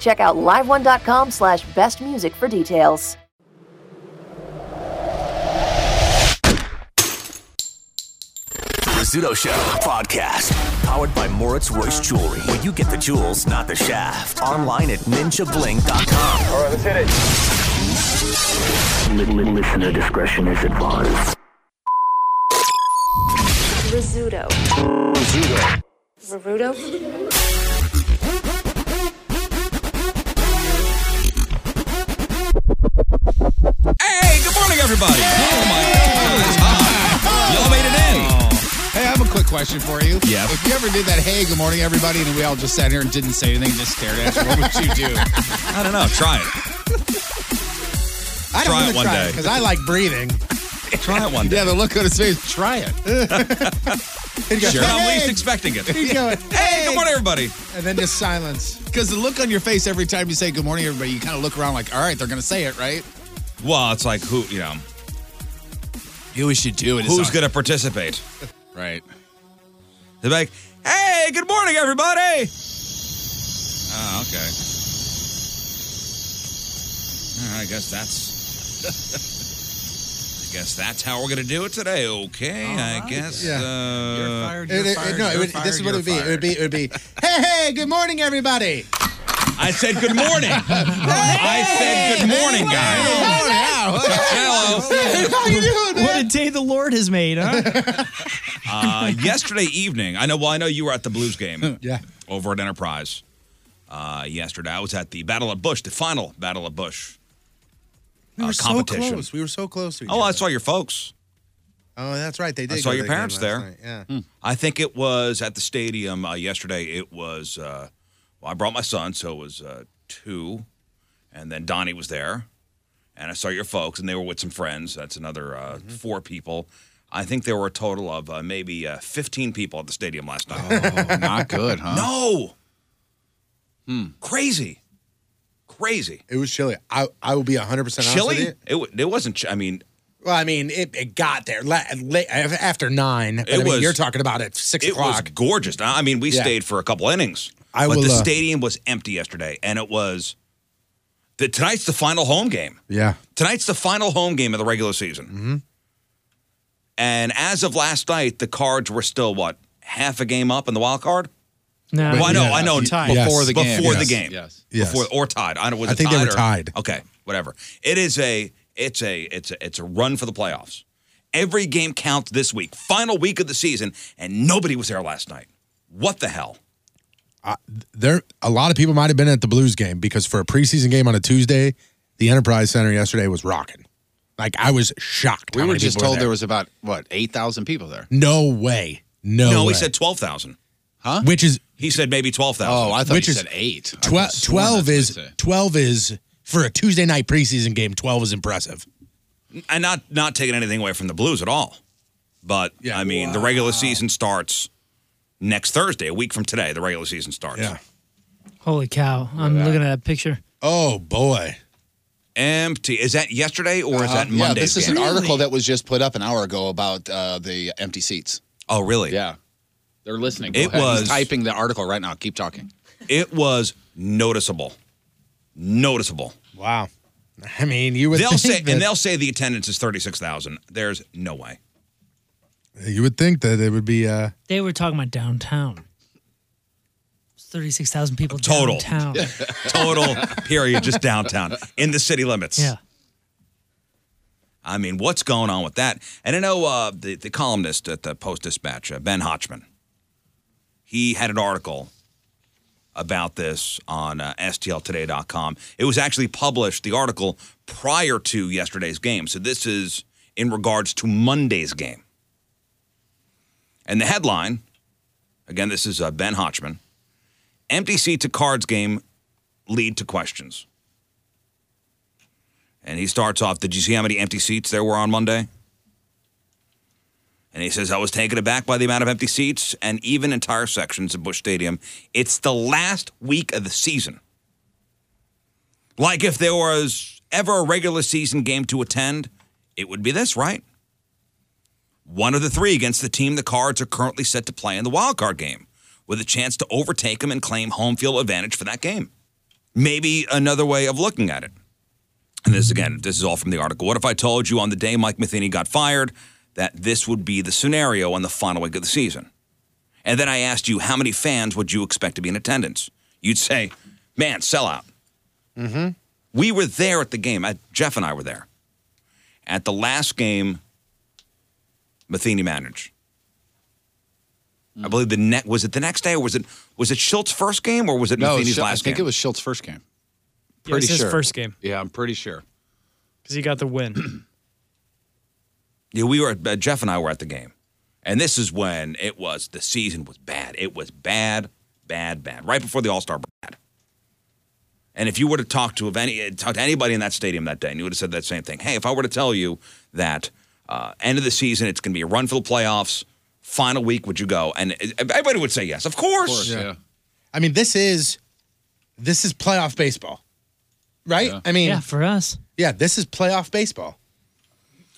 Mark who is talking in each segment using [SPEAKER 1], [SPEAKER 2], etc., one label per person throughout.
[SPEAKER 1] Check out liveone.com slash best music for details.
[SPEAKER 2] The Rizzuto Show podcast, powered by Moritz Royce Jewelry, where you get the jewels, not the shaft. Online at ninjabling.com. All right, let's hit it. Listener discretion is advised.
[SPEAKER 3] Rizzuto. Rizzuto.
[SPEAKER 4] Hey, good morning, everybody. Oh my God, it's hot. Y'all made it in.
[SPEAKER 5] Hey, I have a quick question for you.
[SPEAKER 4] Yeah.
[SPEAKER 5] If you ever did that, hey, good morning, everybody, and we all just sat here and didn't say anything, just stared at you, what would you do?
[SPEAKER 4] I don't know. Try it.
[SPEAKER 5] I
[SPEAKER 4] Try it
[SPEAKER 5] wanna
[SPEAKER 4] one
[SPEAKER 5] try
[SPEAKER 4] day.
[SPEAKER 5] because I like breathing.
[SPEAKER 4] Try it one day.
[SPEAKER 5] Yeah, the look on his face. Try it. He'd go,
[SPEAKER 4] Sure. I'm
[SPEAKER 5] "Hey!"
[SPEAKER 4] least expecting it.
[SPEAKER 5] He'd go,
[SPEAKER 4] Hey, good morning, everybody.
[SPEAKER 5] and then just silence. Because the look on your face every time you say good morning, everybody, you kind of look around like, all right, they're going to say it, right?
[SPEAKER 4] Well, it's like who, you know,
[SPEAKER 5] You should do it.
[SPEAKER 4] who's going to participate?
[SPEAKER 5] Right.
[SPEAKER 4] They're like, hey, good morning, everybody. Oh, okay. All right, I guess that's. I guess that's how we're gonna do it today. Okay, I guess.
[SPEAKER 5] Yeah.
[SPEAKER 4] Uh,
[SPEAKER 5] It- it- no, it would, this is what it would be. It would be. It would be. Hey, hey, good morning, everybody.
[SPEAKER 4] Uh, I said good morning. I said good morning, guys. Hello.
[SPEAKER 5] How you doing, man?
[SPEAKER 6] What a day the Lord has made, huh?
[SPEAKER 4] Uh, yesterday evening, I know. Well, I know you were at the Blues game
[SPEAKER 5] Yeah.
[SPEAKER 4] over at Enterprise. Uh, yesterday, I was at the Battle of Bush, the final Battle of Bush.
[SPEAKER 5] We
[SPEAKER 4] uh,
[SPEAKER 5] were so
[SPEAKER 4] competition.
[SPEAKER 5] close. We were so close to each
[SPEAKER 4] Oh,
[SPEAKER 5] other.
[SPEAKER 4] I saw your folks.
[SPEAKER 5] Oh, that's right. They did. go
[SPEAKER 4] saw
[SPEAKER 5] to
[SPEAKER 4] your
[SPEAKER 5] that game
[SPEAKER 4] parents
[SPEAKER 5] last
[SPEAKER 4] there.
[SPEAKER 5] night. Yeah.
[SPEAKER 4] I think it was at the stadium uh, yesterday. It was, uh, well, I brought my son, so it was uh, two. And then Donnie was there. And I saw your folks, and they were with some friends. That's another uh,
[SPEAKER 5] Mm-hmm.
[SPEAKER 4] four people. I think there were a total of uh, maybe uh, 15 people at the stadium last
[SPEAKER 5] Oh, uh-huh.
[SPEAKER 4] night.
[SPEAKER 5] Not good, huh?
[SPEAKER 4] no!
[SPEAKER 5] Hmm.
[SPEAKER 4] Crazy. Crazy.
[SPEAKER 5] It was chilly. I, I will be 100% honest with
[SPEAKER 4] Chili?
[SPEAKER 5] you.
[SPEAKER 4] It, wa- it wasn't, ch- I mean,
[SPEAKER 5] Well, I mean, it, it got there la- la- after nine. But
[SPEAKER 4] It
[SPEAKER 5] I mean,
[SPEAKER 4] was-
[SPEAKER 5] you're talking about at six
[SPEAKER 4] It was
[SPEAKER 5] o'clock.
[SPEAKER 4] gorgeous. I mean, we
[SPEAKER 5] Yeah.
[SPEAKER 4] stayed for a couple innings.
[SPEAKER 5] I
[SPEAKER 4] but
[SPEAKER 5] will,
[SPEAKER 4] the
[SPEAKER 5] uh,
[SPEAKER 4] stadium was empty yesterday, and it was. The, tonight's the final home game.
[SPEAKER 5] yeah.
[SPEAKER 4] Tonight's the final home game of the regular season. Mm-hmm. And as of last night, the Cards were still what half a game up in the wild card.
[SPEAKER 6] No,
[SPEAKER 4] Well, I know,
[SPEAKER 5] yeah.
[SPEAKER 4] I know.
[SPEAKER 6] Tied.
[SPEAKER 5] Before the game,
[SPEAKER 4] Before the
[SPEAKER 5] yes,
[SPEAKER 4] game.
[SPEAKER 5] yes, yes.
[SPEAKER 4] Before or tied. I don't. Was
[SPEAKER 5] I
[SPEAKER 4] it
[SPEAKER 5] think they were
[SPEAKER 4] or-
[SPEAKER 5] tied.
[SPEAKER 4] Okay, whatever. It is a. It's a. It's a. It's a run for the playoffs. Every game counts this week, final week of the season, and nobody was there last night. What the hell?
[SPEAKER 5] I, there, a lot of people might have been at the Blues game because for a preseason game on a Tuesday, the Enterprise Center yesterday was rocking. Like I was shocked.
[SPEAKER 7] We
[SPEAKER 5] how
[SPEAKER 7] were
[SPEAKER 5] many
[SPEAKER 7] just
[SPEAKER 5] people
[SPEAKER 7] told
[SPEAKER 5] there.
[SPEAKER 7] there was about what eight thousand people there.
[SPEAKER 5] no way. No.
[SPEAKER 4] No,
[SPEAKER 5] way.
[SPEAKER 4] he said twelve thousand.
[SPEAKER 7] Huh?
[SPEAKER 5] Which is
[SPEAKER 4] He said maybe twelve thousand.
[SPEAKER 7] Oh, I thought
[SPEAKER 5] Which
[SPEAKER 7] you
[SPEAKER 5] is
[SPEAKER 7] said eight. I
[SPEAKER 5] Twelve,
[SPEAKER 7] could've sworn
[SPEAKER 5] twelve
[SPEAKER 7] that's what he
[SPEAKER 5] is
[SPEAKER 7] said.
[SPEAKER 5] twelve is for a Tuesday night preseason game. Twelve is impressive.
[SPEAKER 4] and not not taking anything away from the Blues at all. But I mean, the regular season starts next Thursday, a week from today. The regular season starts. Yeah.
[SPEAKER 8] Holy cow. I'm looking at that picture.
[SPEAKER 5] Oh boy.
[SPEAKER 4] Empty. Is that yesterday or is
[SPEAKER 7] Uh,
[SPEAKER 4] that
[SPEAKER 7] yeah,
[SPEAKER 4] Monday?
[SPEAKER 7] this is an article that was just put up an hour ago about uh, the empty seats.
[SPEAKER 4] Oh, really?
[SPEAKER 7] Yeah, they're listening. Go
[SPEAKER 4] It
[SPEAKER 7] ahead. He's
[SPEAKER 4] was-
[SPEAKER 7] typing the article right now. Keep talking.
[SPEAKER 4] It was noticeable. Noticeable.
[SPEAKER 5] Wow. I mean, you would
[SPEAKER 4] They'll
[SPEAKER 5] think
[SPEAKER 4] say
[SPEAKER 5] that,
[SPEAKER 4] and they'll say the attendance is thirty six thousand. There's no way.
[SPEAKER 5] you would think that it would be uh,
[SPEAKER 8] They were talking about downtown. It's 36,000 people
[SPEAKER 4] Total.
[SPEAKER 8] downtown.
[SPEAKER 4] Total period, just downtown. In the city limits.
[SPEAKER 8] Yeah.
[SPEAKER 4] I mean, what's going on with that? And I know uh, the, the columnist at the Post Dispatch, uh, Ben Hotchman, he had an article about this on uh, STLtoday.com. It was actually published, the article, prior to yesterday's game. So this is in regards to Monday's game. And the headline again, this is uh, Ben Hotchman empty seat to cards game lead to questions. And he starts off, Did you see how many empty seats there were on Monday? And he says, I was taken aback by the amount of empty seats and even entire sections of Bush Stadium. It's the last week of the season. Like if there was ever a regular season game to attend, it would be this, right? One of the three against the team the Cards are currently set to play in the wild card game, with a chance to overtake them and claim home field advantage for that game. Maybe another way of looking at it. And this again, this is all from the article. What if I told you on the day Mike Matheny got fired that this would be the scenario on the final week of the season? And then I asked you how many fans would you expect to be in attendance? You'd say, "Man, sellout."
[SPEAKER 6] Mm-hmm.
[SPEAKER 4] We were there at the game. I, Jeff and I were there at the last game. Matheny managed. I believe the net was it the next day or was it was it Schultz's first game or was it
[SPEAKER 7] no,
[SPEAKER 4] Matheny's
[SPEAKER 7] Schul- I
[SPEAKER 4] last
[SPEAKER 7] think
[SPEAKER 4] game?
[SPEAKER 7] it was Schultz's first game.
[SPEAKER 4] Yeah, it was
[SPEAKER 7] Pretty
[SPEAKER 4] his
[SPEAKER 7] sure
[SPEAKER 4] first
[SPEAKER 7] game. Yeah, I'm pretty sure.
[SPEAKER 8] Because he got the win.
[SPEAKER 4] Yeah, we were uh, Jeff and I were at the game, and this is when it was the season was bad. It was bad, bad, bad. Right before the All Star, bad. And if you were to talk to of any uh, talk to anybody in that stadium that day, and you would have said that same thing. Hey, if I were to tell you that uh, end of the season, it's going to be a run for the playoffs, final week, would you go? And uh, everybody would say yes, of course.
[SPEAKER 5] yeah. I mean, this is this is playoff baseball, right? I mean,
[SPEAKER 8] yeah, for us.
[SPEAKER 5] yeah, this is playoff baseball.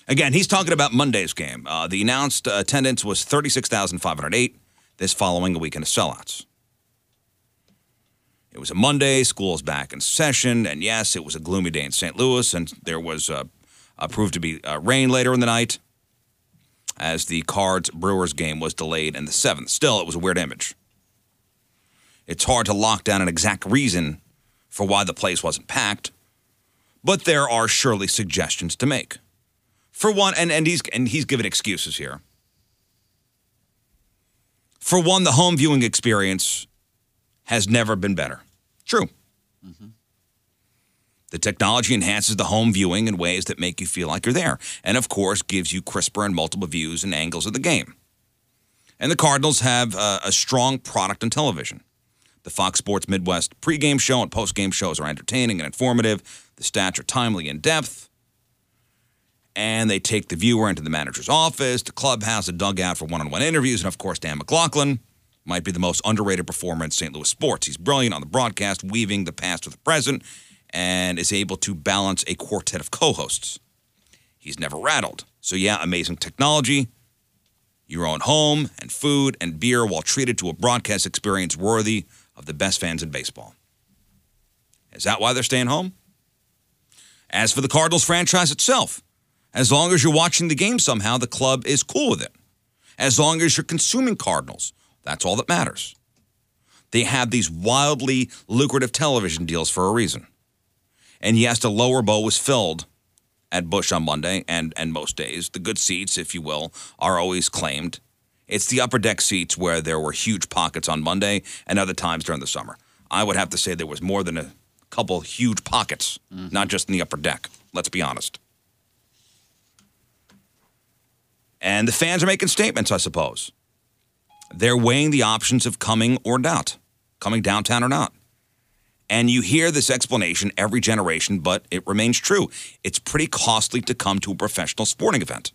[SPEAKER 4] Again, he's talking about Monday's game. Uh, the announced uh, attendance was 36,508, this following a weekend of sellouts. It was a Monday, school's back in session, and yes, it was a gloomy day in St. Louis, and there was uh, uh, proved to be uh, rain later in the night as the Cards Brewers game was delayed in the seventh. Still, it was a weird image. It's hard to lock down an exact reason for why the place wasn't packed, but there are surely suggestions to make for one, and, and he's and he's given excuses here. For one, the home viewing experience has never been better. True. The technology enhances the home viewing in ways that make you feel like you're there, and of course, gives you crisper and multiple views and angles of the game. And the Cardinals have uh, a strong product on television. The Fox Sports Midwest pregame show and postgame shows are entertaining and informative. The stats are timely and depth and they take the viewer into the manager's office, the clubhouse, the dugout for one-on-one interviews, and of course Dan McLaughlin might be the most underrated performer in St. Louis sports. He's brilliant on the broadcast, weaving the past with the present, and is able to balance a quartet of co-hosts. He's never rattled. So yeah, amazing technology, your own home and food and beer while treated to a broadcast experience worthy of the best fans in baseball. Is that why they're staying home? As for the Cardinals franchise itself, as long as you're watching the game somehow, the club is cool with it. As long as you're consuming Cardinals, that's all that matters. They have these wildly lucrative television deals for a reason. And yes, the lower bowl was filled at Bush on Monday and, and most days. The good seats, if you will, are always claimed It's the upper deck seats where there were huge pockets on Monday and other times during the summer. I would have to say there was more than a couple huge pockets, not just in the upper deck. Let's be honest. And the fans are making statements, I suppose. They're weighing the options of coming or not, coming downtown or not. And you hear this explanation every generation, but it remains true. It's pretty costly to come to a professional sporting event.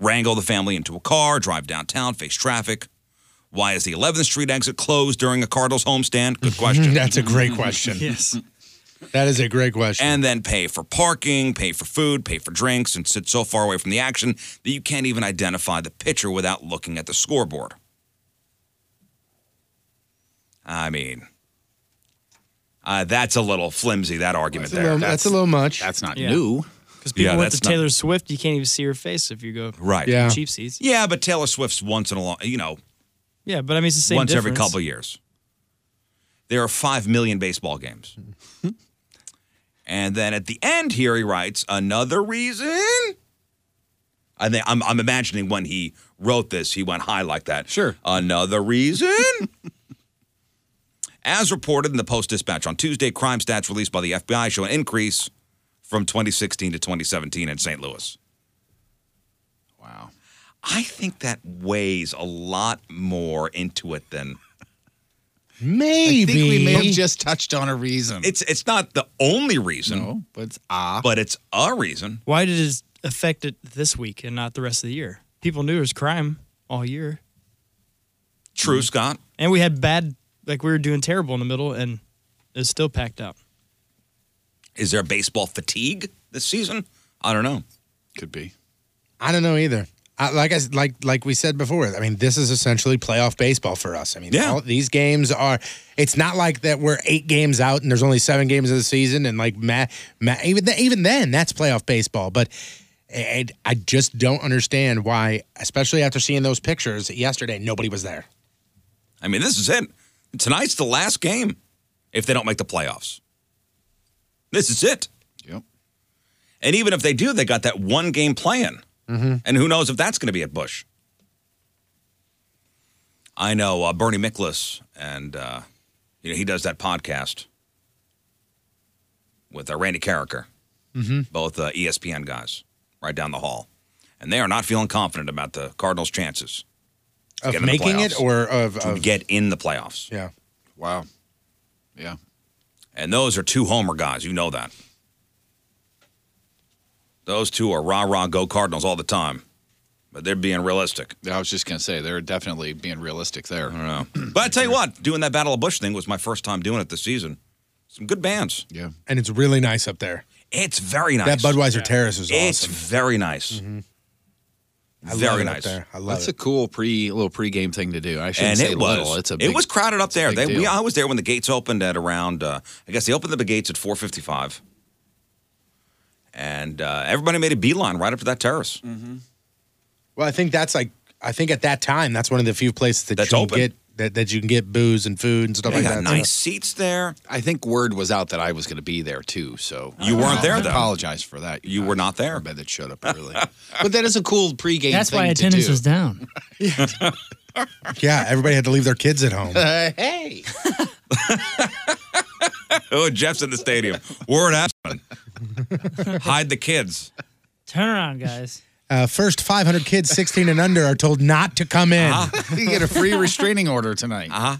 [SPEAKER 4] Wrangle the family into a car, drive downtown, face traffic. Why is the 11th Street exit closed during a Cardinals homestand? Good question.
[SPEAKER 5] That's a great question.
[SPEAKER 8] yes.
[SPEAKER 5] That is a great question.
[SPEAKER 4] And then pay for parking, pay for food, pay for drinks, and sit so far away from the action that you can't even identify the pitcher without looking at the scoreboard. I mean, uh, that's a little flimsy, that argument
[SPEAKER 5] That's a
[SPEAKER 4] there.
[SPEAKER 5] little- that's a little much.
[SPEAKER 4] That's not
[SPEAKER 6] Yeah.
[SPEAKER 4] new.
[SPEAKER 6] Because people
[SPEAKER 4] yeah,
[SPEAKER 6] went to
[SPEAKER 4] that's not-
[SPEAKER 6] Taylor Swift, you can't even see her face if you go
[SPEAKER 4] Right.
[SPEAKER 6] to cheap seats.
[SPEAKER 4] Yeah, but Taylor Swift's once in a long, you know,
[SPEAKER 6] Yeah, but I mean it's the same.
[SPEAKER 4] once every
[SPEAKER 6] difference.
[SPEAKER 4] couple years. There are five million baseball games. and then at the end here, he writes another reason. I think I'm, I'm imagining when he wrote this, he went high like that. Sure. Another reason. As reported in the Post Dispatch on Tuesday, crime stats released by the FBI show an increase from 2016 to 2017 in St. Louis. Wow. I think that weighs a lot more into it than
[SPEAKER 5] Maybe.
[SPEAKER 7] I think we may have just touched on a reason.
[SPEAKER 4] It's it's not the only reason. Um, No,
[SPEAKER 7] but it's ah.
[SPEAKER 4] But it's a reason.
[SPEAKER 6] Why did it affect it this week and not the rest of the year? People knew it was crime all year,
[SPEAKER 4] True, Scott.
[SPEAKER 6] and we had bad, like we were doing terrible in the middle, and it's still packed out.
[SPEAKER 4] Is there baseball fatigue this season? I don't know. Could be.
[SPEAKER 5] I don't know either. I, like I s- like like we said before, I mean, this is essentially playoff baseball for us. I mean,
[SPEAKER 4] Yeah.
[SPEAKER 5] all, these games are. It's not like that we're eight games out and there's only seven games of the season, and like Matt, Matt even th- even then, that's playoff baseball. But I, I just don't understand why, especially after seeing those pictures yesterday, nobody was there.
[SPEAKER 4] I mean, this is it. Tonight's the last game if they don't make the playoffs. This is it. Yep. And even if they do, they got that one game plan.
[SPEAKER 2] Mm-hmm.
[SPEAKER 4] And who knows if that's going to be at Bush. I know uh, Bernie Miklas, and uh, you know he does that podcast with uh, Randy Carricker.
[SPEAKER 2] Mm-hmm.
[SPEAKER 4] both uh, ESPN guys right down the hall, and they are not feeling confident about the Cardinals' chances to
[SPEAKER 5] Of
[SPEAKER 4] get in the
[SPEAKER 5] making it
[SPEAKER 4] playoffs,
[SPEAKER 5] or of-
[SPEAKER 4] to
[SPEAKER 5] of-
[SPEAKER 4] get in the playoffs.
[SPEAKER 5] Yeah.
[SPEAKER 4] Wow. Yeah. And those are two homer guys. You know that. Those two are rah rah go Cardinals all the time, but they're being realistic.
[SPEAKER 7] I was just gonna say they're definitely being realistic there.
[SPEAKER 4] I don't know. But I tell you what, doing that Battle of Bush thing was my first time doing it this season. Some good bands.
[SPEAKER 7] Yeah.
[SPEAKER 5] And it's really nice up there.
[SPEAKER 4] It's very nice.
[SPEAKER 5] That Budweiser Terrace is
[SPEAKER 4] It's very nice.
[SPEAKER 7] Mm-hmm. I love
[SPEAKER 4] Very
[SPEAKER 7] it up
[SPEAKER 4] nice.
[SPEAKER 7] there. That's a cool pre little pregame thing to do. I shouldn't
[SPEAKER 4] and
[SPEAKER 7] say
[SPEAKER 4] it was
[SPEAKER 7] little. It's a
[SPEAKER 4] it
[SPEAKER 7] big-
[SPEAKER 4] was crowded up
[SPEAKER 7] it's a
[SPEAKER 4] there.
[SPEAKER 7] big
[SPEAKER 4] They, we,
[SPEAKER 7] deal.
[SPEAKER 4] I was there when the gates opened at around. Uh, I guess they opened the gates at four fifty five, and uh, everybody made a beeline right up to that terrace.
[SPEAKER 5] Well, I think that's like I think at that time that's one of the few places that
[SPEAKER 4] That's
[SPEAKER 5] you can
[SPEAKER 4] open.
[SPEAKER 5] get that, that you can get booze and food and stuff
[SPEAKER 7] They
[SPEAKER 5] like
[SPEAKER 7] got
[SPEAKER 5] that.
[SPEAKER 7] nice
[SPEAKER 4] seats there.
[SPEAKER 7] I think word was out that I was going to be there too. So
[SPEAKER 4] You weren't there,
[SPEAKER 7] I
[SPEAKER 4] though.
[SPEAKER 7] apologize for that. You,
[SPEAKER 4] were not there.
[SPEAKER 7] I bet that showed up early. but that is a cool pregame.
[SPEAKER 8] That's
[SPEAKER 7] thing
[SPEAKER 8] why
[SPEAKER 7] to
[SPEAKER 8] attendance
[SPEAKER 7] do.
[SPEAKER 8] was down.
[SPEAKER 5] Yeah, everybody had to leave their kids at home.
[SPEAKER 7] Uh, hey,
[SPEAKER 4] oh, Jeff's in the stadium. Word happened. Hide the kids.
[SPEAKER 8] Turn around, guys.
[SPEAKER 5] Uh, first 500 kids 16 and under are told not to come in.
[SPEAKER 4] Uh-huh.
[SPEAKER 7] you get a free restraining order tonight.
[SPEAKER 4] Uh huh.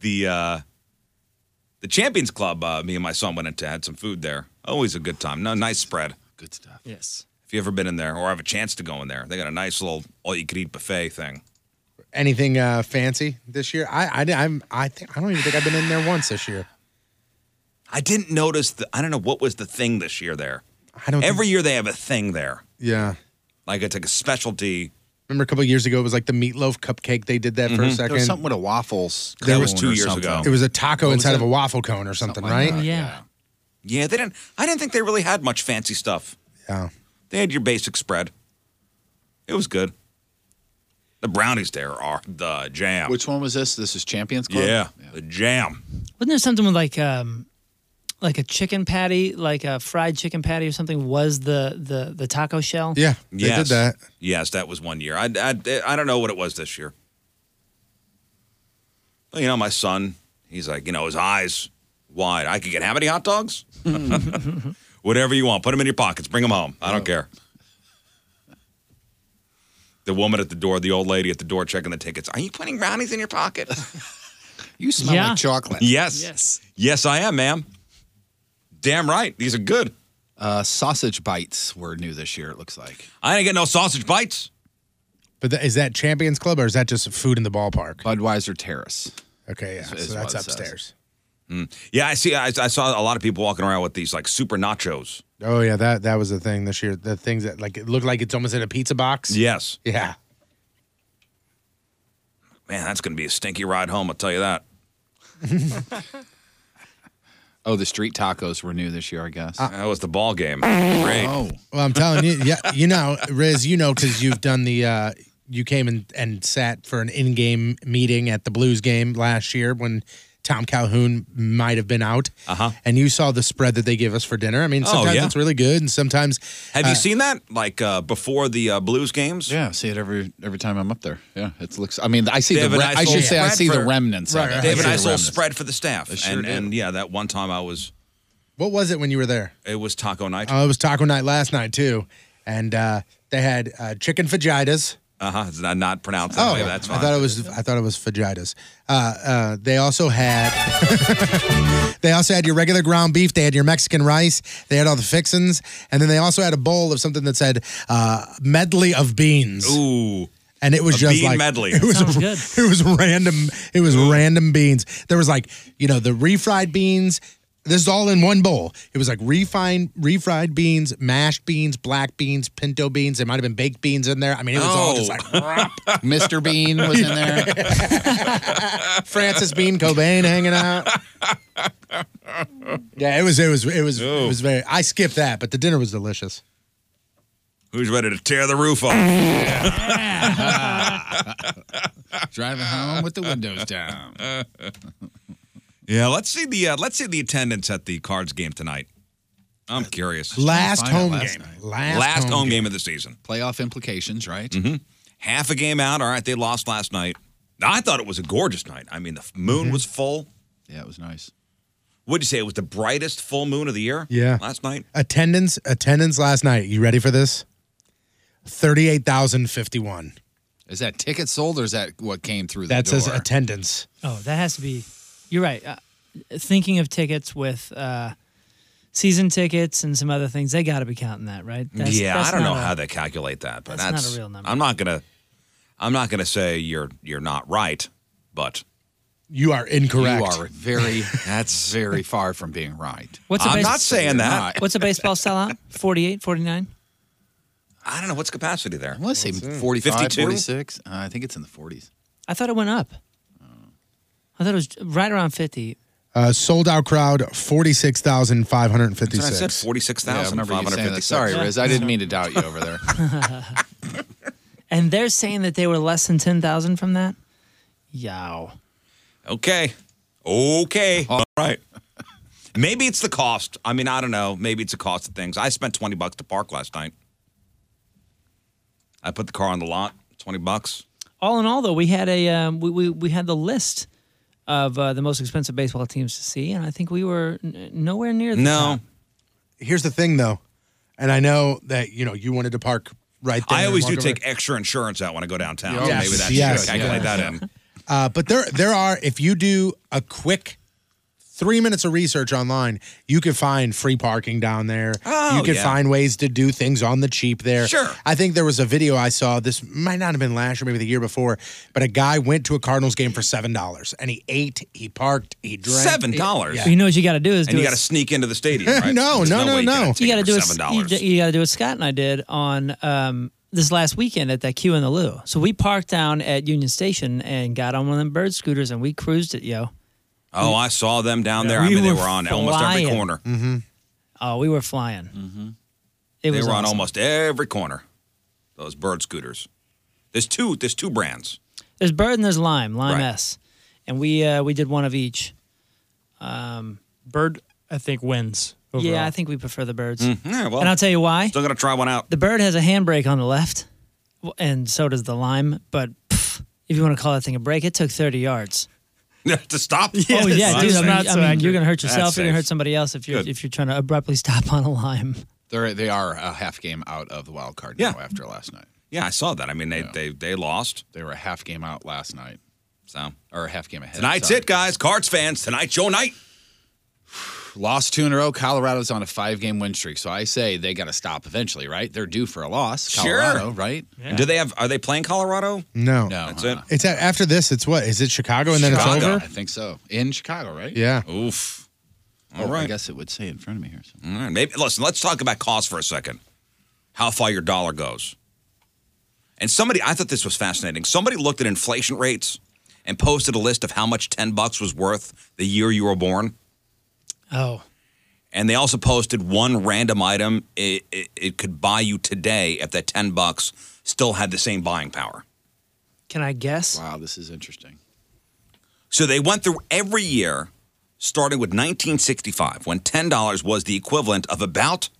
[SPEAKER 4] The uh, the Champions Club. Uh, me and my son went into had some food there. Always a good time. No, nice spread. Good stuff.
[SPEAKER 8] Yes.
[SPEAKER 4] If you ever been in there or have a chance to go in there, they got a nice little all you can eat buffet thing.
[SPEAKER 5] Anything uh, fancy this year? I I I'm, I, think, I don't even think I've been in there once this year.
[SPEAKER 4] I didn't notice the. I don't know what was the thing this year there.
[SPEAKER 5] I don't
[SPEAKER 4] Every year they have a thing there.
[SPEAKER 5] Yeah.
[SPEAKER 4] Like it's like a specialty.
[SPEAKER 5] Remember a couple of years ago it was like the meatloaf cupcake they did that for
[SPEAKER 4] Mhm. There
[SPEAKER 5] a
[SPEAKER 4] was
[SPEAKER 5] second.
[SPEAKER 4] something
[SPEAKER 7] with a waffles.
[SPEAKER 4] That was two years ago.
[SPEAKER 5] It was a taco
[SPEAKER 4] What was
[SPEAKER 5] inside of
[SPEAKER 4] that?
[SPEAKER 5] a waffle cone or something, right?
[SPEAKER 8] yeah.
[SPEAKER 4] Yeah, they didn't. I didn't think they really had much fancy stuff.
[SPEAKER 5] Yeah.
[SPEAKER 4] They had your basic spread. It was good. The brownies there are the jam.
[SPEAKER 7] Which one was this? This is Champions Club.
[SPEAKER 4] yeah, the jam.
[SPEAKER 8] Wasn't there something with like um like a chicken patty, like a fried chicken patty or something, was the the the taco shell.
[SPEAKER 4] Yes. Yes, that was one year. I, I, I don't know what it was this year. But, you know, my son, he's like, you know, his eyes wide. I could get how many hot dogs?
[SPEAKER 8] Oh,
[SPEAKER 4] Whatever you want. Put them in your pockets. Bring them home. I don't care. The woman at the door, the old lady at the door checking the tickets. Are you putting brownies in your pocket?
[SPEAKER 7] You smell
[SPEAKER 4] Yeah.
[SPEAKER 7] like chocolate.
[SPEAKER 4] Yes. Yes. Yes, I am, ma'am. Damn right. These are good.
[SPEAKER 7] Uh, sausage bites were new this year, it looks like.
[SPEAKER 4] I didn't get no sausage bites.
[SPEAKER 5] But th- is that Champions Club or is that just food in the ballpark?
[SPEAKER 7] Budweiser Terrace.
[SPEAKER 5] Okay, yeah.
[SPEAKER 7] Is-
[SPEAKER 5] So,
[SPEAKER 7] is
[SPEAKER 5] that's
[SPEAKER 7] what it says.
[SPEAKER 5] upstairs.
[SPEAKER 4] Mm. Yeah, I see. I, I saw a lot of people walking around with these like super nachos.
[SPEAKER 5] Oh yeah, that that was the thing this year. The things that like it looked like it's almost in a pizza box.
[SPEAKER 4] Yes.
[SPEAKER 5] Yeah.
[SPEAKER 4] Man, that's going to be a stinky ride home, I'll tell you that.
[SPEAKER 7] Oh, the street tacos were new this year, I guess.
[SPEAKER 4] Uh,
[SPEAKER 7] Oh.
[SPEAKER 4] that was the ball game.
[SPEAKER 5] Great. Well, I'm telling you, yeah, you know, Riz, you know, because you've done the, uh, you came and and sat for an in-game meeting at the Blues game last year when Tom Calhoun might have been out,
[SPEAKER 4] Uh huh.
[SPEAKER 5] and you saw the spread that they give us for dinner. I mean,
[SPEAKER 4] Oh,
[SPEAKER 5] sometimes
[SPEAKER 4] yeah.
[SPEAKER 5] it's really good, and sometimes
[SPEAKER 4] Have you
[SPEAKER 5] uh,
[SPEAKER 4] seen that? Like uh, before the uh, Blues games?
[SPEAKER 7] Yeah, I see it every every time I'm up there. Yeah, it looks. I mean, I see
[SPEAKER 4] They
[SPEAKER 7] the.
[SPEAKER 4] have a
[SPEAKER 7] Re-
[SPEAKER 4] nice
[SPEAKER 7] I should
[SPEAKER 4] little
[SPEAKER 7] say I
[SPEAKER 4] spread
[SPEAKER 7] see the
[SPEAKER 4] for-
[SPEAKER 7] remnants. of it.
[SPEAKER 4] They
[SPEAKER 7] I
[SPEAKER 4] have a
[SPEAKER 7] see the
[SPEAKER 4] nice little
[SPEAKER 7] remnants.
[SPEAKER 4] spread for the staff.
[SPEAKER 7] sure
[SPEAKER 4] and,
[SPEAKER 7] do.
[SPEAKER 4] and yeah, that one time I was,
[SPEAKER 5] what was it when you were there?
[SPEAKER 4] it was Taco Night.
[SPEAKER 5] Oh, it was taco night last night too, and uh, they had uh, chicken fajitas.
[SPEAKER 4] Uh huh. It's not, not pronounced
[SPEAKER 7] Oh,
[SPEAKER 4] that way. That's fine.
[SPEAKER 5] Oh, I thought it was. I thought it was fajitas. Uh, uh, they also had. they also had your regular ground beef. They had your Mexican rice. They had all the fixins, and then they also had a bowl of something that said uh, medley of beans.
[SPEAKER 4] Ooh.
[SPEAKER 5] And it was
[SPEAKER 4] A
[SPEAKER 5] just
[SPEAKER 4] bean
[SPEAKER 5] like
[SPEAKER 4] medley.
[SPEAKER 5] It was
[SPEAKER 4] Sounds
[SPEAKER 5] a-
[SPEAKER 4] good.
[SPEAKER 5] It was random. It was random beans. There was like you know the refried beans. This is all in one bowl. It was like refined, refried beans, mashed beans, black beans, pinto beans. There might have been baked beans in there. I mean, it was all just
[SPEAKER 7] Oh.
[SPEAKER 5] like
[SPEAKER 7] Mr. Bean was in there.
[SPEAKER 5] Francis Bean Cobain hanging out. Yeah, it was it was it was it was very. I skipped that, but the dinner was delicious.
[SPEAKER 4] Who's ready to tear the roof off?
[SPEAKER 7] Driving home with the windows down.
[SPEAKER 4] yeah, let's see the uh, let's see the attendance at the Cards game tonight. I'm curious.
[SPEAKER 5] Last
[SPEAKER 7] find it
[SPEAKER 5] home
[SPEAKER 7] last
[SPEAKER 5] game.
[SPEAKER 7] night.
[SPEAKER 5] Last,
[SPEAKER 4] Last
[SPEAKER 5] home
[SPEAKER 4] home game of the season.
[SPEAKER 7] Playoff implications, right?
[SPEAKER 4] hmm Half a game out. All right, they lost last night. I thought it was a gorgeous night. I mean, the f- moon
[SPEAKER 5] Mm-hmm.
[SPEAKER 4] was full.
[SPEAKER 7] Yeah, it was nice.
[SPEAKER 4] What'd you say? It was the brightest full moon of the year.
[SPEAKER 5] Yeah.
[SPEAKER 4] last night.
[SPEAKER 5] Attendance attendance last night. You ready for this? Thirty eight thousand fifty one.
[SPEAKER 7] Is that ticket sold or is that what came through the
[SPEAKER 5] That
[SPEAKER 7] door?
[SPEAKER 5] says attendance.
[SPEAKER 8] Oh, that has to be. You're right. Uh, thinking of tickets with uh, season tickets and some other things, they got to be counting that, right? That's-
[SPEAKER 4] yeah,
[SPEAKER 8] that's
[SPEAKER 4] I don't
[SPEAKER 8] not
[SPEAKER 4] know
[SPEAKER 8] a-
[SPEAKER 4] how they calculate that, but
[SPEAKER 8] that's not
[SPEAKER 4] that's,
[SPEAKER 8] a real number.
[SPEAKER 4] I'm not gonna, I'm not gonna say you're you're not right, but
[SPEAKER 5] You are incorrect.
[SPEAKER 7] You are very that's very far from being right.
[SPEAKER 8] What's a base-
[SPEAKER 7] You're
[SPEAKER 8] What's a baseball sellout? 48, 49?
[SPEAKER 4] I don't know what's capacity there.
[SPEAKER 7] Let's say
[SPEAKER 8] Let's see.
[SPEAKER 7] 45,
[SPEAKER 4] 52?
[SPEAKER 7] 46. Uh, I think it's in the 40s.
[SPEAKER 8] I thought it went up. I thought it was right around 50.
[SPEAKER 5] Uh, sold out crowd forty six thousand five hundred fifty
[SPEAKER 4] That's what I said,
[SPEAKER 5] six.
[SPEAKER 4] 46,556.
[SPEAKER 7] Sorry, Riz. I didn't mean to doubt you over there.
[SPEAKER 8] and they're saying that they were less than 10,000 from that? Yow.
[SPEAKER 4] Okay. Okay. All right. Maybe it's the cost. I mean, I don't know. Maybe it's the cost of things. I spent 20 bucks to park last night. I put the car on the lot, 20 bucks.
[SPEAKER 8] All in all, though, we had a um, we, we we had the list of uh, the most expensive baseball teams to see, and I think we were n- nowhere near. The top.
[SPEAKER 5] Here's the thing though, and I know that you know you wanted to park right there.
[SPEAKER 4] I
[SPEAKER 5] and
[SPEAKER 4] always
[SPEAKER 5] walk
[SPEAKER 4] do
[SPEAKER 5] over.
[SPEAKER 4] take extra insurance out when I go downtown. so
[SPEAKER 5] Yes.
[SPEAKER 4] Maybe that's
[SPEAKER 5] Yes.
[SPEAKER 4] calculate
[SPEAKER 5] Yes.
[SPEAKER 4] that in.
[SPEAKER 5] Uh, but there, there are. If you do a quick three minutes of research online, you can find free parking down there.
[SPEAKER 4] Oh,
[SPEAKER 5] you can
[SPEAKER 4] yeah.
[SPEAKER 5] find ways to do things on the cheap there.
[SPEAKER 4] Sure.
[SPEAKER 5] I think there was a video I saw. This might not have been last year, maybe the year before. But a guy went to a Cardinals game for seven dollars, and he ate, he parked, he drank.
[SPEAKER 4] Seven dollars.
[SPEAKER 5] Yeah.
[SPEAKER 8] You know what you got to do is
[SPEAKER 4] And
[SPEAKER 8] do
[SPEAKER 4] you
[SPEAKER 8] a-
[SPEAKER 4] got to sneak into the stadium, right?
[SPEAKER 5] No,
[SPEAKER 4] There's
[SPEAKER 5] no, no,
[SPEAKER 4] way you can
[SPEAKER 5] no.
[SPEAKER 4] take
[SPEAKER 8] You got
[SPEAKER 4] it for
[SPEAKER 8] to do
[SPEAKER 4] $7.
[SPEAKER 8] what you, got to do what Scott and I did on um, this last weekend at that Q in the Lou. So we parked down at Union Station and got on one of them bird scooters and we cruised it, yo.
[SPEAKER 4] Oh, I saw them down there. I
[SPEAKER 8] We
[SPEAKER 4] mean, they
[SPEAKER 8] were
[SPEAKER 4] were on almost every
[SPEAKER 8] flying.
[SPEAKER 4] corner.
[SPEAKER 8] Oh, we were flying.
[SPEAKER 4] Mm-hmm. they
[SPEAKER 8] It was
[SPEAKER 4] were on
[SPEAKER 8] awesome.
[SPEAKER 4] almost every corner. Those bird scooters. There's two. There's two brands.
[SPEAKER 8] There's bird and there's lime, lime
[SPEAKER 4] Right.
[SPEAKER 8] S, and we uh, we did one of each. Um, bird
[SPEAKER 6] I think wins. Overall.
[SPEAKER 8] Yeah, I think we prefer the birds.
[SPEAKER 4] Mm, yeah, well,
[SPEAKER 8] and I'll tell you why.
[SPEAKER 4] Still gonna try one out.
[SPEAKER 8] The bird has a handbrake on the left, w- and so does the lime. But pff, if you want to call that thing a break, it took 30 yards.
[SPEAKER 4] to stop.
[SPEAKER 8] oh yeah, dude. I mean, I mean, you're gonna hurt
[SPEAKER 7] That's
[SPEAKER 8] yourself. You're gonna
[SPEAKER 7] safe.
[SPEAKER 8] hurt somebody else if you're
[SPEAKER 7] Good.
[SPEAKER 8] if you're trying to abruptly stop on a lime.
[SPEAKER 7] They're, they are a half game out of the wild card now after last night.
[SPEAKER 4] Yeah, I saw that. I mean, they they, they lost.
[SPEAKER 7] They were a half game out last night.
[SPEAKER 4] So
[SPEAKER 7] or a half game ahead.
[SPEAKER 4] Tonight's
[SPEAKER 7] sorry.
[SPEAKER 4] it, guys. Cards fans. Tonight's your night.
[SPEAKER 7] Lost two in a row. Colorado's on a five game win streak. So I say they got to stop eventually, right? They're due for a loss. Colorado,
[SPEAKER 4] Sure.
[SPEAKER 7] right?
[SPEAKER 4] And do they have? Are they playing Colorado?
[SPEAKER 5] No.
[SPEAKER 4] That's
[SPEAKER 7] Uh,
[SPEAKER 4] it.
[SPEAKER 5] It's a- after this. It's what is it? Chicago, and then it's
[SPEAKER 7] Chicago,
[SPEAKER 5] over.
[SPEAKER 7] I think so. In Chicago, right?
[SPEAKER 5] Yeah.
[SPEAKER 4] Oof. All
[SPEAKER 7] Oh, I
[SPEAKER 4] right.
[SPEAKER 7] guess it would say in front of me here. So.
[SPEAKER 4] All right. Maybe listen. Let's talk about cost for a second. How far your dollar goes. And somebody, I thought this was fascinating. Somebody looked at inflation rates and posted a list of how much ten bucks was worth the year you were born.
[SPEAKER 8] Oh,
[SPEAKER 4] And they also posted one random item it, it, it could buy you today if that ten bucks still had the same buying power.
[SPEAKER 8] can I guess?
[SPEAKER 7] Wow, this is interesting.
[SPEAKER 4] So they went through every year, starting with 1965, when $10 was the equivalent of about,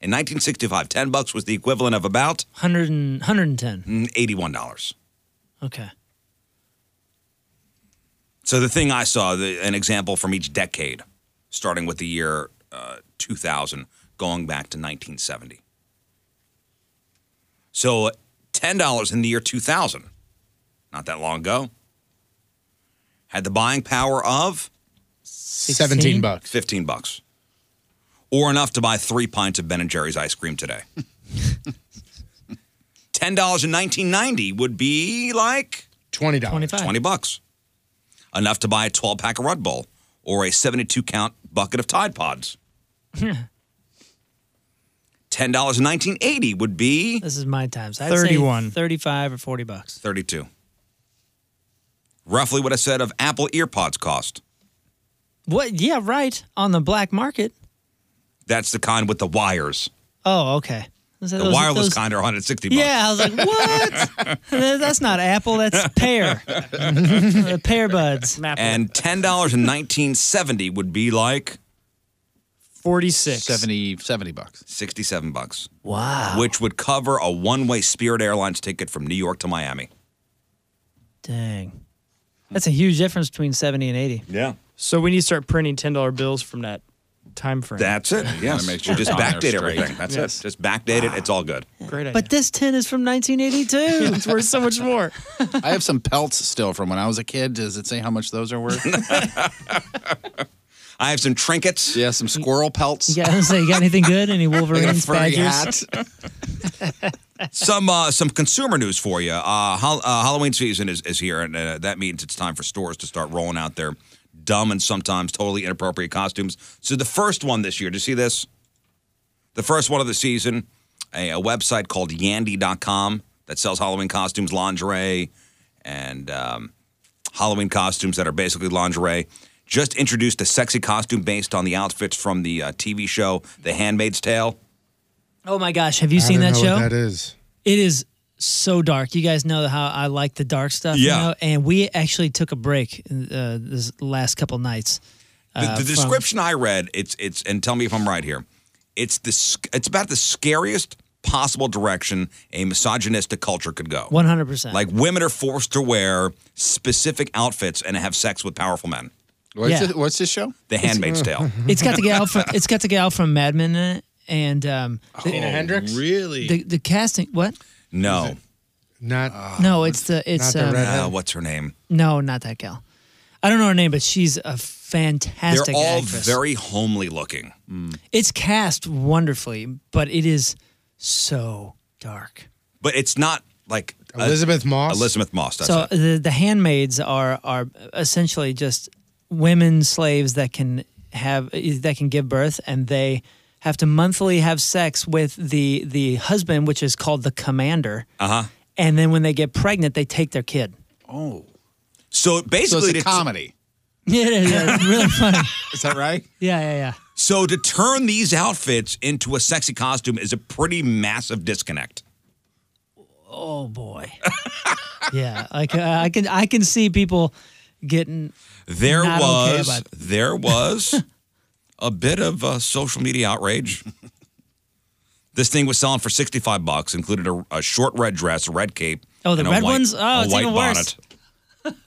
[SPEAKER 4] in 1965, 10 bucks was the equivalent of about
[SPEAKER 8] 100 and, 110.
[SPEAKER 4] mm, $81.
[SPEAKER 8] Okay.
[SPEAKER 4] So the thing I saw, the, an example from each decade, starting with the year uh, 2000, going back to 1970. So $10 in the year 2000, not that long ago, had the buying power of
[SPEAKER 5] 17 bucks.
[SPEAKER 4] 15 bucks. Or enough to buy three pints of Ben and Jerry's ice cream today. $10 in 1990 would be like
[SPEAKER 5] Twenty dollars.
[SPEAKER 4] 20 bucks. Enough to buy a 12 pack of Red Bull or a 72 count bucket of Tide Pods. $10 in 1980 would be
[SPEAKER 8] This is my times. I'd
[SPEAKER 4] 31.
[SPEAKER 8] Say 35 or 40 bucks.
[SPEAKER 4] 32. Roughly what a set of Apple earpods cost.
[SPEAKER 8] What? Yeah, right. On the black market.
[SPEAKER 4] That's the kind with the wires.
[SPEAKER 8] Oh, okay. I said
[SPEAKER 4] The
[SPEAKER 8] those-
[SPEAKER 4] wireless
[SPEAKER 8] those-
[SPEAKER 4] kind are 160 bucks.
[SPEAKER 8] Yeah, I was like, what? that's not Apple. That's Pear. the Pear Buds.
[SPEAKER 4] And ten dollars in nineteen seventy would be like
[SPEAKER 6] 46.
[SPEAKER 7] 70, 70 bucks.
[SPEAKER 4] Sixty-seven bucks.
[SPEAKER 8] Wow.
[SPEAKER 4] Which would cover a one-way Spirit Airlines ticket from New York to Miami.
[SPEAKER 8] Dang. That's a huge difference between 70 and 80.
[SPEAKER 4] Yeah.
[SPEAKER 6] So we need to start printing ten dollar bills from that time frame.
[SPEAKER 4] That's it. Yes.
[SPEAKER 6] make sure
[SPEAKER 4] just
[SPEAKER 6] it's on there
[SPEAKER 4] backdate
[SPEAKER 6] straight.
[SPEAKER 4] everything. That's
[SPEAKER 6] Yes.
[SPEAKER 4] it. Just backdate it. It's all good.
[SPEAKER 6] Great
[SPEAKER 8] But this tin is from 1982. it's worth so much more.
[SPEAKER 7] I have some pelts still from when I was a kid. Does it say how much those are worth?
[SPEAKER 4] I have some trinkets.
[SPEAKER 7] Yeah, some squirrel pelts.
[SPEAKER 8] Yeah, I was gonna say, you got anything good? Any
[SPEAKER 4] Like a
[SPEAKER 8] Wolverines,
[SPEAKER 4] furry
[SPEAKER 8] Badgers?
[SPEAKER 4] some uh, some consumer news for you. Uh, Hal- uh, Halloween season is, is here, and uh, that means it's time for stores to start rolling out their dumb and sometimes totally inappropriate costumes. So the first one this year, do you see this? The first one of the season, a, a website called Yandy.com that sells Halloween costumes, lingerie, and um, Halloween costumes that are basically lingerie. Just introduced a sexy costume based on the outfits from the uh, TV show The Handmaid's Tale.
[SPEAKER 8] Oh my gosh, have you
[SPEAKER 4] I
[SPEAKER 8] seen
[SPEAKER 4] don't
[SPEAKER 8] that
[SPEAKER 4] know
[SPEAKER 8] show?
[SPEAKER 4] what that
[SPEAKER 5] is.
[SPEAKER 8] It is so dark. You guys know how I like the dark stuff. you
[SPEAKER 4] Yeah.
[SPEAKER 8] know? And we actually took a break uh, this last couple nights.
[SPEAKER 4] The,
[SPEAKER 8] uh,
[SPEAKER 4] the
[SPEAKER 8] from-
[SPEAKER 4] description I read, it's it's and tell me if I'm right here. It's the sc- it's about the scariest possible direction a misogynistic culture could go.
[SPEAKER 8] 100%.
[SPEAKER 4] Like women are forced to wear specific outfits and have sex with powerful men.
[SPEAKER 8] What's Yeah. it-
[SPEAKER 7] what's this show?
[SPEAKER 4] The Handmaid's Tale.
[SPEAKER 8] it's got the gal from it's got the gal from Mad Men in it, and um,
[SPEAKER 5] Oh, Tina Hendricks?
[SPEAKER 8] Really? The, the casting? What?
[SPEAKER 4] No, Uh,
[SPEAKER 5] not
[SPEAKER 8] no, it's the it's um,
[SPEAKER 4] what's her name?
[SPEAKER 8] no, not that gal. I don't know her name, but she's a
[SPEAKER 4] They're
[SPEAKER 8] fantastic
[SPEAKER 4] all
[SPEAKER 8] actress.
[SPEAKER 4] very homely looking.
[SPEAKER 8] it's cast wonderfully, but it is so dark.
[SPEAKER 4] But it's not like uh,
[SPEAKER 5] Elizabeth Moss.
[SPEAKER 4] Elizabeth Moss. That's
[SPEAKER 8] so
[SPEAKER 4] it.
[SPEAKER 8] the the handmaids are are essentially just women slaves that can have that can give birth, and they have to monthly have sex with the the husband, which is called the commander.
[SPEAKER 4] Uh huh.
[SPEAKER 8] And then when they get pregnant, they take their kid.
[SPEAKER 7] Oh.
[SPEAKER 4] So basically,
[SPEAKER 7] it's a
[SPEAKER 4] to-
[SPEAKER 7] comedy.
[SPEAKER 8] Yeah, it is. Yeah, it's really funny.
[SPEAKER 7] Is that right?
[SPEAKER 8] Yeah, yeah, yeah.
[SPEAKER 4] So to turn these outfits into a sexy costume is a pretty massive disconnect.
[SPEAKER 8] Oh boy. yeah, like uh, I can I can see people getting
[SPEAKER 4] There
[SPEAKER 8] not okay
[SPEAKER 4] was
[SPEAKER 8] about-
[SPEAKER 4] there was a bit of uh, social media outrage. this thing was selling for 65 bucks, included a, a short red dress, a red cape.
[SPEAKER 8] Oh, the
[SPEAKER 4] and a
[SPEAKER 8] red
[SPEAKER 4] white-
[SPEAKER 8] ones? Oh,
[SPEAKER 4] a
[SPEAKER 8] it's
[SPEAKER 4] white
[SPEAKER 8] even worse.
[SPEAKER 4] bonnet.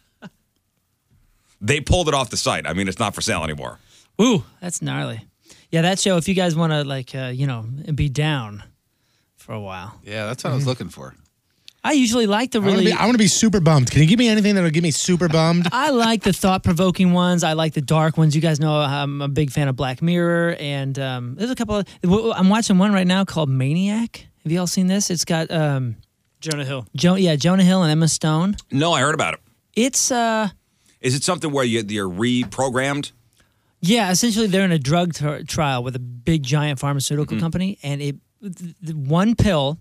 [SPEAKER 4] they pulled it off the site. I mean, it's not for sale anymore.
[SPEAKER 8] Ooh, that's gnarly. Yeah, that show. If you guys want to, like, uh, you know, be down for a while,
[SPEAKER 7] Yeah, that's what I was
[SPEAKER 8] Mm-hmm.
[SPEAKER 7] looking for.
[SPEAKER 8] I usually like
[SPEAKER 5] I
[SPEAKER 8] the
[SPEAKER 5] wanna
[SPEAKER 8] really.
[SPEAKER 5] be- I want to be super bummed. Can you give me anything that'll give me super bummed?
[SPEAKER 8] I like the thought-provoking ones. I like the dark ones. You guys know I'm a big fan of Black Mirror, and um, there's a couple. Of, w- w- I'm watching one right now called Maniac. Have you all seen this? It's got um,
[SPEAKER 6] Jonah Hill.
[SPEAKER 8] jo- yeah, Jonah Hill and Emma Stone.
[SPEAKER 4] No, I heard about it.
[SPEAKER 8] It's uh,
[SPEAKER 4] Is it something where you, you're reprogrammed?
[SPEAKER 8] Yeah, essentially they're in a drug t- trial with a big giant pharmaceutical company, and it th- th- one pill.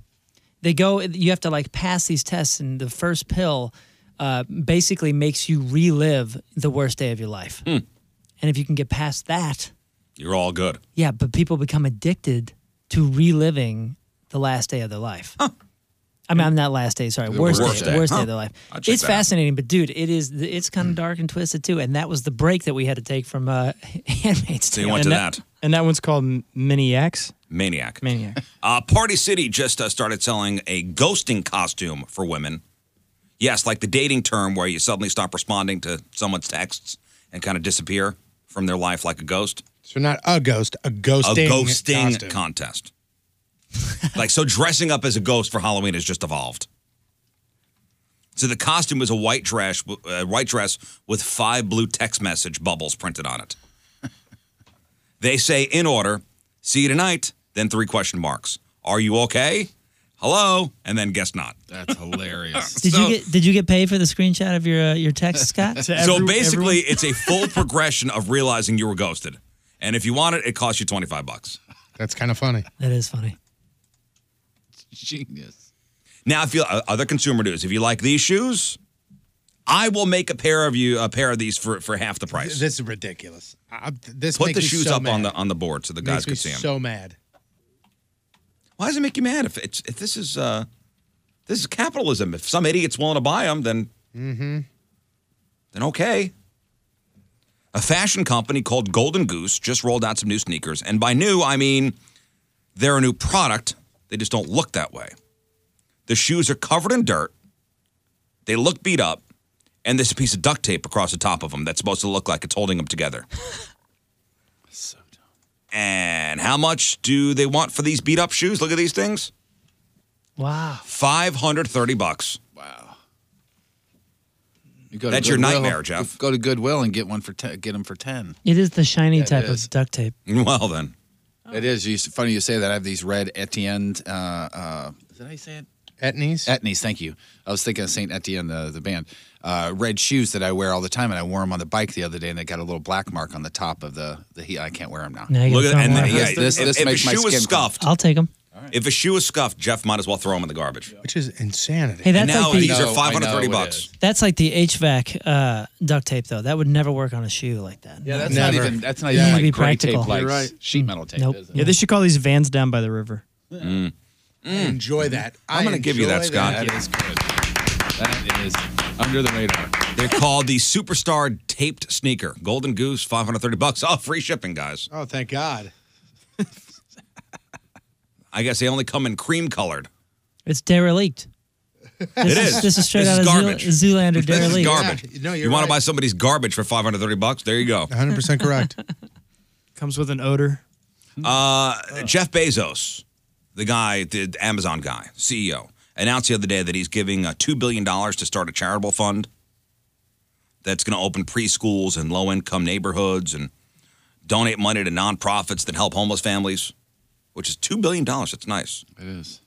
[SPEAKER 8] They go. You have to like pass these tests, and the first pill uh, basically makes you relive the worst day of your life. And if you can get past that,
[SPEAKER 4] You're all good.
[SPEAKER 8] yeah, but people become addicted to reliving the last day of their life. I mean, I'm not last day. Sorry,
[SPEAKER 6] The
[SPEAKER 8] worst,
[SPEAKER 6] worst
[SPEAKER 8] day,
[SPEAKER 6] day.
[SPEAKER 8] worst day
[SPEAKER 6] Huh.
[SPEAKER 8] of their life.
[SPEAKER 6] I'll check
[SPEAKER 8] It's
[SPEAKER 6] that out.
[SPEAKER 8] fascinating, but dude, it is. It's kind of dark and twisted too. And that was the break that we had to take from uh, Handmaid's Tale.
[SPEAKER 4] went to
[SPEAKER 6] And
[SPEAKER 4] that.
[SPEAKER 6] And that one's called M- Maniacs.
[SPEAKER 4] Maniac.
[SPEAKER 6] Maniac.
[SPEAKER 4] Uh, Party City just uh, started selling a ghosting costume for women. Yes, like the dating term where you suddenly stop responding to someone's texts and kind of disappear from their life like a ghost.
[SPEAKER 5] So not a ghost, a ghosting.
[SPEAKER 4] a ghosting
[SPEAKER 5] costume.
[SPEAKER 4] contest. like, so dressing up as a ghost for Halloween has just evolved. So the costume was a white dress, uh, white dress with five blue text message bubbles printed on it. they say in order, see you tonight, then three question marks. Are you okay? Hello, and then guess not.
[SPEAKER 7] That's hilarious.
[SPEAKER 8] Did you get Did you get paid for the screenshot of your uh, your text, Scott?
[SPEAKER 4] so basically, it's a full progression of realizing you were ghosted. And if you want it, it costs you 25 bucks.
[SPEAKER 5] That's kind of funny.
[SPEAKER 8] that is funny.
[SPEAKER 7] Genius.
[SPEAKER 4] Now, if you uh, other consumer news, if you like these shoes, I will make a pair of you a pair of these for, for half the price.
[SPEAKER 5] This is ridiculous. I, this
[SPEAKER 4] Put
[SPEAKER 5] makes
[SPEAKER 4] the
[SPEAKER 5] me
[SPEAKER 4] shoes
[SPEAKER 5] so
[SPEAKER 4] up
[SPEAKER 5] mad.
[SPEAKER 4] on the on the board so the
[SPEAKER 5] Makes
[SPEAKER 4] guys
[SPEAKER 5] me
[SPEAKER 4] can see them.
[SPEAKER 5] So mad.
[SPEAKER 4] Why does it make you mad if it's if this is uh this is capitalism? If some idiot's willing to buy them, then Mm.
[SPEAKER 5] Mm-hmm.
[SPEAKER 4] then okay. A fashion company called Golden Goose just rolled out some new sneakers, and by new I mean they're a new product. They just don't look that way. The shoes are covered in dirt. They look beat up, and there's a piece of duct tape across the top of them that's supposed to look like it's holding them together. so dumb. And how much do they want for these beat up shoes? Look at these things.
[SPEAKER 8] Wow.
[SPEAKER 4] 530 bucks.
[SPEAKER 7] You go to
[SPEAKER 4] That's your
[SPEAKER 7] Goodwill-
[SPEAKER 4] nightmare, Jeff.
[SPEAKER 7] Go to Goodwill and get one for te- get them for ten.
[SPEAKER 8] It is the shiny
[SPEAKER 7] Yeah, it
[SPEAKER 8] type
[SPEAKER 7] is.
[SPEAKER 8] of duct tape.
[SPEAKER 4] Well then,
[SPEAKER 8] Oh.
[SPEAKER 7] it is. You, funny you say that. I have these red Etienne. Uh, uh, did I say it?
[SPEAKER 5] Etnies.
[SPEAKER 7] Etnies. Thank you. I was thinking of Saint Etienne, the the band. Uh, red shoes that I wear all the time, and I wore them on the bike the other day, and they got a little black mark on the top of the the heel. I can't wear them now.
[SPEAKER 8] Now you gotta Look at- throw 'em and away. yeah,
[SPEAKER 7] this,
[SPEAKER 4] if-
[SPEAKER 7] this
[SPEAKER 4] if a
[SPEAKER 7] makes my
[SPEAKER 4] shoe is
[SPEAKER 7] skin crawl.
[SPEAKER 4] scuffed,
[SPEAKER 8] I'll take them.
[SPEAKER 4] if a shoe is scuffed, Jeff might as well throw them in the garbage.
[SPEAKER 5] Which is insanity.
[SPEAKER 8] Hey, that's
[SPEAKER 4] And now
[SPEAKER 8] like the-
[SPEAKER 4] these
[SPEAKER 8] I
[SPEAKER 4] are
[SPEAKER 8] know,
[SPEAKER 4] five hundred
[SPEAKER 8] I know
[SPEAKER 4] thirty
[SPEAKER 8] it
[SPEAKER 4] bucks.
[SPEAKER 8] That's like the HVAC uh, duct tape, though. That would never work on a shoe like that.
[SPEAKER 7] Yeah, that's
[SPEAKER 8] Never.
[SPEAKER 7] not even that's not
[SPEAKER 8] You need
[SPEAKER 7] even
[SPEAKER 8] to be
[SPEAKER 7] like gray
[SPEAKER 8] practical.
[SPEAKER 7] tape, like
[SPEAKER 8] You're right.
[SPEAKER 7] sheet metal tape.
[SPEAKER 8] Nope.
[SPEAKER 7] Is it?
[SPEAKER 6] Yeah, they should call these vans down by the river.
[SPEAKER 5] Enjoy that.
[SPEAKER 4] Mm-hmm. I'm gonna give you that,
[SPEAKER 7] enjoy
[SPEAKER 4] Scott.
[SPEAKER 7] That is good. That is under the radar.
[SPEAKER 4] They're called the Superstar Taped Sneaker. Golden Goose, 530 bucks. Oh, free shipping, guys.
[SPEAKER 5] Oh, thank God.
[SPEAKER 4] I guess they only come in cream colored.
[SPEAKER 8] It's derelict. This
[SPEAKER 4] It is.
[SPEAKER 8] This is straight
[SPEAKER 4] This
[SPEAKER 8] out
[SPEAKER 4] is
[SPEAKER 8] of
[SPEAKER 4] garbage.
[SPEAKER 8] Zoo- Zoolander
[SPEAKER 4] This
[SPEAKER 8] derelict.
[SPEAKER 4] is garbage. you want to buy somebody's garbage for 530 bucks? There you go.
[SPEAKER 5] 100% correct.
[SPEAKER 6] Comes with an odor.
[SPEAKER 4] Uh, Jeff Bezos, the guy, the Amazon guy, E CEO, announced the other day that he's giving uh, $2 billion to start a charitable fund that's going to open preschools in low income neighborhoods and donate money to nonprofits that help homeless families, which is $2 billion. That's nice.
[SPEAKER 7] It is.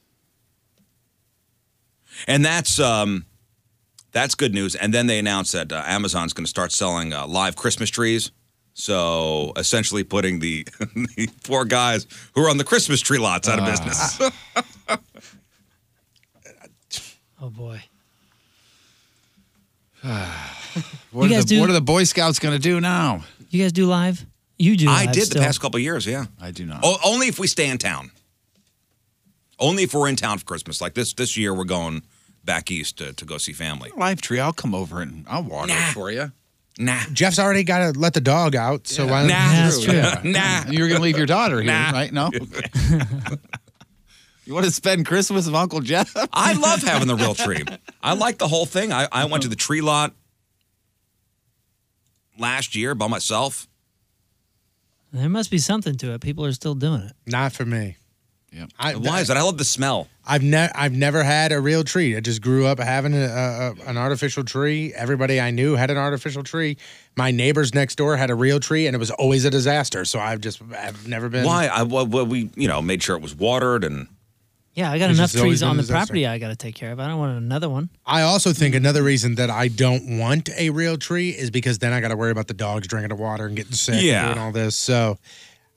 [SPEAKER 4] And that's. Um, that's good news. And then they announced that uh, Amazon's going to start selling uh, live Christmas trees. So essentially, putting the, the poor guys who are on the Christmas tree lots out of
[SPEAKER 6] Ah.
[SPEAKER 4] business.
[SPEAKER 8] Oh boy.
[SPEAKER 7] What,
[SPEAKER 8] You
[SPEAKER 7] are
[SPEAKER 8] guys
[SPEAKER 7] the,
[SPEAKER 8] do-
[SPEAKER 7] what are the Boy Scouts going to do now?
[SPEAKER 8] You guys do live? You do.
[SPEAKER 4] I
[SPEAKER 8] live
[SPEAKER 4] did
[SPEAKER 8] still.
[SPEAKER 4] the past couple of years. Yeah,
[SPEAKER 7] I do not.
[SPEAKER 4] O- only if we stay in town. Only if we're in town for Christmas. Like this this year, we're going back east to, to go see family.
[SPEAKER 7] Live tree. I'll come over and I'll water it for you.
[SPEAKER 4] Nah.
[SPEAKER 5] Jeff's already got to let the dog out, so why
[SPEAKER 7] Nah,
[SPEAKER 5] don't
[SPEAKER 7] that's true.
[SPEAKER 4] nah.
[SPEAKER 7] You were going to leave your daughter here,
[SPEAKER 4] Nah.
[SPEAKER 7] right? No. you want to spend Christmas with Uncle Jeff?
[SPEAKER 4] I love having the real tree. I like the whole thing. I, I
[SPEAKER 7] Uh-huh.
[SPEAKER 4] went to the tree lot last year by myself.
[SPEAKER 8] There must be something to it. People are still doing it.
[SPEAKER 5] Not for me.
[SPEAKER 7] Yeah.
[SPEAKER 5] I,
[SPEAKER 4] Why is that? I love the smell.
[SPEAKER 5] I've never I've never had a real tree. I just grew up having a, a, a- an artificial tree. Everybody I knew had an artificial tree. My neighbors next door had a real tree, and it was always a disaster. So I've just I've never been.
[SPEAKER 4] Why? I well, well, we you know made sure it was watered and
[SPEAKER 8] Yeah, I got
[SPEAKER 5] It's
[SPEAKER 8] enough
[SPEAKER 5] just always
[SPEAKER 8] trees
[SPEAKER 5] been
[SPEAKER 8] on
[SPEAKER 5] a
[SPEAKER 8] the
[SPEAKER 5] disaster.
[SPEAKER 8] property I got to take care of. I don't want another one.
[SPEAKER 5] I also think another reason that I don't want a real tree is because then I got to worry about the dogs drinking the water and getting sick
[SPEAKER 7] Yeah.
[SPEAKER 5] and doing all this. So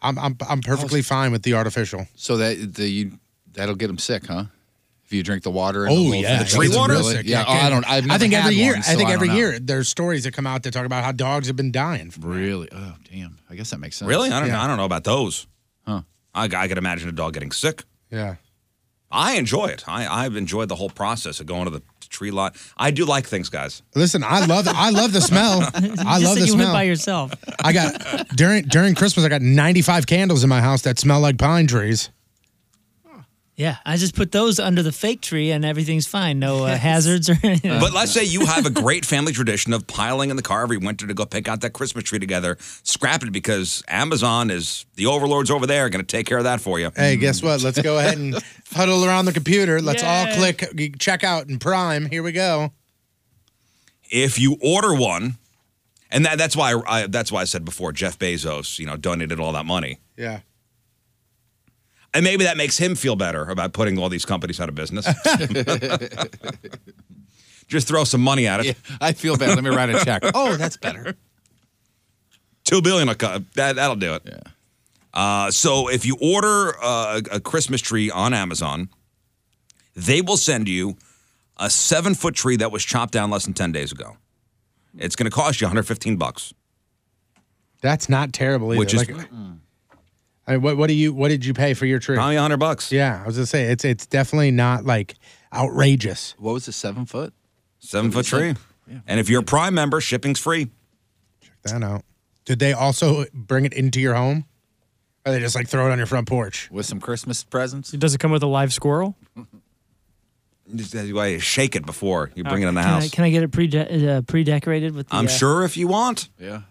[SPEAKER 5] I'm I'm I'm perfectly fine with the artificial.
[SPEAKER 7] So that the you that'll get them sick, huh? If you drink the water. And
[SPEAKER 5] Oh
[SPEAKER 7] the little-
[SPEAKER 5] yeah,
[SPEAKER 7] the tree
[SPEAKER 5] It's
[SPEAKER 7] water.
[SPEAKER 5] really sick.
[SPEAKER 7] yeah. oh, I don't. I've
[SPEAKER 5] I think
[SPEAKER 7] never
[SPEAKER 5] every
[SPEAKER 7] had
[SPEAKER 5] year.
[SPEAKER 7] one, so
[SPEAKER 5] I think
[SPEAKER 7] don't
[SPEAKER 5] every
[SPEAKER 7] know.
[SPEAKER 5] year there's stories that come out that talk about how dogs have been dying. From
[SPEAKER 7] Really? Oh damn. I guess that makes sense.
[SPEAKER 4] really I don't
[SPEAKER 7] Yeah.
[SPEAKER 4] know. I don't know about those.
[SPEAKER 7] Huh?
[SPEAKER 4] I, I could imagine a dog getting sick.
[SPEAKER 5] Yeah.
[SPEAKER 4] I enjoy it. I I've enjoyed the whole process of going to the tree lot. I do like things, guys.
[SPEAKER 5] Listen, I love I love the smell. I love the
[SPEAKER 8] you went
[SPEAKER 5] smell.
[SPEAKER 8] by yourself.
[SPEAKER 5] I got during during Christmas I got 95 candles in my house that smell like pine trees.
[SPEAKER 8] Yeah, I just put those under the fake tree and everything's fine. No uh, hazards or anything.
[SPEAKER 4] But let's say you have a great family tradition of piling in the car every winter to go pick out that Christmas tree together. Scrap it because Amazon is the overlords over there going to take care of that for you.
[SPEAKER 5] Hey, guess what? Let's go ahead and huddle around the computer. Let's all
[SPEAKER 4] Yay.
[SPEAKER 5] click check out and prime. Here we go.
[SPEAKER 4] if you order one, and that, that's why I, that's why I said before Jeff Bezos, you know, donated all that money,
[SPEAKER 5] Yeah.
[SPEAKER 4] and maybe that makes him feel better about putting all these companies out of business. Just throw some money at it.
[SPEAKER 7] I feel bad. Let me write a check. Oh, that's better.
[SPEAKER 4] Two billion. will co- That that'll do it. Yeah. Uh, so if you order uh, a, a Christmas tree on Amazon, they will send you a seven foot tree that was chopped down less than ten days ago. It's going to cost you 115 bucks.
[SPEAKER 5] That's not terrible either.
[SPEAKER 4] Which is-
[SPEAKER 5] Like, I mean, what what do you what did you pay for your tree?
[SPEAKER 4] Probably 100 bucks.
[SPEAKER 5] Yeah, I was gonna say it's it's definitely not like outrageous.
[SPEAKER 7] What was the seven foot?
[SPEAKER 4] Seven foot tree. And if you're a Prime member, shipping's free.
[SPEAKER 5] That out. Did they also bring it into your home? Or they just like throw it on your front porch
[SPEAKER 7] with some Christmas presents?
[SPEAKER 6] Does it come with a live squirrel?
[SPEAKER 4] Just that's why you shake it before you bring it in the
[SPEAKER 8] can
[SPEAKER 4] house.
[SPEAKER 8] I, can I get it pre uh, pre decorated with? The,
[SPEAKER 4] I'm
[SPEAKER 8] uh,
[SPEAKER 4] sure if you want.
[SPEAKER 7] Yeah.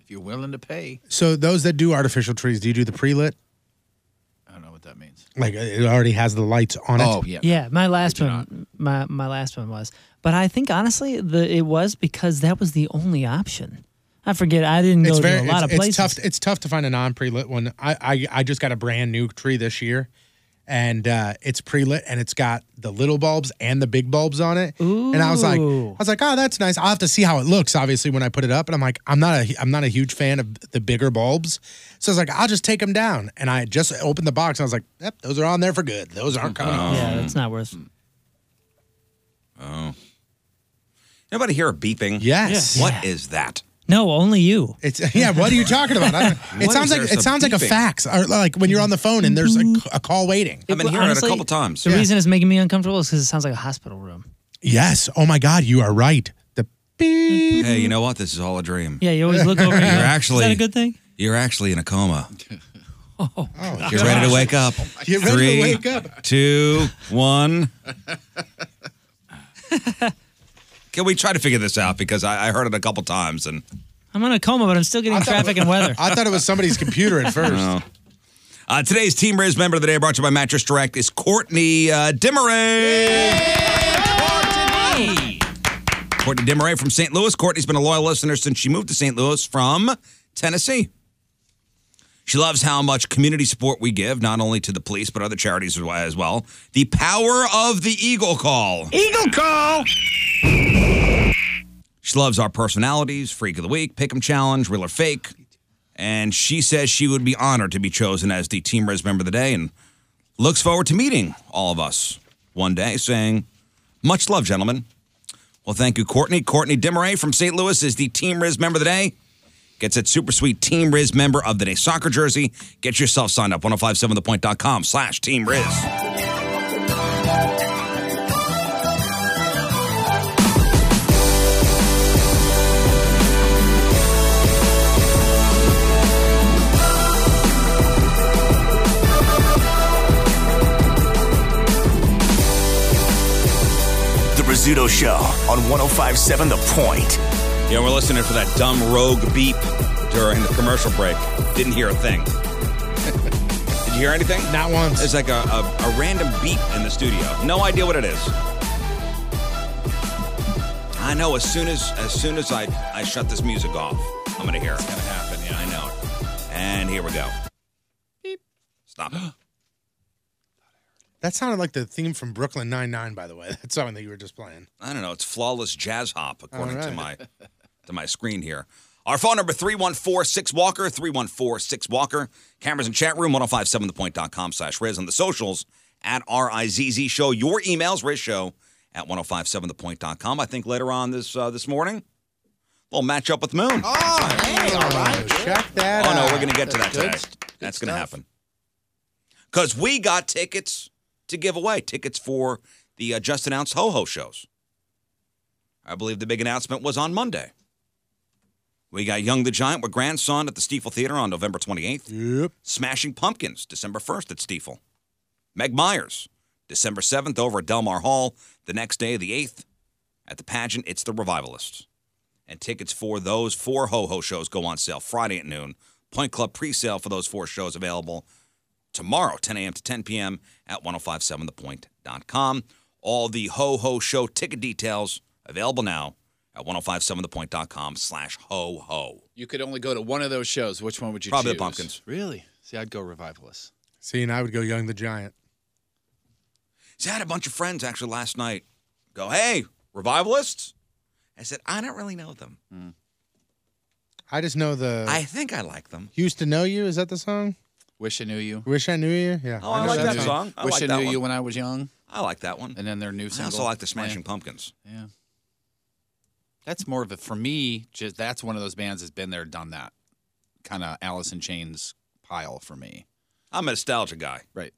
[SPEAKER 7] If you're willing to pay.
[SPEAKER 5] So those that do artificial trees, do you do the pre-lit? I don't know what that means. Oh, Like uh, it already has the lights on it.
[SPEAKER 8] Yeah, my last one, my my last one was. But I think honestly, the it was because that was the only option. I forget. I didn't go to a lot
[SPEAKER 5] it's,
[SPEAKER 8] of places.
[SPEAKER 5] It's tough. It's tough to find a non-pre-lit one. I, I I just got a brand new tree this year, and uh, it's pre-lit and it's got the little bulbs and the big bulbs on it. And I was like, I
[SPEAKER 2] Ooh.
[SPEAKER 5] was like, oh, that's nice. I'll have to see how it looks. Obviously, when I put it up, and I'm like, I'm not a I'm not a huge fan of the bigger bulbs. So I was like, I'll just take them down. And I just opened the box. and I was like, yep, those are on there for good. Those aren't coming off.
[SPEAKER 8] yeah, that's not worth.
[SPEAKER 4] Oh. Anybody hear a beeping?
[SPEAKER 5] Yes. Yeah.
[SPEAKER 4] What is
[SPEAKER 5] Yeah.
[SPEAKER 4] that?
[SPEAKER 8] No, only you.
[SPEAKER 5] It's yeah. What are you talking about? I don't-
[SPEAKER 4] What
[SPEAKER 5] it
[SPEAKER 4] is
[SPEAKER 5] sounds like
[SPEAKER 4] there
[SPEAKER 5] it
[SPEAKER 4] so
[SPEAKER 5] sounds like a
[SPEAKER 4] beeping?
[SPEAKER 5] fax, or like when you're on the phone and there's a, a call waiting.
[SPEAKER 4] I've been
[SPEAKER 8] Mm-hmm. Well,
[SPEAKER 4] hearing
[SPEAKER 8] honestly,
[SPEAKER 4] it a couple times.
[SPEAKER 8] The reason it's making me uncomfortable is because it sounds like a hospital room.
[SPEAKER 5] Yes. Oh my God, you are right. The beep.
[SPEAKER 4] Hey, you know what? This is all a dream.
[SPEAKER 8] Yeah, you always look over.
[SPEAKER 4] You're
[SPEAKER 8] and go,
[SPEAKER 4] actually.
[SPEAKER 8] Is that a good thing?
[SPEAKER 4] You're actually in a coma.
[SPEAKER 8] Oh,
[SPEAKER 4] You're ready to wake up.
[SPEAKER 5] You're ready to
[SPEAKER 4] Three,
[SPEAKER 5] wake up.
[SPEAKER 4] Two, one. Can we try to figure this out? Because I, I heard it a couple times and
[SPEAKER 8] I'm in a coma, but I'm still getting traffic and weather.
[SPEAKER 5] I thought it was somebody's computer at first.
[SPEAKER 4] No. Uh, today's Team Riz member of the day, brought to you by Mattress Direct, is Courtney uh, Dimmeray. Courtney Dimmeray from St. Louis. Courtney's been a loyal listener since she moved to St. Louis from Tennessee. She loves how much community support we give, not only to the police, but other charities as well. The power of the Eagle Call.
[SPEAKER 2] Eagle call.
[SPEAKER 4] She loves our personalities, Freak of the Week, Pick'em Challenge, Real or Fake. And she says she would be honored to be chosen as the Team Res member of the day and looks forward to meeting all of us one day, saying, Much love, gentlemen. Well, thank you, Courtney. Courtney Dimmeray from St. Louis is the Team Riz member of the day. Gets that super sweet Team Riz member of the day soccer jersey. Get yourself signed up, 1057thepoint.com slash Team Riz.
[SPEAKER 9] Rizzuto Show on 1057 The Point.
[SPEAKER 4] Yeah, we're listening for that dumb rogue beep during the commercial break. Didn't hear a thing. Did you hear anything?
[SPEAKER 5] Not once.
[SPEAKER 4] It's like a, a, a random beep in the studio. No idea what it is. I know as soon as as soon as I, I shut this music off, I'm gonna hear it. It's gonna happen. Yeah, I know it. And here we go. Beep. Stop.
[SPEAKER 5] That sounded like the theme from Brooklyn Nine Nine. By the way, that song that you were just playing.
[SPEAKER 4] I don't know. It's flawless jazz hop according
[SPEAKER 5] All
[SPEAKER 4] to my
[SPEAKER 5] right.
[SPEAKER 4] to my screen here. Our phone number 3146 Walker, 3146 Walker. Cameras in chat room, 1057thepoint.com slash Riz on the socials at R I Z Z Show. Your emails, Riz Show at 1057thepoint.com. I think later on this uh, this morning, we'll match up with Moon.
[SPEAKER 5] Check that.
[SPEAKER 4] Oh no,
[SPEAKER 5] out.
[SPEAKER 4] we're going to get to that
[SPEAKER 5] That's good.
[SPEAKER 4] today. That's going to happen. Because we got tickets to give away, tickets for the uh, just announced Ho Ho shows. I believe the big announcement was on Monday. We got Young the Giant with Grandson at the Stiefel Theater on November 28th.
[SPEAKER 5] Yep.
[SPEAKER 4] Smashing Pumpkins, December 1st at Stiefel. Meg Myers, December 7th over at Delmar Hall. The next day, the 8th, at the pageant, it's the Revivalists. And tickets for those four Ho Ho shows go on sale Friday at noon. Point Club pre-sale for those four shows available tomorrow, 10 a.m. to 10 p.m. at 1057thepoint.com. All the Ho Ho Show ticket details available now at 1057thepoint.com slash ho ho.
[SPEAKER 7] You could only go to one of those shows. Which one would you
[SPEAKER 4] Probably the
[SPEAKER 7] choose?
[SPEAKER 4] Pumpkins.
[SPEAKER 7] Really? See, I'd go Revivalists.
[SPEAKER 5] See, and I would go Young the Giant.
[SPEAKER 4] See, I had a bunch of friends actually last night go, hey, revivalists? I said, I don't really know them.
[SPEAKER 7] Hmm.
[SPEAKER 5] I just know the.
[SPEAKER 4] I think I like them.
[SPEAKER 5] used to know you. Is that the song?
[SPEAKER 7] Wish I Knew You.
[SPEAKER 5] Wish I knew you. Yeah.
[SPEAKER 4] Oh, I
[SPEAKER 5] know
[SPEAKER 4] like that song. I
[SPEAKER 7] Wish
[SPEAKER 4] like
[SPEAKER 7] I
[SPEAKER 4] that
[SPEAKER 7] Knew
[SPEAKER 4] one.
[SPEAKER 7] You when I was young.
[SPEAKER 4] I like that one.
[SPEAKER 7] And then their new
[SPEAKER 4] I
[SPEAKER 7] single.
[SPEAKER 4] also like the Smashing Pumpkins.
[SPEAKER 7] Yeah. That's more of a for me. Just that's one of those bands that's been there, done that. Kind of Alice in Chains pile for me.
[SPEAKER 4] I'm a nostalgia guy.
[SPEAKER 7] Right.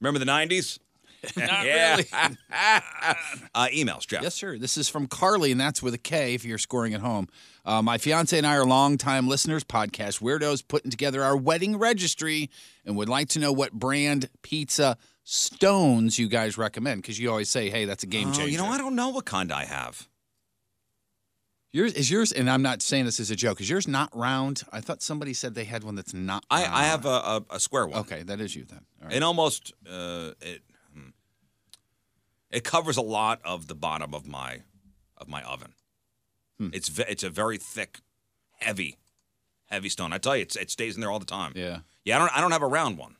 [SPEAKER 4] Remember the 90s?
[SPEAKER 7] Not
[SPEAKER 4] yeah.
[SPEAKER 7] really.
[SPEAKER 4] uh, emails, Jeff.
[SPEAKER 7] Yes, sir. This is from Carly, and that's with a K if you're scoring at home. Uh, my fiance and I are longtime listeners, podcast weirdos, putting together our wedding registry and would like to know what brand pizza stones you guys recommend because you always say, hey, that's a game
[SPEAKER 4] Oh,
[SPEAKER 7] changer.
[SPEAKER 4] you know, I don't know what kind I have.
[SPEAKER 7] Yours is yours, and I'm not saying this as a joke. Is yours not round? I thought somebody said they had one that's not.
[SPEAKER 4] I,
[SPEAKER 7] round.
[SPEAKER 4] I have a, a, a square one.
[SPEAKER 7] Okay, that is you then. All right.
[SPEAKER 4] It almost uh, it hmm. it covers a lot of the bottom of my of my oven.
[SPEAKER 7] Hmm.
[SPEAKER 4] It's ve- it's a very thick, heavy, heavy stone. I tell you, it's, it stays in there all the time.
[SPEAKER 7] Yeah.
[SPEAKER 4] Yeah, I don't I don't have a round one.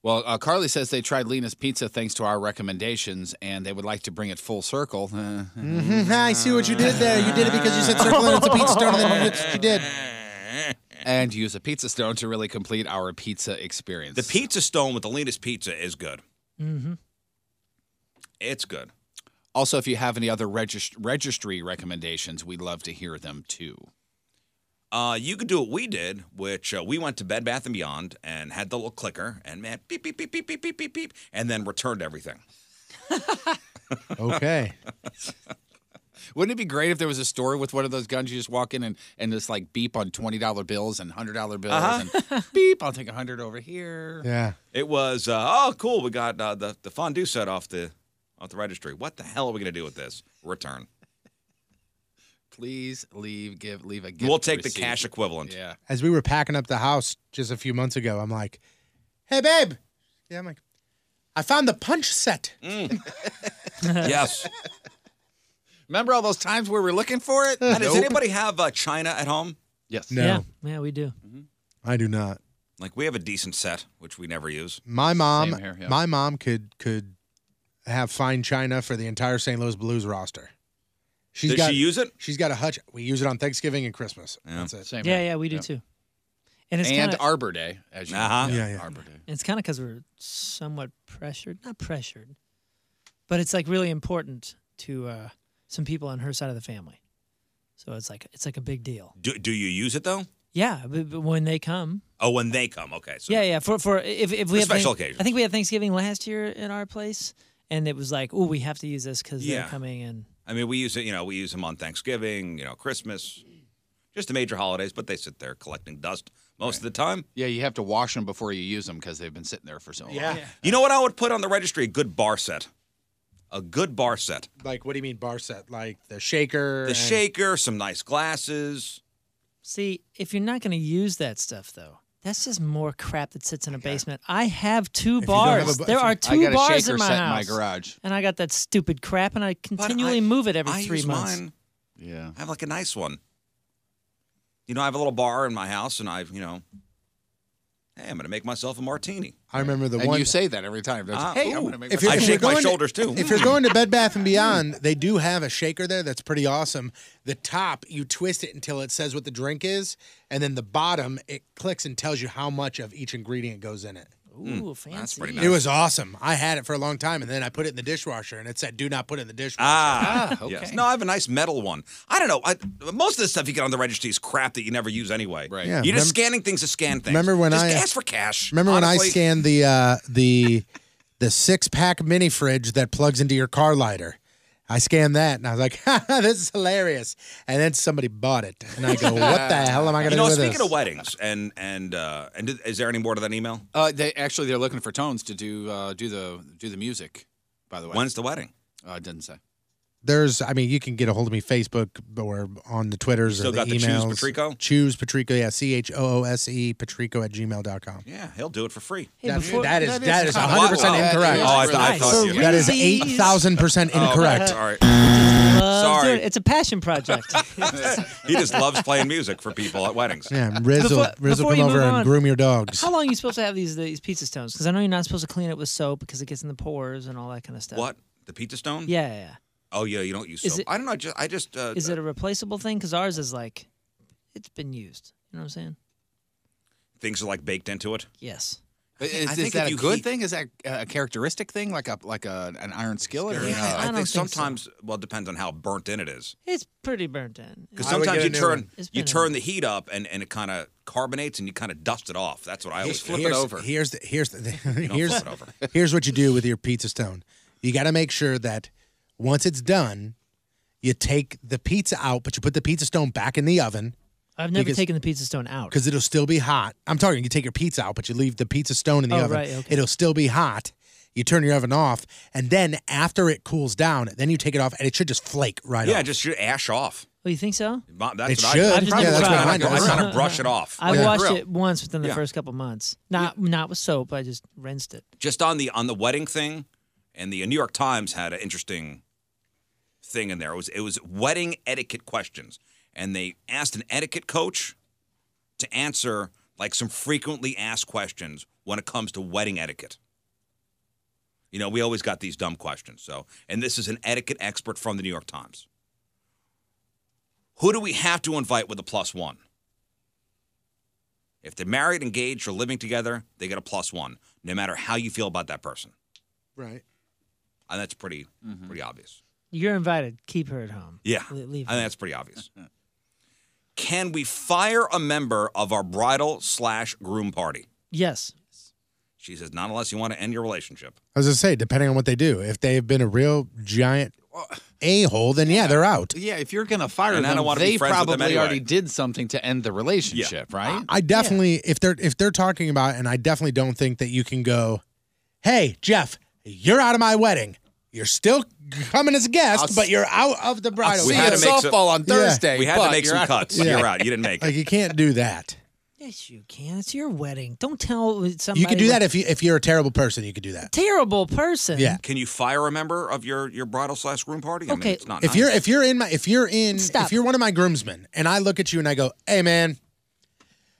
[SPEAKER 7] Well, uh, Carly says they tried Lena's Pizza thanks to our recommendations, and they would like to bring it full circle.
[SPEAKER 5] Mhm, I see what you did there. You did it because you said circle and it's a pizza stone, and then that's what you did.
[SPEAKER 7] and use a pizza stone to really complete our pizza experience.
[SPEAKER 4] The pizza stone with the leanest pizza is good.
[SPEAKER 8] Mm-hmm.
[SPEAKER 4] It's good.
[SPEAKER 7] also, if you have any other regist- registry recommendations, we'd love to hear them too.
[SPEAKER 4] Uh, you could do what we did, which uh, we went to Bed Bath and Beyond and had the little clicker, and man, beep beep beep beep beep beep beep beep, and then returned everything.
[SPEAKER 5] Okay.
[SPEAKER 7] Wouldn't it be great if there was a store with one of those guns? You just walk in and, and just like beep on twenty dollar bills and hundred dollar bills
[SPEAKER 4] Uh-huh.
[SPEAKER 7] and beep. I'll take a hundred over here.
[SPEAKER 5] Yeah.
[SPEAKER 4] It was uh, oh cool. We got uh, the the fondue set off the off the registry. What the hell are we gonna do with this? Return.
[SPEAKER 7] Please leave. Give leave a gift.
[SPEAKER 4] We'll take the
[SPEAKER 7] receipt.
[SPEAKER 4] cash equivalent.
[SPEAKER 7] Yeah.
[SPEAKER 5] As we were packing up the house just a few months ago, I'm like, "Hey, babe." Yeah, I'm like, "I found the punch set."
[SPEAKER 4] yes.
[SPEAKER 7] Remember all those times where we were looking for it?
[SPEAKER 4] Now, Does
[SPEAKER 7] Nope.
[SPEAKER 4] anybody have uh, China at home?
[SPEAKER 7] Yes.
[SPEAKER 5] No,
[SPEAKER 8] Yeah, yeah, we do.
[SPEAKER 5] I do not.
[SPEAKER 4] Like we have a decent set, which we never use.
[SPEAKER 5] My mom,
[SPEAKER 7] Same here, yeah.
[SPEAKER 5] my mom could could have fine china for the entire St. Louis Blues roster. She's
[SPEAKER 4] Does
[SPEAKER 5] got
[SPEAKER 4] she use it?
[SPEAKER 5] she's got a hutch. We use it on Thanksgiving and Christmas. That's it.
[SPEAKER 7] Same
[SPEAKER 8] Yeah,
[SPEAKER 7] here.
[SPEAKER 8] yeah, we do too. And it's
[SPEAKER 7] and
[SPEAKER 8] kind of
[SPEAKER 7] Arbor Day, as you
[SPEAKER 4] Uh-huh.
[SPEAKER 5] Yeah, yeah.
[SPEAKER 7] Arbor Day.
[SPEAKER 8] it's kind of because we're somewhat pressured, not pressured, but it's like really important to uh, some people on her side of the family. So it's like it's like a big deal.
[SPEAKER 4] Do, do you use it though?
[SPEAKER 8] Yeah, but, but when they come,
[SPEAKER 4] Oh, when they come. Okay. So
[SPEAKER 8] yeah, yeah. For for if if we
[SPEAKER 4] For
[SPEAKER 8] have
[SPEAKER 4] special
[SPEAKER 8] Thanks-
[SPEAKER 4] occasions.
[SPEAKER 8] I think we had Thanksgiving last year at our place, and it was like, oh, we have to use this because
[SPEAKER 4] Yeah.
[SPEAKER 8] they're coming and
[SPEAKER 4] I mean, we use it. You know, we use them on Thanksgiving. You know, Christmas, just the major holidays. But they sit there collecting dust most of the time.
[SPEAKER 7] Yeah, you have to wash them before you use them because they've been sitting there for so long. Yeah.
[SPEAKER 4] You know what I would put on the registry? A good bar set. a good bar set.
[SPEAKER 5] Like, what do you mean bar set? Like the shaker?
[SPEAKER 4] The
[SPEAKER 5] and-
[SPEAKER 4] shaker, some nice glasses.
[SPEAKER 8] See, if you're not going to use that stuff, though, that's just more crap that sits in a basement. I have two
[SPEAKER 7] If you don't have
[SPEAKER 8] bars.
[SPEAKER 7] a bu-
[SPEAKER 8] there are
[SPEAKER 7] I
[SPEAKER 8] two
[SPEAKER 7] got a
[SPEAKER 8] bars
[SPEAKER 7] shaker
[SPEAKER 8] in my
[SPEAKER 7] set in my
[SPEAKER 8] house.
[SPEAKER 7] garage.
[SPEAKER 8] And I got that stupid crap, and I continually
[SPEAKER 4] I-
[SPEAKER 8] move it every
[SPEAKER 4] I
[SPEAKER 8] three
[SPEAKER 4] use
[SPEAKER 8] months.
[SPEAKER 4] mine.
[SPEAKER 7] Yeah.
[SPEAKER 4] I have like a nice one. You know, I have a little bar in my house, and I've, you know, hey, I'm going to make myself a martini.
[SPEAKER 5] I remember the
[SPEAKER 4] And
[SPEAKER 5] one
[SPEAKER 4] you say
[SPEAKER 7] that every time.
[SPEAKER 5] Uh,
[SPEAKER 4] Ah,
[SPEAKER 7] hey, I'm
[SPEAKER 4] ooh.
[SPEAKER 7] going to make
[SPEAKER 4] If
[SPEAKER 7] myself-
[SPEAKER 4] I shake my
[SPEAKER 5] going to-
[SPEAKER 4] shoulders, too.
[SPEAKER 5] If you're going to Bed Bath and Beyond, they do have a shaker there that's pretty awesome. The top, you twist it until it says what the drink is, and then the bottom, it clicks and tells you how much of each ingredient goes in it.
[SPEAKER 7] Hmm.
[SPEAKER 4] Hmm.
[SPEAKER 8] Ooh, fancy.
[SPEAKER 5] It was awesome. I had it for a long time, and then I put it in the dishwasher, and it said, "Do not put it in the dishwasher."
[SPEAKER 4] Ah, yes. No, I have a nice metal one. I don't know. I, most of the stuff you get on the registry is crap that you never use anyway. Right.
[SPEAKER 5] Yeah,
[SPEAKER 4] You're just
[SPEAKER 5] remem-
[SPEAKER 4] scanning things to scan things.
[SPEAKER 5] Remember when
[SPEAKER 4] just
[SPEAKER 5] I-
[SPEAKER 4] ask for cash.
[SPEAKER 5] Remember when I
[SPEAKER 4] honestly.
[SPEAKER 5] scanned the uh, the the six pack mini fridge that plugs into your car lighter? I scanned that, and I was like, "This is hilarious!" And then somebody bought it, and I go, "What the hell am I going to
[SPEAKER 4] You know,
[SPEAKER 5] do with
[SPEAKER 4] speaking
[SPEAKER 5] this?"
[SPEAKER 4] of weddings, and and uh, and did, is there any more to that email?
[SPEAKER 7] Uh, they actually they're looking for tones to do uh, do the do the music. By the way,
[SPEAKER 4] When's the wedding?
[SPEAKER 7] Uh, it doesn't say.
[SPEAKER 5] There's, I mean, you can get a hold of me Facebook or on the Twitters
[SPEAKER 4] Still
[SPEAKER 5] or the
[SPEAKER 4] got the Choose
[SPEAKER 5] emails.
[SPEAKER 4] Patrico?
[SPEAKER 5] Choose Patrico, yeah, C H O O S E Patrico at gmail.com.
[SPEAKER 4] Yeah, he'll do it for free.
[SPEAKER 5] Hey, That- before- that is- that is that is 100% kinda- incorrect.
[SPEAKER 4] Oh, I, thought- I
[SPEAKER 5] Nice.
[SPEAKER 4] thought you.
[SPEAKER 5] That is 8,000%
[SPEAKER 4] Oh,
[SPEAKER 5] incorrect.
[SPEAKER 4] all right.
[SPEAKER 8] Love
[SPEAKER 4] Sorry.
[SPEAKER 8] doing it. It's a passion project.
[SPEAKER 4] he just loves playing music for people at weddings.
[SPEAKER 5] Yeah, Riz will,
[SPEAKER 8] Before-
[SPEAKER 5] Riz will
[SPEAKER 8] before you
[SPEAKER 5] come over
[SPEAKER 8] move
[SPEAKER 5] and
[SPEAKER 8] on,
[SPEAKER 5] groom your dogs.
[SPEAKER 8] How long are you supposed to have these these pizza stones? Because I know you're not supposed to clean it with soap because it gets in the pores and all that kind of stuff.
[SPEAKER 4] What the pizza stone?
[SPEAKER 8] Yeah, yeah. yeah.
[SPEAKER 4] Oh yeah, you don't use
[SPEAKER 8] Is
[SPEAKER 4] soap.
[SPEAKER 8] it-
[SPEAKER 4] I don't know. I just I just uh,
[SPEAKER 8] is it a replaceable thing? Because ours is like, it's been used. You know what I'm saying?
[SPEAKER 4] things are like baked into it.
[SPEAKER 8] Yes.
[SPEAKER 7] Is,
[SPEAKER 4] I
[SPEAKER 7] is
[SPEAKER 4] think
[SPEAKER 7] that
[SPEAKER 4] if
[SPEAKER 7] a
[SPEAKER 4] you
[SPEAKER 7] good
[SPEAKER 4] heat-
[SPEAKER 7] thing? Is that uh, a characteristic thing? Like a like a, an iron skillet? Or
[SPEAKER 4] Yeah,
[SPEAKER 7] no?
[SPEAKER 4] I, think sometimes. Well, it depends on how burnt in it is.
[SPEAKER 8] It's pretty burnt in.
[SPEAKER 4] Because
[SPEAKER 5] I would get a
[SPEAKER 4] sometimes you
[SPEAKER 5] new
[SPEAKER 4] turn
[SPEAKER 5] one. It's
[SPEAKER 4] you
[SPEAKER 5] been a
[SPEAKER 4] turn the heat up and, and it kind of carbonates and you kind of dust it off. That's what I always do.
[SPEAKER 5] here's, Here's the, here's the,
[SPEAKER 4] don't
[SPEAKER 5] here's
[SPEAKER 4] flip it over.
[SPEAKER 5] here's what you do with your pizza stone. You got to make sure that once it's done, you take the pizza out, but you put the pizza stone back in the oven
[SPEAKER 8] I've never
[SPEAKER 5] Because-
[SPEAKER 8] taken the pizza stone out.
[SPEAKER 5] because it'll still be hot. I'm talking you take your pizza out, but you leave the pizza stone in the
[SPEAKER 8] Oh,
[SPEAKER 5] oven.
[SPEAKER 8] right, okay.
[SPEAKER 5] It'll still be hot. You turn your oven off, and then after it cools down, then you take it off, and it should just flake right
[SPEAKER 4] yeah,
[SPEAKER 5] off.
[SPEAKER 4] just your ash off.
[SPEAKER 8] Oh, you think so?
[SPEAKER 4] My- That's
[SPEAKER 5] It
[SPEAKER 4] what
[SPEAKER 5] should.
[SPEAKER 4] I
[SPEAKER 5] I've
[SPEAKER 4] do.
[SPEAKER 5] just Yeah, never that's tried what it.
[SPEAKER 4] I
[SPEAKER 5] mine
[SPEAKER 4] kind of
[SPEAKER 5] does.
[SPEAKER 4] brush it off.
[SPEAKER 8] I
[SPEAKER 4] like a
[SPEAKER 8] washed
[SPEAKER 4] grill.
[SPEAKER 8] it once within the
[SPEAKER 4] Yeah.
[SPEAKER 8] first couple months. Not not with soap. I just rinsed it.
[SPEAKER 4] Just on the on the wedding thing, and the New York Times had an interesting thing in there. It was it was wedding etiquette questions, and they asked an etiquette coach to answer like some frequently asked questions when it comes to wedding etiquette. You know, we always got these dumb questions. So, and this is an etiquette expert from the New York Times. Who do we have to invite with a plus one? If they're married, engaged, or living together, they get a plus one, no matter how you feel about that person.
[SPEAKER 5] Right.
[SPEAKER 4] And that's pretty
[SPEAKER 5] Mm-hmm.
[SPEAKER 4] pretty obvious.
[SPEAKER 8] You're invited. Keep her at home.
[SPEAKER 4] Yeah.
[SPEAKER 8] Le- leave
[SPEAKER 4] I think that's pretty obvious. Can we fire a member of our bridal slash groom party?
[SPEAKER 8] Yes.
[SPEAKER 4] She says, not unless you want to end your relationship.
[SPEAKER 5] I was gonna say, depending on what they do, if they have been a real giant a hole, then yeah, they're out.
[SPEAKER 7] Yeah, if you're gonna fire
[SPEAKER 4] And I
[SPEAKER 7] them,
[SPEAKER 4] don't wanna be
[SPEAKER 7] they
[SPEAKER 4] friends with
[SPEAKER 7] probably
[SPEAKER 4] them anyway.
[SPEAKER 7] already did something to end the relationship, right?
[SPEAKER 5] I definitely, if they're if they're talking about, and I definitely don't think that you can go, hey Jeff, you're out of my wedding. You're still coming as a guest,
[SPEAKER 7] I'll
[SPEAKER 5] but you're out of the bridal.
[SPEAKER 7] see you at
[SPEAKER 5] pool."
[SPEAKER 7] softball on
[SPEAKER 5] Yeah.
[SPEAKER 7] Thursday.
[SPEAKER 4] We had to
[SPEAKER 7] but
[SPEAKER 4] make
[SPEAKER 7] you're
[SPEAKER 4] some
[SPEAKER 7] out-
[SPEAKER 4] cuts.
[SPEAKER 5] Yeah.
[SPEAKER 4] You're out. You didn't make it.
[SPEAKER 5] Like you can't do that.
[SPEAKER 8] Yes, you can. It's your wedding. Don't tell somebody.
[SPEAKER 5] You could do
[SPEAKER 8] what-
[SPEAKER 5] that if you if you're a terrible person. You could do that.
[SPEAKER 8] terrible person.
[SPEAKER 5] Yeah.
[SPEAKER 4] Can you fire a member of your, your bridal slash groom party? I mean,
[SPEAKER 8] Okay.
[SPEAKER 4] it's not
[SPEAKER 5] If
[SPEAKER 4] nice.
[SPEAKER 5] you're if you're in my if you're in
[SPEAKER 8] Stop.
[SPEAKER 5] if you're one of my groomsmen and I look at you and I go, hey man,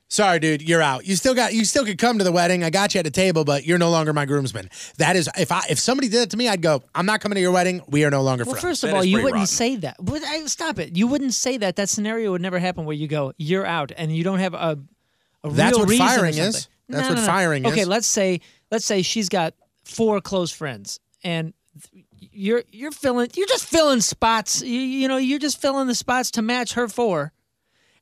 [SPEAKER 5] sorry dude, you're out. You still got you still could come to the wedding. I got you at a table, but you're no longer my groomsman. That is if I if somebody did it to me, I'd go, I'm not coming to your wedding. We are no longer
[SPEAKER 8] Well,
[SPEAKER 5] friends.
[SPEAKER 8] first of
[SPEAKER 4] That
[SPEAKER 8] all,
[SPEAKER 4] is
[SPEAKER 8] you
[SPEAKER 4] pretty
[SPEAKER 8] wouldn't
[SPEAKER 4] rotten.
[SPEAKER 8] say that. But I, stop it. You wouldn't say that. That scenario would never happen where you go, you're out, and you don't have a, a
[SPEAKER 5] That's
[SPEAKER 8] real
[SPEAKER 5] what
[SPEAKER 8] reason or
[SPEAKER 5] firing
[SPEAKER 8] something.
[SPEAKER 5] is. That's what firing
[SPEAKER 8] okay,
[SPEAKER 5] is.
[SPEAKER 8] let's say let's say she's got four close friends, and th- you're you're filling you're just filling spots. You, you know, you're just filling the spots to match her four,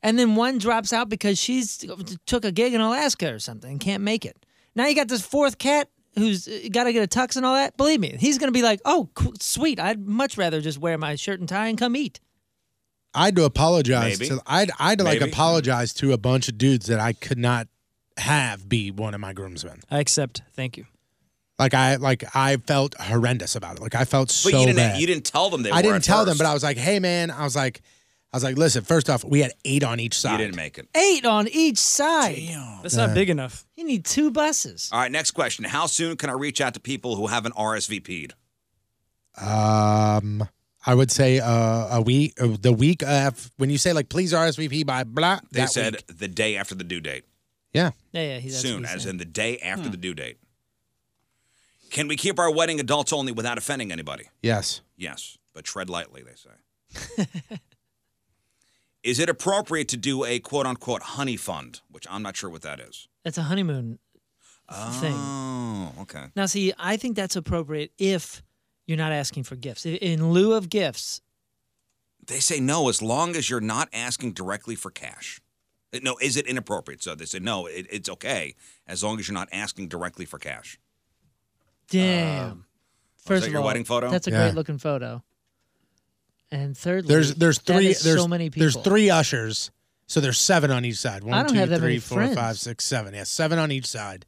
[SPEAKER 8] and then one drops out because she's took a gig in Alaska or something and can't make it. Now you got this fourth cat who's got to get a tux and all that. Believe me, he's going to be like, "Oh, cool, sweet! I'd much rather just wear my shirt and tie and come eat."
[SPEAKER 5] I'd to apologize
[SPEAKER 4] Maybe.
[SPEAKER 5] to I'd I'd like
[SPEAKER 4] Maybe.
[SPEAKER 5] apologize to a bunch of dudes that I could not have be one of my groomsmen.
[SPEAKER 6] I accept. Thank you.
[SPEAKER 5] Like I like I felt horrendous about it. Like I felt so
[SPEAKER 4] But you didn't.
[SPEAKER 5] bad.
[SPEAKER 4] You didn't tell them they.
[SPEAKER 5] I
[SPEAKER 4] were
[SPEAKER 5] didn't
[SPEAKER 4] at
[SPEAKER 5] tell them,
[SPEAKER 4] first.
[SPEAKER 5] but I was like, "Hey, man," I was like, "I was like, listen. First off, we had eight on each side.
[SPEAKER 4] You didn't make it.
[SPEAKER 8] Eight on each side.
[SPEAKER 4] That's not Yeah. big
[SPEAKER 8] enough. You need two buses.
[SPEAKER 4] All right. Next question. How soon can I reach out to people who haven't RSVP'd?
[SPEAKER 5] Um, I would say uh, a week, uh, the week of when you say like, please RSVP by blah.
[SPEAKER 4] They
[SPEAKER 5] that
[SPEAKER 4] said
[SPEAKER 5] week.
[SPEAKER 4] the day after the due date.
[SPEAKER 5] yeah.
[SPEAKER 8] Yeah, yeah. He, that's what
[SPEAKER 4] soon,
[SPEAKER 8] he
[SPEAKER 4] as
[SPEAKER 8] said. Hmm.
[SPEAKER 4] in the day after the due date. Can we keep our wedding adults only without offending anybody?
[SPEAKER 5] Yes.
[SPEAKER 4] Yes, but tread lightly, they say. is it appropriate to do a quote unquote honey fund, which I'm not sure what that is?
[SPEAKER 8] That's a honeymoon thing.
[SPEAKER 4] Oh, okay.
[SPEAKER 8] Now, see, I think that's appropriate if you're not asking for gifts. I- In lieu of gifts,
[SPEAKER 4] They say no as long as you're not asking directly for cash. Uh, No, is it inappropriate? So they say no, it, it's okay as long as you're not asking directly for cash.
[SPEAKER 8] damn. First
[SPEAKER 4] Um, that
[SPEAKER 8] of
[SPEAKER 4] your
[SPEAKER 8] all,
[SPEAKER 4] wedding photo?
[SPEAKER 8] That's a
[SPEAKER 5] Yeah.
[SPEAKER 8] great looking photo. And thirdly,
[SPEAKER 5] There's there's
[SPEAKER 8] that
[SPEAKER 5] three
[SPEAKER 8] is
[SPEAKER 5] there's
[SPEAKER 8] so many people.
[SPEAKER 5] there's three ushers, so there's seven on each side.
[SPEAKER 8] I
[SPEAKER 5] One,
[SPEAKER 8] don't
[SPEAKER 5] two,
[SPEAKER 8] have that
[SPEAKER 5] three,
[SPEAKER 8] many
[SPEAKER 5] four, five,
[SPEAKER 8] friends.
[SPEAKER 5] six, seven. Yeah, seven on each side,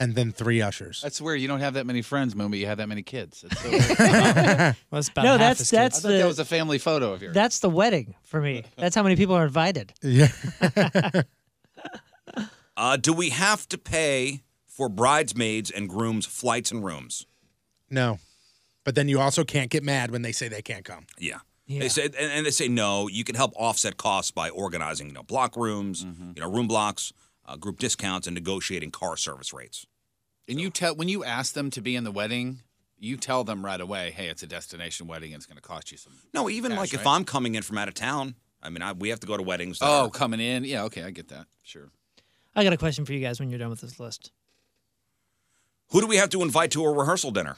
[SPEAKER 5] and then three ushers.
[SPEAKER 7] That's weird. You don't have that many friends, Moon, but you have that many kids. That's so
[SPEAKER 8] that's about No, half that's- his kids. that's
[SPEAKER 7] I thought
[SPEAKER 8] the-
[SPEAKER 7] that was a family photo of yours.
[SPEAKER 8] That's the wedding for me. That's how many people are invited.
[SPEAKER 5] Yeah.
[SPEAKER 4] Uh, do we have to pay for bridesmaids and grooms' flights and rooms?
[SPEAKER 5] No, but then you also can't get mad when they say they can't come.
[SPEAKER 4] Yeah. They say, and, and they say no. You can help offset costs by organizing, you know, block rooms,
[SPEAKER 7] Mm-hmm.
[SPEAKER 4] you know, room blocks, uh, group discounts, and negotiating car service rates.
[SPEAKER 7] And you tell when you ask them to be in the wedding, you tell them right away, "Hey, it's a destination wedding. and It's going to cost you some."
[SPEAKER 4] No, even
[SPEAKER 7] cash,
[SPEAKER 4] like if
[SPEAKER 7] right?
[SPEAKER 4] I'm coming in from out of town, I mean, I, we have to go to weddings. that
[SPEAKER 7] oh
[SPEAKER 4] are-
[SPEAKER 7] coming in, yeah, okay, I get that. Sure.
[SPEAKER 8] I got a question for you guys when you're done with this list.
[SPEAKER 4] who do we have to invite to a rehearsal dinner?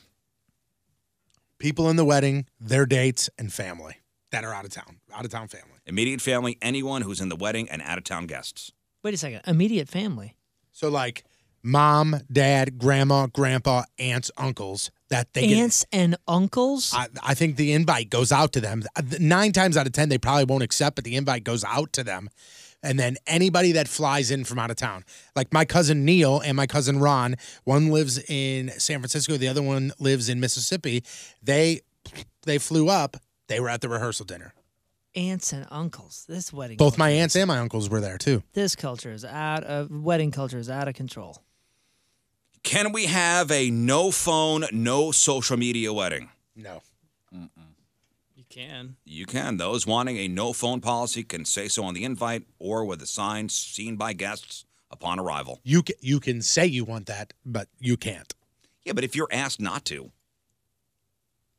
[SPEAKER 5] People in the wedding, their dates, and family that are out of town, out of town family.
[SPEAKER 4] Immediate family, anyone who's in the wedding, and out of town guests.
[SPEAKER 8] Wait a second. Immediate family.
[SPEAKER 5] So like mom, dad, grandma, grandpa, aunts, uncles that they get-
[SPEAKER 8] Aunts and uncles.
[SPEAKER 5] I, I think the invite goes out to them. Uh, Nine times out of ten, they probably won't accept, but the invite goes out to them. And then anybody that flies in from out of town, like my cousin Neil and my cousin Ron, one lives in San Francisco, the other one lives in Mississippi. They they flew up. They were at the rehearsal dinner.
[SPEAKER 8] aunts and uncles. This wedding.
[SPEAKER 5] Both my aunts and my uncles were there too.
[SPEAKER 8] This culture is out of wedding culture is out of control.
[SPEAKER 4] Can we have a no phone, no social media wedding?
[SPEAKER 5] No.
[SPEAKER 6] You can.
[SPEAKER 4] You can. Those wanting a no phone policy can say so on the invite or with a sign seen by guests upon arrival.
[SPEAKER 5] You can, you can say you want that, but you can't.
[SPEAKER 4] Yeah, but if you're asked not to,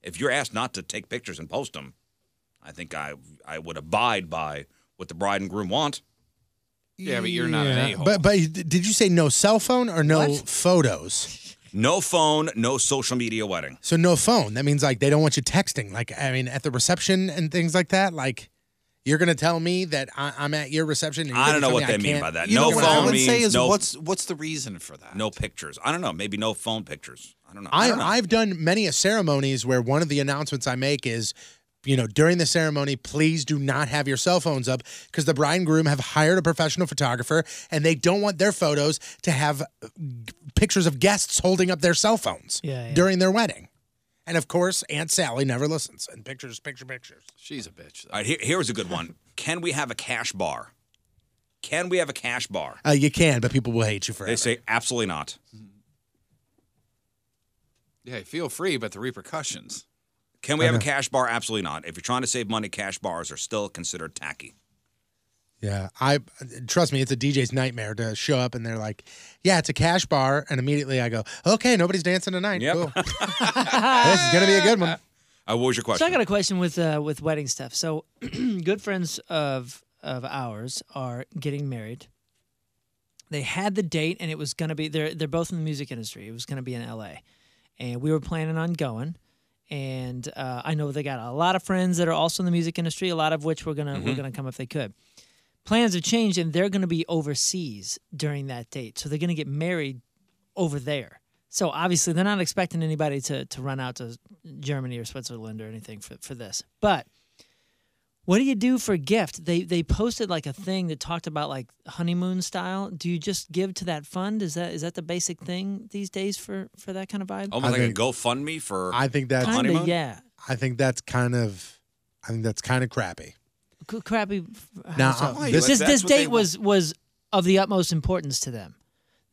[SPEAKER 4] if you're asked not to take pictures and post them, I think I I would abide by what the bride and groom want.
[SPEAKER 7] Yeah, but you're not
[SPEAKER 5] Yeah.
[SPEAKER 7] an a-hole.
[SPEAKER 5] But but did you say no cell phone or no photos?
[SPEAKER 4] No phone, no social media wedding.
[SPEAKER 5] So no phone. That means like they don't want you texting. Like I mean, at the reception and things like that. Like you're gonna tell me that I, I'm at your reception. And you're
[SPEAKER 4] I
[SPEAKER 5] gonna
[SPEAKER 4] don't know
[SPEAKER 5] tell
[SPEAKER 4] what
[SPEAKER 5] me
[SPEAKER 4] they
[SPEAKER 5] can't-
[SPEAKER 4] mean by that.
[SPEAKER 5] You
[SPEAKER 4] no
[SPEAKER 5] know
[SPEAKER 4] phone
[SPEAKER 5] what I would
[SPEAKER 4] means
[SPEAKER 5] say is
[SPEAKER 4] no,
[SPEAKER 5] what's-
[SPEAKER 7] what's the reason for that?
[SPEAKER 4] No pictures. I don't know. Maybe no phone pictures. I don't know. I,
[SPEAKER 5] I,
[SPEAKER 4] don't know.
[SPEAKER 5] I've done many a ceremonies where one of the announcements I make is, you know, during the ceremony, please do not have your cell phones up because the bride and groom have hired a professional photographer and they don't want their photos to have uh, g- pictures of guests holding up their cell phones
[SPEAKER 7] Yeah, yeah.
[SPEAKER 5] during their wedding. And of course, Aunt Sally never listens. And pictures, picture, pictures.
[SPEAKER 7] She's a bitch. Though.
[SPEAKER 4] All right, here, here's a good one. Can we have a cash bar? Can we have a cash bar?
[SPEAKER 5] Uh, you can, but people will hate you for
[SPEAKER 4] They
[SPEAKER 5] it.
[SPEAKER 4] say absolutely not.
[SPEAKER 7] Mm-hmm. Hey, feel free, but the repercussions.
[SPEAKER 4] Can we
[SPEAKER 5] I
[SPEAKER 4] have a
[SPEAKER 5] know.
[SPEAKER 4] cash bar? Absolutely not. If you're trying to save money, cash bars are still considered tacky.
[SPEAKER 5] Yeah, I trust me. It's a DJ's nightmare to show up and they're like, "Yeah, it's a cash bar," and immediately I go, "Okay, nobody's dancing tonight.
[SPEAKER 4] Yep.
[SPEAKER 5] Cool. this is gonna be a good one."
[SPEAKER 4] Uh, what was your question?
[SPEAKER 8] So I got a question with uh, with wedding stuff. So good friends of of ours are getting married. They had the date and it was going to be they're they're both in the music industry. It was going to be in LA. And we were planning on going and uh, I know they got a lot of friends that are also in the music industry, a lot of which were going to
[SPEAKER 4] Mm-hmm.
[SPEAKER 8] were
[SPEAKER 2] Mhm.
[SPEAKER 8] going to come if they could. Plans have changed and they're going to be overseas during that date. So they're going to get married over there. So obviously they're not expecting anybody to to run out to Germany or Switzerland or anything for for this. But What do you do for gift? They they posted like a thing that talked about like honeymoon style. Do you just give to that fund? Is that is that the basic thing these days for for that kind of vibe?
[SPEAKER 4] Almost
[SPEAKER 5] I
[SPEAKER 4] like
[SPEAKER 5] think-
[SPEAKER 4] a GoFundMe for
[SPEAKER 5] I think that's
[SPEAKER 4] honeymoon.
[SPEAKER 8] yeah.
[SPEAKER 5] I think that's kind of I think that's kind of crappy.
[SPEAKER 8] C- crappy.
[SPEAKER 5] Now,
[SPEAKER 8] how so?
[SPEAKER 5] why?
[SPEAKER 8] this
[SPEAKER 5] That's
[SPEAKER 8] this,
[SPEAKER 5] what they
[SPEAKER 8] date was was of the utmost importance to them.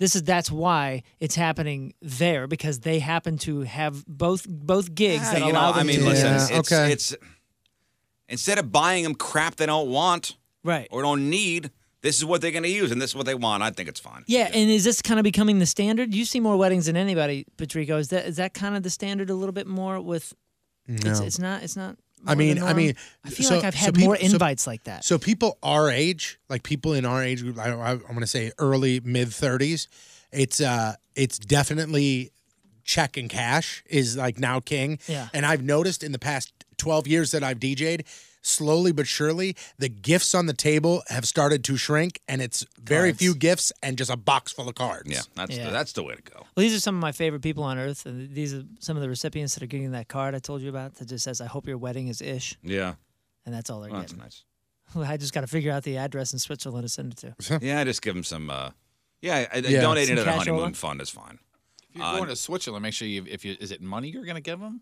[SPEAKER 8] This is that's why it's happening there because they happen to have both both gigs
[SPEAKER 4] Yeah,
[SPEAKER 8] that
[SPEAKER 4] you know,
[SPEAKER 8] allow them
[SPEAKER 4] I mean,
[SPEAKER 8] to do
[SPEAKER 4] listen,
[SPEAKER 8] that.
[SPEAKER 4] it's, it's instead of buying them crap they don't want,
[SPEAKER 8] right,
[SPEAKER 4] or don't need, this is what they're going to use, and this is what they want. I think it's fine.
[SPEAKER 8] Yeah, and is this kind of becoming the standard? You see more weddings than anybody, Patrico. Is that is that kind of the standard a little bit more with? It's,
[SPEAKER 5] No.
[SPEAKER 8] it's not. It's not.
[SPEAKER 5] I
[SPEAKER 8] more the
[SPEAKER 5] mean, I
[SPEAKER 8] norm?
[SPEAKER 5] mean,
[SPEAKER 8] I feel
[SPEAKER 5] so-
[SPEAKER 8] like I've
[SPEAKER 5] so
[SPEAKER 8] had
[SPEAKER 5] peop-
[SPEAKER 8] more
[SPEAKER 5] so-
[SPEAKER 8] invites like that.
[SPEAKER 5] So people our age, like people in our age group, I, I, I'm going to say early mid 30s, it's uh, it's definitely check and cash is like now king.
[SPEAKER 2] Yeah.
[SPEAKER 5] And I've noticed in the past 12 years that I've DJ'd, slowly but surely, the gifts on the table have started to shrink, and it's very few gifts and just a box full of cards.
[SPEAKER 4] Yeah, that's
[SPEAKER 8] Yeah.
[SPEAKER 4] The, that's the way to go.
[SPEAKER 8] Well, these are some of my favorite people on earth, and these are some of the recipients that are getting that card I told you about that just says, "I hope your wedding is ish,"
[SPEAKER 4] Yeah,
[SPEAKER 8] and that's all they're
[SPEAKER 4] Well, that's
[SPEAKER 8] getting.
[SPEAKER 4] nice.
[SPEAKER 8] I just got to figure out the address in Switzerland to send it to.
[SPEAKER 4] yeah, I just give them some. Uh, yeah, I, I
[SPEAKER 8] Yeah.
[SPEAKER 4] donating to
[SPEAKER 8] Some
[SPEAKER 4] the
[SPEAKER 8] cashola?
[SPEAKER 4] honeymoon fund is fine. Uh,
[SPEAKER 7] If you're going to Switzerland, make sure you if you is it money you're going to give them?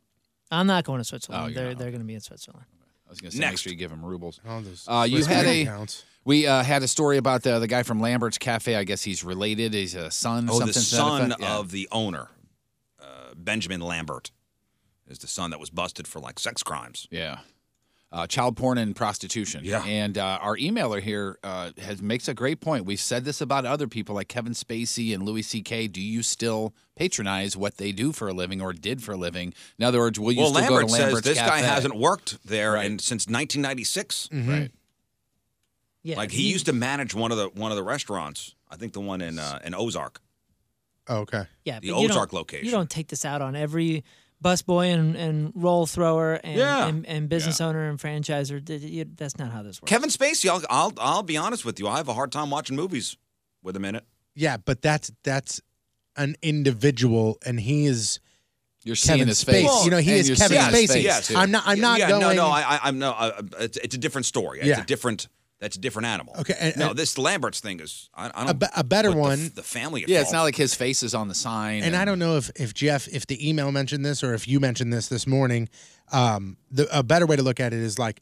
[SPEAKER 8] I'm not going to
[SPEAKER 7] Oh,
[SPEAKER 8] Switzerland.
[SPEAKER 7] you're
[SPEAKER 8] they're they're going to be in Switzerland.
[SPEAKER 7] I was going to say make
[SPEAKER 8] Next.
[SPEAKER 7] sure you give them rubles.
[SPEAKER 5] Oh, those
[SPEAKER 7] Uh, you
[SPEAKER 5] Swiss
[SPEAKER 7] had
[SPEAKER 5] bank
[SPEAKER 7] a
[SPEAKER 5] accounts.
[SPEAKER 7] we uh, had a story about the the guy from Lambert's Cafe. I guess he's related. He's a son. or
[SPEAKER 4] Oh,
[SPEAKER 7] something
[SPEAKER 4] the
[SPEAKER 7] to that
[SPEAKER 4] son
[SPEAKER 7] effect. Yeah.
[SPEAKER 4] of the owner, uh, Benjamin Lambert, is the son that was busted for like sex crimes.
[SPEAKER 7] Yeah. uh, child porn and prostitution. Yeah. And uh, our emailer here uh, has makes a great point. We've said this about other people like Kevin Spacey and Louis C.K. Do you still patronize what they do for a living or did for a living? In other words, will you
[SPEAKER 4] well,
[SPEAKER 7] still
[SPEAKER 4] Lambert
[SPEAKER 7] go to
[SPEAKER 4] says
[SPEAKER 7] Lambert's
[SPEAKER 4] this guy
[SPEAKER 7] Cafe?
[SPEAKER 4] hasn't worked there in, since 1996.
[SPEAKER 7] Right.
[SPEAKER 8] Mm-hmm. Yeah,
[SPEAKER 4] like he, used to manage one of the one of the restaurants. I think the one in uh, in Ozark.
[SPEAKER 5] Oh, okay.
[SPEAKER 8] Yeah,
[SPEAKER 4] The
[SPEAKER 8] but you don't-
[SPEAKER 4] Ozark location.
[SPEAKER 8] You don't take this out on every busboy and, and roll thrower and,
[SPEAKER 4] Yeah.
[SPEAKER 8] and, and business owner and franchiser. Th- th- you- That's not how this works.
[SPEAKER 4] Kevin Spacey, I'll, I'll I'll be honest with you. I have a hard time watching movies with him in it.
[SPEAKER 5] Yeah, but that's that's an individual, and he is.
[SPEAKER 7] You're
[SPEAKER 5] Kevin
[SPEAKER 7] seeing his
[SPEAKER 5] Spacey.
[SPEAKER 7] face.
[SPEAKER 5] you know, he
[SPEAKER 7] And
[SPEAKER 5] is
[SPEAKER 7] you're
[SPEAKER 5] Kevin
[SPEAKER 7] seeing his
[SPEAKER 5] Spacey.
[SPEAKER 7] face, Yes. too.
[SPEAKER 5] I'm not. I'm
[SPEAKER 4] Yeah,
[SPEAKER 5] not
[SPEAKER 4] yeah,
[SPEAKER 5] going.
[SPEAKER 4] No, no, I, I, I'm no. Uh, it's, it's a different story. It's
[SPEAKER 5] Yeah.
[SPEAKER 4] a different. That's a different animal.
[SPEAKER 5] Okay, and-
[SPEAKER 4] no,
[SPEAKER 5] and-
[SPEAKER 4] this Lambert's thing is. I, I
[SPEAKER 5] a,
[SPEAKER 4] don't.
[SPEAKER 5] be- a better
[SPEAKER 4] put the-
[SPEAKER 5] one.
[SPEAKER 4] The, family. at
[SPEAKER 7] Yeah, it's
[SPEAKER 4] fault.
[SPEAKER 7] not like his face is on the sign.
[SPEAKER 5] and I don't know if, if Jeff, if the email mentioned this or if you mentioned this this morning, um, the, a better way to look at it is like,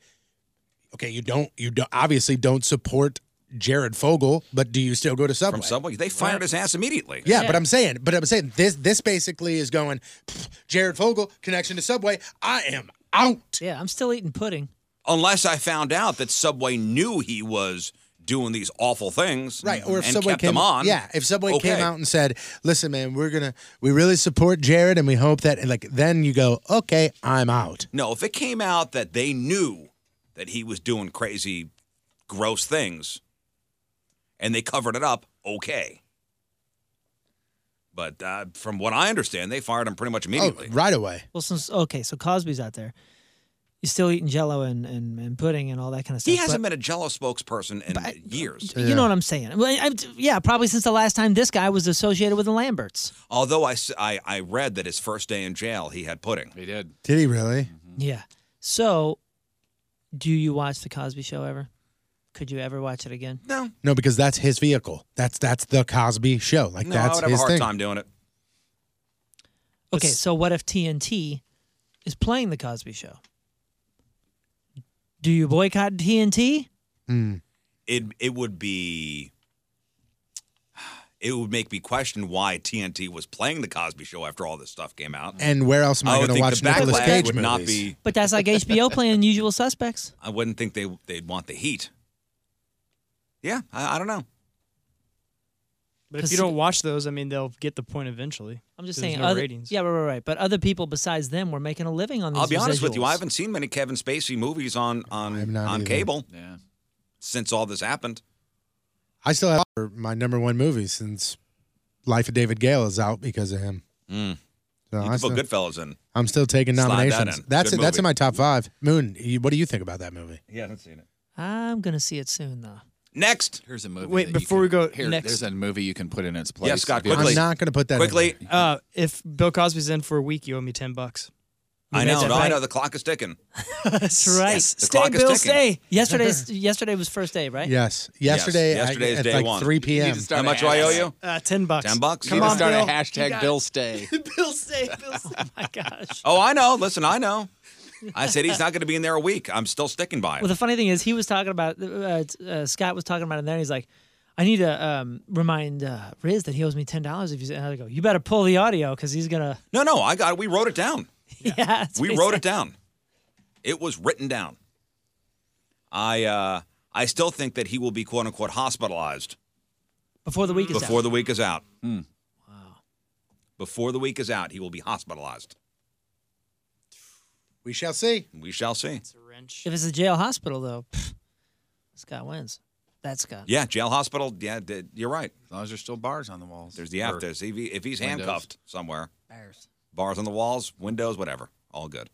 [SPEAKER 5] okay, you don't, you don't, obviously don't support Jared Fogle, but do you still go to Subway?
[SPEAKER 4] from Subway. They fired his ass immediately.
[SPEAKER 5] Yeah, but I'm saying, but I'm saying this, this basically is going, "Pfft, Jared Fogle connection to Subway. I am out.
[SPEAKER 8] Yeah, I'm still eating pudding.
[SPEAKER 4] unless I found out that Subway knew he was doing these awful things,
[SPEAKER 5] Right, or if
[SPEAKER 4] and
[SPEAKER 5] Subway
[SPEAKER 4] kept
[SPEAKER 5] came,
[SPEAKER 4] them on.
[SPEAKER 5] yeah, if Subway
[SPEAKER 4] okay.
[SPEAKER 5] came out and said, "Listen, man, we're gonna, we really support Jared, and we hope that," and like, then you go, "Okay, I'm out."
[SPEAKER 4] No, if it came out that they knew that he was doing crazy, gross things, and they covered it up, okay. But uh, from what I understand, they fired him pretty much immediately.
[SPEAKER 5] Oh, right away.
[SPEAKER 8] Well, since okay, so Cosby's out there. You're still eating Jello and, and, and pudding and all that kind of stuff.
[SPEAKER 4] he hasn't
[SPEAKER 8] but-
[SPEAKER 4] been a Jello spokesperson in years.
[SPEAKER 8] You know what I'm saying? Well, I, yeah, probably since the last time this guy was associated with the Lamberts.
[SPEAKER 4] Although I, s- I- I read that his first day in jail, he had pudding.
[SPEAKER 7] He did.
[SPEAKER 5] Did he really?
[SPEAKER 4] Mm-hmm.
[SPEAKER 8] Yeah. So, do you watch the Cosby Show ever? Could you ever watch it again?
[SPEAKER 4] No.
[SPEAKER 5] No, because that's his vehicle. That's that's the Cosby Show. Like
[SPEAKER 4] no, I
[SPEAKER 5] that's
[SPEAKER 4] would have a
[SPEAKER 5] his
[SPEAKER 4] hard
[SPEAKER 5] thing.
[SPEAKER 4] time doing it.
[SPEAKER 8] Okay, so what if TNT is playing the Cosby Show? Do you boycott TNT?
[SPEAKER 5] Mm.
[SPEAKER 4] It it would be. It would make me question why TNT was playing the Cosby Show after all this stuff came out.
[SPEAKER 5] And where else am I, going
[SPEAKER 4] would
[SPEAKER 5] to
[SPEAKER 4] think
[SPEAKER 5] watch
[SPEAKER 4] the
[SPEAKER 5] Nicolas
[SPEAKER 4] backlash
[SPEAKER 5] Cage
[SPEAKER 4] would
[SPEAKER 5] movies?
[SPEAKER 4] Not be,
[SPEAKER 8] But that's like HBO playing Usual Suspects.
[SPEAKER 4] I wouldn't think they they'd want the heat. Yeah, I, I don't know.
[SPEAKER 6] But if you don't watch those, I mean, they'll get the point eventually.
[SPEAKER 8] I'm just
[SPEAKER 6] There's
[SPEAKER 8] saying,
[SPEAKER 6] no
[SPEAKER 8] other,
[SPEAKER 6] ratings.
[SPEAKER 8] yeah, right, right, right. But other people besides them were making a living on these.
[SPEAKER 4] I'll be honest with you.
[SPEAKER 8] residuals.
[SPEAKER 4] I haven't seen many Kevin Spacey movies on on on
[SPEAKER 5] either.
[SPEAKER 4] cable
[SPEAKER 7] yeah.
[SPEAKER 4] since all this happened.
[SPEAKER 5] I still have my number one movie since Life of David Gale is out because of him.
[SPEAKER 4] Mm.
[SPEAKER 5] So
[SPEAKER 4] you
[SPEAKER 5] I
[SPEAKER 4] can
[SPEAKER 5] still,
[SPEAKER 4] put Goodfellas in.
[SPEAKER 5] I'm still taking
[SPEAKER 4] Slide that
[SPEAKER 5] nominations.
[SPEAKER 4] in.
[SPEAKER 5] that's
[SPEAKER 4] Good
[SPEAKER 5] that's in
[SPEAKER 4] movie.
[SPEAKER 5] my top five. Moon, you- what do you think about that movie?
[SPEAKER 4] He hasn't seen it.
[SPEAKER 8] I'm gonna see it soon though.
[SPEAKER 4] Next,
[SPEAKER 7] here's a movie.
[SPEAKER 6] Wait,
[SPEAKER 7] that you
[SPEAKER 6] before we
[SPEAKER 7] can-
[SPEAKER 6] go
[SPEAKER 7] here,
[SPEAKER 6] next-
[SPEAKER 7] there's a movie you can put in its place.
[SPEAKER 4] Yeah, Scott,
[SPEAKER 7] If you-
[SPEAKER 4] quickly.
[SPEAKER 5] I'm not going to put that in
[SPEAKER 4] Quickly.
[SPEAKER 6] Uh, if Bill Cosby's in for a week, you owe me ten bucks.
[SPEAKER 4] I know.
[SPEAKER 8] that's
[SPEAKER 4] No, I
[SPEAKER 8] right.
[SPEAKER 4] know. The clock is ticking.
[SPEAKER 8] That's right.
[SPEAKER 4] Yes, the
[SPEAKER 8] stay,
[SPEAKER 4] clock is
[SPEAKER 8] Bill,
[SPEAKER 4] ticking.
[SPEAKER 8] stay. Yesterday's yesterday was first day, right?
[SPEAKER 5] Yes.
[SPEAKER 4] Yes.
[SPEAKER 5] Yesterday,
[SPEAKER 4] Yesterday
[SPEAKER 5] I,
[SPEAKER 4] is
[SPEAKER 5] at
[SPEAKER 4] day
[SPEAKER 5] like
[SPEAKER 4] one.
[SPEAKER 5] 3 p.m.
[SPEAKER 4] You need to start How a much do I owe hashtag. you?
[SPEAKER 8] Uh, ten bucks.
[SPEAKER 4] Ten bucks?
[SPEAKER 8] Come on, Bill. You got it.
[SPEAKER 7] Stay.
[SPEAKER 8] Bill Stay. Bill Stay. My gosh.
[SPEAKER 4] Oh, I know. Listen, I know. I said he's not going to be in there a week. I'm still sticking by it.
[SPEAKER 8] Well, the funny thing is, he was talking about uh, t- uh, Scott was talking about it in there. And he's like, "I need to um, remind uh, Riz that he owes me ten dollars." If you and I go, "You better pull the audio because he's gonna."
[SPEAKER 4] no, no. I got. We wrote it down.
[SPEAKER 8] Yeah, that's
[SPEAKER 4] we
[SPEAKER 8] what he
[SPEAKER 4] wrote
[SPEAKER 8] said.
[SPEAKER 4] it down. It was written down. I uh, I still think that he will be quote unquote hospitalized
[SPEAKER 8] before the week is
[SPEAKER 4] before
[SPEAKER 8] out. Hmm.
[SPEAKER 4] the week is out. Wow. Before the week is out, he will be hospitalized.
[SPEAKER 5] We shall see.
[SPEAKER 4] We shall see.
[SPEAKER 8] if it's a jail hospital, though, pff, Scott wins. That's Scott.
[SPEAKER 4] Yeah, jail hospital. Yeah, th- you're right.
[SPEAKER 7] As long as there's still bars on the walls.
[SPEAKER 4] There's the after. If, he, if he's
[SPEAKER 7] windows.
[SPEAKER 4] handcuffed somewhere,
[SPEAKER 8] Bars.
[SPEAKER 4] bars on the walls, windows, whatever, all good.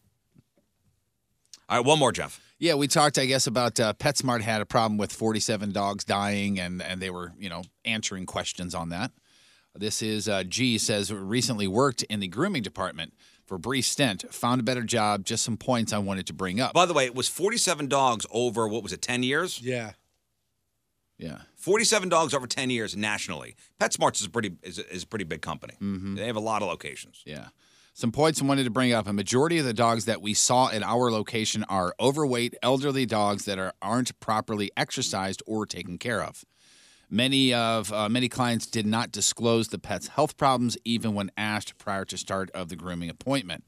[SPEAKER 4] All right, one more, Jeff.
[SPEAKER 7] Yeah, we talked, I guess, about uh, PetSmart had a problem with 47 dogs dying, and, and they were, you know, answering questions on that. This is uh, G says recently worked in the grooming department for a brief stint, found a better job. Just some points I wanted to bring up.
[SPEAKER 4] By the way, it was 47 dogs over what was it, 10 years?
[SPEAKER 5] Yeah.
[SPEAKER 7] Yeah.
[SPEAKER 4] 47 dogs over 10 years nationally. PetSmart's is a pretty is, a- is a pretty big company.
[SPEAKER 7] Mm-hmm.
[SPEAKER 4] They have a lot of locations.
[SPEAKER 7] Yeah. Some points I wanted to bring up. A majority of the dogs that we saw at our location are overweight, elderly dogs that are, aren't properly exercised or taken care of. Many of uh, many clients did not disclose the pet's health problems even when asked prior to start of the grooming appointment.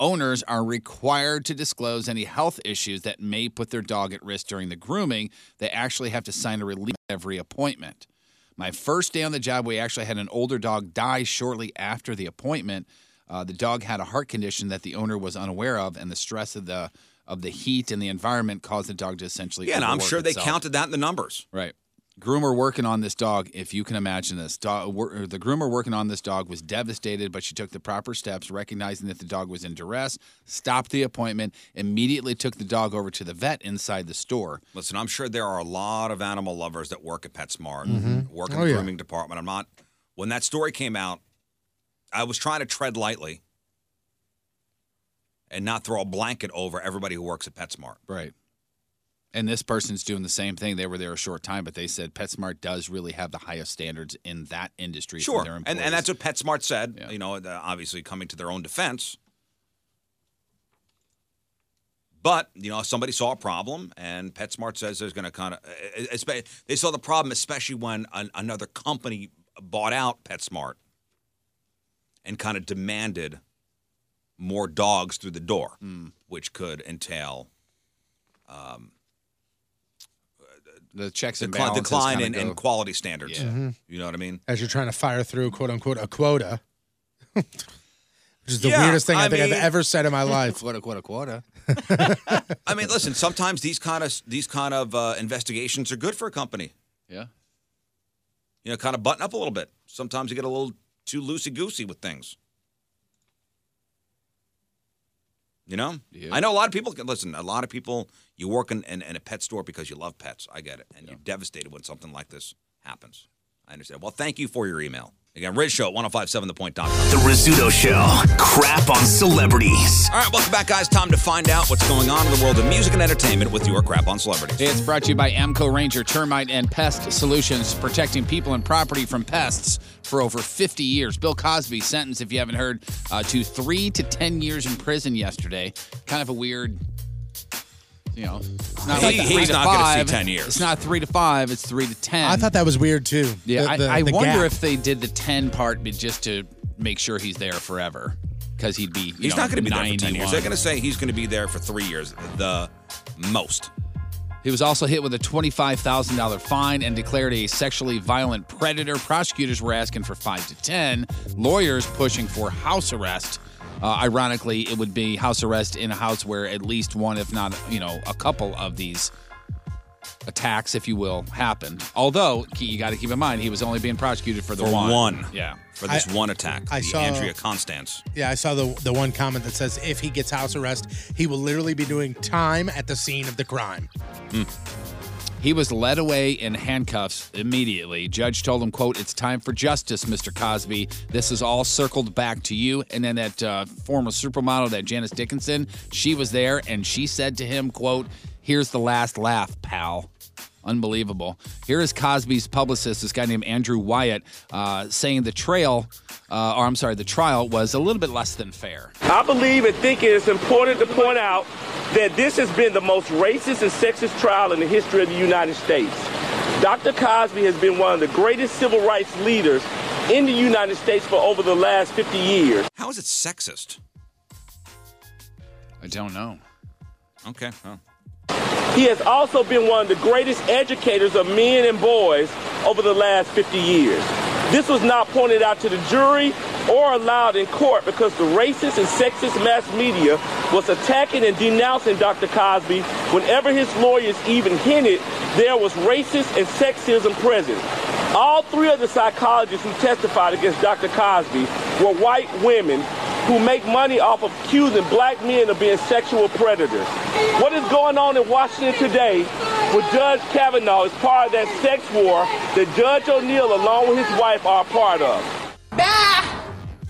[SPEAKER 7] Owners are required to disclose any health issues that may put their dog at risk during the grooming. They actually have to sign a release every appointment. My first day on the job, we actually had an older dog die shortly after the appointment. Uh, the dog had a heart condition that the owner was unaware of, and the stress of the of the heat and the environment caused the dog to essentially.
[SPEAKER 4] Yeah, and I'm
[SPEAKER 7] overwork
[SPEAKER 4] sure they
[SPEAKER 7] itself.
[SPEAKER 4] counted that in the numbers.
[SPEAKER 7] Right. Groomer working on this dog, if you can imagine this. Dog, wor- the groomer working on this dog was devastated, but she took the proper steps, recognizing that the dog was in duress, stopped the appointment, immediately took the dog over to the vet inside the store.
[SPEAKER 4] Listen, I'm sure there are a lot of animal lovers that work at PetSmart,
[SPEAKER 7] Mhm.
[SPEAKER 4] work in
[SPEAKER 7] Oh,
[SPEAKER 4] the
[SPEAKER 7] yeah.
[SPEAKER 4] grooming department. I'm not. When that story came out, I was trying to tread lightly and not throw a blanket over everybody who works at PetSmart.
[SPEAKER 7] Right. And this person's doing the same thing. They were there a short time, but they said PetSmart does really have the highest standards in that industry
[SPEAKER 4] Sure,
[SPEAKER 7] for their employees.
[SPEAKER 4] and and that's what PetSmart said. You know, uh, obviously coming to their own defense. But you know, somebody saw a problem, and PetSmart says there's going to kind of. eh, They saw the problem, especially when an, another company bought out PetSmart and kind of demanded more dogs through the door,
[SPEAKER 7] Hmm.
[SPEAKER 4] which could entail um,
[SPEAKER 7] the checks and
[SPEAKER 4] decline,
[SPEAKER 7] balances
[SPEAKER 4] decline in,
[SPEAKER 7] kinda
[SPEAKER 4] in
[SPEAKER 7] go-
[SPEAKER 4] quality standards.
[SPEAKER 5] Yeah. Mhm.
[SPEAKER 4] You know what I mean?
[SPEAKER 5] As you're trying to fire through, quote unquote, a quota, which is the
[SPEAKER 4] Yeah,
[SPEAKER 5] weirdest thing I,
[SPEAKER 4] I
[SPEAKER 5] think
[SPEAKER 4] mean-
[SPEAKER 5] I've ever said in my life.
[SPEAKER 7] What a quota, quota.
[SPEAKER 4] I mean, listen. Sometimes these kind of these kind of uh, investigations are good for a company.
[SPEAKER 7] Yeah.
[SPEAKER 4] You know, kind of button up a little bit. Sometimes you get a little too loosey goosey with things. You know, I know a lot of people can listen. A lot of people, you work in, in, in a pet store because you love pets. I get it, and you're devastated when something like this happens. I understand. Well, thank you for your email. Again, Red Show at 1057thepoint.com.
[SPEAKER 9] The Rizzuto Show. Crap on celebrities.
[SPEAKER 4] All right, welcome back, guys. Time to find out what's going on in the world of music and entertainment with your crap on celebrities.
[SPEAKER 7] It's brought to you by Amco Ranger Termite and Pest Solutions, protecting people and property from pests for over 50 years. Bill Cosby sentenced, if you haven't heard, uh, to three to 10 years in prison yesterday. Kind of a weird, you know, it's not
[SPEAKER 4] He-
[SPEAKER 7] like the
[SPEAKER 4] he's
[SPEAKER 7] three to
[SPEAKER 4] not gonna see
[SPEAKER 7] five.
[SPEAKER 4] 10 years.
[SPEAKER 7] It's not three to five, it's three to 10.
[SPEAKER 5] I thought that was weird too.
[SPEAKER 7] Yeah,
[SPEAKER 5] The-
[SPEAKER 7] I,
[SPEAKER 5] the-
[SPEAKER 7] I
[SPEAKER 5] the
[SPEAKER 7] wonder
[SPEAKER 5] gap.
[SPEAKER 7] if they did the 10 part be- just to make sure he's there forever. Because he'd be, you
[SPEAKER 4] He's
[SPEAKER 7] know,
[SPEAKER 4] not going to be there for 10
[SPEAKER 7] 91.
[SPEAKER 4] years. They're going to say he's going to be there for three years, the most.
[SPEAKER 7] He was also hit with a $25,000 fine and declared a sexually violent predator. Prosecutors were asking for 5 to 10, lawyers pushing for house arrest. Uh, ironically, it would be house arrest in a house where at least one, if not, you know, a couple of these attacks, if you will, happened. Although, ke- you got to keep in mind, he was only being prosecuted for the
[SPEAKER 4] For
[SPEAKER 7] one.
[SPEAKER 4] one.
[SPEAKER 7] Yeah.
[SPEAKER 4] For this one attack,
[SPEAKER 5] I
[SPEAKER 4] the
[SPEAKER 5] saw-
[SPEAKER 4] Andrea Constance.
[SPEAKER 5] Yeah, I saw the the one comment that says if he gets house arrest, he will literally be doing time at the scene of the crime.
[SPEAKER 7] Mm. He was led away in handcuffs immediately. Judge told him, quote, it's time for justice, Mr. Cosby. This is all circled back to you. And then that uh, former supermodel, that Janice Dickinson, she was there and she said to him, quote, here's the last laugh, pal. Unbelievable. Here is Cosby's publicist, this guy named Andrew Wyatt, uh, saying the trail, uh, or I'm sorry, the trial was a little bit less than fair.
[SPEAKER 2] I believe and think it is important to point out that this has been the most racist and sexist trial in the history of the United States. Dr. Cosby has been one of the greatest civil rights leaders in the United States for over the last 50 years.
[SPEAKER 4] How is it sexist?
[SPEAKER 7] I don't know.
[SPEAKER 4] Okay. well.
[SPEAKER 2] He has also been one of the greatest educators of men and boys over the last 50 years. This was not pointed out to the jury or allowed in court because the racist and sexist mass media was attacking and denouncing Dr. Cosby whenever his lawyers even hinted there was racist and sexism present. All three of the psychologists who testified against Dr. Cosby were white women who make money off of accusing black men of being sexual predators. What is going on in Washington today with Judge Kavanaugh is part of that sex war that Judge O'Neill, along with his wife, are a part of.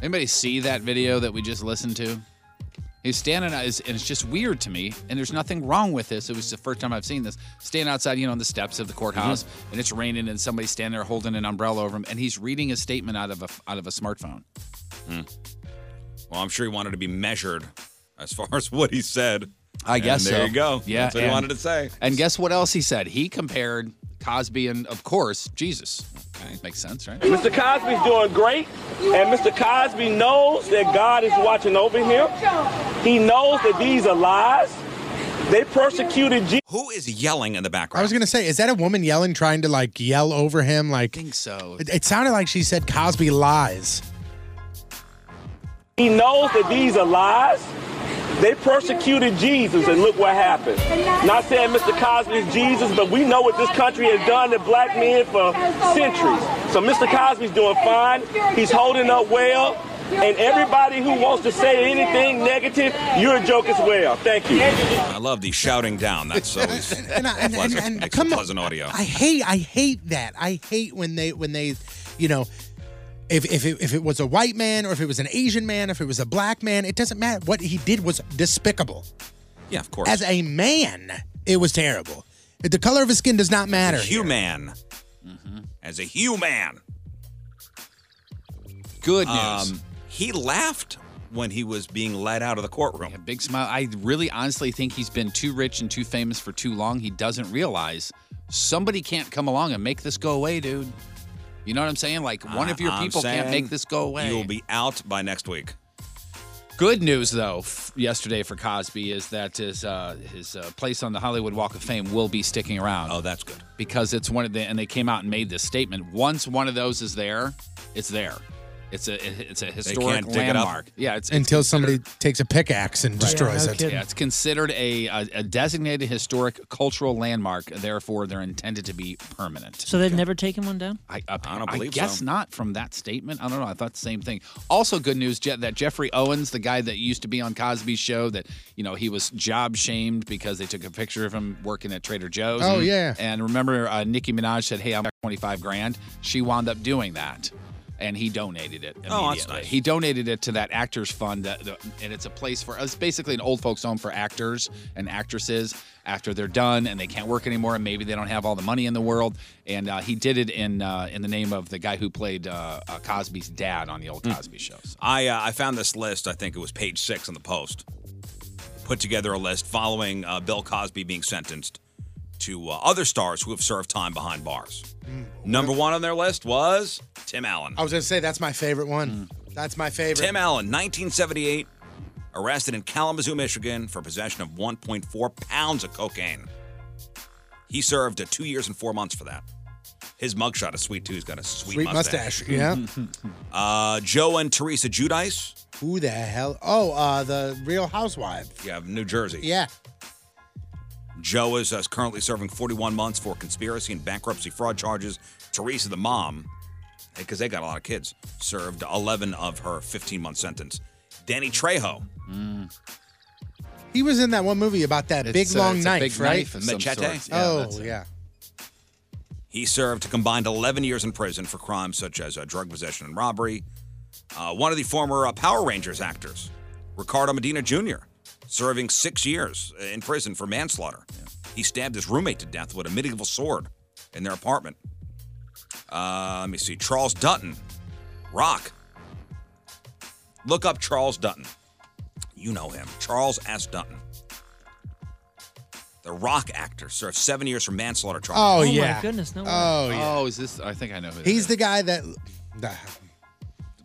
[SPEAKER 7] Anybody see that video that we just listened to? He's standing out, and it's just weird to me. And there's nothing wrong with this. It was the first time I've seen this. Standing outside, you know, on the steps of the courthouse,
[SPEAKER 4] Mm-hmm.
[SPEAKER 7] and it's raining, and somebody's standing there holding an umbrella over him, and he's reading a statement out of a out of a smartphone.
[SPEAKER 4] Hmm. Well, I'm sure he wanted to be measured as far as what he said.
[SPEAKER 7] I
[SPEAKER 4] And
[SPEAKER 7] guess
[SPEAKER 4] there
[SPEAKER 7] so.
[SPEAKER 4] you go.
[SPEAKER 7] Yeah,
[SPEAKER 4] That's what
[SPEAKER 7] and-
[SPEAKER 4] he wanted to say.
[SPEAKER 7] And guess what else he said? He compared Cosby and, of course, Jesus. Makes sense, right?
[SPEAKER 2] Mr. Cosby's doing great, and Mr. Cosby knows that God is watching over him. He knows that these are lies. They persecuted Jesus.
[SPEAKER 4] Who is yelling in the background?
[SPEAKER 5] I was gonna say, is that a woman yelling, trying to like yell over him? Like, I think
[SPEAKER 7] so.
[SPEAKER 5] It, it sounded like she said Cosby lies.
[SPEAKER 2] He knows that these are lies. They persecuted Jesus, and look what happened. Not saying Mr. Cosby is Jesus, but we know what this country has done to black men for centuries. So Mr. Cosby's doing fine. He's holding up well. And everybody who wants to say anything negative, you're a joke as well. Thank you.
[SPEAKER 4] I love the shouting down. That's always
[SPEAKER 5] and, and,
[SPEAKER 4] pleasant.
[SPEAKER 5] and
[SPEAKER 4] Makes
[SPEAKER 5] come
[SPEAKER 4] for
[SPEAKER 5] on,
[SPEAKER 4] pleasant audio.
[SPEAKER 5] I hate, I hate that. I hate when they, when they, you know, if if it, if it was a white man or if it was an Asian man, if it was a black man, it doesn't matter. What he did was despicable.
[SPEAKER 4] yeah, of course.
[SPEAKER 5] As a man, it was terrible. The color of his skin does not matter.
[SPEAKER 4] As a human. As a human. Um,
[SPEAKER 7] Good
[SPEAKER 4] news. he laughed when he was being led out of the courtroom.
[SPEAKER 7] Big smile. I really honestly think he's been too rich and too famous for too long. He doesn't realize somebody can't come along and make this go away, dude. You know what I'm saying? Like one of your
[SPEAKER 4] Uh-huh, I'm
[SPEAKER 7] people can't
[SPEAKER 4] saying
[SPEAKER 7] make this go away.
[SPEAKER 4] You'll be out by next week.
[SPEAKER 7] Good news, though, f- yesterday for Cosby is that his uh, his uh, place on the Hollywood Walk of Fame will be sticking around. Oh,
[SPEAKER 4] that's good
[SPEAKER 7] because it's one of the and they came out and made this statement. Once one of those is there, it's there. It's a it's a historic
[SPEAKER 4] can't dig it up.
[SPEAKER 7] landmark. Yeah, it's
[SPEAKER 5] Until somebody takes a pickaxe and destroys it.
[SPEAKER 7] Yeah, it's considered a, a, a designated historic cultural landmark. Therefore, they're intended to be permanent.
[SPEAKER 8] So they've never taken one down?
[SPEAKER 7] I, I,
[SPEAKER 8] don't believe
[SPEAKER 7] guess
[SPEAKER 8] so.
[SPEAKER 7] not from that statement. I don't know. I thought the same thing. Also, good news Je- that Jeffrey Owens, the guy that used to be on Cosby's show, that you know he was job shamed because they took a picture of him working at Trader Joe's.
[SPEAKER 5] Oh, yeah.
[SPEAKER 7] And remember, uh, Nicki Minaj said, "Hey, I'm back 25 grand." She wound up doing that. And he donated it. Immediately.
[SPEAKER 4] Oh, that's nice.
[SPEAKER 7] He donated it to that actors fund, that, the, and it's a place for it's basically an old folks home for actors and actresses after they're done and they can't work anymore, and maybe they don't have all the money in the world. And uh, he did it in uh, in the name of the guy who played uh, uh, Cosby's dad on the
[SPEAKER 4] Hmm.
[SPEAKER 7] old Cosby Show.
[SPEAKER 4] I uh, I found this list. I think it was page six in the post. Put together a list following uh, Bill Cosby being sentenced to uh, other stars who have served time behind bars. Number one on their list was Tim Allen.
[SPEAKER 5] I was gonna say that's my favorite one. That's my favorite.
[SPEAKER 4] Mm. Tim Allen, 1978, arrested in Kalamazoo, Michigan for possession of 1.4 pounds of cocaine. He served uh, two years and four months for that. His mugshot is sweet too. He's got a sweet,
[SPEAKER 5] Sweet
[SPEAKER 4] mustache.
[SPEAKER 5] mustache. Yeah.
[SPEAKER 4] Uh, Joe and Teresa Judice,
[SPEAKER 5] Who the hell? Oh, uh, the Real Housewife.
[SPEAKER 4] yeah, of New Jersey.
[SPEAKER 5] Yeah.
[SPEAKER 4] Joe is uh, currently serving 41 months for conspiracy and bankruptcy fraud charges. Teresa, the mom, because they got a lot of kids, served 11 of her 15 month sentence. Danny Trejo,
[SPEAKER 5] Mm. He was in that one movie about that big
[SPEAKER 4] uh,
[SPEAKER 5] long
[SPEAKER 4] it's a
[SPEAKER 5] knife,
[SPEAKER 4] big
[SPEAKER 5] right?
[SPEAKER 4] knife of some Machete? sort. Yeah,
[SPEAKER 5] oh,
[SPEAKER 4] that's it.
[SPEAKER 5] yeah.
[SPEAKER 4] He served a combined 11 years in prison for crimes such as uh, drug possession and robbery. Uh, one of the former uh, Power Rangers actors, Ricardo Medina Jr., serving six years uh, in prison for manslaughter. He stabbed his roommate to death with a medieval sword in their apartment. Uh, let me see. Charles Dutton, Rock. Look up Charles Dutton. You know him. Charles S. Dutton. The Rock actor served seven years for manslaughter charge.
[SPEAKER 5] Oh, Oh, my yeah. goodness, no way.
[SPEAKER 4] Oh,
[SPEAKER 5] Oh, yeah.
[SPEAKER 7] Oh, is this? I think I know who.
[SPEAKER 5] He's the guy that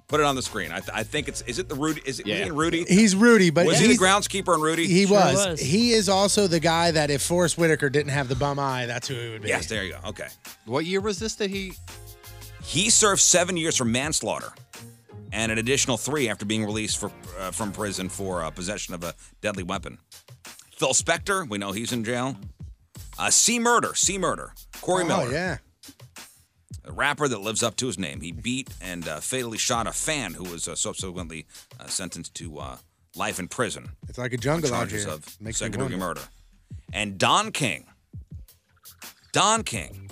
[SPEAKER 4] Put it on the screen. I, th- I think it's. Is it the Rudy? Is it me and Rudy?
[SPEAKER 5] he's Rudy, but
[SPEAKER 4] was he
[SPEAKER 5] he's,
[SPEAKER 4] the groundskeeper and Rudy?
[SPEAKER 5] He was. He is also the guy that if Forrest Whitaker didn't have the bum eye, that's who it would be.
[SPEAKER 4] Yes, there you go. Okay.
[SPEAKER 7] What year was this that he?
[SPEAKER 4] He served seven years for manslaughter, and an additional three after being released for, uh, from prison for uh, possession of a deadly weapon. Phil Spector, we know he's in jail. Uh, C Murder, C Murder, Corey
[SPEAKER 5] oh,
[SPEAKER 4] Miller,
[SPEAKER 5] yeah.
[SPEAKER 4] a rapper that lives up to his name. He beat and uh, fatally shot a fan who was uh, subsequently uh, sentenced to uh, life in prison.
[SPEAKER 5] It's like a jungle
[SPEAKER 4] on
[SPEAKER 5] out
[SPEAKER 4] charges
[SPEAKER 5] here.
[SPEAKER 4] of
[SPEAKER 5] Makes me
[SPEAKER 4] second degree
[SPEAKER 5] wonder.
[SPEAKER 4] murder. And Don King. Don King,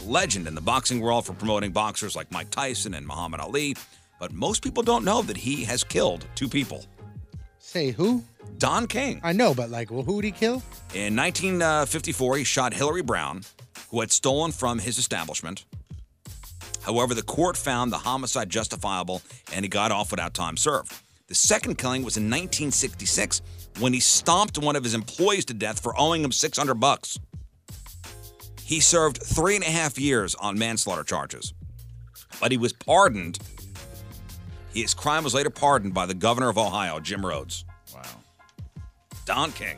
[SPEAKER 4] a legend in the boxing world for promoting boxers like Mike Tyson and Muhammad Ali, but most people don't know that he has killed two people.
[SPEAKER 5] Say who?
[SPEAKER 4] Don King.
[SPEAKER 5] I know, but like, well, who would he kill?
[SPEAKER 4] In 1954, he shot Hillary Brown, who had stolen from his establishment. However, the court found the homicide justifiable and he got off without time served. The second killing was in 1966 when he stomped one of his employees to death for owing him 600 bucks. He served three and a half years on manslaughter charges, but he was pardoned. His crime was later pardoned by the governor of Ohio, Jim Rhodes. Wow. Don King.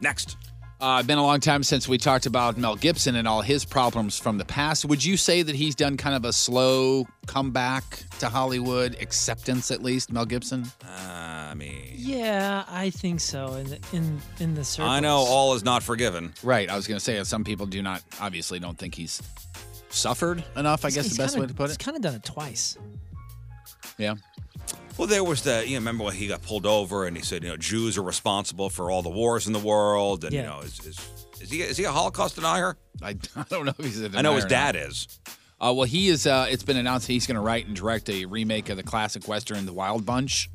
[SPEAKER 4] Next.
[SPEAKER 7] Uh, been a long time since we talked about Mel Gibson and all his problems from the past. Would you say that he's done kind of a slow comeback to Hollywood acceptance, at least Mel Gibson?
[SPEAKER 4] Ah, I mean,
[SPEAKER 8] Yeah, I think so. In the, in in the circles.
[SPEAKER 4] I know all is not forgiven.
[SPEAKER 7] Right. I was going to say some people do not, obviously, don't think he's suffered enough. I
[SPEAKER 8] He's-
[SPEAKER 7] guess
[SPEAKER 8] he's
[SPEAKER 7] the best
[SPEAKER 8] kinda-
[SPEAKER 7] way to put
[SPEAKER 8] He's
[SPEAKER 7] it.
[SPEAKER 8] kind of done it twice.
[SPEAKER 7] Yeah.
[SPEAKER 4] Well, there was the you know, remember when he got pulled over and he said you know Jews are responsible for all the wars in the world and you
[SPEAKER 7] Yeah.
[SPEAKER 4] know is, is is he is he a Holocaust denier?
[SPEAKER 7] I, I don't know if he's a
[SPEAKER 4] I know his
[SPEAKER 7] denier or
[SPEAKER 4] dad
[SPEAKER 7] not.
[SPEAKER 4] is.
[SPEAKER 7] Uh, well, he is. Uh, it's been announced he's going to write and direct a remake of the classic western, The Wild Bunch.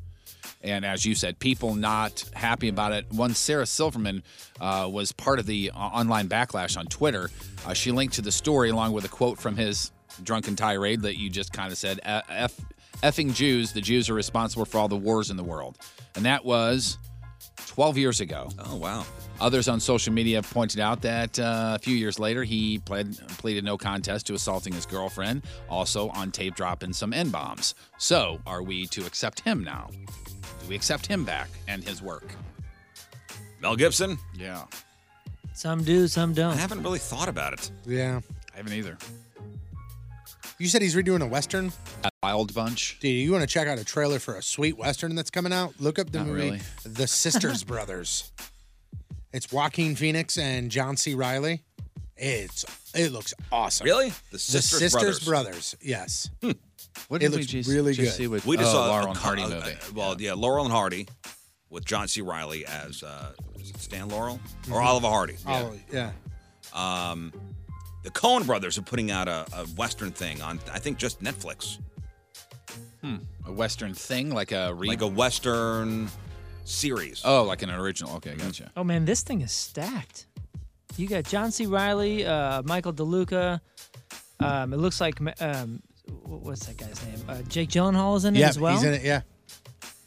[SPEAKER 7] And as you said, people not happy about it. One Sarah Silverman uh, was part of the uh, online backlash on Twitter. Uh, she linked to the story along with a quote from his drunken tirade that you just kind of said: "E-, "F effing Jews. The Jews are responsible for all the wars in the world." And that was 12 years ago.
[SPEAKER 4] Oh, wow.
[SPEAKER 7] Others on social media have pointed out that uh, a few years later, he pled, pleaded no contest to assaulting his girlfriend, also on tape dropping some N bombs. So, are we to accept him now? Do we accept him back and his work?
[SPEAKER 4] Mel Gibson?
[SPEAKER 7] Yeah.
[SPEAKER 8] Some do, some don't. I
[SPEAKER 4] haven't really thought about it.
[SPEAKER 5] Yeah.
[SPEAKER 7] I haven't either.
[SPEAKER 5] You said he's redoing a western.
[SPEAKER 7] A wild bunch.
[SPEAKER 5] Dude, you want to check out a trailer for a sweet western that's coming out? Look up the
[SPEAKER 7] Not
[SPEAKER 5] movie
[SPEAKER 7] really.
[SPEAKER 5] The Sisters Brothers. It's Joaquin Phoenix and John C. Riley. It's it looks awesome.
[SPEAKER 4] Really?
[SPEAKER 5] The Sisters, Brothers. Yes.
[SPEAKER 7] What
[SPEAKER 5] it looks really good.
[SPEAKER 4] Hmm. we just saw a,
[SPEAKER 7] uh, and
[SPEAKER 4] co-
[SPEAKER 7] Hardy
[SPEAKER 4] a-
[SPEAKER 7] movie.
[SPEAKER 4] a- well, yeah. Laurel and Hardy with John C. Riley as uh, is it Stan Laurel or
[SPEAKER 7] Mm-hmm.
[SPEAKER 5] Mhm.
[SPEAKER 4] Oliver Hardy.
[SPEAKER 5] Oh, yeah.
[SPEAKER 4] Um, the Coen brothers are putting out a, a Western thing on, I think, just Netflix.
[SPEAKER 7] Hmm. A Western thing, like a re-
[SPEAKER 4] like a Western series.
[SPEAKER 7] Oh, like an original. Okay, gotcha.
[SPEAKER 8] Oh man, this thing is stacked. You got John C. Riley, uh, Michael DeLuca. Um, it looks like um, wh- what's that guy's name? Uh, Jake Gyllenhaal is in it
[SPEAKER 5] Yeah,
[SPEAKER 8] as well.
[SPEAKER 5] he's in it. Yeah.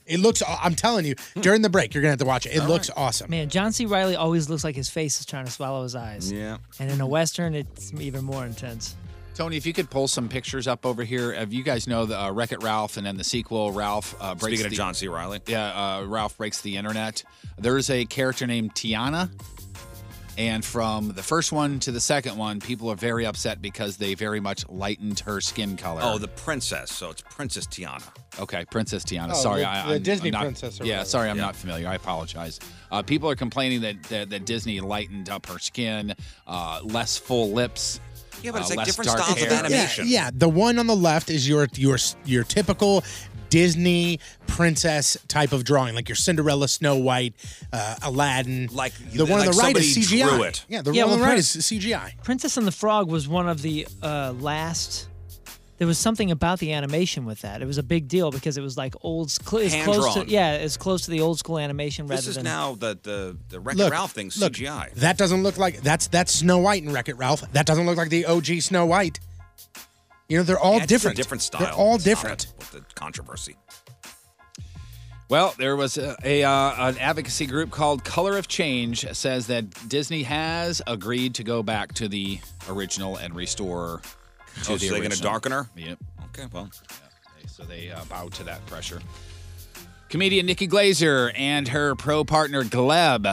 [SPEAKER 5] It looks. I'm telling you,
[SPEAKER 7] Hmm.
[SPEAKER 5] during the break, you're gonna have to watch it. It
[SPEAKER 8] All
[SPEAKER 5] looks
[SPEAKER 8] right.
[SPEAKER 5] awesome.
[SPEAKER 8] Man, John C. Riley always looks like his face is trying to swallow his eyes.
[SPEAKER 4] Yeah.
[SPEAKER 8] And in a western, it's even more intense.
[SPEAKER 7] Tony, if you could pull some pictures up over here of you guys know the uh, Wreck It Ralph and then the sequel, Ralph uh, breaks
[SPEAKER 4] Speaking
[SPEAKER 7] the,
[SPEAKER 4] of John C. Riley.
[SPEAKER 7] Yeah, uh, Ralph breaks the internet. There's a character named Tiana, and from the first one to the second one, people are very upset because they very much lightened her skin color.
[SPEAKER 4] Oh, the princess. So it's Princess Tiana.
[SPEAKER 7] Okay, Princess Tiana.
[SPEAKER 4] Oh,
[SPEAKER 7] sorry,
[SPEAKER 4] the-
[SPEAKER 7] I,
[SPEAKER 4] the
[SPEAKER 7] I'm-
[SPEAKER 4] Disney
[SPEAKER 7] I'm not-
[SPEAKER 4] princess or
[SPEAKER 7] yeah,
[SPEAKER 4] whatever.
[SPEAKER 7] sorry, I'm
[SPEAKER 4] Yeah.
[SPEAKER 7] not familiar. I apologize. Uh, people are complaining that, that that Disney lightened up her skin, uh, less full lips.
[SPEAKER 4] Yeah, but it's
[SPEAKER 7] uh,
[SPEAKER 4] like
[SPEAKER 7] less
[SPEAKER 4] different
[SPEAKER 7] dark
[SPEAKER 4] styles of
[SPEAKER 7] hair.
[SPEAKER 4] animation.
[SPEAKER 5] Yeah, yeah, the one on the left is your your your typical Disney princess type of drawing, like your Cinderella, Snow White, uh, Aladdin. Like the one
[SPEAKER 4] like
[SPEAKER 5] on the right is
[SPEAKER 4] somebody
[SPEAKER 5] CGI.
[SPEAKER 4] drew it.
[SPEAKER 5] Yeah, the
[SPEAKER 8] Yeah,
[SPEAKER 5] one on
[SPEAKER 8] well,
[SPEAKER 5] the right
[SPEAKER 8] right.
[SPEAKER 5] is CGI.
[SPEAKER 8] Princess and the Frog was one of the uh, last. There was something about the animation with that. It was a big deal because it was like old school. It's close
[SPEAKER 4] Hand-drawn.
[SPEAKER 8] to yeah, it's close to the old school animation rather
[SPEAKER 4] This is
[SPEAKER 8] than
[SPEAKER 4] now the the the Wreck-It
[SPEAKER 5] Look,
[SPEAKER 4] Ralph thing
[SPEAKER 5] look,
[SPEAKER 4] CGI.
[SPEAKER 5] That doesn't look like that's that's Snow White and Wreck It Ralph. That doesn't look like the OG Snow White. You know, they're all
[SPEAKER 4] Yeah, it's just a
[SPEAKER 5] different.
[SPEAKER 4] different style.
[SPEAKER 5] They're all
[SPEAKER 4] It's not
[SPEAKER 5] different.
[SPEAKER 4] with the controversy.
[SPEAKER 7] Oh, Well, there was a, a uh, an advocacy group called Color of Change says that Disney has agreed to go back to the original and restore. To
[SPEAKER 4] Oh, so
[SPEAKER 7] the
[SPEAKER 4] they're gonna
[SPEAKER 7] original.
[SPEAKER 4] darken her?
[SPEAKER 7] Yep.
[SPEAKER 4] Okay, well,
[SPEAKER 7] so they uh, bow to that pressure. Comedian Nikki Glazer and her pro partner Gleb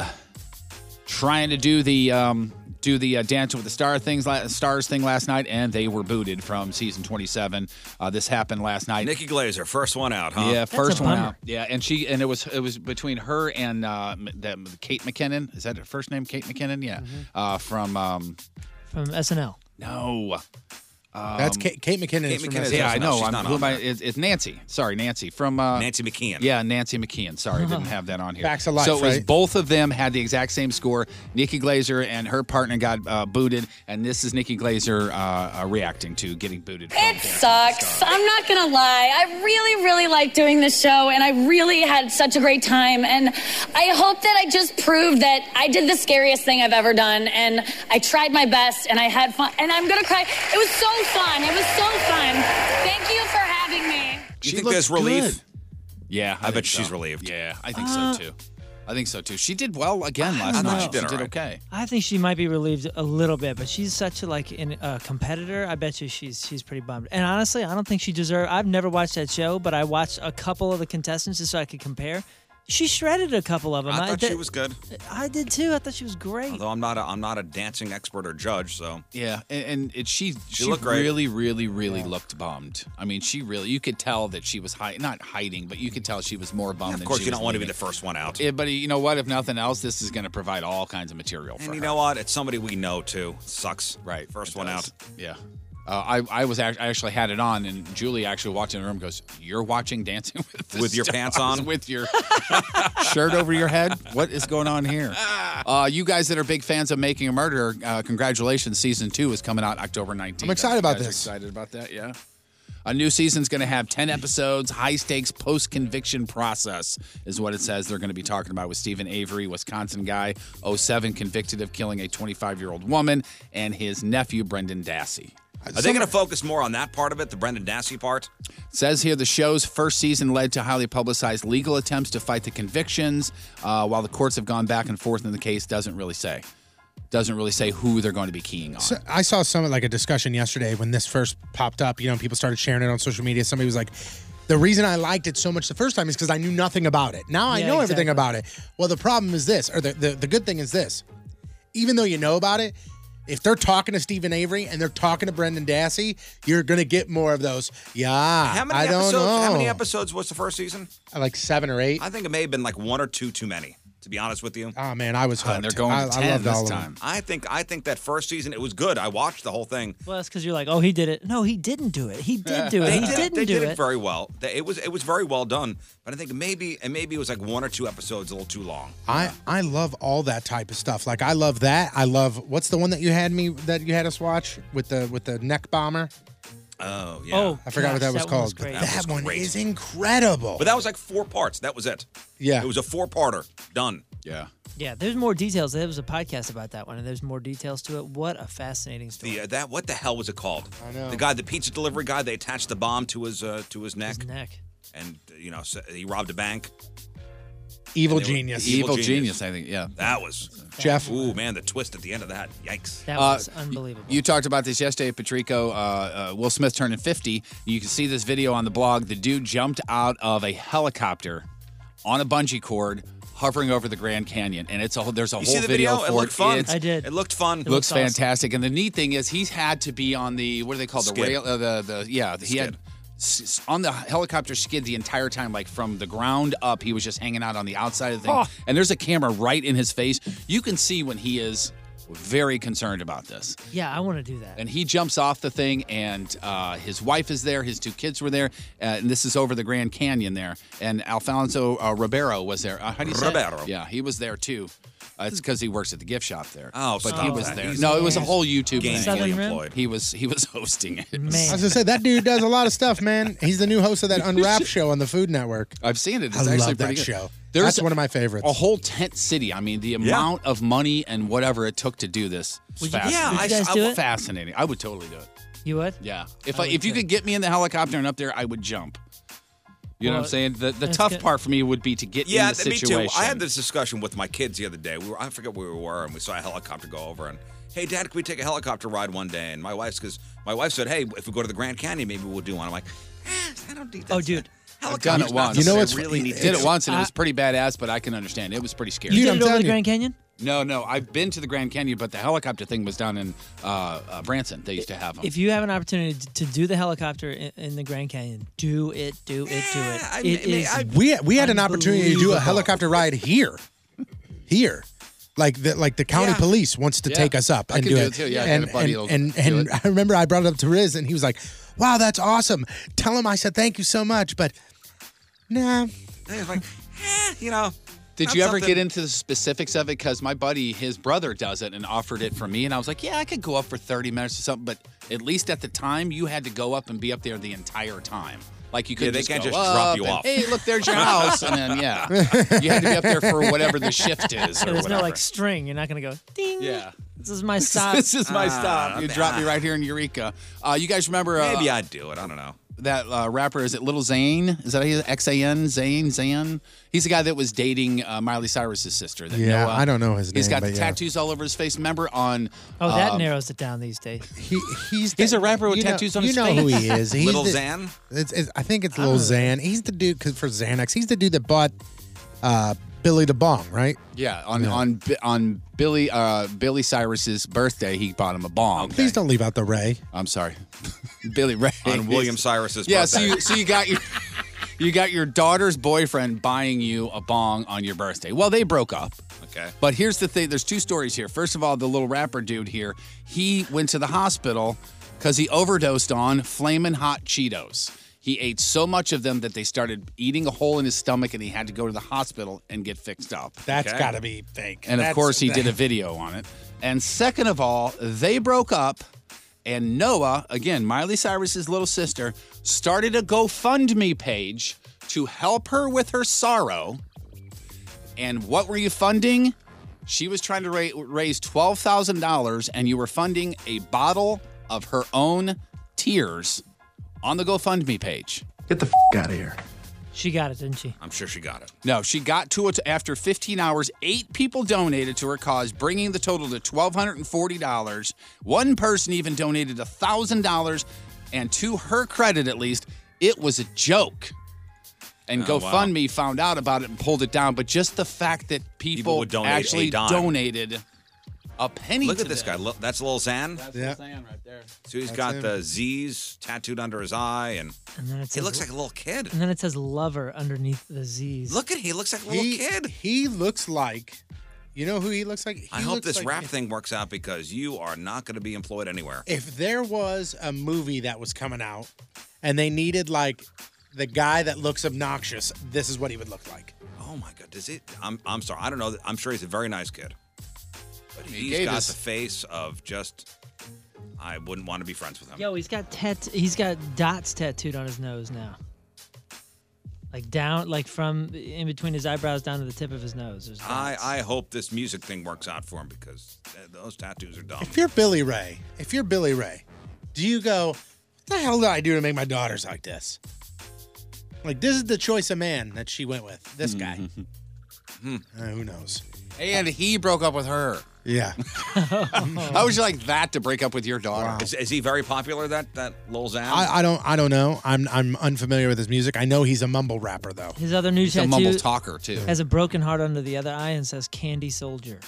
[SPEAKER 7] trying to do the um, do the uh, Dance with the Star things la- stars thing last night, and they were booted from season 27. Uh, this happened last night.
[SPEAKER 4] Nikki Glazer, first one out, huh?
[SPEAKER 7] Yeah, first one out. Yeah, and she and it was it was between her and uh, m- that Kate McKinnon. Is that her first name? Kate McKinnon. Yeah, uh, from um,
[SPEAKER 8] from SNL.
[SPEAKER 7] no. Um,
[SPEAKER 5] That's Kate, Kate McKinnon. is from SNL.
[SPEAKER 7] Yeah, I know. I'm, who am I- it's, it's Nancy. Sorry, Nancy from uh,
[SPEAKER 4] Nancy McKeon.
[SPEAKER 7] Yeah, Nancy McKeon. Sorry, I
[SPEAKER 4] Uh-huh.
[SPEAKER 7] didn't have that on here.
[SPEAKER 5] Facts of life,
[SPEAKER 7] So it was
[SPEAKER 5] right?
[SPEAKER 7] both of them had the exact same score. Nikki Glazer and her partner got uh, booted, and this is Nikki Glazer uh, uh, reacting to getting booted.
[SPEAKER 10] It sucks. I'm not going to lie. I really, really like doing this show, and I really had such a great time. And I hope that I just proved that I did the scariest thing I've ever done, and I tried my best, and I had fun. And I'm going to cry. It was so fun. It was so fun. Thank you for having me.
[SPEAKER 4] You think there's relief?
[SPEAKER 7] Yeah, I,
[SPEAKER 4] bet
[SPEAKER 7] think
[SPEAKER 4] she's
[SPEAKER 7] so.
[SPEAKER 4] relieved.
[SPEAKER 7] Yeah, I think
[SPEAKER 8] Uh,
[SPEAKER 7] so too. I think so too. She did well again
[SPEAKER 8] I
[SPEAKER 7] last
[SPEAKER 8] don't
[SPEAKER 7] night.
[SPEAKER 8] know.
[SPEAKER 7] She did,
[SPEAKER 8] She did
[SPEAKER 7] okay.
[SPEAKER 8] I think she might be relieved a little bit, but she's such a like in, uh, competitor. I bet you she's she's pretty bummed. And honestly, I don't think she deserved. I've never watched that show, but I watched a couple of the contestants just so I could compare. She shredded a couple of them.
[SPEAKER 4] I thought
[SPEAKER 8] did-
[SPEAKER 4] she was good.
[SPEAKER 8] I did too. I thought she was great.
[SPEAKER 4] Although I'm not a I'm not a dancing expert or judge, so
[SPEAKER 7] Yeah, and, and it, she she,
[SPEAKER 4] looked great.
[SPEAKER 7] really, really, really looked bummed. I mean, she really you could tell that she was hi- not hiding, but you could tell she was more bummed.
[SPEAKER 4] of
[SPEAKER 7] than
[SPEAKER 4] course
[SPEAKER 7] she
[SPEAKER 4] you
[SPEAKER 7] was
[SPEAKER 4] don't want to be the
[SPEAKER 7] leaving.
[SPEAKER 4] first one out.
[SPEAKER 7] Yeah, but you know what? If nothing else, this is going to provide all kinds of material for
[SPEAKER 4] and you
[SPEAKER 7] her.
[SPEAKER 4] know what? It's somebody we know too. Sucks. Right. First one out.
[SPEAKER 7] Yeah. Uh, I I was act- I actually had it on, and Julie actually walked in the room. and Goes, you're watching Dancing with the
[SPEAKER 4] With your
[SPEAKER 7] Stars
[SPEAKER 4] pants on?
[SPEAKER 7] with your shirt over your head. What is going on here? Uh, you guys that are big fans of Making a Murderer, uh, congratulations! Season two is coming out October 19th.
[SPEAKER 5] I'm excited about
[SPEAKER 7] You guys are
[SPEAKER 5] this.
[SPEAKER 7] Excited about that? Yeah. A new season's going to have 10 episodes, high stakes post conviction process, is what it says they're going to be talking about with Stephen Avery, Wisconsin guy, 07, convicted of killing a 25 year old woman, and his nephew, Brendan Dassey.
[SPEAKER 4] Are they going to focus more on that part of it, the Brendan Dassey part?
[SPEAKER 7] Says here the show's first season led to highly publicized legal attempts to fight the convictions, uh, while the courts have gone back and forth in the case, doesn't really say. Doesn't really say who they're going to be keying on.
[SPEAKER 5] So I saw some like a discussion yesterday when this first popped up. You know, people started sharing it on social media. Somebody was like, "The reason I liked it so much the first time is because I knew nothing about it. Now I
[SPEAKER 8] Yeah,
[SPEAKER 5] know everything
[SPEAKER 8] exactly.
[SPEAKER 5] about it." Well, the problem is this, or the, the the good thing is this. Even though you know about it, if they're talking to Stephen Avery and they're talking to Brendan Dassey, you're gonna get more of those. Yeah,
[SPEAKER 4] How many
[SPEAKER 5] I don't
[SPEAKER 4] episodes?
[SPEAKER 5] know.
[SPEAKER 4] How many episodes was the first season?
[SPEAKER 5] like seven or eight.
[SPEAKER 4] I think it may have been like one or two too many. To be honest with you.
[SPEAKER 5] Oh man, I was
[SPEAKER 7] Uh,
[SPEAKER 5] hooked.
[SPEAKER 7] and they're going to
[SPEAKER 5] I,
[SPEAKER 7] 10
[SPEAKER 5] I loved
[SPEAKER 7] this
[SPEAKER 5] all of them.
[SPEAKER 7] time.
[SPEAKER 4] I think I think that first season it was good. I watched the whole thing.
[SPEAKER 8] Well, that's because you're like, oh, he did it. No, he didn't do it. He did do it.
[SPEAKER 4] They
[SPEAKER 8] he
[SPEAKER 4] did,
[SPEAKER 8] didn't
[SPEAKER 4] they
[SPEAKER 8] do
[SPEAKER 4] did it.
[SPEAKER 8] it.
[SPEAKER 4] very well. They- It was it was very well done. But I think maybe and maybe it was like one or two episodes a little too long.
[SPEAKER 5] I I love all that type of stuff. Like I love that. I love what's the one that you had me that you had us watch with the with the neck bomber.
[SPEAKER 4] Oh yeah.
[SPEAKER 8] Oh,
[SPEAKER 5] I forgot what that
[SPEAKER 8] gosh,
[SPEAKER 5] was
[SPEAKER 8] one
[SPEAKER 5] called. but
[SPEAKER 8] great.
[SPEAKER 5] that,
[SPEAKER 4] was
[SPEAKER 5] one
[SPEAKER 4] great.
[SPEAKER 5] is incredible.
[SPEAKER 4] But that was like four parts. That was it.
[SPEAKER 5] Yeah.
[SPEAKER 4] It was a four parter. Done.
[SPEAKER 7] Yeah.
[SPEAKER 8] Yeah, there's more details. There was a podcast about that one, and there's more details to it. What a fascinating story.
[SPEAKER 4] The uh, that what the hell was it called?
[SPEAKER 5] I know.
[SPEAKER 4] The guy, the pizza delivery guy, they attached the bomb to his uh, to his neck,
[SPEAKER 8] His neck.
[SPEAKER 4] and you know so he robbed a bank.
[SPEAKER 5] Evil
[SPEAKER 4] and they were-
[SPEAKER 5] genius.
[SPEAKER 7] Evil, genius, I think. Yeah.
[SPEAKER 4] That was
[SPEAKER 5] Jeff.
[SPEAKER 4] Ooh man, the twist at the end of that. Yikes.
[SPEAKER 8] That
[SPEAKER 7] Uh,
[SPEAKER 8] was unbelievable.
[SPEAKER 7] You talked about this yesterday, Patrico. Uh, uh, Will Smith turning 50. You can see this video on the blog. The dude jumped out of a helicopter on a bungee cord, hovering over the Grand Canyon, and it's a whole, there's a
[SPEAKER 4] You
[SPEAKER 7] whole
[SPEAKER 4] see the
[SPEAKER 7] video,
[SPEAKER 4] video? It
[SPEAKER 7] for
[SPEAKER 4] looked fun.
[SPEAKER 7] It's-
[SPEAKER 8] I did.
[SPEAKER 4] It looked fun.
[SPEAKER 8] It
[SPEAKER 7] looks
[SPEAKER 8] looks awesome.
[SPEAKER 7] fantastic. And the neat thing is, he's had to be on the what do they call the
[SPEAKER 4] Skid.
[SPEAKER 7] rail? Uh, the the yeah, he had
[SPEAKER 4] Skid.
[SPEAKER 7] s- s- on the helicopter skid the entire time, like from the ground up.
[SPEAKER 4] Oh.
[SPEAKER 7] He was just hanging out on the outside of the thing, and there's a camera right in his face. You can see when he is very concerned about this.
[SPEAKER 8] Yeah, I want to do that.
[SPEAKER 7] And he jumps off the thing, and uh, his wife is there. His two kids were there, uh, and this is over the Grand Canyon there. And Alfonso uh, Ribeiro was there. Uh, how do you say it?
[SPEAKER 4] Ribeiro.
[SPEAKER 7] Yeah, he was there too. Uh, it's because he works at the gift shop there.
[SPEAKER 4] Oh,
[SPEAKER 7] but
[SPEAKER 4] stop
[SPEAKER 7] he was
[SPEAKER 4] that.
[SPEAKER 7] there.
[SPEAKER 4] He's
[SPEAKER 7] no, it was a whole YouTube
[SPEAKER 4] gainfully Southern
[SPEAKER 7] thing.
[SPEAKER 4] Rim? employed.
[SPEAKER 7] He was he was hosting it.
[SPEAKER 5] I was gonna say that dude does a lot of stuff, man. He's the new host of that Unwrap show on the Food Network.
[SPEAKER 7] I've seen it. It's
[SPEAKER 5] I love
[SPEAKER 7] actually
[SPEAKER 5] that
[SPEAKER 7] pretty good.
[SPEAKER 5] show. That's one of my favorites.
[SPEAKER 7] A whole tent city. I mean, the amount of money and whatever it took to do this. is
[SPEAKER 8] Would you-
[SPEAKER 7] fascinating.
[SPEAKER 8] Yeah, Would you I- guys I- do it?
[SPEAKER 7] fascinating. I would totally do it.
[SPEAKER 8] You would?
[SPEAKER 7] Yeah. If
[SPEAKER 8] I
[SPEAKER 7] I,
[SPEAKER 8] would
[SPEAKER 7] if you
[SPEAKER 8] too.
[SPEAKER 7] could get me in the helicopter and up there, I would jump. You know what I'm
[SPEAKER 4] Well,
[SPEAKER 7] saying? The the
[SPEAKER 4] that's
[SPEAKER 7] tough
[SPEAKER 4] good.
[SPEAKER 7] part for me would be to get
[SPEAKER 4] Yeah,
[SPEAKER 7] in the
[SPEAKER 4] th- me
[SPEAKER 7] situation.
[SPEAKER 4] too. I had this discussion with my kids the other day. We were, I forget where we were, and we saw a helicopter go over. And hey, Dad, can we take a helicopter ride one day? And my wife's because my wife said, hey, if we go to the Grand Canyon, maybe we'll do one. I'm like,
[SPEAKER 8] Oh, dude.
[SPEAKER 7] I've done it
[SPEAKER 4] helicopter's not
[SPEAKER 7] once.
[SPEAKER 4] You know something I
[SPEAKER 7] it's
[SPEAKER 4] what's- really need to
[SPEAKER 7] did it
[SPEAKER 4] do.
[SPEAKER 7] once and it
[SPEAKER 4] I-
[SPEAKER 7] was pretty badass, but I can understand. It was pretty scary.
[SPEAKER 8] You did it over the Grand Canyon?
[SPEAKER 7] No, no. I've been to the Grand Canyon, but the helicopter thing was down in uh, uh, Branson. They used to have them.
[SPEAKER 8] If you have an opportunity t- to do the helicopter in, in the Grand Canyon, do it, do it, do it. It is-
[SPEAKER 5] we we had an opportunity to do a
[SPEAKER 8] unbelievable.
[SPEAKER 5] helicopter ride here, here. Like the like the county
[SPEAKER 8] Yeah.
[SPEAKER 5] police wants to
[SPEAKER 8] Yeah.
[SPEAKER 5] take us up
[SPEAKER 7] I
[SPEAKER 5] and
[SPEAKER 7] can
[SPEAKER 5] do,
[SPEAKER 7] do
[SPEAKER 5] it.
[SPEAKER 7] it too, yeah, I got
[SPEAKER 5] and
[SPEAKER 7] a buddy
[SPEAKER 5] and
[SPEAKER 7] that'll
[SPEAKER 5] and,
[SPEAKER 7] do
[SPEAKER 5] and
[SPEAKER 7] it.
[SPEAKER 5] I remember I brought it up to Riz and he was like, "Wow, that's awesome." Tell him I said thank you so much, but nah.
[SPEAKER 4] Eh, you know.
[SPEAKER 7] Did
[SPEAKER 4] not
[SPEAKER 7] you ever
[SPEAKER 4] something-
[SPEAKER 7] get into the specifics of it? Because my buddy, his brother does it and offered it for me. And I was like, yeah, I could go up for 30 minutes or something. But at least at the time, you had to go up and be up there the entire time. Like you
[SPEAKER 4] Yeah,
[SPEAKER 7] could
[SPEAKER 4] they
[SPEAKER 7] just
[SPEAKER 4] can't
[SPEAKER 7] go
[SPEAKER 4] just drop
[SPEAKER 7] up
[SPEAKER 4] you
[SPEAKER 7] and,
[SPEAKER 4] off.
[SPEAKER 7] Hey, look, there's your house. And then, yeah, you had to be up there for whatever the shift is
[SPEAKER 8] So
[SPEAKER 7] or
[SPEAKER 8] there's
[SPEAKER 7] whatever.
[SPEAKER 8] no like string. You're not gonna go ding.
[SPEAKER 7] Yeah.
[SPEAKER 8] This is my stop. Ah,
[SPEAKER 7] this is my stop. You drop me right here in Eureka. Uh, you guys remember? Uh,
[SPEAKER 4] Maybe I'd do it. I don't know.
[SPEAKER 7] That uh, rapper is it Little Zane? Is that how he X A N Zane Zan? He's the guy that was dating uh, Miley Cyrus' sister. That
[SPEAKER 5] Yeah,
[SPEAKER 7] Noah-
[SPEAKER 5] I don't know his
[SPEAKER 7] He's
[SPEAKER 5] name,
[SPEAKER 7] got the
[SPEAKER 5] but yeah.
[SPEAKER 7] tattoos all over his face. Remember on?
[SPEAKER 8] Oh, that
[SPEAKER 7] um,
[SPEAKER 8] narrows it down these days.
[SPEAKER 5] He, he's
[SPEAKER 7] He's a rapper with
[SPEAKER 5] You know-
[SPEAKER 7] tattoos on
[SPEAKER 5] you
[SPEAKER 7] his
[SPEAKER 5] know
[SPEAKER 7] face.
[SPEAKER 5] who he is. He's
[SPEAKER 7] Little
[SPEAKER 5] the-
[SPEAKER 7] Zan?
[SPEAKER 5] It's, it's, I think it's Lil Zan. He's the dude 'cause for Xanax. He's the dude that bought uh, Billy the Bomb, right?
[SPEAKER 7] Yeah, on
[SPEAKER 5] Yeah.
[SPEAKER 7] on Bi- on Billy uh, Billy Cyrus's birthday, he bought him a bomb.
[SPEAKER 5] Oh, Please don't leave out the Ray.
[SPEAKER 7] I'm sorry, Billy Ray
[SPEAKER 4] On William Cyrus's
[SPEAKER 7] Yeah, so
[SPEAKER 4] birthday.
[SPEAKER 7] you so you got your you got your daughter's boyfriend buying you a bong on your birthday. Well, they broke up.
[SPEAKER 4] Okay.
[SPEAKER 7] But here's the thing: there's two stories here. First of all, the little rapper dude here, he went to the hospital because he overdosed on flaming hot Cheetos. He ate so much of them that they started eating a hole in his stomach, and he had to go to the hospital and get fixed up.
[SPEAKER 5] That's
[SPEAKER 7] That's
[SPEAKER 5] gotta be fake.
[SPEAKER 7] And
[SPEAKER 5] That's-
[SPEAKER 7] of course, he did a video on it. And second of all, they broke up, and Noah, again, Miley Cyrus's little sister, started a GoFundMe page to help her with her sorrow. And what were you funding? She was trying to ra- raise twelve thousand dollars, and you were funding a bottle of her own tears on the GoFundMe page.
[SPEAKER 11] Get the f out of here.
[SPEAKER 8] She got it, didn't she?
[SPEAKER 4] I'm sure she got it.
[SPEAKER 7] No, she got to it after 15 hours. Eight people donated to her cause, bringing the total to $1,240. One person even donated $1,000. And to her credit, at least, it was a joke. And
[SPEAKER 4] Oh, wow.
[SPEAKER 7] GoFundMe found out about it and pulled it down. But just the fact that people,
[SPEAKER 4] People would donate a
[SPEAKER 7] actually
[SPEAKER 4] dime.
[SPEAKER 7] donated a penny
[SPEAKER 4] Look
[SPEAKER 7] to
[SPEAKER 4] at this
[SPEAKER 7] them.
[SPEAKER 4] guy. Look, that's Lil Xan. That's
[SPEAKER 7] Yeah.
[SPEAKER 4] right there. So he's
[SPEAKER 7] That's
[SPEAKER 4] got
[SPEAKER 7] him.
[SPEAKER 4] the Z's tattooed under his eye, and,
[SPEAKER 8] And then it
[SPEAKER 4] he
[SPEAKER 8] says-
[SPEAKER 4] looks like a little kid.
[SPEAKER 8] And then it says lover underneath the Z's.
[SPEAKER 4] Look at he looks like a little
[SPEAKER 5] He,
[SPEAKER 4] kid.
[SPEAKER 5] he looks like. You know who he looks like? He
[SPEAKER 4] I hope
[SPEAKER 5] looks
[SPEAKER 4] this
[SPEAKER 5] like-
[SPEAKER 4] rap thing works out because you are not going to be employed anywhere.
[SPEAKER 5] If there was a movie that was coming out, and they needed like the guy that looks obnoxious, this is what he would look like.
[SPEAKER 4] Oh my God, does it? I'm I'm sorry, I don't know. I'm sure he's a very nice kid, but
[SPEAKER 7] He
[SPEAKER 4] he has
[SPEAKER 7] gave
[SPEAKER 4] got
[SPEAKER 7] us-
[SPEAKER 4] the face of just. I wouldn't want to be friends with him.
[SPEAKER 8] Yo, he's got tat. He's got dots tattooed on his nose now. Like down, like from in between his eyebrows down to the tip of his nose. There's
[SPEAKER 4] I
[SPEAKER 8] dots.
[SPEAKER 4] I hope this music thing works out for him because th- those tattoos are dumb.
[SPEAKER 5] If you're Billy Ray, if you're Billy Ray, do you go, what the hell did I do to make my daughters like this? Like, this is the choice of man that she went with. This guy. Uh, who knows?
[SPEAKER 7] And he broke up with her.
[SPEAKER 5] Yeah.
[SPEAKER 7] How would you like that to break up with your daughter?
[SPEAKER 4] Is, is he very popular? That that Lil Xan?
[SPEAKER 5] I, I don't I don't know. I'm I'm unfamiliar with his music. I know he's a mumble rapper though.
[SPEAKER 8] His other new
[SPEAKER 5] He's a
[SPEAKER 8] tattoo
[SPEAKER 5] mumble talker, too.
[SPEAKER 8] Has a broken heart under the other eye and says "Candy Soldier."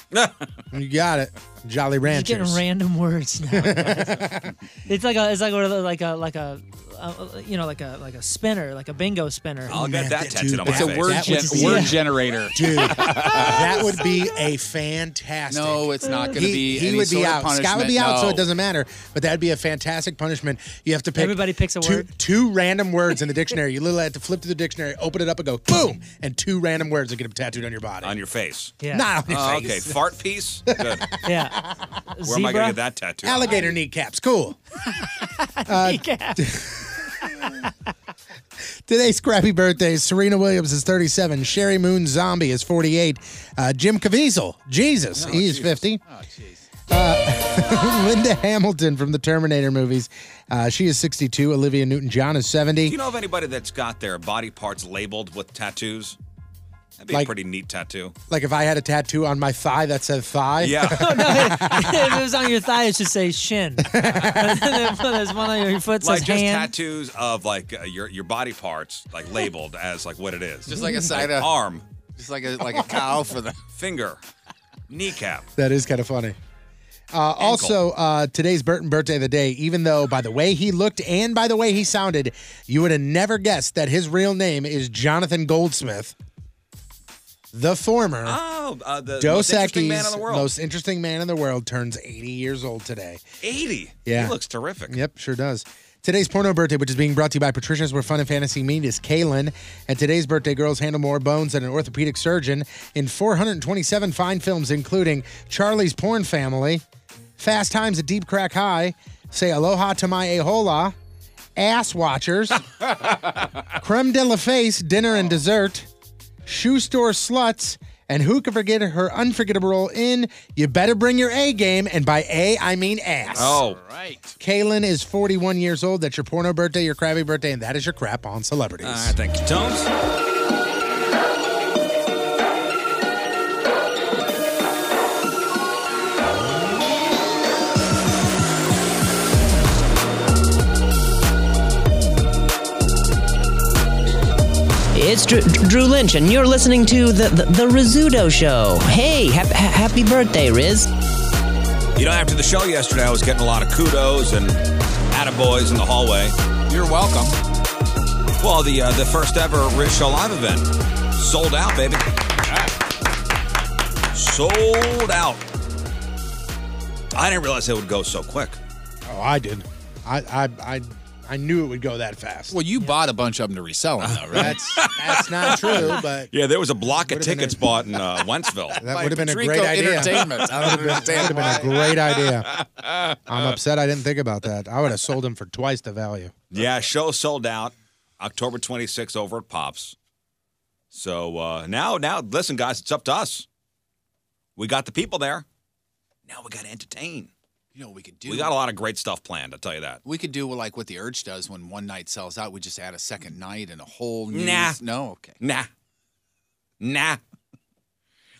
[SPEAKER 5] You got it. Jolly
[SPEAKER 8] He's getting
[SPEAKER 5] Ranchers.
[SPEAKER 8] random words now. guys. it's like a, it's like one of the, like a, like a, uh, you know, like a like a spinner, like a bingo spinner.
[SPEAKER 4] I'll get that tattooed on my
[SPEAKER 7] It's a
[SPEAKER 4] face.
[SPEAKER 7] word,
[SPEAKER 8] Oh, That
[SPEAKER 7] gen-
[SPEAKER 8] would be-
[SPEAKER 7] word
[SPEAKER 8] Yeah.
[SPEAKER 7] generator.
[SPEAKER 5] Dude, that would be a fantastic.
[SPEAKER 7] No, it's not gonna
[SPEAKER 5] He-
[SPEAKER 7] be
[SPEAKER 5] He
[SPEAKER 7] any
[SPEAKER 5] would be
[SPEAKER 7] sort of
[SPEAKER 5] out. Scott would
[SPEAKER 7] punishment,
[SPEAKER 5] be out, so
[SPEAKER 7] no.
[SPEAKER 5] it doesn't matter. But that'd be a fantastic punishment. You have to pick.
[SPEAKER 8] Everybody picks a
[SPEAKER 5] two,
[SPEAKER 8] word?
[SPEAKER 5] Two random words in the dictionary. You literally have to flip to the dictionary, open it up, and go boom, and two random words will get tattooed on your body.
[SPEAKER 4] on your face.
[SPEAKER 5] Yeah. Not on your
[SPEAKER 4] Oh,
[SPEAKER 5] face.
[SPEAKER 4] Okay, fart piece. Good. Where
[SPEAKER 8] yeah.
[SPEAKER 4] am I gonna get that tattoo?
[SPEAKER 5] Alligator kneecaps. Cool. Uh, Today's scrappy birthdays. Serena Williams is 37. Sherry Moon Zombie is 48. Uh, Jim Caviezel, Jesus,
[SPEAKER 4] Oh,
[SPEAKER 5] he is 50. Uh, Linda Hamilton from the Terminator movies. Uh, she is 62. Olivia Newton John is
[SPEAKER 4] Do
[SPEAKER 5] 70.
[SPEAKER 4] you know of anybody that's got their body parts labeled with tattoos? That'd be a
[SPEAKER 5] Like-
[SPEAKER 4] pretty neat tattoo.
[SPEAKER 5] Like if I had a tattoo on my thigh that said thigh.
[SPEAKER 4] Yeah.
[SPEAKER 8] Oh, if it was on your thigh, it should say shin. There's one on your foot says
[SPEAKER 4] like just
[SPEAKER 8] hand.
[SPEAKER 4] tattoos of like uh, your your body parts like labeled as like what it is.
[SPEAKER 7] Just like a side of-
[SPEAKER 4] arm,
[SPEAKER 7] Just like a like a cow for the
[SPEAKER 4] finger, kneecap.
[SPEAKER 5] That is kind of funny. Uh, also, uh, today's Burton birthday of the day, even though by the way he looked and by the way he sounded, you would have never guessed that his real name is Jonathan Goldsmith, the former
[SPEAKER 4] Oh, uh, the
[SPEAKER 5] Dos
[SPEAKER 4] most interesting man
[SPEAKER 5] Equis,
[SPEAKER 4] in the world.
[SPEAKER 5] most interesting man in the world, turns 80 years old today.
[SPEAKER 4] 80.
[SPEAKER 5] Yeah.
[SPEAKER 4] He looks terrific.
[SPEAKER 5] Yep, sure does. Today's porno birthday, which is being brought to you by Patricia's Where Fun and Fantasy Meet, is Kaylin. And today's birthday girls handle more bones than an orthopedic surgeon in 427 fine films, including Charlie's Porn Family, Fast Times at Deep Crack High, Say Aloha to My Ahola, Ass Watchers, Creme de la Face, Dinner and Dessert, Shoe Store Sluts, and who can forget her unforgettable role in You Better Bring Your A Game, and by A, I mean ass.
[SPEAKER 4] Oh,
[SPEAKER 5] Kaylin is 41 years old. That's your porno birthday, your crabby birthday, and that is your crap on celebrities.
[SPEAKER 4] All right, thank you, Tones.
[SPEAKER 11] It's Drew, Drew Lynch, and you're listening to the the, the Rizzuto Show. Hey, hap, ha- happy birthday, Riz!
[SPEAKER 4] You know, after the show yesterday, I was getting a lot of kudos and attaboys in the hallway. You're welcome. Well, the uh, the first ever Rich Show Live event sold out, baby. Sold out. I didn't realize it would go so quick.
[SPEAKER 5] Oh, I did. I I I, I knew it would go that fast.
[SPEAKER 7] Well, you bought a bunch of them to resell them, though, right?
[SPEAKER 5] That's that's not true, but
[SPEAKER 4] Yeah, there was a block of
[SPEAKER 5] Would've been
[SPEAKER 4] tickets bought in uh, Wentzville.
[SPEAKER 5] that would have been a great idea.
[SPEAKER 7] Entertainment. I
[SPEAKER 5] That
[SPEAKER 7] don't
[SPEAKER 5] would have been,
[SPEAKER 7] understand
[SPEAKER 5] a great idea. I'm upset I didn't think about that. I would have sold them for twice the value.
[SPEAKER 4] Yeah, show sold out October 26th over at Pops. So uh, now, now, listen, guys, it's up to us. We got the people there. Now we got to entertain.
[SPEAKER 7] You know what we could do?
[SPEAKER 4] We got a lot of great stuff planned. I'll tell you that.
[SPEAKER 7] We could do like what the Urge does when one night sells out. We just add a second night and a whole new.
[SPEAKER 4] Nah.
[SPEAKER 7] No, okay.
[SPEAKER 4] Nah, nah.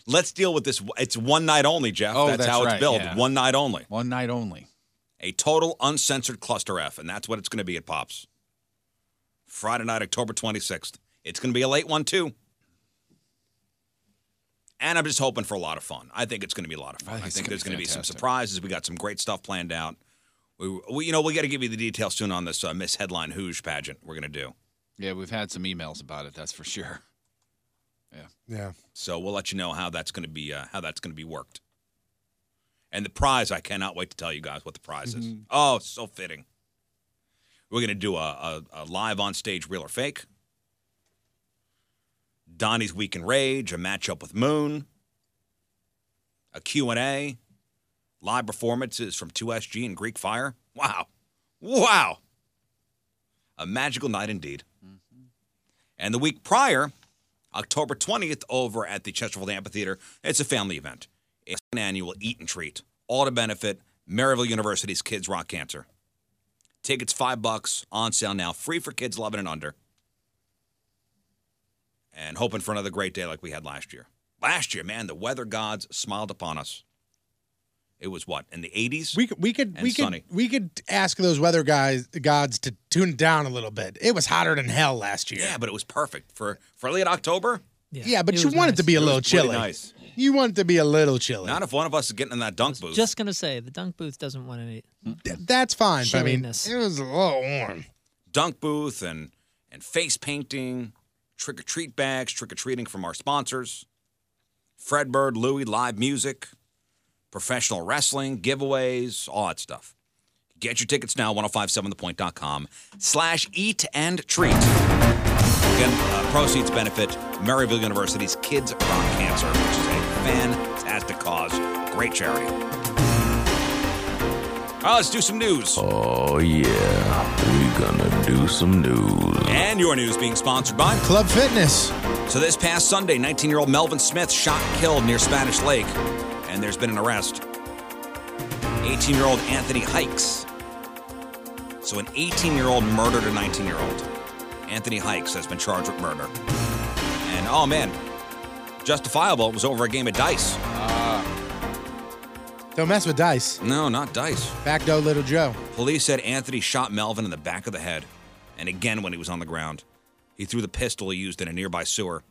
[SPEAKER 4] Let's deal with this. It's one night only, Jeff.
[SPEAKER 7] Oh, that's
[SPEAKER 4] how
[SPEAKER 7] right,
[SPEAKER 4] it's built.
[SPEAKER 7] yeah.
[SPEAKER 4] One night only.
[SPEAKER 7] One night only.
[SPEAKER 4] A total uncensored cluster F, and that's what it's going to be at Pops. Friday night, October 26th. It's going to be a late one, too. And I'm just hoping for a lot of fun. I think it's going to be a lot of fun. I think,
[SPEAKER 7] it's gonna
[SPEAKER 4] there's
[SPEAKER 7] be
[SPEAKER 4] going to be some
[SPEAKER 7] fantastic.
[SPEAKER 4] surprises. We got some great stuff planned out. We, we you know, we got to give you the details soon on this uh, Miss Headline Hooge pageant we're going to do.
[SPEAKER 7] Yeah, we've had some emails about it. That's for sure.
[SPEAKER 5] Yeah.
[SPEAKER 4] So we'll let you know how that's going to be uh, how that's going to be worked. And the prize, I cannot wait to tell you guys what the prize is.
[SPEAKER 12] Mhm.
[SPEAKER 4] Oh, so fitting. We're going to do a, a, a live on stage real or fake. Donnie's week in rage, a matchup with Moon, a Q and A, live performances from 2SG and Greek Fire. Wow, wow, a magical night indeed. And the week prior, October 20th over at the Chesterfield Amphitheater. It's a family event. It's an annual eat and treat, all to benefit Maryville University's Kids Rock Cancer. Tickets five bucks on sale now, free for kids 11 and under. And hoping for another great day like we had last year. Last year, man, the weather gods smiled upon us. It was what in the 80s?
[SPEAKER 5] We could we could
[SPEAKER 4] And
[SPEAKER 5] we
[SPEAKER 4] sunny.
[SPEAKER 5] could we could ask those weather guys gods to tune down a little bit. It was hotter than hell last year.
[SPEAKER 4] yeah, but it was perfect for for late October.
[SPEAKER 5] Yeah, but you want it to be a
[SPEAKER 4] It was
[SPEAKER 5] little
[SPEAKER 4] pretty
[SPEAKER 5] chilly.
[SPEAKER 4] nice.
[SPEAKER 5] You want it to be a little chilly.
[SPEAKER 4] Not if one of us is getting in that dunk booth.
[SPEAKER 8] Just gonna say the dunk booth doesn't want any.
[SPEAKER 5] Th- that's fine. But I mean,
[SPEAKER 8] Chilliness.
[SPEAKER 5] it was a little warm.
[SPEAKER 4] dunk booth and and face painting, trick or treat bags, trick or treating from our sponsors, Fred Bird, Louie, live music, professional wrestling, giveaways, all that stuff. Get your tickets now, 1057thepoint.com slash eat and treat. Again, uh, proceeds benefit Maryville University's Kids Rock Cancer, which is a fantastic cause. Great charity. All right, let's do some news.
[SPEAKER 12] Oh, yeah. We're gonna do some news.
[SPEAKER 4] And your news being sponsored by
[SPEAKER 5] Club Fitness.
[SPEAKER 4] So this past Sunday, 19-year-old Melvin Smith shot and killed near Spanish Lake, and there's been an arrest. 18-year-old Anthony Hikes. So an 18-year-old murdered a 19-year-old. Anthony Hikes has been charged with murder. And oh man, justifiable. It was over a game of dice.
[SPEAKER 5] Don't mess with dice.
[SPEAKER 4] No, not dice.
[SPEAKER 5] Backdo Little Joe.
[SPEAKER 4] Police said Anthony shot Melvin in the back of the head, and again when he was on the ground. He threw the pistol he used in a nearby sewer.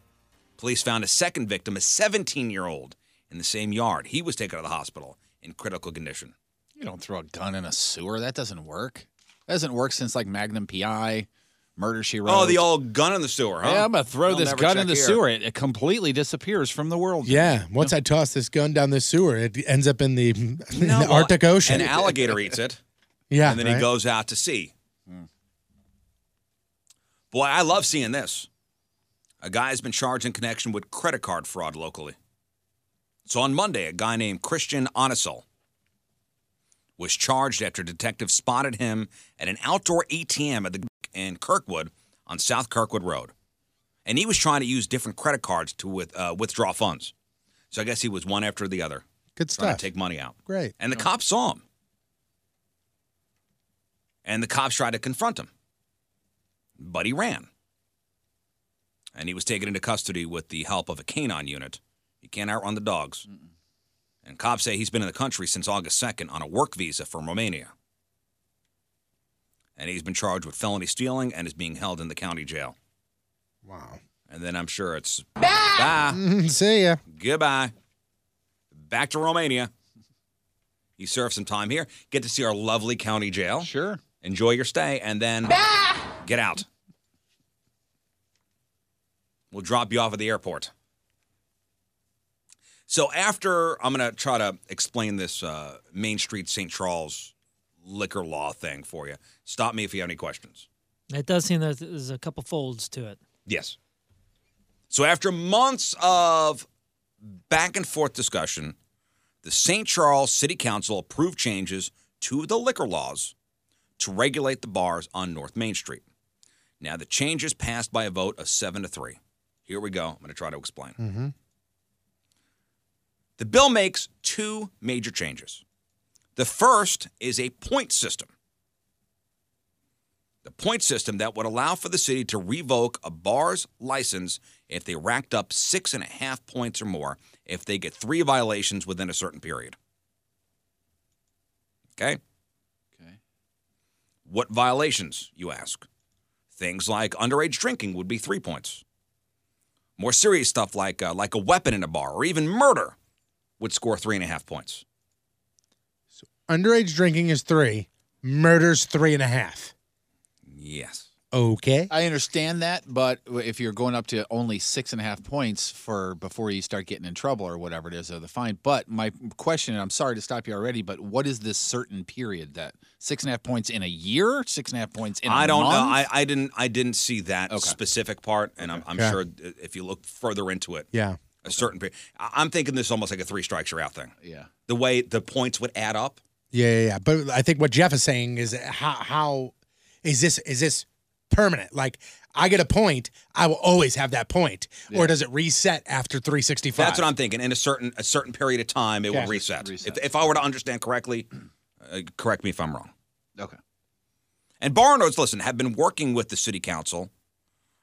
[SPEAKER 4] Police found a second victim, a 17 year old, in the same yard. He was taken to the hospital in critical condition.
[SPEAKER 7] You don't throw a gun in a sewer. That doesn't work. That hasn't worked since like Magnum PI, Murder She Wrote.
[SPEAKER 4] Oh, the old gun in the sewer, huh?
[SPEAKER 7] Yeah, I'm gonna throw
[SPEAKER 4] They'll
[SPEAKER 7] this
[SPEAKER 4] never
[SPEAKER 7] gun
[SPEAKER 4] check
[SPEAKER 7] in the
[SPEAKER 4] here.
[SPEAKER 7] sewer. It, it completely disappears from the world.
[SPEAKER 5] Yeah. Once I toss this gun down the sewer, it ends up in the, in
[SPEAKER 4] No,
[SPEAKER 5] the
[SPEAKER 4] well,
[SPEAKER 5] Arctic Ocean.
[SPEAKER 4] An alligator eats it.
[SPEAKER 5] Yeah,
[SPEAKER 4] And then he
[SPEAKER 5] right.
[SPEAKER 4] goes out to sea. Boy, I love seeing this. A guy has been charged in connection with credit card fraud locally. So on Monday, a guy named Christian Onisel was charged after detectives spotted him at an outdoor ATM at the in Kirkwood on South Kirkwood Road, and he was trying to use different credit cards to with, uh, withdraw funds. So I guess he was one after the other.
[SPEAKER 5] Good
[SPEAKER 4] trying
[SPEAKER 5] stuff.
[SPEAKER 4] To take money out.
[SPEAKER 5] Great.
[SPEAKER 4] And the cops saw him. And the cops tried to confront him. But he ran. And he was taken into custody with the help of a canine unit. He can't outrun the dogs. And cops say he's been in the country since August 2nd on a work visa from Romania. And he's been charged with felony stealing and is being held in the county jail.
[SPEAKER 5] Wow.
[SPEAKER 4] And then I'm sure it's
[SPEAKER 5] See ya.
[SPEAKER 4] Goodbye. Back to Romania. You serve some time here. Get to see our lovely county jail.
[SPEAKER 7] Sure.
[SPEAKER 4] Enjoy your stay and then get out. We'll drop you off at the airport. So after I'm going to try to explain this uh, Main Street St. Charles liquor law thing for you. Stop me if you have any questions.
[SPEAKER 8] It does seem that there's a couple folds to it.
[SPEAKER 4] Yes. So after months of back and forth discussion, the St. Charles City Council approved changes to the liquor laws to regulate the bars on North Main Street. Now the changes passed by a vote of 7 to 3. Here we go. I'm going to try to explain.
[SPEAKER 13] Mm-hmm.
[SPEAKER 4] The bill makes two major changes. The first is a point system. The point system that would allow for the city to revoke a bar's license if they racked up six and a half points or more if they get three violations within a certain period. Okay? Okay. What violations, you ask? Things like underage drinking would be three points. More serious stuff like uh, like a weapon in a bar or even murder would score three and a half points.
[SPEAKER 5] Underage drinking is three. Murder's three and a half.
[SPEAKER 4] Yes.
[SPEAKER 5] Okay.
[SPEAKER 7] I understand that, but if you're going up to only six and a half points for before you start getting in trouble or whatever it is or the fine. But my question, and I'm sorry to stop you already, but what is this certain period that six and a half points in a year, six and a half points in I
[SPEAKER 4] I don't know. I, I didn't I didn't see that specific part, and I'm, I'm
[SPEAKER 5] Okay.
[SPEAKER 4] sure if you look further into it,
[SPEAKER 5] Yeah.
[SPEAKER 4] a certain period. I- I'm thinking this is almost like a three strikes you're out thing.
[SPEAKER 7] Yeah.
[SPEAKER 4] The way the points would add up.
[SPEAKER 5] Yeah, yeah, yeah. But I think what Jeff is saying is how how is this is this permanent? Like I get a point, I will always have that point, or does it reset after 365?
[SPEAKER 4] That's what I'm thinking. In a certain a certain period of time, it
[SPEAKER 5] Yeah.
[SPEAKER 4] would reset. If, if I were to understand correctly, uh, correct me if I'm wrong.
[SPEAKER 7] Okay.
[SPEAKER 4] And bar owners, listen, have been working with the city council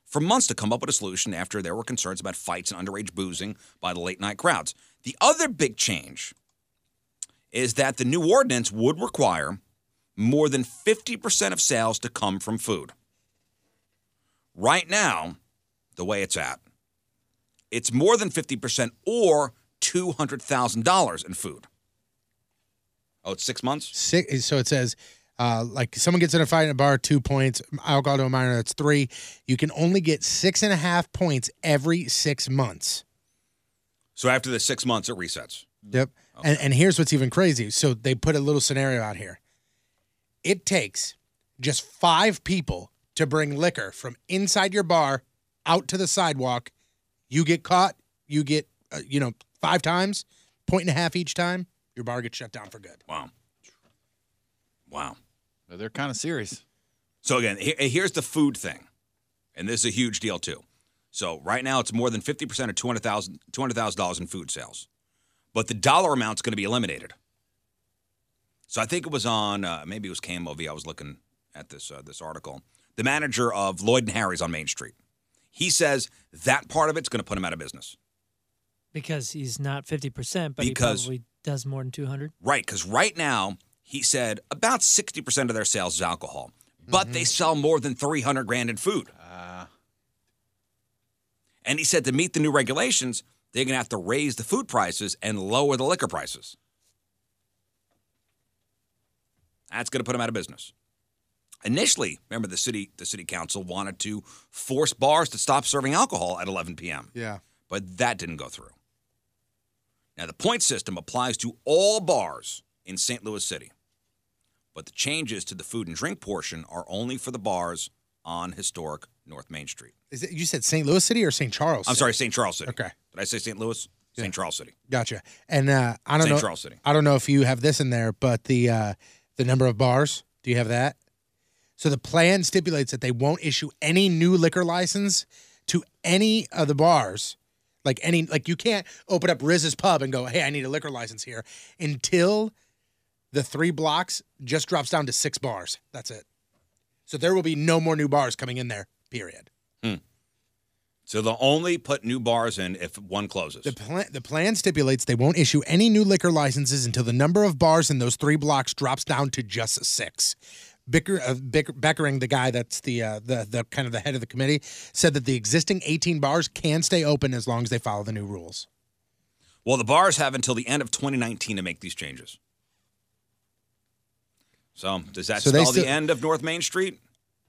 [SPEAKER 4] for months to come up with a solution after there were concerns about fights and underage boozing by the late night crowds. The other big change is that the new ordinance would require more than 50% of sales to come from food. Right now, the way it's at, it's more than 50% or $200,000 in food. Oh, it's six months?
[SPEAKER 5] Six, so it says Uh, like someone gets in a fight in a bar, two points. Alcohol to a minor, that's three. You can only get six and a half points every six months.
[SPEAKER 4] So after the six months, it resets.
[SPEAKER 5] Yep. And, and here's what's even crazy. So they put a little scenario out here. It takes just five people to bring liquor from inside your bar out to the sidewalk. You get caught. You get, uh, you know, five times, point and a half each time. Your bar gets shut down for good.
[SPEAKER 4] Wow. Wow.
[SPEAKER 7] They're kind of serious.
[SPEAKER 4] So again, he- eh, here's the food thing, and this is a huge deal too. So right now, it's more than fifty percent of two hundred thousand two hundred thousand dollars in food sales, but the dollar amount's going to be eliminated. So I think it was on uh, maybe it was KMOV. I was looking at this uh, this article. The manager of Lloyd and Harry's on Main Street, he says that part of it's going to put him out of business.
[SPEAKER 8] because he's not fifty percent, but
[SPEAKER 4] Because-
[SPEAKER 8] he probably does more than two hundred.
[SPEAKER 4] Right, because right now he said about sixty percent of their sales is alcohol, but they sell more than three hundred grand in food. and he said to meet the new regulations, they're going to have to raise the food prices and lower the liquor prices. That's going to put them out of business. Initially, remember the city the city council wanted to force bars to stop serving alcohol at 11 p.m
[SPEAKER 5] Yeah.
[SPEAKER 4] but that didn't go through. Now, the point system applies to all bars in St. Louis City, but the changes to the food and drink portion are only for the bars on historic North Main Street.
[SPEAKER 5] Is it, you said St. Louis City or St. Charles?
[SPEAKER 4] I'm
[SPEAKER 5] City?
[SPEAKER 4] sorry, St. Charles City.
[SPEAKER 5] Oh, Okay.
[SPEAKER 4] Did I say St. Louis? St. Charles City.
[SPEAKER 5] Gotcha. And uh, I don't
[SPEAKER 4] St.
[SPEAKER 5] know.
[SPEAKER 4] Charles City.
[SPEAKER 5] I don't know if you have this in there, but the uh, the number of bars. Do you have that? So the plan stipulates that they won't issue any new liquor license to any of the bars. Like any like you can't open up Riz's pub and go, "Hey, I need a liquor license here," until the three blocks just drops down to six bars. That's it. So there will be no more new bars coming in there. Period.
[SPEAKER 4] Hmm. So they'll only put new bars in if one closes.
[SPEAKER 5] The plan, the plan stipulates they won't issue any new liquor licenses until the number of bars in those three blocks drops down to just six. Bicker, uh, Bicker, Beckering, the guy that's the, uh, the the kind of the head of the committee, said that the existing 18 bars can stay open as long as they follow the new rules.
[SPEAKER 4] Well, the bars have until the end of 2019 to make these changes. So, does that
[SPEAKER 5] So they
[SPEAKER 4] spell the
[SPEAKER 5] still-
[SPEAKER 4] end of North Main Street?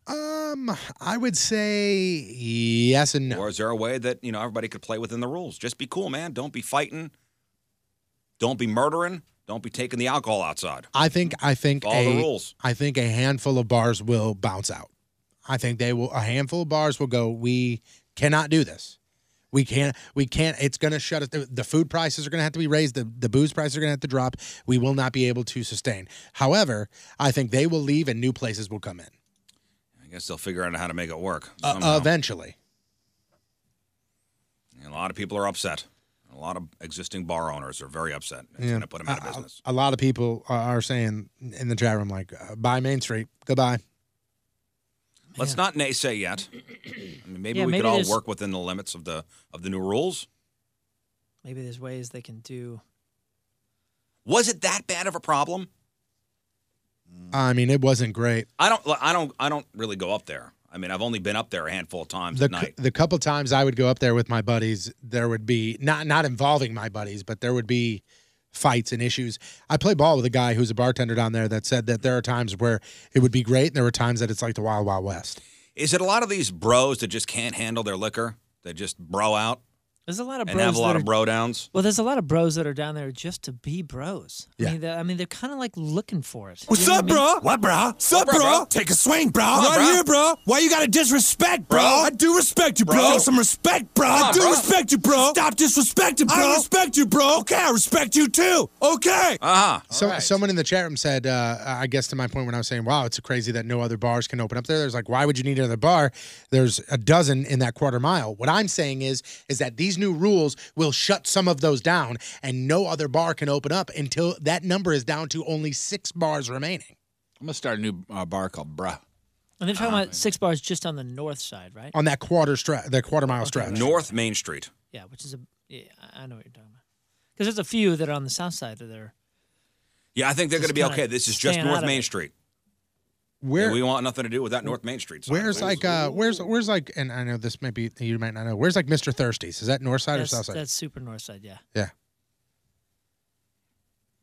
[SPEAKER 5] Um, I would say yes and no.
[SPEAKER 4] Or is there a way that you know everybody could play within the rules? Just be cool, man. Don't be fighting. Don't be murdering. Don't be taking the alcohol outside.
[SPEAKER 5] I think I think
[SPEAKER 4] Follow
[SPEAKER 5] a,
[SPEAKER 4] the rules.
[SPEAKER 5] I think a handful of bars will bounce out. I think they will. A handful of bars will go. We cannot do this. We can't. We can't. It's going to shut us. The, the food prices are going to have to be raised. The the booze prices are going to have to drop. We will not be able to sustain. However, I think they will leave and new places will come in
[SPEAKER 4] I guess they'll figure out how to make it work.
[SPEAKER 5] uh,
[SPEAKER 4] somehow.
[SPEAKER 5] eventually.
[SPEAKER 4] And a lot of people are upset. A lot of existing bar owners are very upset. It's
[SPEAKER 5] Yeah. Uh,
[SPEAKER 4] going to put them out of
[SPEAKER 5] A- a-
[SPEAKER 4] business.
[SPEAKER 5] A, lot of people are- are saying in the chat room like, uh, "Bye Main Street. Goodbye."
[SPEAKER 4] Let's not naysay yet. I mean, maybe
[SPEAKER 8] Yeah,
[SPEAKER 4] we
[SPEAKER 8] maybe
[SPEAKER 4] could all
[SPEAKER 8] there's-
[SPEAKER 4] work within the limits of the of the new rules.
[SPEAKER 8] Maybe there's ways they can do.
[SPEAKER 4] Was it that bad of a problem? Mm.
[SPEAKER 5] I mean, it wasn't great.
[SPEAKER 4] I don't. I don't. I don't really go up there. I mean, I've only been up there a handful of times
[SPEAKER 5] the,
[SPEAKER 4] at
[SPEAKER 5] cou-
[SPEAKER 4] night.
[SPEAKER 5] the couple times I would go up there with my buddies, there would be not not involving my buddies, but there would be fights and issues. I play ball with a guy who's a bartender down there that said that there are times where it would be great, and there were times that it's like the wild wild west.
[SPEAKER 4] Is it a lot of these bros that just can't handle their liquor? They just bro out
[SPEAKER 8] There's a lot of
[SPEAKER 4] and have a
[SPEAKER 8] bros
[SPEAKER 4] lot
[SPEAKER 8] that
[SPEAKER 4] of
[SPEAKER 8] are-
[SPEAKER 4] bro downs.
[SPEAKER 8] Well, there's a lot of bros that are down there just to be bros.
[SPEAKER 4] Yeah.
[SPEAKER 8] I mean, they're, I mean, they're kind of like looking for it.
[SPEAKER 9] What's up, bro? What, bro? What's up, bro? Take a swing, bro.
[SPEAKER 8] Come on,
[SPEAKER 9] I'm
[SPEAKER 8] bro.
[SPEAKER 9] here, bro. Why you gotta disrespect, bro?
[SPEAKER 8] Bro.
[SPEAKER 9] I do respect you, bro.
[SPEAKER 8] Bro.
[SPEAKER 9] Show some respect, bro.
[SPEAKER 8] Come
[SPEAKER 9] I
[SPEAKER 8] on,
[SPEAKER 9] do
[SPEAKER 8] bro.
[SPEAKER 9] respect you, bro. Stop disrespecting, bro. I don't respect you, bro. Okay, I respect you too. Okay.
[SPEAKER 4] Uh huh.
[SPEAKER 5] So someone in the chat room said, uh, I guess to my point when I was saying, "Wow, it's crazy that no other bars can open up there." There's like, why would you need another bar? There's a dozen in that quarter mile. What I'm saying is, is that these new rules will shut some of those down, and no other bar can open up until that number is down to only six bars remaining.
[SPEAKER 7] I'm gonna start a new uh, bar called Bruh.
[SPEAKER 8] And they're talking
[SPEAKER 4] Ah,
[SPEAKER 8] about six bars just on the north side, right?
[SPEAKER 5] on that quarter stretch, the quarter mile stretch.
[SPEAKER 4] North Main Street.
[SPEAKER 8] Yeah, which is a. Yeah, I I know what you're talking about. Because there's a few that are on the south side that are.
[SPEAKER 4] Yeah, I think they're going to
[SPEAKER 8] Just
[SPEAKER 4] be
[SPEAKER 8] kinda
[SPEAKER 4] okay. This is just
[SPEAKER 8] staying out
[SPEAKER 4] North
[SPEAKER 8] of
[SPEAKER 4] Main
[SPEAKER 8] it.
[SPEAKER 4] Street.
[SPEAKER 5] Where-
[SPEAKER 4] Yeah, we want nothing to do with that North Main Street. side.
[SPEAKER 5] Where's like uh where's where's like and I know this might be you might not know where's like Mr. Thirsty's is that north side
[SPEAKER 8] that's,
[SPEAKER 5] or south side?
[SPEAKER 8] That's super north side, yeah.
[SPEAKER 5] yeah,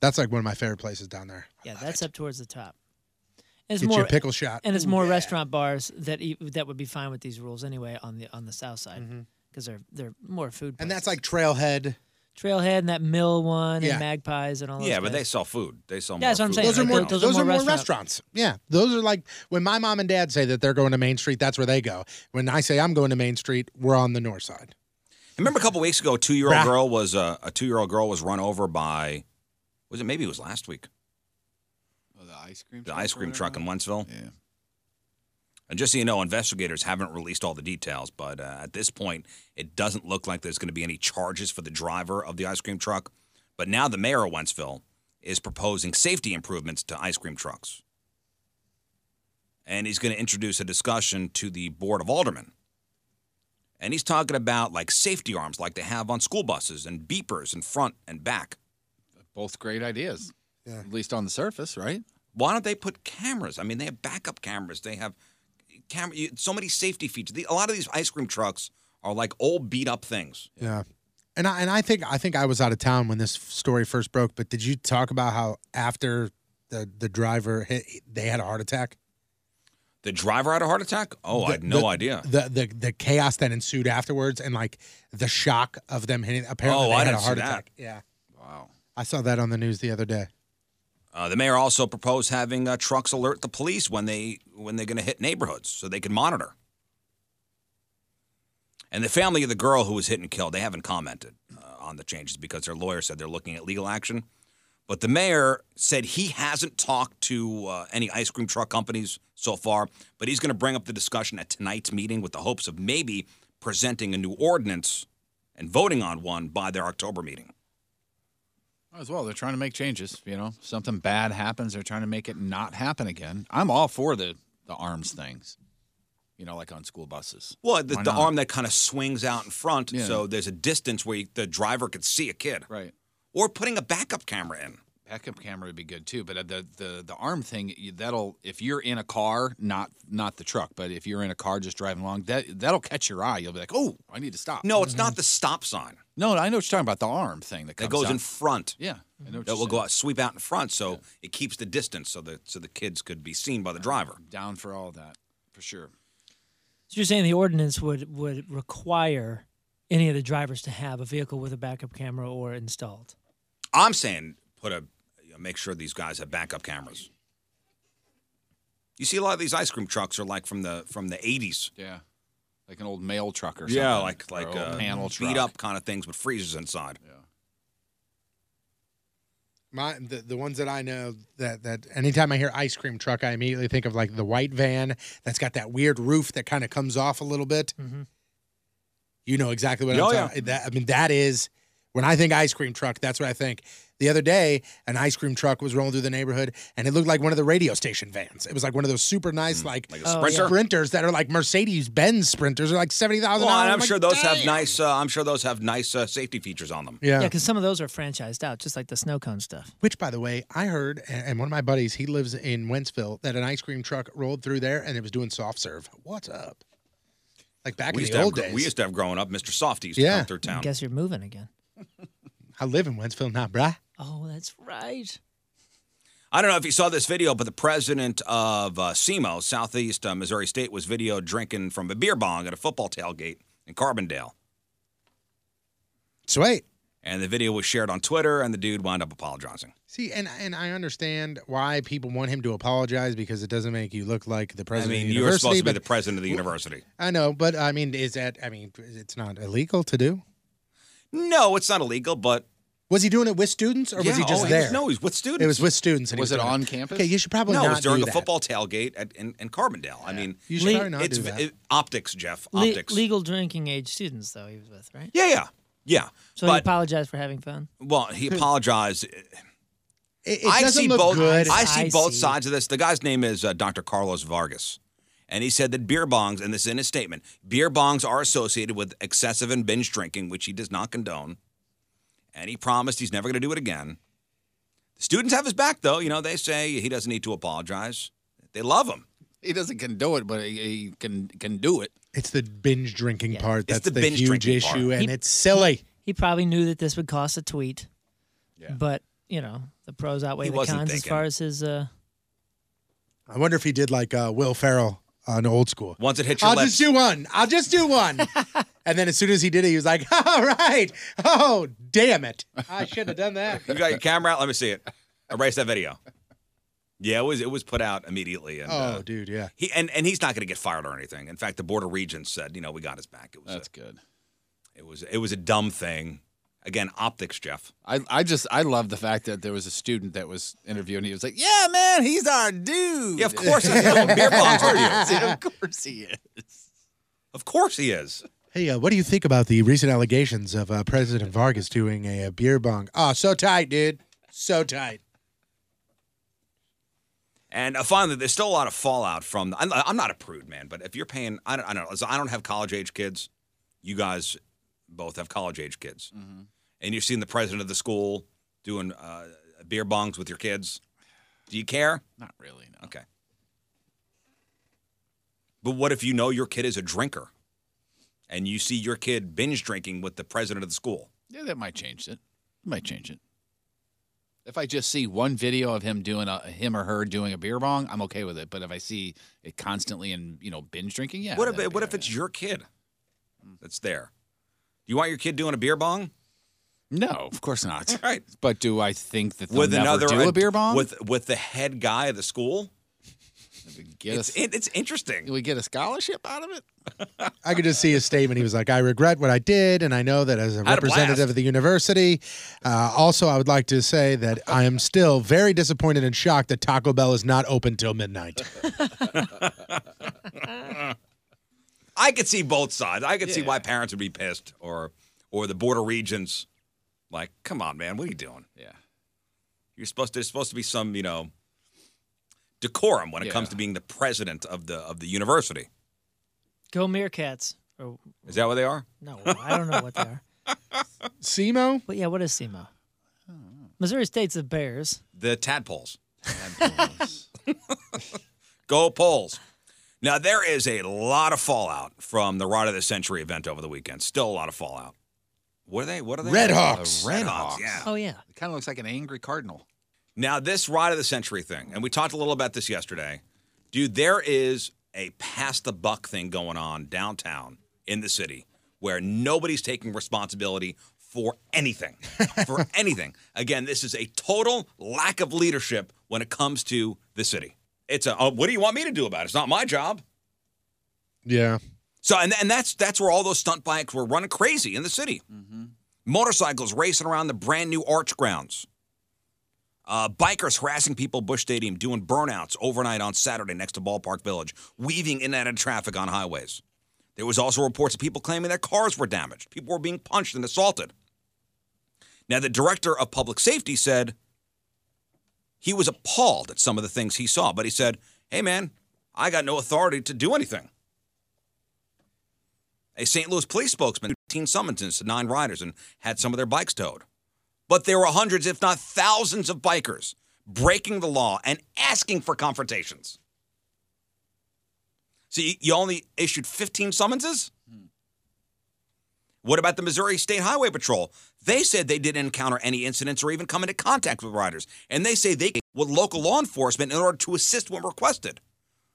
[SPEAKER 5] that's like one of my favorite places down there.
[SPEAKER 8] Yeah, that's up towards the top. And
[SPEAKER 5] Get you a pickle shot.
[SPEAKER 8] and it's
[SPEAKER 5] Ooh,
[SPEAKER 8] more restaurant bars that e- that would be fine with these rules anyway on the on the south side
[SPEAKER 4] Mm-hmm.
[SPEAKER 8] because they're they're more food.
[SPEAKER 5] And that's like Trailhead.
[SPEAKER 8] Trailhead and that Mill one
[SPEAKER 5] Yeah.
[SPEAKER 8] and Magpies and all.
[SPEAKER 4] yeah,
[SPEAKER 8] those
[SPEAKER 4] but they
[SPEAKER 8] guys.
[SPEAKER 4] sell food. They sell.
[SPEAKER 8] Yeah, that's
[SPEAKER 4] more
[SPEAKER 8] what I'm
[SPEAKER 4] food than
[SPEAKER 8] saying. Those are
[SPEAKER 4] they
[SPEAKER 8] more-
[SPEAKER 4] don't.
[SPEAKER 8] those
[SPEAKER 5] Those are more
[SPEAKER 8] restaurant-
[SPEAKER 5] restaurants. Yeah. Those are like when my mom and dad say that they're going to Main Street, that's where they go. When I say I'm going to Main Street, we're on the north side.
[SPEAKER 4] Remember a couple weeks ago, a two-year-old
[SPEAKER 5] Bruh.
[SPEAKER 4] girl was uh, a two-year-old girl was run over by. Was it maybe it was last week?
[SPEAKER 7] the ice cream.
[SPEAKER 4] The ice cream truck in Wentzville. Yeah. And just so you know, investigators haven't released all the details, but uh, at this point, it doesn't look like there's going to be any charges for the driver of the ice cream truck. But now the mayor of Wentzville is proposing safety improvements to ice cream trucks. And he's going to introduce a discussion to the Board of Aldermen. And he's talking about like safety arms like they have on school buses and beepers in front and back.
[SPEAKER 7] Both great ideas. At least on the surface, right?
[SPEAKER 4] Why don't they put cameras? I mean, they have backup cameras. They have camera. you- So many safety features. The- A lot of these ice cream trucks are like old beat up things.
[SPEAKER 5] Yeah. And I and I think I think I was out of town when this story first broke, but did you talk about how after the the driver hit, they had a heart attack?
[SPEAKER 4] The driver had a heart attack. Oh, I
[SPEAKER 5] The-
[SPEAKER 4] had no
[SPEAKER 5] the-
[SPEAKER 4] idea.
[SPEAKER 5] The, the the chaos that ensued afterwards and like the shock of them hitting apparently
[SPEAKER 4] oh,
[SPEAKER 5] they
[SPEAKER 4] I
[SPEAKER 5] had
[SPEAKER 4] didn't
[SPEAKER 5] a heart
[SPEAKER 4] see that.
[SPEAKER 5] attack. Yeah. I saw that on the news the other day.
[SPEAKER 4] Uh, the mayor also proposed having uh, trucks alert the police when they when they're going to hit neighborhoods, so they can monitor. And the family of the girl who was hit and killed, they haven't commented uh, on the changes because their lawyer said they're looking at legal action. But the mayor said he hasn't talked to uh, any ice cream truck companies so far, but he's going to bring up the discussion at tonight's meeting with the hopes of maybe presenting a new ordinance and voting on one by their October meeting.
[SPEAKER 7] As well, they're trying to make changes. You know, something bad happens, they're trying to make it not happen again. I'm all for the the arms things. You know, like on school buses.
[SPEAKER 4] Well, the,
[SPEAKER 7] Why
[SPEAKER 4] the
[SPEAKER 7] not?
[SPEAKER 4] arm that kind of swings out in front,
[SPEAKER 7] Yeah.
[SPEAKER 4] so there's a distance where you, the driver could see a kid.
[SPEAKER 7] Right.
[SPEAKER 4] Or putting a backup camera in.
[SPEAKER 7] backup camera would be good too. But uh, the the the arm thing you- that'll if you're in a car, not not the truck, but if you're in a car just driving along, that that'll catch your eye. You'll be like, oh, I need to stop.
[SPEAKER 4] No, it's not the stop sign.
[SPEAKER 7] No, I know what you're talking about. The arm thing that
[SPEAKER 4] That
[SPEAKER 7] comes
[SPEAKER 4] goes
[SPEAKER 7] out.
[SPEAKER 4] in front.
[SPEAKER 7] Yeah, I know what
[SPEAKER 4] That
[SPEAKER 7] you're
[SPEAKER 4] will go
[SPEAKER 7] saying.
[SPEAKER 4] out, sweep out in front, so it keeps the distance, so the so the kids could be seen by the driver.
[SPEAKER 7] Down for all that, for sure.
[SPEAKER 8] So you're saying the ordinance would would require any of the drivers to have a vehicle with a backup camera or installed.
[SPEAKER 4] I'm saying put a you know, make sure these guys have backup cameras. You see, a lot of these ice cream trucks are like from the from the 80s.
[SPEAKER 7] Yeah, like an old mail truck or
[SPEAKER 4] yeah,
[SPEAKER 7] something,
[SPEAKER 4] like
[SPEAKER 7] or
[SPEAKER 4] like
[SPEAKER 7] old
[SPEAKER 4] uh,
[SPEAKER 7] panel
[SPEAKER 4] beat
[SPEAKER 7] truck.
[SPEAKER 4] up kind of things with freezers inside. Yeah.
[SPEAKER 5] My the, the ones that I know that that anytime I hear ice cream truck, I immediately think of like the white van that's got that weird roof that kind of comes off a little bit. You know exactly what
[SPEAKER 13] Mm-hmm. Oh,
[SPEAKER 5] I'm
[SPEAKER 13] yeah.
[SPEAKER 5] talking. That, I mean, that is when I think ice cream truck. That's what I think. The other day, an ice cream truck was rolling through the neighborhood, and it looked like one of the radio station vans. It was like one of those super nice, like,
[SPEAKER 4] like a Oh, Sprinter? yeah.
[SPEAKER 5] sprinters that are like Mercedes Benz sprinters, are like seventy thousand.
[SPEAKER 4] Well, and I'm sure those have nice. Uh, I'm sure those have nice uh, safety features on them.
[SPEAKER 5] Yeah.
[SPEAKER 8] Yeah, because some of those are franchised out, just like the snow cone stuff.
[SPEAKER 5] Which, by the way, I heard, a- and one of my buddies, he lives in Wentzville, that an ice cream truck rolled through there and it was doing soft serve. What's up? Like back
[SPEAKER 4] we
[SPEAKER 5] in
[SPEAKER 4] used
[SPEAKER 5] the
[SPEAKER 4] to
[SPEAKER 5] old
[SPEAKER 4] have,
[SPEAKER 5] days.
[SPEAKER 4] We used to have growing up, Mr. Softy used to
[SPEAKER 5] Yeah.
[SPEAKER 4] come through town.
[SPEAKER 8] Guess you're moving again.
[SPEAKER 5] I live in Wentzville now, bruh.
[SPEAKER 8] Oh, that's right.
[SPEAKER 4] I don't know if you saw this video, but the president of uh, SEMO, Southeast uh, Missouri State, was videoed drinking from a beer bong at a football tailgate in Carbondale.
[SPEAKER 5] Sweet.
[SPEAKER 4] And the video was shared on Twitter, and the dude wound up apologizing.
[SPEAKER 5] See, and and I understand why people want him to apologize because it doesn't make you look like the president
[SPEAKER 4] I mean,
[SPEAKER 5] of the
[SPEAKER 4] you were
[SPEAKER 5] university.
[SPEAKER 4] supposed to be
[SPEAKER 5] but
[SPEAKER 4] the president of the university.
[SPEAKER 5] I know, but I mean, is that? I mean, it's not illegal to do.
[SPEAKER 4] No, it's not illegal, but
[SPEAKER 5] Was he doing it with students, or was
[SPEAKER 4] Yeah,
[SPEAKER 5] he just
[SPEAKER 4] oh,
[SPEAKER 5] there?
[SPEAKER 4] was- no, he's with students.
[SPEAKER 5] It was with students. and he
[SPEAKER 4] was, it
[SPEAKER 5] doing
[SPEAKER 4] on campus?
[SPEAKER 5] Okay, you should probably
[SPEAKER 4] no.
[SPEAKER 5] not
[SPEAKER 4] it was during
[SPEAKER 5] do
[SPEAKER 4] a
[SPEAKER 5] that.
[SPEAKER 4] football tailgate at in, in Carbondale. I mean,
[SPEAKER 5] You should Le- probably not
[SPEAKER 4] it's,
[SPEAKER 5] do that.
[SPEAKER 4] it- optics, Jeff.
[SPEAKER 8] Le-
[SPEAKER 4] Optics.
[SPEAKER 8] legal drinking age students, though he was with, right?
[SPEAKER 4] yeah, yeah, yeah.
[SPEAKER 8] So he
[SPEAKER 4] but
[SPEAKER 8] apologized for having fun.
[SPEAKER 4] Well, he apologized.
[SPEAKER 5] It,
[SPEAKER 4] I see both. I see
[SPEAKER 8] I
[SPEAKER 4] both
[SPEAKER 8] see.
[SPEAKER 4] sides of this. The guy's name is uh, Dr. Carlos Vargas, and he said that beer bongs, and this is in his statement, beer bongs are associated with excessive and binge drinking, which he does not condone. And he promised he's never going to do it again. The students have his back, though. You know, they say he doesn't need to apologize. They love him.
[SPEAKER 7] He doesn't condone it, but he, he can can do it.
[SPEAKER 5] It's the binge drinking part
[SPEAKER 7] It's
[SPEAKER 5] that's
[SPEAKER 7] the
[SPEAKER 5] the,
[SPEAKER 7] binge
[SPEAKER 5] huge
[SPEAKER 7] drinking
[SPEAKER 5] issue,
[SPEAKER 7] part.
[SPEAKER 5] and
[SPEAKER 7] He-
[SPEAKER 5] it's silly.
[SPEAKER 8] He probably knew that this would cost a tweet. But you know, the pros outweigh
[SPEAKER 5] He
[SPEAKER 8] the
[SPEAKER 5] wasn't
[SPEAKER 8] cons as
[SPEAKER 5] thinking.
[SPEAKER 8] far as his uh,
[SPEAKER 5] I wonder if he did like uh, Will Ferrell on Old School.
[SPEAKER 4] Once it hits your
[SPEAKER 5] I'll
[SPEAKER 4] lips,
[SPEAKER 5] just do one. I'll just do one. and then as soon as he did it, he was like, "All right. Oh, damn it! I should have done that."
[SPEAKER 4] you got your camera out. Let me see it. Erase that video. Yeah, it was it was put out immediately. And,
[SPEAKER 5] oh,
[SPEAKER 4] uh,
[SPEAKER 5] dude, yeah.
[SPEAKER 4] he and, and he's not going to get fired or anything. In fact, the board of regents said, you know, we got his back. It was that's
[SPEAKER 7] good.
[SPEAKER 4] It was it was a dumb thing. Again, optics, Jeff.
[SPEAKER 7] I, I just I love the fact that there was a student that was interviewed and he was like, "Yeah, man, he's our dude." Yeah,
[SPEAKER 4] of course he's throwing beer bongs at you.
[SPEAKER 7] of course he is.
[SPEAKER 4] Of course he is.
[SPEAKER 5] Hey, uh, what do you think about the recent allegations of uh, President Vargas doing a, uh beer bong? Oh, so tight, dude. So tight.
[SPEAKER 4] And uh, finally, there's still a lot of fallout from. I'm, I'm not a prude, man, but if you're paying, I don't, I don't know. so I don't have college age kids. You guys both have college age kids,
[SPEAKER 7] Mm-hmm.
[SPEAKER 4] and you've seen the president of the school doing uh, beer bongs with your kids. Do you care?
[SPEAKER 7] Not really. No.
[SPEAKER 4] Okay. But what if you know your kid is a drinker, and you see your kid binge drinking with the president of the school?
[SPEAKER 7] Yeah, that might change it. It might change it. If I just see one video of him doing a him or her doing a beer bong, I'm okay with it. But if I see it constantly and you know binge drinking, yeah.
[SPEAKER 4] what if it- what if it's your kid that's there? Do you want your kid doing a beer bong?
[SPEAKER 7] No, of course not.
[SPEAKER 4] Right.
[SPEAKER 7] But do I think that they'll never do a beer bong?
[SPEAKER 4] with with the head guy of the school.
[SPEAKER 7] Get
[SPEAKER 4] it's,
[SPEAKER 7] us-
[SPEAKER 4] it- it's interesting.
[SPEAKER 7] we get a scholarship out of it?
[SPEAKER 5] I could just see his statement. He was like, "I regret what I did, and I know that as a
[SPEAKER 4] I had a
[SPEAKER 5] representative
[SPEAKER 4] blast.
[SPEAKER 5] of the university, uh, also I would like to say that I am still very disappointed and shocked that Taco Bell is not open till midnight."
[SPEAKER 4] I could see both sides. I could see why parents would be pissed, or or the board of regents, like, come on, man, what are you doing?
[SPEAKER 7] Yeah,
[SPEAKER 4] you're supposed to. There's supposed to be some, you know, decorum when it comes
[SPEAKER 8] Yeah.
[SPEAKER 4] to being the president of the of the university.
[SPEAKER 8] Go Meerkats. Or,
[SPEAKER 4] Is that what they are?
[SPEAKER 8] no, I don't know what they are.
[SPEAKER 5] SEMO?
[SPEAKER 8] But yeah, what is SEMO? Missouri State's the Bears.
[SPEAKER 4] The tadpoles. Go Poles. Now, there is a lot of fallout from the Rod of the Century event over the weekend. Still a lot of fallout. What are they? What are they?
[SPEAKER 7] The Red Hawks.
[SPEAKER 4] Yeah.
[SPEAKER 8] Oh yeah.
[SPEAKER 7] It kind of looks like an angry cardinal.
[SPEAKER 4] Now, this Rod of the Century thing, and we talked a little about this yesterday. Dude, there is a pass the buck thing going on downtown in the city where nobody's taking responsibility for anything. for anything. Again, this is a total lack of leadership when it comes to the city. It's a, oh, what do you want me to do about it? It's not my job.
[SPEAKER 5] yeah.
[SPEAKER 4] So and and that's that's where all those stunt bikes were running crazy in the city. Motorcycles racing around the brand new arch grounds. Uh, bikers harassing people at Bush Stadium, doing burnouts overnight on Saturday next to Ballpark Village, weaving in and out of traffic on highways. There was also reports of people claiming their cars were damaged. People were being punched and assaulted. Now, the director of public safety said he was appalled at some of the things he saw, but he said, "Hey, man, I got no authority to do anything." A St. Louis police spokesman, 15 summonses to nine riders and had some of their bikes towed. But there were hundreds, if not thousands, of bikers breaking the law and asking for confrontations. So you, you only issued 15 summonses? What about the Missouri State Highway Patrol? They said they didn't encounter any incidents or even come into contact with riders. And they say they with local law enforcement in order to assist when requested.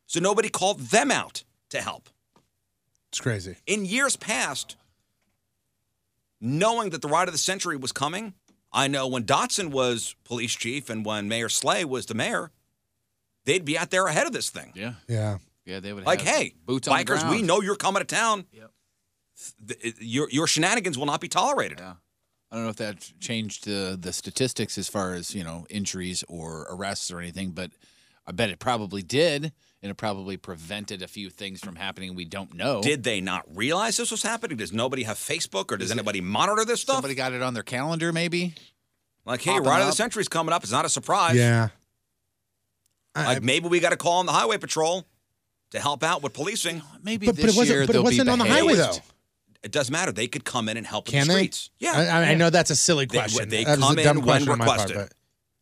[SPEAKER 4] So nobody called them out to help.
[SPEAKER 5] It's crazy.
[SPEAKER 4] In years past, knowing that the ride of the century was coming, I know when Dotson was police chief and when Mayor Slay was the mayor, they'd be out there ahead of this thing.
[SPEAKER 7] Yeah.
[SPEAKER 5] Yeah.
[SPEAKER 7] Yeah, they would
[SPEAKER 4] Like,
[SPEAKER 7] have
[SPEAKER 4] hey,
[SPEAKER 7] boots on the
[SPEAKER 4] bikers, we
[SPEAKER 7] ground.
[SPEAKER 4] know you're coming to town. Th- th- Your, your shenanigans will not be tolerated.
[SPEAKER 7] I don't know if that changed the the statistics as far as you know injuries or arrests or anything, but I bet it probably did, and it probably prevented a few things from happening we don't know.
[SPEAKER 4] Did they not realize this was happening? Does nobody have Facebook or does anybody monitor this stuff? Somebody
[SPEAKER 7] got it on their calendar, maybe?
[SPEAKER 4] Like, hey,
[SPEAKER 7] Popping
[SPEAKER 4] Ride of the
[SPEAKER 7] up.
[SPEAKER 4] Century's coming up. It's not a surprise.
[SPEAKER 5] Yeah.
[SPEAKER 4] Like, maybe we got to call on the highway patrol to help out with policing.
[SPEAKER 7] Maybe
[SPEAKER 5] But- but this it wasn't- year but it they'll be wasn't on the highway, though. behaved.
[SPEAKER 4] It doesn't matter. They could come in and help
[SPEAKER 5] Can
[SPEAKER 4] in the
[SPEAKER 5] they?
[SPEAKER 4] streets. Yeah,
[SPEAKER 5] I, I- I
[SPEAKER 4] Yeah.
[SPEAKER 5] know that's a silly
[SPEAKER 4] They-
[SPEAKER 5] question.
[SPEAKER 4] They,
[SPEAKER 5] That was a
[SPEAKER 4] come
[SPEAKER 5] dumb
[SPEAKER 4] in when
[SPEAKER 5] question on my part,
[SPEAKER 4] requested.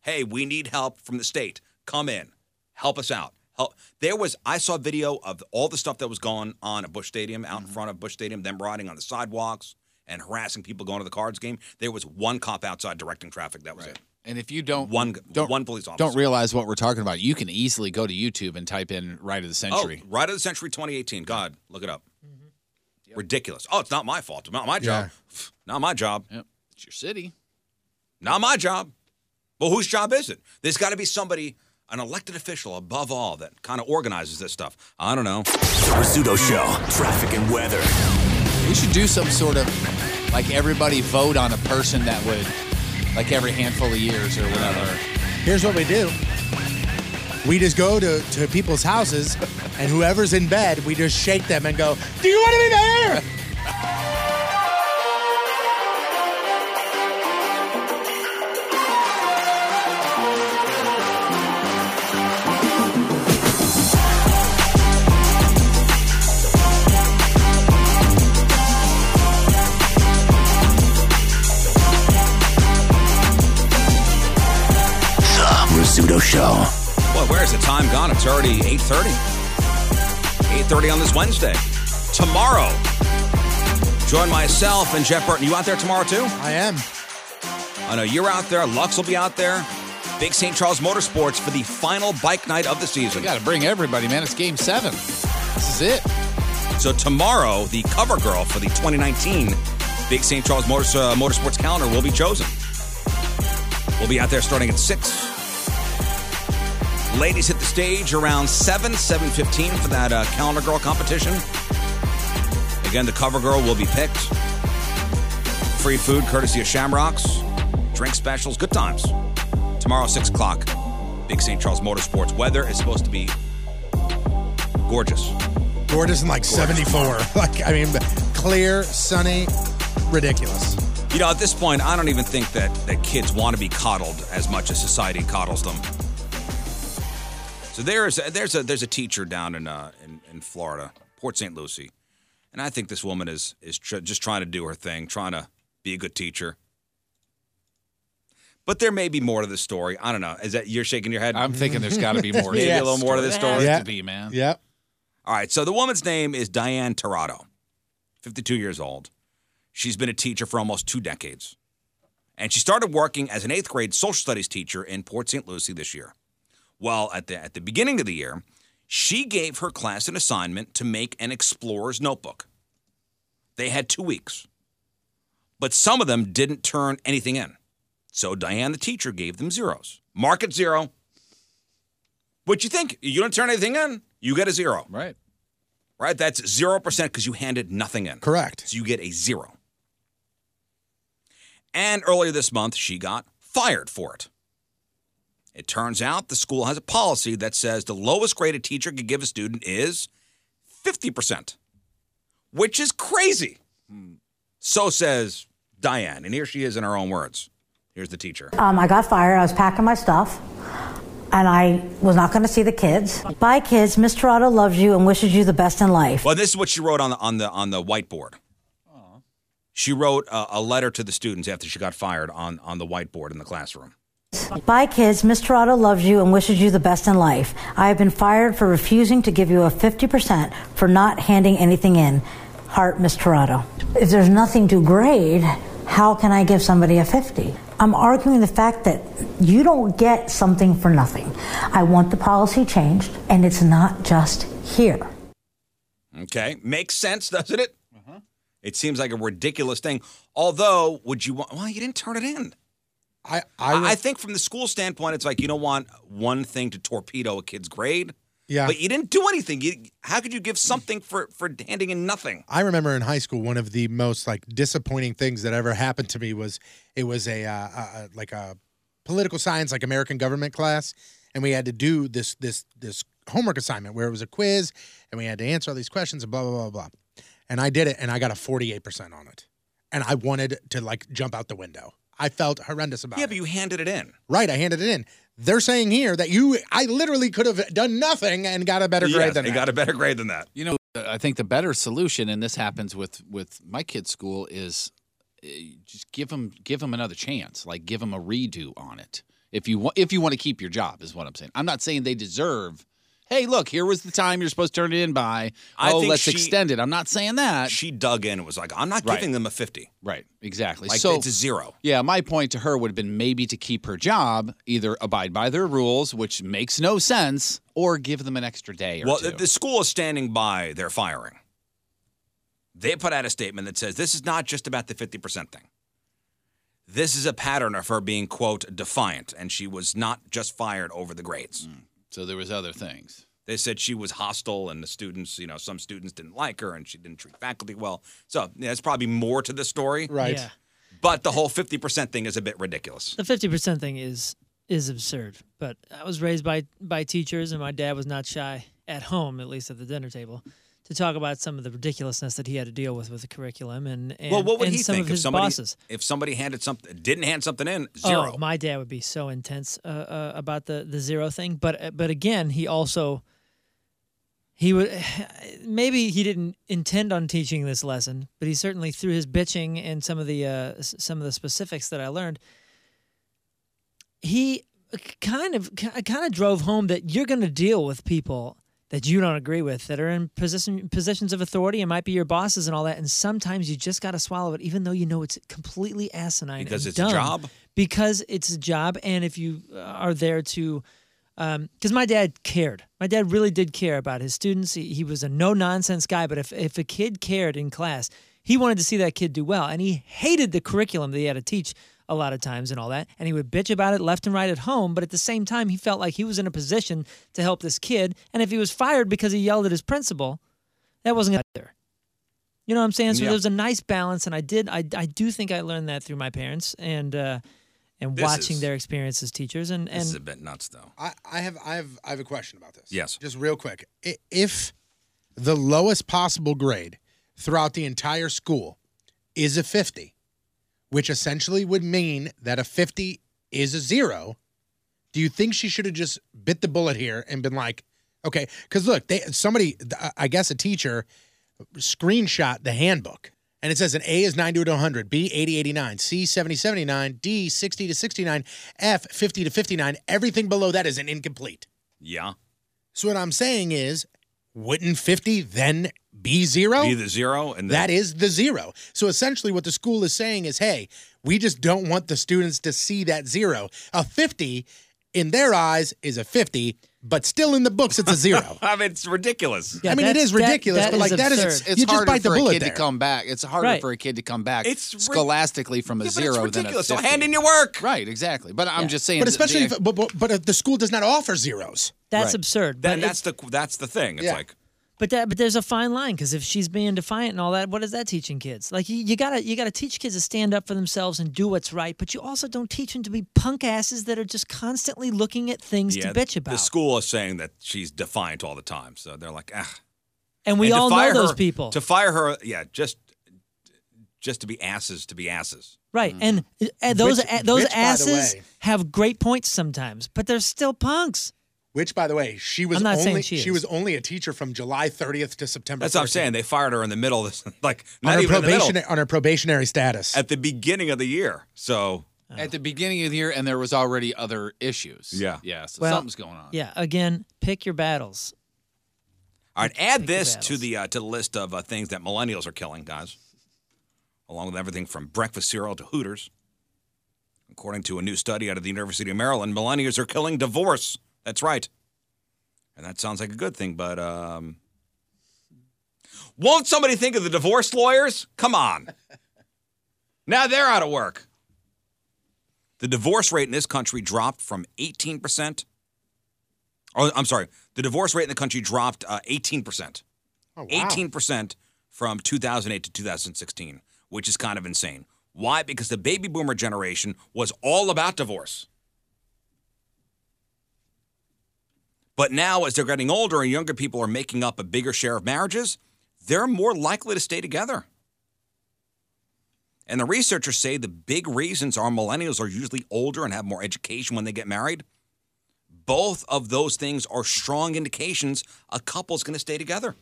[SPEAKER 4] hey, we need help from the state. Come in, help us out. Help. There was I saw video of all the stuff that was going on at Bush Stadium, out
[SPEAKER 5] Mm-hmm.
[SPEAKER 4] in front of Bush Stadium, them riding on the sidewalks and harassing people going to the Cards game. There was one cop outside directing traffic. That was it.
[SPEAKER 7] And if you don't
[SPEAKER 4] one don't, one police officer
[SPEAKER 7] don't realize what we're talking about, you can easily go to YouTube and type in "Right of the Century."
[SPEAKER 4] Oh, right of the century 2018. God, look it up.
[SPEAKER 7] Mm-hmm.
[SPEAKER 4] Ridiculous. Oh, it's not my fault. It's not my job. Not my job.
[SPEAKER 7] It's your city.
[SPEAKER 4] Not my job. Well, whose job is it? There's got to be somebody, an elected official above all, that kind of organizes this stuff. I don't know.
[SPEAKER 9] Rizzuto Show, traffic and weather.
[SPEAKER 7] We should do some sort of like everybody vote on a person that would like every handful of years or whatever.
[SPEAKER 5] Here's what we do. We just go to, to people's houses, and whoever's in bed, we just shake them and go, Do you want to be mayor?
[SPEAKER 9] The Rizzuto Show.
[SPEAKER 4] Boy, where's the time gone? It's already 8.30. 8.30 on this Wednesday. Tomorrow, join myself and Jeff Burton. You out there tomorrow, too? I
[SPEAKER 5] am.
[SPEAKER 4] I know you're out there. Lux will be out there. Big St. Charles Motorsports for the final bike night of the season.
[SPEAKER 7] got to bring everybody, man. It's game seven. This is it.
[SPEAKER 4] So tomorrow, the cover girl for the 2019 Big St. Charles Motors, uh, Motorsports calendar will be chosen. We'll be out there starting at 6. Ladies hit the stage around 7, 7.15 for that uh, Calendar Girl competition. Again, the cover girl will be picked. Free food courtesy of Shamrocks. Drink specials, good times. Tomorrow, 6 o'clock, Big St. Charles Motorsports. Weather is supposed to be gorgeous.
[SPEAKER 5] Gorgeous in like
[SPEAKER 4] Gorgeous.
[SPEAKER 5] 74. Like, I mean, clear, sunny, ridiculous.
[SPEAKER 4] You know, at this point, I don't even think that, that kids want to be coddled as much as society coddles them. So there's a, there's a there's a teacher down in uh, in, in Florida, Port St. Lucie, and I think this woman is is tr- just trying to do her thing, trying to be a good teacher. But there may be more to the story. I don't know. Is that you're shaking your head?
[SPEAKER 7] I'm thinking there's got to be more.
[SPEAKER 4] Maybe
[SPEAKER 7] to
[SPEAKER 4] a little more to the story.
[SPEAKER 7] There has to be, man.
[SPEAKER 5] Yep.
[SPEAKER 4] All right. So the woman's name is Diane Torado, 52 years old. She's been a teacher for almost two decades. And she started working as an eighth grade social studies teacher in Port St. Lucie this year. Well, at the, at the beginning of the year, she gave her class an assignment to make an explorer's notebook. They had two weeks, but some of them didn't turn anything in. So Diane, the teacher, gave them zeros. Mark at zero. What you think? You don't turn anything in, you get a zero.
[SPEAKER 7] Right.
[SPEAKER 4] Right? That's 0% because you handed nothing in.
[SPEAKER 5] Correct.
[SPEAKER 4] So you get a zero. And earlier this month, she got fired for it. It turns out the school has a policy that says the lowest grade a teacher can give a student is 50%, which is crazy. So says Diane. And here she is in her own words. Here's the teacher.
[SPEAKER 13] Um, I got fired. I was packing my stuff, and I was not going to see the kids. Bye, kids. Miss Toronto loves you and wishes you the best in life.
[SPEAKER 4] Well, this is what she wrote on the on the on the whiteboard. She wrote a, a letter to the students after she got fired on on the whiteboard in the classroom.
[SPEAKER 13] Bye, kids. Miss Toronto loves you and wishes you the best in life. I have been fired for refusing to give you a 50% for not handing anything in. Heart, Miss Toronto. If there's nothing to grade, how can I give somebody a 50? I'm arguing the fact that you don't get something for nothing. I want the policy changed, and it's not just here.
[SPEAKER 4] Okay, makes sense, doesn't it?
[SPEAKER 5] Uh-huh.
[SPEAKER 4] It seems like a ridiculous thing. Although, would you want? Well, you didn't turn it in.
[SPEAKER 5] I
[SPEAKER 4] I, I think from the school standpoint, it's like you don't want one thing to torpedo a kid's grade.
[SPEAKER 5] Yeah.
[SPEAKER 4] But you didn't do anything. You, how could you give something for for handing in nothing?
[SPEAKER 5] I remember in high school, one of the most like disappointing things that ever happened to me was it was a, uh, uh, like a political science, like American government class, and we had to do this this this homework assignment where it was a quiz, and we had to answer all these questions and blah blah blah blah. And I did it, and I got a forty eight percent on it, and I wanted to like jump out the window. I felt horrendous about
[SPEAKER 4] yeah,
[SPEAKER 5] it.
[SPEAKER 4] but you handed it in.
[SPEAKER 5] Right, I handed it in. They're saying here that you, I literally could have done nothing and got a better grade than
[SPEAKER 4] they
[SPEAKER 5] that.
[SPEAKER 4] got a better grade than that.
[SPEAKER 7] You know, I think the better solution, and this happens with with my kid's school, is uh, just give them give them another chance. Like give them a redo on it. If you want, if you want to keep your job, is what I'm saying. I'm not saying they deserve hey, look, here was the time you're supposed to turn it in by.
[SPEAKER 4] I
[SPEAKER 7] oh,
[SPEAKER 4] think
[SPEAKER 7] let's
[SPEAKER 4] she-
[SPEAKER 7] extend it. I'm not saying that.
[SPEAKER 4] She dug in and was like, I'm not
[SPEAKER 7] Right.
[SPEAKER 4] giving them a 50.
[SPEAKER 7] Right, exactly.
[SPEAKER 4] Like,
[SPEAKER 7] so
[SPEAKER 4] it's a zero.
[SPEAKER 7] Yeah, my point to her would have been maybe to keep her job, either abide by their rules, which makes no sense, or give them an extra day or
[SPEAKER 4] Well,
[SPEAKER 7] two.
[SPEAKER 4] the, the school is standing by their firing. They put out a statement that says this is not just about the 50% thing. This is a pattern of her being, quote, defiant, and she was not just fired over the grades.
[SPEAKER 7] Mm. So there was other things.
[SPEAKER 4] They said she was hostile and the students, you know, some students didn't like her and she didn't treat faculty well. So yeah, there's probably more to the story.
[SPEAKER 8] Right. Yeah.
[SPEAKER 4] But the whole 50% thing is a bit ridiculous.
[SPEAKER 8] The fifty percent thing is is absurd. But I was raised by by teachers, and my dad was not shy at home, at least at the dinner table, to talk about some of the ridiculousness that he had to deal with with the curriculum and and,
[SPEAKER 4] well, what would
[SPEAKER 8] and
[SPEAKER 4] he
[SPEAKER 8] some
[SPEAKER 4] think
[SPEAKER 8] of
[SPEAKER 4] if
[SPEAKER 8] his
[SPEAKER 4] somebody
[SPEAKER 8] bosses.
[SPEAKER 4] if somebody handed something didn't hand something in zero?
[SPEAKER 8] Oh, my dad would be so intense uh, uh, about the the zero thing, but uh, but again, he also he would maybe he didn't intend on teaching this lesson, but he certainly through his bitching and some of the uh, s- some of the specifics that I learned, he kind of ki- kind of drove home that you're going to deal with people that you don't agree with that are in position positions of authority and might be your bosses and all that and sometimes you just got to swallow it even though you know it's completely asinine
[SPEAKER 4] Because
[SPEAKER 8] and
[SPEAKER 4] it's a
[SPEAKER 8] dumb.
[SPEAKER 4] job?
[SPEAKER 8] because it's a job and if you uh, are there to because Um, my dad cared. My dad really did care about his students. He, he was a no nonsense guy, but if, if a kid cared in class, he wanted to see that kid do well. And he hated the curriculum that he had to teach a lot of times and all that. And he would bitch about it left and right at home. But at the same time, he felt like he was in a position to help this kid. And if he was fired because he yelled at his principal, that wasn't going to there. You know what I'm saying? So
[SPEAKER 4] Yeah.
[SPEAKER 8] there was a nice balance. And I did, I, I do think I learned that through my parents and, uh, and
[SPEAKER 4] This
[SPEAKER 8] watching
[SPEAKER 4] is-
[SPEAKER 8] their experience as teachers and, and
[SPEAKER 4] this is a bit nuts though.
[SPEAKER 5] I, I have I have I have a question about this.
[SPEAKER 4] Yes.
[SPEAKER 5] Just real quick. I- If the lowest possible grade throughout the entire school is a 50, which essentially would mean that a 50 is a 0, do you think she should have just bit the bullet here and been like, okay, cuz look, they somebody I- I guess a teacher screenshot the handbook and it says an A is 90 to 100, B 80 89, C 70 79, D 60 to 69, F 50 to 59. Everything below that is an incomplete.
[SPEAKER 4] Yeah.
[SPEAKER 5] So what I'm saying is, wouldn't 50 then be zero?
[SPEAKER 4] Be the zero and then
[SPEAKER 5] that is the zero. So essentially, what the school is saying is, hey, we just don't want the students to see that zero. A 50 in their eyes is a 50, but still in the books, it's a zero.
[SPEAKER 4] I mean, it's ridiculous.
[SPEAKER 5] I mean, it is ridiculous, but like that is,
[SPEAKER 7] absurd. It's
[SPEAKER 5] you just
[SPEAKER 7] harder
[SPEAKER 5] bite the
[SPEAKER 7] for a
[SPEAKER 5] bullet
[SPEAKER 7] kid to
[SPEAKER 5] there.
[SPEAKER 7] come back. It's harder
[SPEAKER 5] Right.
[SPEAKER 7] for a kid to come back
[SPEAKER 5] It's ri-
[SPEAKER 7] scholastically from a
[SPEAKER 5] Yeah, but it's
[SPEAKER 7] zero than a 50.
[SPEAKER 5] ridiculous. So hand in
[SPEAKER 4] your work.
[SPEAKER 7] Right, exactly. But I'm just saying.
[SPEAKER 5] But
[SPEAKER 7] that
[SPEAKER 5] especially,
[SPEAKER 7] the-
[SPEAKER 5] if, but, but, but if the school does not offer zeros.
[SPEAKER 8] That's Right. absurd,
[SPEAKER 4] Then
[SPEAKER 8] but
[SPEAKER 4] that's the that's the thing. It's
[SPEAKER 8] Yeah.
[SPEAKER 4] like
[SPEAKER 8] But that, but there's a fine line because if she's being defiant and all that, what is that teaching kids? Like you, you gotta, you gotta teach kids to stand up for themselves and do what's right. But you also don't teach them to be punk asses that are just constantly looking at things
[SPEAKER 4] yeah,
[SPEAKER 8] to bitch about.
[SPEAKER 4] The school is saying that she's defiant all the time, so they're like, ah.
[SPEAKER 8] And we
[SPEAKER 4] to
[SPEAKER 8] all know
[SPEAKER 4] fire
[SPEAKER 8] those
[SPEAKER 4] her-
[SPEAKER 8] people.
[SPEAKER 4] To fire her, yeah, just just to be asses, to be asses.
[SPEAKER 8] right? And, and those
[SPEAKER 5] Which-
[SPEAKER 8] a- those
[SPEAKER 5] which, Mm-hmm. by the
[SPEAKER 8] asses
[SPEAKER 5] way-
[SPEAKER 8] have great points sometimes, but they're still punks.
[SPEAKER 5] Which, by the way, she was
[SPEAKER 8] I'm not
[SPEAKER 5] only
[SPEAKER 8] saying she, is.
[SPEAKER 5] was only a teacher from July 30th to September.
[SPEAKER 4] That's what I'm
[SPEAKER 5] 1st.
[SPEAKER 4] saying. They fired her in the middle. Of this, like
[SPEAKER 5] On
[SPEAKER 4] not
[SPEAKER 5] her
[SPEAKER 4] even in the middle.
[SPEAKER 5] probationary on her probationary status.
[SPEAKER 4] At the beginning of the year, so
[SPEAKER 5] Oh.
[SPEAKER 7] At the beginning of the year, and there was already other issues.
[SPEAKER 4] Yeah.
[SPEAKER 7] Yeah, so
[SPEAKER 8] Well,
[SPEAKER 7] something's going
[SPEAKER 4] Uh-huh.
[SPEAKER 7] on.
[SPEAKER 8] Yeah, again, pick your battles.
[SPEAKER 4] All right, add
[SPEAKER 8] the
[SPEAKER 4] this
[SPEAKER 8] battles.
[SPEAKER 4] to the uh, to the list of uh, things that millennials are killing, guys. Along with everything from breakfast cereal to Hooters. According to a new study out of the University of Maryland, millennials are killing divorce. That's right. And that sounds like a good thing, but um, won't somebody think of the divorce lawyers? Come on. now they're out of work. The divorce rate in this country dropped from 18%. Oh, I'm sorry. The divorce rate in the country dropped uh, 18%.
[SPEAKER 5] Oh, wow.
[SPEAKER 4] 18% from 2008 to 2016, which is kind of insane. Why? Because the baby boomer generation was all about divorce. But now, as they're getting older and younger people are making up a bigger share of marriages, they're more likely to stay together. And the researchers say the big reasons are millennials are usually older and have more education when they get married. Both of those things are strong indications a couple's going to stay together.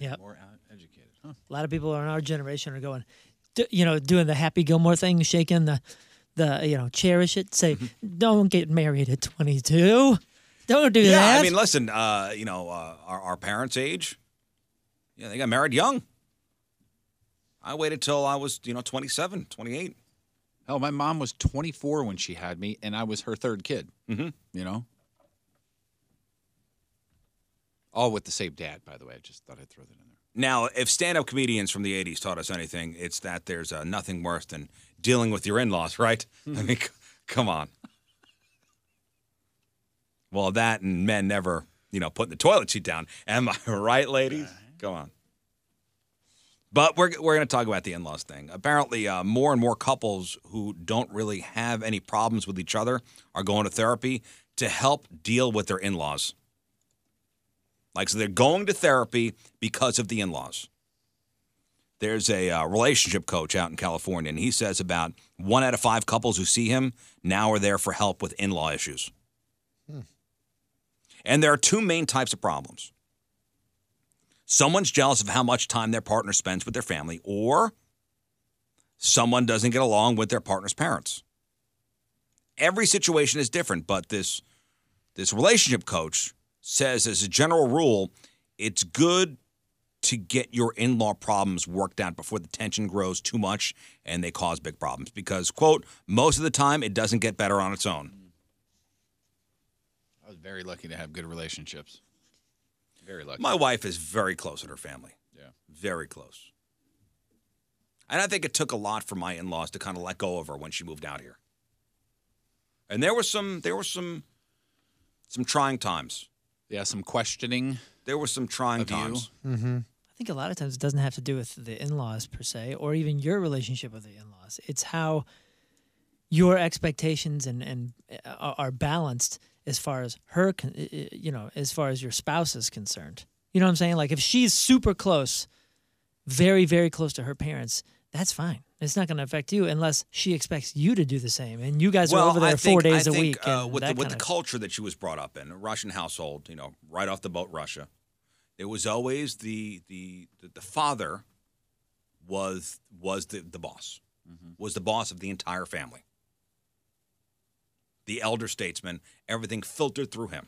[SPEAKER 8] Yeah,
[SPEAKER 7] educated.
[SPEAKER 8] A lot of people in our generation are going, d- you know, doing the Happy Gilmore thing, shaking the, the you know, cherish it. Say, don't get married at 22. Don't do
[SPEAKER 4] yeah,
[SPEAKER 8] that.
[SPEAKER 4] I mean, listen, uh, you know, uh, our, our parents' age, yeah, they got married young. I waited till I was, you know, 27, 28.
[SPEAKER 7] Hell, my mom was 24 when she had me, and I was her third kid. Mm-hmm. You know? All with the same dad, by the way. I just thought I'd throw that in.
[SPEAKER 4] Now, if stand up comedians from the 80s taught us anything, it's that there's uh, nothing worse than dealing with your in laws, right? I mean, c- come on. Well, that and men never, you know, putting the toilet seat down. Am I right, ladies? Come on. But we're, we're going to talk about the in laws thing. Apparently, uh, more and more couples who don't really have any problems with each other are going to therapy to help deal with their in laws. Like, so they're going to therapy because of the in laws. There's a uh, relationship coach out in California, and he says about one out of five couples who see him now are there for help with in law issues.
[SPEAKER 14] Hmm.
[SPEAKER 4] And there are two main types of problems someone's jealous of how much time their partner spends with their family, or someone doesn't get along with their partner's parents. Every situation is different, but this this relationship coach says as a general rule, it's good to get your in-law problems worked out before the tension grows too much and they cause big problems because quote, most of the time it doesn't get better on its own.
[SPEAKER 7] I was very lucky to have good relationships. Very lucky.
[SPEAKER 4] My wife is very close with her family.
[SPEAKER 7] Yeah.
[SPEAKER 4] Very close. And I think it took a lot for my in-laws to kind of let go of her when she moved out here. And there was some there were some some trying times.
[SPEAKER 7] Yeah, some questioning.
[SPEAKER 4] There were some trying times.
[SPEAKER 8] Mm-hmm. I think a lot of times it doesn't have to do with the in laws per se, or even your relationship with the in laws. It's how your expectations and and uh, are are balanced as far as her, con- uh, uh, you know, as far as your spouse is concerned. You know what I'm saying? Like if she's super close, very very close to her parents, that's fine. It's not going to affect you unless she expects you to do the same, and you guys are over there
[SPEAKER 4] I
[SPEAKER 8] four
[SPEAKER 4] think-
[SPEAKER 8] days
[SPEAKER 4] I
[SPEAKER 8] a
[SPEAKER 4] think,
[SPEAKER 8] week.
[SPEAKER 4] Uh,
[SPEAKER 8] and
[SPEAKER 4] with the,
[SPEAKER 8] that
[SPEAKER 4] with the
[SPEAKER 8] kind of-
[SPEAKER 4] culture that she was brought up in, a Russian household, you know, right off the boat, Russia, there was always the the the, the father was was the, the boss, was the boss of the entire family. The elder statesman, everything filtered through him.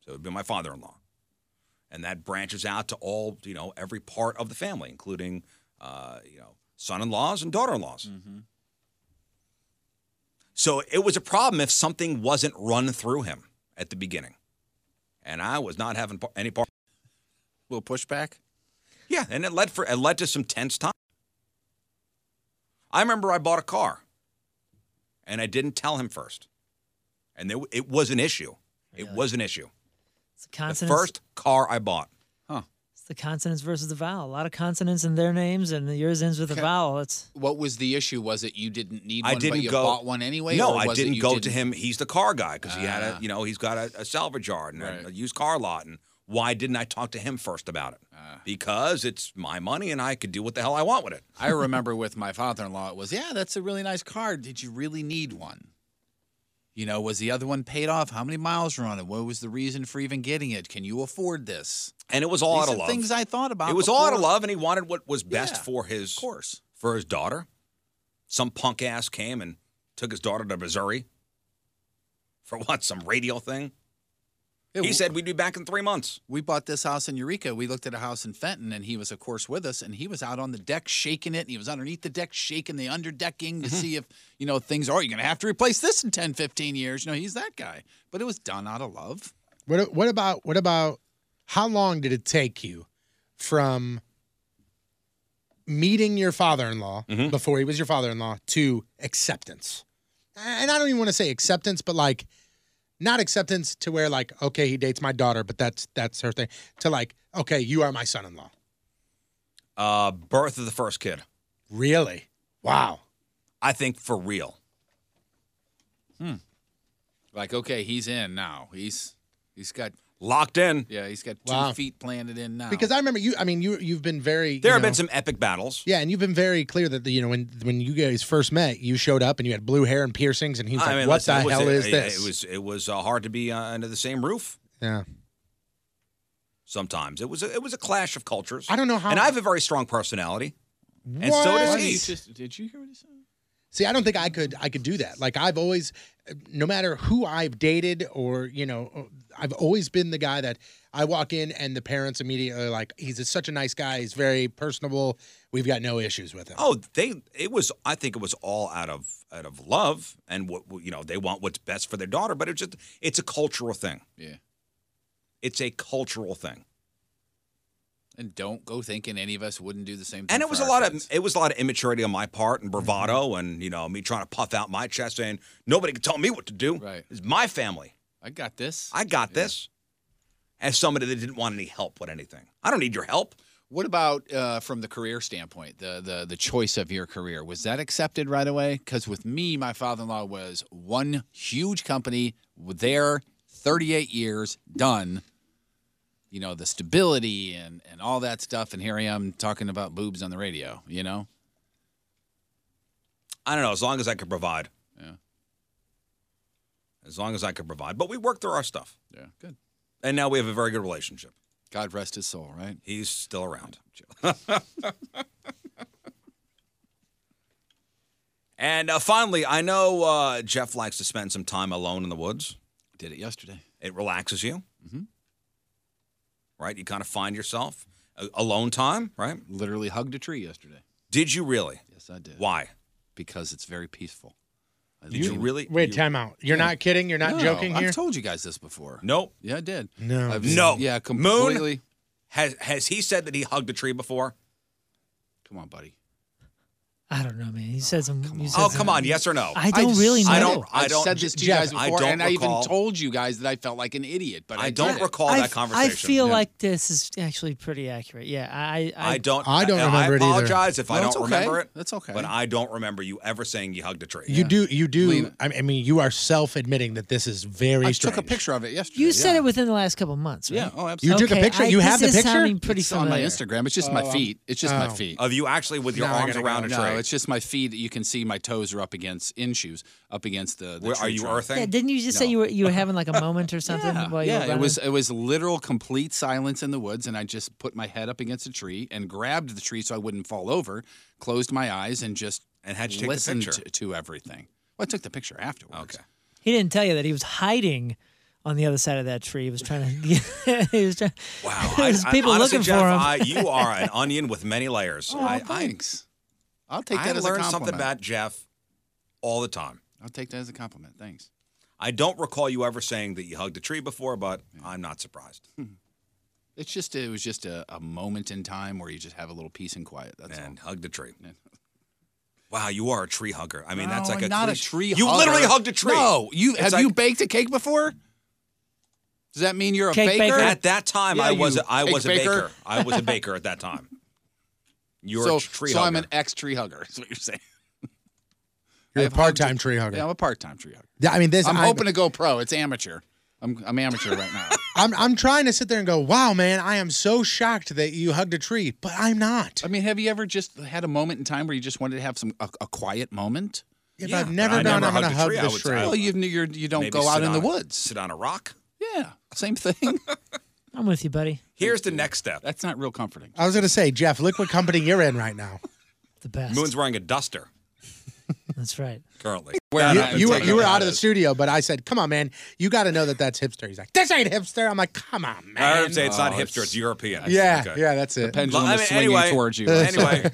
[SPEAKER 4] So it would be my father-in-law, and that branches out to all you know every part of the family, including uh, you know son-in-laws and daughter-in-laws. So it was a problem if something wasn't run through him at the beginning. And I was not having par- any part.
[SPEAKER 7] little pushback?
[SPEAKER 4] Yeah, and it led for it led to some tense time. I remember I bought a car, and I didn't tell him first, and there, it was an issue. It was an issue.
[SPEAKER 8] it's the
[SPEAKER 4] The
[SPEAKER 8] consonants-
[SPEAKER 4] first car I bought.
[SPEAKER 8] It's the consonants versus the vowel. A lot of consonants in their names, and yours ends with a vowel. It's
[SPEAKER 7] What was the issue? Was it you didn't need
[SPEAKER 4] I
[SPEAKER 7] one,
[SPEAKER 4] didn't
[SPEAKER 7] but you
[SPEAKER 4] go
[SPEAKER 7] bought one anyway?
[SPEAKER 4] No,
[SPEAKER 7] or
[SPEAKER 4] I
[SPEAKER 7] was it
[SPEAKER 4] didn't
[SPEAKER 7] you
[SPEAKER 4] go to
[SPEAKER 7] didn't- Ah.
[SPEAKER 4] him. He's the car guy because he had a, you know, he's got a, a salvage yard and a- a, used car lot. And why didn't I talk to him first about it?
[SPEAKER 7] Ah.
[SPEAKER 4] because it's my money and I could do what the hell I want with it.
[SPEAKER 7] I remember with my father in law, it was, yeah, that's a really nice car. Did you really need one? You know, was the other one paid off? How many miles were on it? What was the reason for even getting it? Can you afford this?
[SPEAKER 4] And it was all out
[SPEAKER 7] These
[SPEAKER 4] of
[SPEAKER 7] are
[SPEAKER 4] love.
[SPEAKER 7] Things I thought about.
[SPEAKER 4] It was all out of
[SPEAKER 7] before.
[SPEAKER 4] love, and he wanted what was best
[SPEAKER 7] Yeah,
[SPEAKER 4] for his course for his daughter. Some punk ass came and took his daughter to Missouri for what? Some radio thing. he said we'd be back in three months.
[SPEAKER 7] We bought this house in Eureka. We looked at a house in Fenton, and he was, of course, with us. And he was out on the deck shaking it. And he was underneath the deck shaking the underdecking
[SPEAKER 4] Mm-hmm.
[SPEAKER 7] to see if, you know, things are, you're going to have to replace this in 10, 15 years. You know, he's that guy. But it was done out of love.
[SPEAKER 5] What what about what about how long did it take you from meeting your father-in-law
[SPEAKER 4] Mm-hmm.
[SPEAKER 5] before he was your father-in-law to acceptance? And I don't even want to say acceptance, but like not acceptance to where like okay, he dates my daughter, but that's that's her thing. To like okay, you are my son-in-law.
[SPEAKER 4] Uh, birth of the first kid.
[SPEAKER 5] Really? Wow.
[SPEAKER 4] I think for real.
[SPEAKER 7] Hmm. Like, okay, he's in now. He's he's got
[SPEAKER 4] locked in.
[SPEAKER 7] Yeah, he's got two
[SPEAKER 5] Wow.
[SPEAKER 7] feet planted in now.
[SPEAKER 5] Because I remember you. I mean, you you've been very.
[SPEAKER 4] Oh. There
[SPEAKER 5] you
[SPEAKER 4] have
[SPEAKER 5] know-
[SPEAKER 4] been some epic battles.
[SPEAKER 5] Yeah, and you've been very clear that the, you know when when you guys first met, you showed up and you had blue hair and piercings, and he was like, "What
[SPEAKER 4] listen, it
[SPEAKER 5] the
[SPEAKER 4] was-
[SPEAKER 5] hell
[SPEAKER 4] it-
[SPEAKER 5] is
[SPEAKER 4] it-
[SPEAKER 5] this?"
[SPEAKER 4] It was it was uh, hard to be uh, under the same roof
[SPEAKER 5] yeah,
[SPEAKER 4] sometimes. It was a, it was a clash of cultures.
[SPEAKER 5] I don't know how-
[SPEAKER 4] And I have a very strong personality. And so
[SPEAKER 5] What?
[SPEAKER 4] does
[SPEAKER 5] Why do
[SPEAKER 4] he.
[SPEAKER 5] you
[SPEAKER 7] just, did you hear what he said?
[SPEAKER 5] See, I don't think I could I could do that. Like I've always no matter who I've dated or, you know, I've always been the guy that I walk in and the parents immediately are like, he's such a nice guy, he's very personable. We've got no issues with him.
[SPEAKER 4] Oh, they it was I think it was all out of out of love and what you know, they want what's best for their daughter, but it's just it's a cultural thing.
[SPEAKER 7] Yeah.
[SPEAKER 4] It's a cultural thing.
[SPEAKER 7] And don't go thinking any of us wouldn't do the same thing.
[SPEAKER 4] And it was a lot of it was a lot of immaturity on my part and bravado
[SPEAKER 5] Mm-hmm.
[SPEAKER 4] and you know, me trying to puff out my chest saying nobody can tell me what to do. Right. It's my family.
[SPEAKER 7] I got this.
[SPEAKER 4] I got this. As somebody that didn't want any help with anything. I don't need your help.
[SPEAKER 7] What about uh, from the career standpoint, the, the the choice of your career was that accepted right away? Because with me, my father-in-law was one huge company there, 38 years done. You know the stability and and all that stuff, and here I am talking about boobs on the radio. You know,
[SPEAKER 4] I don't know, as long as I could provide. Yeah. As long as I could provide. But we worked through our stuff.
[SPEAKER 7] Yeah. Good.
[SPEAKER 4] And now we have a very good relationship.
[SPEAKER 7] God rest his soul, right?
[SPEAKER 4] He's still around. and uh, finally, I know uh, Jeff likes to spend some time alone in the woods.
[SPEAKER 7] Did it yesterday.
[SPEAKER 4] It relaxes you. Mm-hmm. Right? You kind of find yourself a- alone time, right?
[SPEAKER 7] Literally hugged a tree yesterday.
[SPEAKER 4] Did you really?
[SPEAKER 7] Yes, I did.
[SPEAKER 4] Why?
[SPEAKER 7] Because it's very peaceful. I
[SPEAKER 4] Did you,
[SPEAKER 7] leave-
[SPEAKER 4] really?
[SPEAKER 5] Wait, time out. You're
[SPEAKER 7] Yeah.
[SPEAKER 5] not kidding? You're not
[SPEAKER 7] No,
[SPEAKER 5] joking here?
[SPEAKER 7] I've told you guys this before.
[SPEAKER 4] Nope.
[SPEAKER 7] Yeah, I did.
[SPEAKER 5] No.
[SPEAKER 7] I've-
[SPEAKER 4] no.
[SPEAKER 7] Yeah, completely.
[SPEAKER 4] Moon, has has he said that he hugged a tree before?
[SPEAKER 7] Come on, buddy.
[SPEAKER 8] I don't know, man. He said some. Come on.
[SPEAKER 4] Oh, come on. Yes or no?
[SPEAKER 8] I don't really know.
[SPEAKER 4] I don't. I
[SPEAKER 7] I've
[SPEAKER 4] don't.
[SPEAKER 7] said this to
[SPEAKER 4] Jeff,
[SPEAKER 7] you guys before,
[SPEAKER 4] I don't
[SPEAKER 7] and I
[SPEAKER 4] recall-
[SPEAKER 7] even told you guys that I felt like an idiot, but I,
[SPEAKER 4] I don't
[SPEAKER 7] did it.
[SPEAKER 4] recall
[SPEAKER 8] I- I feel like this is actually pretty accurate. Yeah, I. I,
[SPEAKER 4] I don't.
[SPEAKER 5] I don't
[SPEAKER 4] and
[SPEAKER 5] remember it either.
[SPEAKER 4] I apologize if I
[SPEAKER 5] No,
[SPEAKER 4] don't
[SPEAKER 5] it's okay.
[SPEAKER 4] remember it.
[SPEAKER 7] That's okay.
[SPEAKER 4] But I don't remember you ever saying you hugged a tree.
[SPEAKER 5] You do, you do. I I mean, you are self-admitting that this is very.
[SPEAKER 7] I
[SPEAKER 5] strange.
[SPEAKER 7] took a picture of it yesterday.
[SPEAKER 8] You said it within the last couple months, right?
[SPEAKER 7] Yeah. Oh,
[SPEAKER 5] You
[SPEAKER 7] absolutely.
[SPEAKER 5] took a
[SPEAKER 8] Okay,
[SPEAKER 5] picture.
[SPEAKER 8] I-
[SPEAKER 5] you have the
[SPEAKER 8] this is
[SPEAKER 5] picture.
[SPEAKER 8] sounding pretty
[SPEAKER 7] It's on my
[SPEAKER 8] familiar.
[SPEAKER 7] Instagram. It's just
[SPEAKER 5] Oh,
[SPEAKER 7] my
[SPEAKER 5] I'm-
[SPEAKER 7] feet. It's just my
[SPEAKER 5] oh.
[SPEAKER 7] feet.
[SPEAKER 4] Of you actually with your
[SPEAKER 5] No, I
[SPEAKER 4] arms
[SPEAKER 5] gotta
[SPEAKER 4] around a tree.
[SPEAKER 7] No, it's just my feet. You can see my toes are up against in shoes, up against the. the
[SPEAKER 4] Where- are
[SPEAKER 7] tree
[SPEAKER 4] you
[SPEAKER 7] trunk.
[SPEAKER 4] earthing?
[SPEAKER 8] Yeah, didn't you just say you were you were having like a moment or something while you were
[SPEAKER 7] Yeah, it
[SPEAKER 8] running?
[SPEAKER 7] was it was literal complete silence in the woods, and I just put my head up against a tree and grabbed the tree so I wouldn't fall over. Closed my eyes and just
[SPEAKER 4] And how'd you take the
[SPEAKER 7] listened
[SPEAKER 4] picture?
[SPEAKER 7] To, to everything. Well, I took the picture afterwards. Okay.
[SPEAKER 8] He didn't tell you that he was hiding on the other side of that tree. He was trying to. he was trying.
[SPEAKER 4] Wow,
[SPEAKER 8] There
[SPEAKER 4] I-
[SPEAKER 8] was
[SPEAKER 4] I-
[SPEAKER 8] people
[SPEAKER 4] honestly,
[SPEAKER 8] looking
[SPEAKER 4] Jeff,
[SPEAKER 8] for him.
[SPEAKER 4] I, you are an onion with many layers.
[SPEAKER 7] Oh,
[SPEAKER 4] I, I,
[SPEAKER 7] thanks. I'll take
[SPEAKER 4] I
[SPEAKER 7] that as a
[SPEAKER 4] learn
[SPEAKER 7] compliment.
[SPEAKER 4] something about Jeff all the time.
[SPEAKER 7] I'll take that as a compliment. Thanks.
[SPEAKER 4] I don't recall you ever saying that you hugged a tree before, but I'm not surprised.
[SPEAKER 7] It's just it was just a, a moment in time where you just have a little peace and quiet. That's
[SPEAKER 4] And
[SPEAKER 7] all.
[SPEAKER 4] hugged a tree. Wow, you are a tree hugger. I mean, that's
[SPEAKER 7] No,
[SPEAKER 4] like a
[SPEAKER 7] I'm not a
[SPEAKER 4] cliche-
[SPEAKER 7] tree.
[SPEAKER 4] You
[SPEAKER 7] hugger.
[SPEAKER 4] literally hugged a tree.
[SPEAKER 7] No, you
[SPEAKER 4] It's
[SPEAKER 7] have
[SPEAKER 4] like-
[SPEAKER 7] you baked a cake before? Does that mean you're a
[SPEAKER 8] Cake baker?
[SPEAKER 4] At that time,
[SPEAKER 7] Yeah,
[SPEAKER 4] I was
[SPEAKER 7] you
[SPEAKER 4] I was a
[SPEAKER 7] cake
[SPEAKER 4] baker.
[SPEAKER 7] baker.
[SPEAKER 4] I was a baker at that time. You're
[SPEAKER 7] so,
[SPEAKER 4] a tree
[SPEAKER 7] so
[SPEAKER 4] hugger.
[SPEAKER 7] I'm an ex tree hugger. Is what you're saying?
[SPEAKER 5] You're a
[SPEAKER 7] I've hugged
[SPEAKER 5] part-time tree hugger.
[SPEAKER 7] Yeah, I'm a part-time tree hugger.
[SPEAKER 5] Yeah, I mean, this.
[SPEAKER 7] I'm
[SPEAKER 5] I'm, I'm,
[SPEAKER 7] hoping to go pro. It's amateur. I'm I'm amateur right now.
[SPEAKER 5] I'm trying to sit there and go, wow, man, I am so shocked that you hugged a tree, but I'm not.
[SPEAKER 7] I mean, have you ever just had a moment in time where you just wanted to have some a, a quiet moment?
[SPEAKER 5] If
[SPEAKER 4] Yeah,
[SPEAKER 5] I've
[SPEAKER 4] but
[SPEAKER 5] never
[SPEAKER 4] I
[SPEAKER 5] done,
[SPEAKER 4] never
[SPEAKER 5] I'm gonna
[SPEAKER 4] hugged
[SPEAKER 5] hug
[SPEAKER 4] a tree. I
[SPEAKER 5] this
[SPEAKER 4] would-
[SPEAKER 5] tree.
[SPEAKER 4] I
[SPEAKER 7] Well,
[SPEAKER 4] would-
[SPEAKER 7] you've, you're, you don't
[SPEAKER 4] Maybe
[SPEAKER 7] go out
[SPEAKER 4] sit
[SPEAKER 7] in
[SPEAKER 4] on
[SPEAKER 7] the
[SPEAKER 4] a-
[SPEAKER 7] woods.
[SPEAKER 4] Sit on a rock.
[SPEAKER 7] Yeah, same thing.
[SPEAKER 8] I'm with you, buddy.
[SPEAKER 4] Here's the next step.
[SPEAKER 7] That's not real comforting.
[SPEAKER 5] I was gonna say, Jeff, look what company you're in right now.
[SPEAKER 8] The best.
[SPEAKER 4] Moon's wearing a duster
[SPEAKER 8] That's right.
[SPEAKER 4] currently.
[SPEAKER 7] Where
[SPEAKER 5] You,
[SPEAKER 7] I am
[SPEAKER 5] you were
[SPEAKER 7] taking
[SPEAKER 5] you were
[SPEAKER 7] it.
[SPEAKER 5] out of the studio, but I said, come on, man, you got to know that that's hipster. He's like, this ain't hipster. I'm like, come on, man.
[SPEAKER 4] I would say it's not
[SPEAKER 7] Oh,
[SPEAKER 4] hipster; it's European.
[SPEAKER 5] yeah,
[SPEAKER 4] Okay.
[SPEAKER 5] yeah, that's it.
[SPEAKER 7] Pendulum
[SPEAKER 4] Well, I
[SPEAKER 7] is
[SPEAKER 4] mean,
[SPEAKER 7] swinging
[SPEAKER 4] anyway-
[SPEAKER 7] towards you.
[SPEAKER 4] Anyway,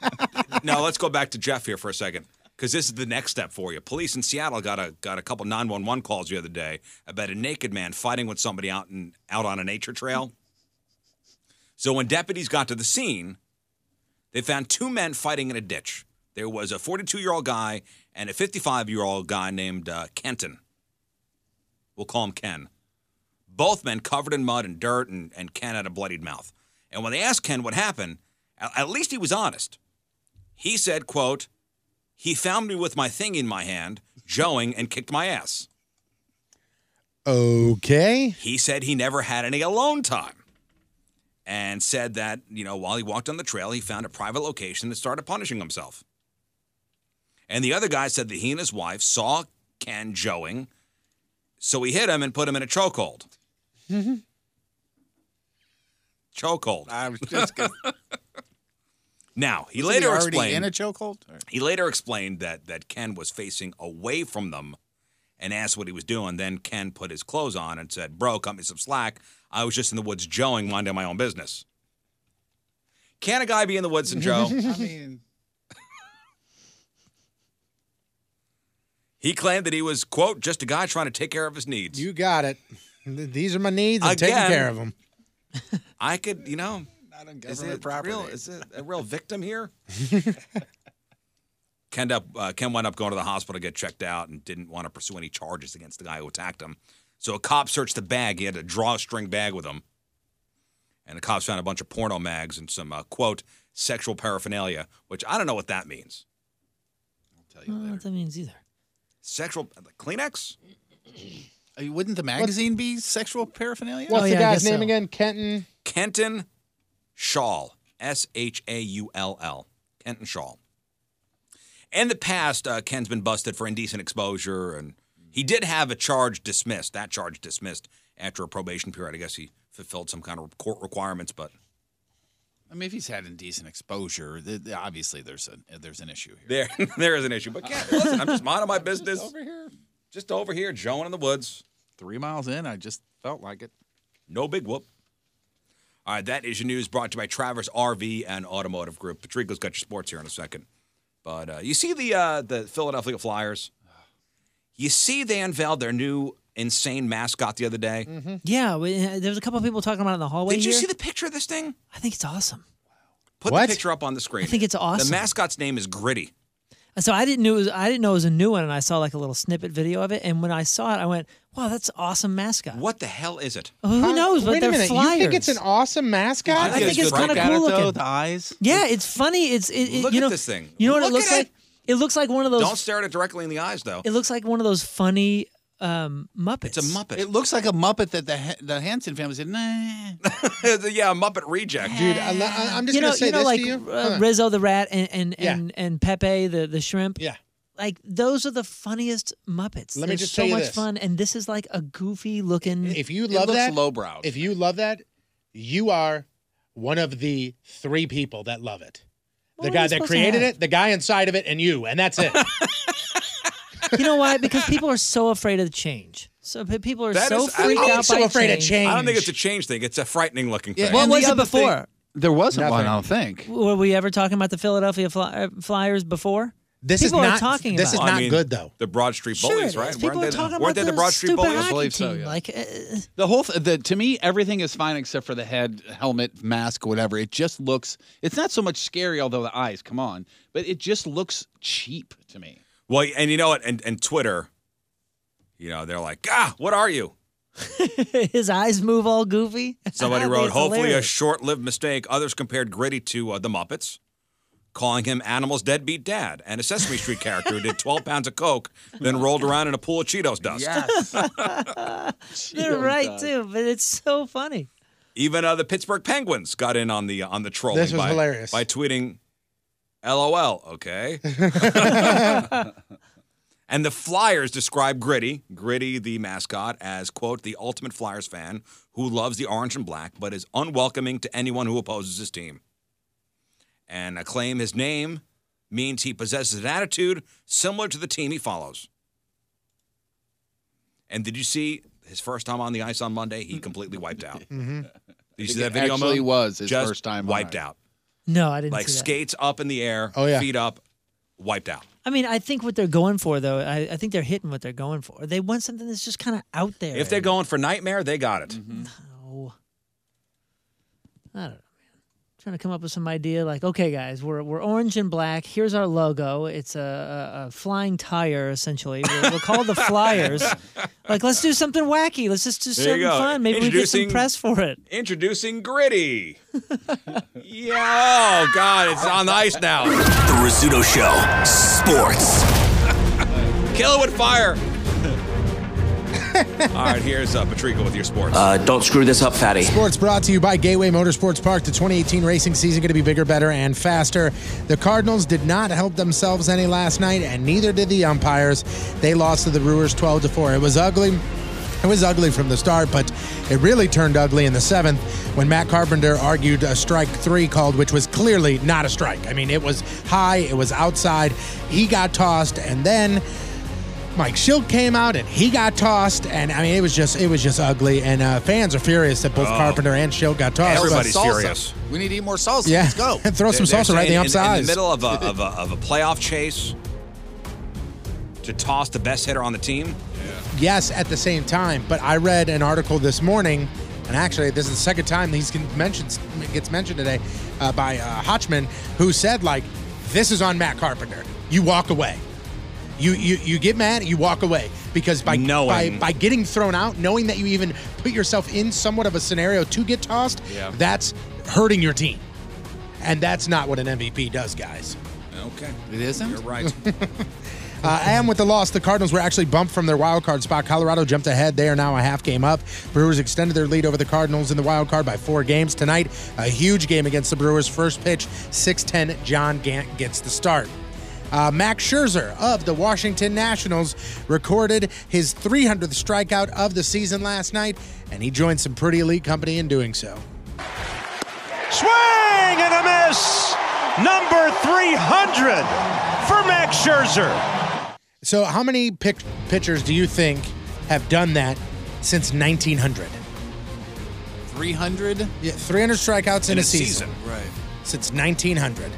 [SPEAKER 4] now let's go back to Jeff here for a second because this is the next step for you. Police in Seattle got a got a couple nine one one calls the other day about a naked man fighting with somebody out in out on a nature trail. So when deputies got to the scene, they found two men fighting in a ditch. There was a 42 year old guy and a 55 year old guy named uh, Kenton. We'll call him Ken. Both men covered in mud and dirt, and, and Ken had a bloodied mouth. And when they asked Ken what happened, a- at least he was honest. He said, quote, he found me with my thing in my hand, joeing, and kicked my ass.
[SPEAKER 5] Okay.
[SPEAKER 4] He said he never had any alone time and said that, you know, while he walked on the trail, he found a private location and started punishing himself. And the other guy said that he and his wife saw Ken joeing, so he hit him and put him in a chokehold. chokehold.
[SPEAKER 7] I was just gonna,
[SPEAKER 4] Now he
[SPEAKER 7] Wasn't
[SPEAKER 4] later
[SPEAKER 7] already
[SPEAKER 4] explained
[SPEAKER 7] in a chokehold.
[SPEAKER 4] He later explained that that Ken was facing away from them and asked what he was doing. Then Ken put his clothes on and said, Bro, cut me some slack. I was just in the woods joeing, minding my own business. Can a guy be in the woods and joe?
[SPEAKER 7] I mean,
[SPEAKER 4] he claimed that he was, quote, just a guy trying to take care of his needs.
[SPEAKER 5] You got it. Th- These are my needs. I'm
[SPEAKER 4] Again.
[SPEAKER 5] taking care of them.
[SPEAKER 4] I could, you know, is
[SPEAKER 7] government
[SPEAKER 4] it
[SPEAKER 7] property.
[SPEAKER 4] real? Is it a real victim here? Ken, up, uh, Ken wound up going to the hospital to get checked out and didn't want to pursue any charges against the guy who attacked him. So a cop searched the bag. He had a drawstring bag with him. And the cops found a bunch of porno mags and some, uh, quote, sexual paraphernalia, which I don't know what that means.
[SPEAKER 8] I don't know what that means either.
[SPEAKER 4] Sexual, like Kleenex?
[SPEAKER 7] uh, wouldn't the magazine be sexual paraphernalia?
[SPEAKER 8] Oh,
[SPEAKER 5] What's the guy's name again? Kenton.
[SPEAKER 4] Kenton Shawl. S H A U L L. Kenton Shawl. In the past, uh, Ken's been busted for indecent exposure, and he did have a charge dismissed. That charge dismissed after a probation period. I guess he fulfilled some kind of court requirements, but
[SPEAKER 7] I mean, if he's had indecent exposure, th- th- obviously there's an there's an issue here.
[SPEAKER 4] there, there is an issue. But Ken, listen, I'm just minding my business. Just over here, just over here, joeing in the woods.
[SPEAKER 7] Three miles in, I just felt like it.
[SPEAKER 4] No big whoop. All right, that is your news brought to you by Travers RV and Automotive Group. Patrico's got your sports here in a second. But uh, you see the uh, the Philadelphia Flyers? You see they unveiled their new insane mascot the other day.
[SPEAKER 8] Mm. Yeah, we, uh, there was a couple of people talking about it in the hallway.
[SPEAKER 4] Did you
[SPEAKER 8] here.
[SPEAKER 4] see the picture of this thing?
[SPEAKER 8] I think it's awesome.
[SPEAKER 4] Put
[SPEAKER 8] What?
[SPEAKER 4] the picture up on the screen.
[SPEAKER 8] I think it's awesome.
[SPEAKER 4] The mascot's name is Gritty.
[SPEAKER 8] So I didn't know it was, I didn't know it was a new one, and I saw like a little snippet video of it. And when I saw it, I went, "Wow, that's an awesome mascot."
[SPEAKER 4] What the hell is it?
[SPEAKER 8] who knows? But
[SPEAKER 5] Wait
[SPEAKER 8] they're
[SPEAKER 5] a minute.
[SPEAKER 8] flyers.
[SPEAKER 5] You think it's an awesome mascot?
[SPEAKER 8] I think it's kind of cool looking.
[SPEAKER 7] eyes.
[SPEAKER 8] Yeah, it's funny. It's it, it-
[SPEAKER 4] Look
[SPEAKER 8] you
[SPEAKER 4] at
[SPEAKER 8] know
[SPEAKER 4] this thing.
[SPEAKER 8] You know what
[SPEAKER 4] Look
[SPEAKER 8] it looks
[SPEAKER 4] at
[SPEAKER 8] like? It looks like one of those.
[SPEAKER 4] Don't stare at it directly in the eyes, though.
[SPEAKER 8] It looks like one of those funny um, Muppets.
[SPEAKER 7] It looks like a Muppet that the Ha- the Hanson family said, nah.
[SPEAKER 4] yeah, a Muppet reject.
[SPEAKER 5] Dude, I, lo- I- I'm just
[SPEAKER 8] you know,
[SPEAKER 5] gonna say
[SPEAKER 8] you know,
[SPEAKER 5] this
[SPEAKER 8] like
[SPEAKER 5] to you.
[SPEAKER 8] Uh,
[SPEAKER 5] Huh.
[SPEAKER 8] Rizzo the rat and and,
[SPEAKER 5] Yeah.
[SPEAKER 8] and and Pepe the the shrimp.
[SPEAKER 5] Yeah.
[SPEAKER 8] Like those are the funniest Muppets.
[SPEAKER 5] Let me
[SPEAKER 8] They're
[SPEAKER 5] just
[SPEAKER 8] so
[SPEAKER 5] tell you
[SPEAKER 8] much
[SPEAKER 5] this.
[SPEAKER 8] fun, and this is like a goofy looking.
[SPEAKER 5] If you love that, If you love that, you are one of the three people that love it.
[SPEAKER 8] What
[SPEAKER 5] the
[SPEAKER 8] are
[SPEAKER 5] guy
[SPEAKER 8] you
[SPEAKER 5] that
[SPEAKER 8] supposed to
[SPEAKER 5] created
[SPEAKER 8] have?
[SPEAKER 5] it, the guy inside of it, and you, and that's it.
[SPEAKER 8] you know why? Because people are so afraid of change. So pe- people are
[SPEAKER 4] That
[SPEAKER 8] so
[SPEAKER 4] is- I-
[SPEAKER 8] freaked out by
[SPEAKER 4] I don't think it's a change thing. It's a frightening looking thing.
[SPEAKER 8] Yeah, What and the was it other thing- before?
[SPEAKER 7] there wasn't
[SPEAKER 8] one, I
[SPEAKER 7] don't think.
[SPEAKER 8] Were we ever talking about the Philadelphia Fly- uh, Flyers before? people are talking about. it.
[SPEAKER 5] though.
[SPEAKER 4] The Broad Street
[SPEAKER 8] Sure
[SPEAKER 4] Bullies,
[SPEAKER 8] it
[SPEAKER 4] right?
[SPEAKER 8] is. People
[SPEAKER 4] weren't
[SPEAKER 8] are
[SPEAKER 4] they,
[SPEAKER 8] talking
[SPEAKER 4] weren't
[SPEAKER 8] about
[SPEAKER 4] they the
[SPEAKER 8] the
[SPEAKER 4] Broad Street
[SPEAKER 8] stupid
[SPEAKER 4] Bullies?
[SPEAKER 8] hockey I believe so,
[SPEAKER 7] team, yeah.
[SPEAKER 8] Like, uh,
[SPEAKER 7] The whole, th- the to me, everything is fine except for the head, helmet, mask, whatever. It just looks. It's not so much scary, although the eyes, come on, but it just looks cheap to me.
[SPEAKER 4] Well, and you know what? And, and Twitter, you know, they're like, ah, what are you?
[SPEAKER 8] his eyes move all goofy.
[SPEAKER 4] Somebody wrote,
[SPEAKER 8] It's
[SPEAKER 4] hopefully
[SPEAKER 8] Oh, hilarious.
[SPEAKER 4] a short lived mistake. Others compared Gritty to uh, the Muppets, calling him Animal's Deadbeat Dad and a Sesame Street character who did 12 pounds of Coke, then rolled around in a pool of Cheetos dust.
[SPEAKER 8] They're right too, but it's so funny.
[SPEAKER 4] Even uh, the Pittsburgh Penguins got in on the uh, on the trolling.
[SPEAKER 5] This was
[SPEAKER 4] by,
[SPEAKER 5] hilarious.
[SPEAKER 4] by tweeting, "LOL, okay." and the Flyers describe Gritty, Gritty the mascot, as quote the ultimate Flyers fan who loves the orange and black but is unwelcoming to anyone who opposes his team. And I claim his name means he possesses an attitude similar to the team he follows. And did you see his first time on the ice on Monday? He completely wiped out.
[SPEAKER 7] Mm-hmm.
[SPEAKER 4] You see
[SPEAKER 7] I think
[SPEAKER 4] that
[SPEAKER 7] it
[SPEAKER 4] video?
[SPEAKER 7] actually
[SPEAKER 4] Mo?
[SPEAKER 7] was his
[SPEAKER 4] Just
[SPEAKER 7] first time on
[SPEAKER 4] Wiped
[SPEAKER 7] it.
[SPEAKER 4] out.
[SPEAKER 8] No, I didn't
[SPEAKER 4] Like
[SPEAKER 8] see that.
[SPEAKER 4] skates up in the air,
[SPEAKER 8] Oh, yeah.
[SPEAKER 4] feet up, wiped out.
[SPEAKER 8] I mean, I think what they're going for, though, I, I think they're hitting what they're going for. They want something that's just kind of out there.
[SPEAKER 4] If they're going for nightmare, they got it.
[SPEAKER 7] Mm-hmm.
[SPEAKER 8] No. I don't know, man. Trying to come up with some idea like, okay, guys, we're, we're orange and black. Here's our logo. It's a, a, a flying tire, essentially. We're, we're called the Flyers. Like, let's do something wacky. Let's just do
[SPEAKER 4] There
[SPEAKER 8] something
[SPEAKER 4] you go.
[SPEAKER 8] fun. Maybe we get some
[SPEAKER 4] Introducing-
[SPEAKER 8] press for it.
[SPEAKER 4] Introducing Gritty. yeah. Oh God, it's on the ice now.
[SPEAKER 9] The Rizzuto Show. Sports.
[SPEAKER 4] Kill it with fire. All right, here's uh, Patrico with your sports.
[SPEAKER 9] Uh, don't screw this up, fatty.
[SPEAKER 5] Sports brought to you by Gateway Motorsports Park. The 2018 racing season going to be bigger, better, and faster. The Cardinals did not help themselves any last night, and neither did the umpires. They lost to the Brewers 12 to 4. It was ugly. It was ugly from the start, but it really turned ugly in the seventh when Matt Carpenter argued a strike three called, which was clearly not a strike. I mean, it was high, it was outside. He got tossed, and then Mike Schilt came out and he got tossed, and I mean, it was just it was just ugly. And uh, fans are furious that both
[SPEAKER 4] Oh.
[SPEAKER 5] Carpenter and Schilt got tossed.
[SPEAKER 4] Everybody's
[SPEAKER 5] But-
[SPEAKER 4] furious.
[SPEAKER 7] We need to eat more salsa.
[SPEAKER 5] Yeah.
[SPEAKER 7] Let's go.
[SPEAKER 5] Throw some
[SPEAKER 4] They're
[SPEAKER 5] salsa right in the
[SPEAKER 4] saying
[SPEAKER 5] upsides.
[SPEAKER 4] In, the middle of a, of, a, of a playoff chase to toss the best hitter on the team.
[SPEAKER 5] yes at the same time but i read an article this morning and actually this is the second time he's con- mentioned gets mentioned today uh, by uh, hotchman who said like this is on matt carpenter you walk away you you, you get mad you walk away because by, by
[SPEAKER 4] Knowing.
[SPEAKER 5] by getting thrown out knowing that you even put yourself in somewhat of a scenario to get tossed
[SPEAKER 4] Yeah.
[SPEAKER 5] that's hurting your team and that's not what an mvp does guys
[SPEAKER 4] Okay.
[SPEAKER 7] It isn't? You're
[SPEAKER 4] right.
[SPEAKER 5] uh, and with the loss, the Cardinals were actually bumped from their wild card spot. Colorado jumped ahead. They are now a half game up. Brewers extended their lead over the Cardinals in the wild card by four games tonight. A huge game against the Brewers. First pitch, 6'10. John Gant gets the start. Uh, Max Scherzer of the Washington Nationals recorded his 300th strikeout of the season last night, and he joined some pretty elite company in doing so.
[SPEAKER 14] Swing and a miss. Number 300 for Max Scherzer.
[SPEAKER 5] So, how many pick- pitchers do you think have done that since 1900?
[SPEAKER 7] 300?
[SPEAKER 5] Yeah, 300 strikeouts in, a, season.
[SPEAKER 7] Right.
[SPEAKER 5] Since 1900.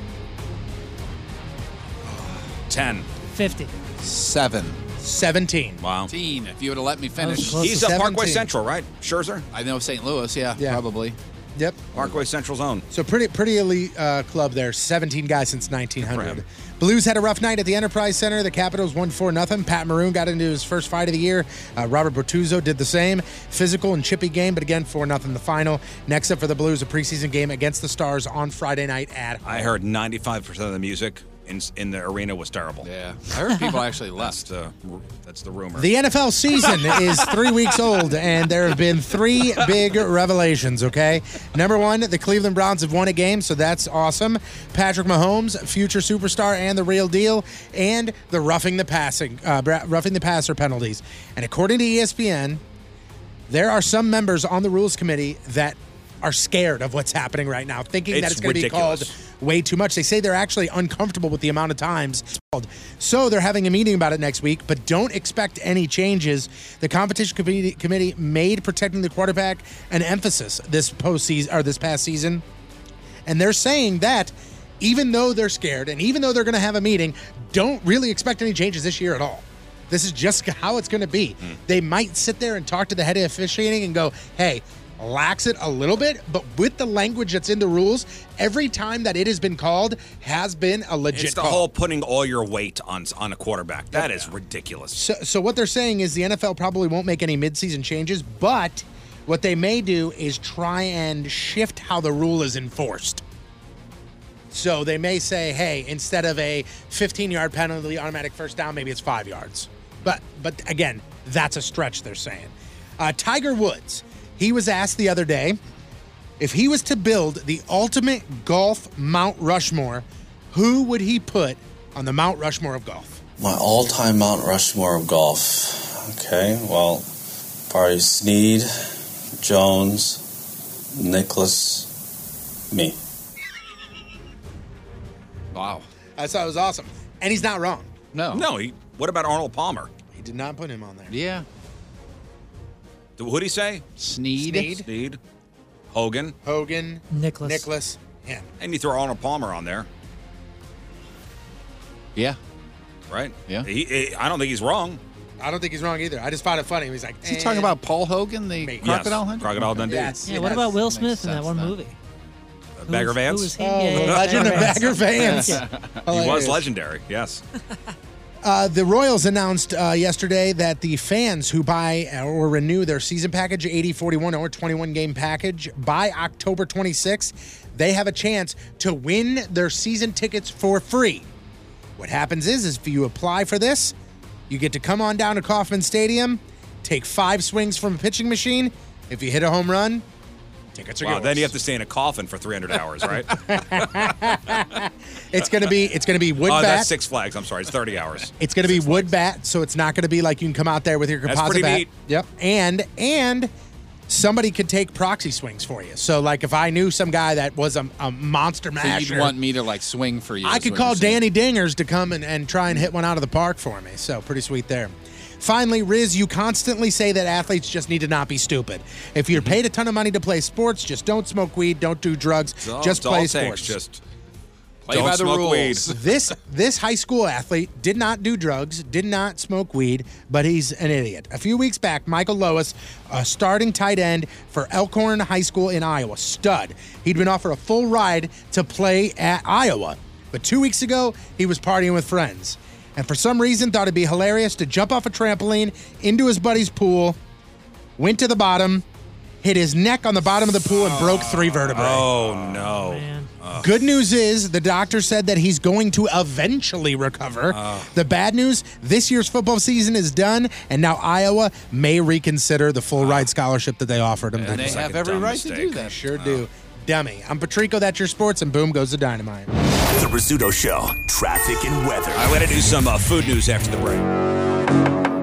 [SPEAKER 4] 10.
[SPEAKER 7] 50. 7.
[SPEAKER 5] 17.
[SPEAKER 4] Wow.
[SPEAKER 7] 15. If you would have let me
[SPEAKER 4] He's
[SPEAKER 7] finish.
[SPEAKER 4] up Parkway Central, right? Scherzer?
[SPEAKER 7] I know St. Louis, yeah,
[SPEAKER 5] Yeah.
[SPEAKER 7] probably.
[SPEAKER 5] Yep.
[SPEAKER 4] Parkway Central zone.
[SPEAKER 5] So pretty pretty elite uh, club there. 17 guys since 1900. Blues had a rough night at the Enterprise Center. The Capitals won 4 0. Pat Maroon got into his first fight of the year. Uh, Robert Bertuzzo did the same. Physical and chippy game, but again, 4 0 the final. Next up for the Blues, a preseason game against the Stars on Friday night at
[SPEAKER 4] I heard 95% of the music in, in the arena was terrible.
[SPEAKER 7] Yeah. I heard people actually left.
[SPEAKER 4] That's the, that's the rumor.
[SPEAKER 5] The NFL season is three weeks old, and there have been three big revelations, okay? Number one, the Cleveland Browns have won a game, so that's awesome. Patrick Mahomes, future superstar and the real deal, and the roughing the passing, uh, bra- roughing the passer penalties. And according to E ESPN, there are some members on the rules committee that are scared of what's happening right now, thinking that
[SPEAKER 4] It's
[SPEAKER 5] it's going to be
[SPEAKER 4] ridiculous.
[SPEAKER 5] called way too much. They say they're actually uncomfortable with the amount of times it's called. So they're having a meeting about it next week, but don't expect any changes. The competition committee, committee made protecting the quarterback an emphasis this postseason or this past season. And they're saying that even though they're scared and even though they're going to have a meeting, don't really expect any changes this year at all. This is just how it's going to be.
[SPEAKER 4] Hmm.
[SPEAKER 5] They might sit there and talk to the head of officiating and go, hey, lax it a little bit, but with the language that's in the rules, every time that it has been called has been a legit
[SPEAKER 4] it's the
[SPEAKER 5] call.
[SPEAKER 4] whole putting all your weight on on a quarterback. That is ridiculous.
[SPEAKER 5] So, so what they're saying is the NFL probably won't make any midseason changes, but what they may do is try and shift how the rule is enforced. So they may say, hey, instead of a 15-yard penalty, automatic first down, maybe it's five yards. But, but again, that's a stretch. They're saying. Uh, Tiger Woods, he was asked the other day if he was to build the ultimate golf Mount Rushmore, who would he put on the Mount Rushmore of golf?
[SPEAKER 15] My all time Mount Rushmore of golf. Okay, well, probably Sneed, Jones, Nicholas, me.
[SPEAKER 7] Wow.
[SPEAKER 5] I thought it was awesome. And he's not wrong.
[SPEAKER 7] No.
[SPEAKER 4] No, he, what about Arnold Palmer?
[SPEAKER 5] He did not put him on there.
[SPEAKER 7] Yeah.
[SPEAKER 4] Who'd he say?
[SPEAKER 7] Sneed.
[SPEAKER 5] Snead.
[SPEAKER 4] Sneed. Hogan.
[SPEAKER 5] Hogan.
[SPEAKER 8] Nicholas.
[SPEAKER 5] Nicholas. Yeah.
[SPEAKER 4] And you throw Arnold Palmer on there,
[SPEAKER 7] Yeah.
[SPEAKER 4] right?
[SPEAKER 7] Yeah.
[SPEAKER 4] He, he- I don't think he's wrong.
[SPEAKER 5] I don't think he's wrong either. I just found it funny. He's like, "Eh."
[SPEAKER 7] Is he talking about Paul Hogan, the crocodile hunter?
[SPEAKER 4] Crocodile Dundee.
[SPEAKER 5] Yes.
[SPEAKER 8] Yeah, what about Will Smith in that one movie?
[SPEAKER 4] Uh, Bagger
[SPEAKER 8] Who was-
[SPEAKER 4] Vance.
[SPEAKER 8] who was he? Oh, Yeah, yeah, yeah.
[SPEAKER 5] Legend of Bagger Vance. Oh,
[SPEAKER 4] he
[SPEAKER 5] Yeah.
[SPEAKER 4] was
[SPEAKER 5] Hilarious.
[SPEAKER 4] legendary. Yes.
[SPEAKER 5] Uh, the Royals announced uh, yesterday that the fans who buy uh, or renew their season package, 80, 41, or 21 game package, by October 26th, they have a chance to win their season tickets for free. What happens is, is if you apply for this, you get to come on down to Kauffman Stadium, take five swings from a pitching machine. If you hit a home run, Tickets are
[SPEAKER 4] Wow,
[SPEAKER 5] yours.
[SPEAKER 4] then you have to stay in a coffin for 300 hours, right?
[SPEAKER 5] It's gonna be it's gonna be wood
[SPEAKER 4] oh,
[SPEAKER 5] bat.
[SPEAKER 4] that's Six Flags. I'm sorry. It's 30 hours.
[SPEAKER 5] It's going to be wood bat, so it's not going to be like you can come out there with your
[SPEAKER 4] That's
[SPEAKER 5] composite
[SPEAKER 4] pretty
[SPEAKER 5] bat.
[SPEAKER 4] neat.
[SPEAKER 5] Yep. And and somebody could take proxy swings for you. So like if I knew some guy that was a, a monster
[SPEAKER 7] So
[SPEAKER 5] masher,
[SPEAKER 7] you'd want me to like swing for you.
[SPEAKER 5] I
[SPEAKER 7] is
[SPEAKER 5] could
[SPEAKER 7] what
[SPEAKER 5] call
[SPEAKER 7] you're saying.
[SPEAKER 5] Danny Dingers to come and, and try and hit one out of the park for me. So pretty sweet there. Finally, Riz, you constantly say that athletes just need to not be stupid. If
[SPEAKER 4] Mm-hmm.
[SPEAKER 5] you're paid a ton of money to play sports, just don't smoke weed, don't do drugs,
[SPEAKER 4] It's all-
[SPEAKER 5] just
[SPEAKER 4] it's all
[SPEAKER 5] play
[SPEAKER 4] it takes.
[SPEAKER 5] sports.
[SPEAKER 4] Just play by the rules.
[SPEAKER 5] this this high school athlete did not do drugs, did not smoke weed, but he's an idiot. A few weeks back, Michael Lois, a starting tight end for Elkhorn High School in Iowa, stud. He'd been offered a full ride to play at Iowa, but two weeks ago, he was partying with friends, and for some reason thought it'd be hilarious to jump off a trampoline into his buddy's pool. Went to the bottom, hit his neck on the bottom of the pool, and broke three vertebrae.
[SPEAKER 4] Oh, no. Ugh.
[SPEAKER 5] Good news is the doctor said that he's going to eventually recover. The bad news this year's football season is done, and now Iowa may reconsider the full ride scholarship that they offered him.
[SPEAKER 7] And they have every right to do that.
[SPEAKER 5] Sure do. Dummy. I'm Patrico, that's your sports, and boom goes the dynamite.
[SPEAKER 9] The Rizzuto Show. Traffic and weather.
[SPEAKER 4] I want to do some uh, food news after the break.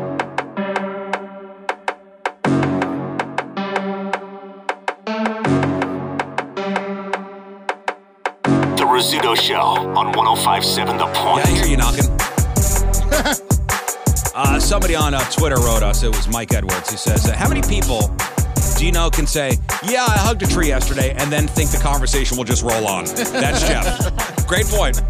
[SPEAKER 9] The Rizzuto Show on 1057 The Point.
[SPEAKER 4] I hear you knocking. Uh, somebody on uh, Twitter wrote us. It was Mike Edwards. He says, uh, "How many people do you know can say, yeah, I hugged a tree yesterday,' and then think the conversation will just roll on?" That's Jeff. Great point.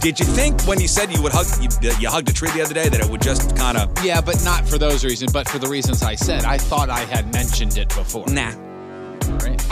[SPEAKER 4] Did you think when you said you would hug you, you hugged a tree the other day that it would just kind of
[SPEAKER 7] Yeah, but not for those reasons, but for the reasons I said. I thought I had mentioned it before.
[SPEAKER 4] Nah.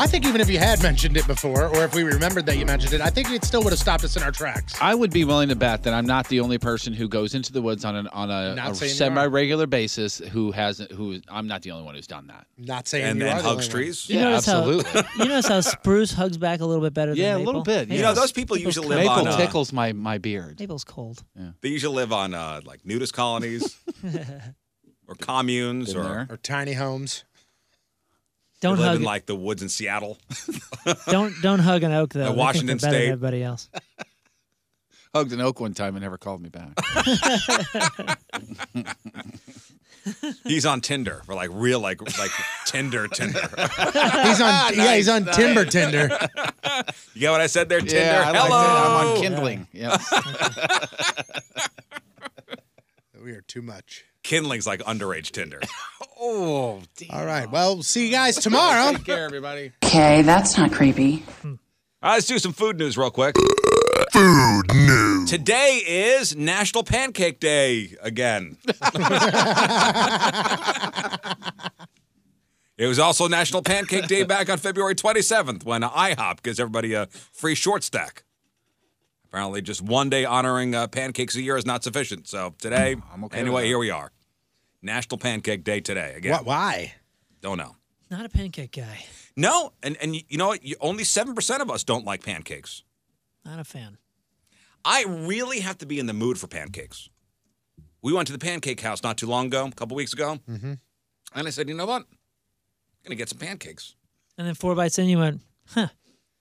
[SPEAKER 5] I think even if you had mentioned it before, or if we remembered that you mentioned it, I think it still would have stopped us in our tracks.
[SPEAKER 7] I would be willing to bet that I'm not the only person who goes into the woods on an on a,
[SPEAKER 5] Not
[SPEAKER 7] a
[SPEAKER 5] saying you are.
[SPEAKER 7] semi-regular basis who hasn't who I'm not the only one who's done that.
[SPEAKER 5] Not saying
[SPEAKER 4] And
[SPEAKER 5] you
[SPEAKER 4] then
[SPEAKER 5] are the only
[SPEAKER 4] hugs
[SPEAKER 5] one.
[SPEAKER 4] trees?
[SPEAKER 7] Yeah,
[SPEAKER 8] notice how-
[SPEAKER 7] absolutely.
[SPEAKER 8] you notice how spruce hugs back a little bit better
[SPEAKER 7] yeah, a
[SPEAKER 8] than
[SPEAKER 7] little
[SPEAKER 8] maple?
[SPEAKER 7] bit.
[SPEAKER 4] You know, those people usually live
[SPEAKER 7] maple
[SPEAKER 4] on, uh,
[SPEAKER 7] tickles my my beard.
[SPEAKER 8] Maple's cold.
[SPEAKER 4] they usually live on uh, like nudist colonies or communes
[SPEAKER 5] Been
[SPEAKER 4] or
[SPEAKER 5] Or tiny homes.
[SPEAKER 4] they
[SPEAKER 8] Don't
[SPEAKER 4] live
[SPEAKER 8] hug.
[SPEAKER 4] in like the woods in Seattle.
[SPEAKER 8] don't don't hug an oak
[SPEAKER 4] At
[SPEAKER 8] though. They think they're
[SPEAKER 4] Washington
[SPEAKER 8] better than
[SPEAKER 4] State.
[SPEAKER 8] everybody else.
[SPEAKER 7] Hugged an oak one time and never called me back.
[SPEAKER 4] He's on Tinder or like real like like Tinder Tinder.
[SPEAKER 5] He's on, yeah, he's on
[SPEAKER 4] Nice,
[SPEAKER 5] Timber
[SPEAKER 4] nice.
[SPEAKER 5] Tinder.
[SPEAKER 4] You get what I said there, Tinder?
[SPEAKER 7] Yeah, I like that.
[SPEAKER 4] Hello.
[SPEAKER 7] I'm on kindling. Yeah.
[SPEAKER 5] We are too much.
[SPEAKER 4] Kindling's like underage Tinder.
[SPEAKER 5] Oh, All right. Well, see you guys tomorrow.
[SPEAKER 7] Take care, everybody.
[SPEAKER 16] Okay, that's not creepy.
[SPEAKER 4] All right, let's do some food news real quick.
[SPEAKER 7] Oh,
[SPEAKER 12] Food news.
[SPEAKER 4] Today is National Pancake Day again. it was also National Pancake Day back on February 27th when IHOP gives everybody a free short stack. Apparently, just one day honoring uh, pancakes a year is not sufficient. So today,
[SPEAKER 5] okay with
[SPEAKER 4] anyway,
[SPEAKER 5] that.
[SPEAKER 4] here we are. National Pancake Day today again.
[SPEAKER 5] Wh- why?
[SPEAKER 4] Don't know.
[SPEAKER 8] Not a pancake guy.
[SPEAKER 4] No, and and you know what? You, only seven percent of us don't like pancakes.
[SPEAKER 8] Not a fan.
[SPEAKER 4] I really have to be in the mood for pancakes. We went to the pancake house not too long ago, a couple weeks ago,
[SPEAKER 8] Mm-hmm.
[SPEAKER 4] and I said, "You know what? I'm gonna get some pancakes."
[SPEAKER 8] And then four bites in, you went, huh?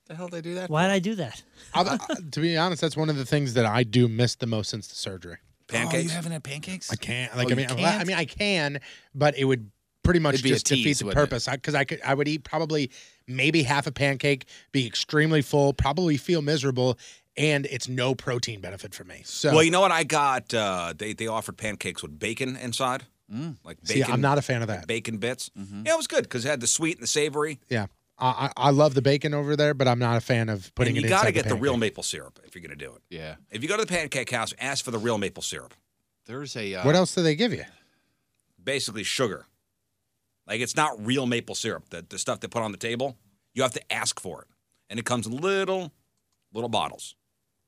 [SPEAKER 7] The hell they do that?
[SPEAKER 8] Why'd I do that?
[SPEAKER 5] I- I- to be honest, that's one of the things that I do miss the most since the surgery.
[SPEAKER 7] Oh, you haven't had pancakes?
[SPEAKER 5] I can't. Like
[SPEAKER 7] Oh,
[SPEAKER 5] I
[SPEAKER 7] you
[SPEAKER 5] mean,
[SPEAKER 7] can't?
[SPEAKER 5] I mean, I can, but it would pretty much
[SPEAKER 7] It'd be a
[SPEAKER 5] just defeat
[SPEAKER 7] tease,
[SPEAKER 5] the
[SPEAKER 7] wouldn't it?
[SPEAKER 5] purpose. Because I, could, I would eat probably maybe half a pancake, be extremely full, probably feel miserable, and it's no protein benefit for me. So,
[SPEAKER 4] well, you know what? I got uh, they they offered pancakes with bacon inside,
[SPEAKER 5] Mm.
[SPEAKER 4] like
[SPEAKER 5] see,
[SPEAKER 4] bacon.
[SPEAKER 5] I'm not a fan of that. Mm-hmm.
[SPEAKER 4] bacon bits. Yeah, it was good because it had the sweet and the savory.
[SPEAKER 5] Yeah, I, I I love the bacon over there, but I'm not a fan of putting
[SPEAKER 4] and
[SPEAKER 5] it.
[SPEAKER 4] you gotta
[SPEAKER 5] inside
[SPEAKER 4] get the,
[SPEAKER 5] pancake.
[SPEAKER 4] real maple syrup if you're gonna do it.
[SPEAKER 7] Yeah.
[SPEAKER 4] If you go to the pancake house, ask for the real maple syrup.
[SPEAKER 7] There's a uh,
[SPEAKER 5] What else do they give you?
[SPEAKER 4] basically sugar. Like it's not real maple syrup. The, the stuff they put on the table, you have to ask for it. And it comes in little, little bottles.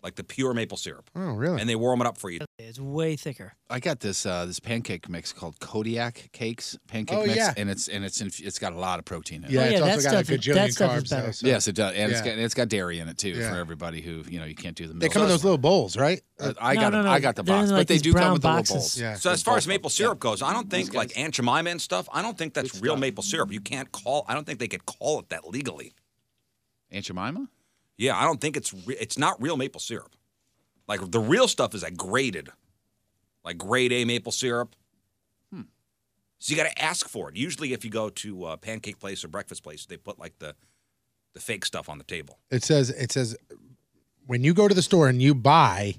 [SPEAKER 4] like the pure maple syrup.
[SPEAKER 5] Oh, really?
[SPEAKER 4] And they warm it up for you.
[SPEAKER 8] It's way thicker.
[SPEAKER 7] I got this uh, this pancake mix called Kodiak cakes pancake
[SPEAKER 8] Oh,
[SPEAKER 7] mix,
[SPEAKER 8] yeah.
[SPEAKER 7] and it's and it's inf- it's got a lot of protein in it.
[SPEAKER 5] Yeah, Oh, it's yeah, also that got a stuff is- gajillion that stuff is carbs, better. though, so-
[SPEAKER 7] Yes, it does, and it's
[SPEAKER 5] Yeah.
[SPEAKER 7] got it's got dairy in it too
[SPEAKER 5] Yeah.
[SPEAKER 7] for everybody who you know you can't do the.
[SPEAKER 5] They come in those little bowls, right?
[SPEAKER 7] Uh, I got
[SPEAKER 5] No, no,
[SPEAKER 7] it-
[SPEAKER 5] no,
[SPEAKER 7] I got the
[SPEAKER 5] they're in
[SPEAKER 7] box,
[SPEAKER 5] like
[SPEAKER 7] but they
[SPEAKER 5] these
[SPEAKER 7] do come
[SPEAKER 5] brown
[SPEAKER 7] with the little
[SPEAKER 5] boxes.
[SPEAKER 7] bowls.
[SPEAKER 5] Yeah.
[SPEAKER 4] So as far as maple syrup goes, I don't think like Aunt Jemima and stuff. I don't think that's real maple syrup. You can't call. I don't think they could call it that legally.
[SPEAKER 7] Aunt Jemima?
[SPEAKER 4] Yeah, I don't think it's re- it's not real maple syrup. Like the real stuff is like graded, like grade A maple syrup.
[SPEAKER 7] Hmm.
[SPEAKER 4] So you got to ask for it. Usually, if you go to a pancake place or breakfast place, they put like the the fake stuff on the table.
[SPEAKER 5] It says it says when you go to the store and you buy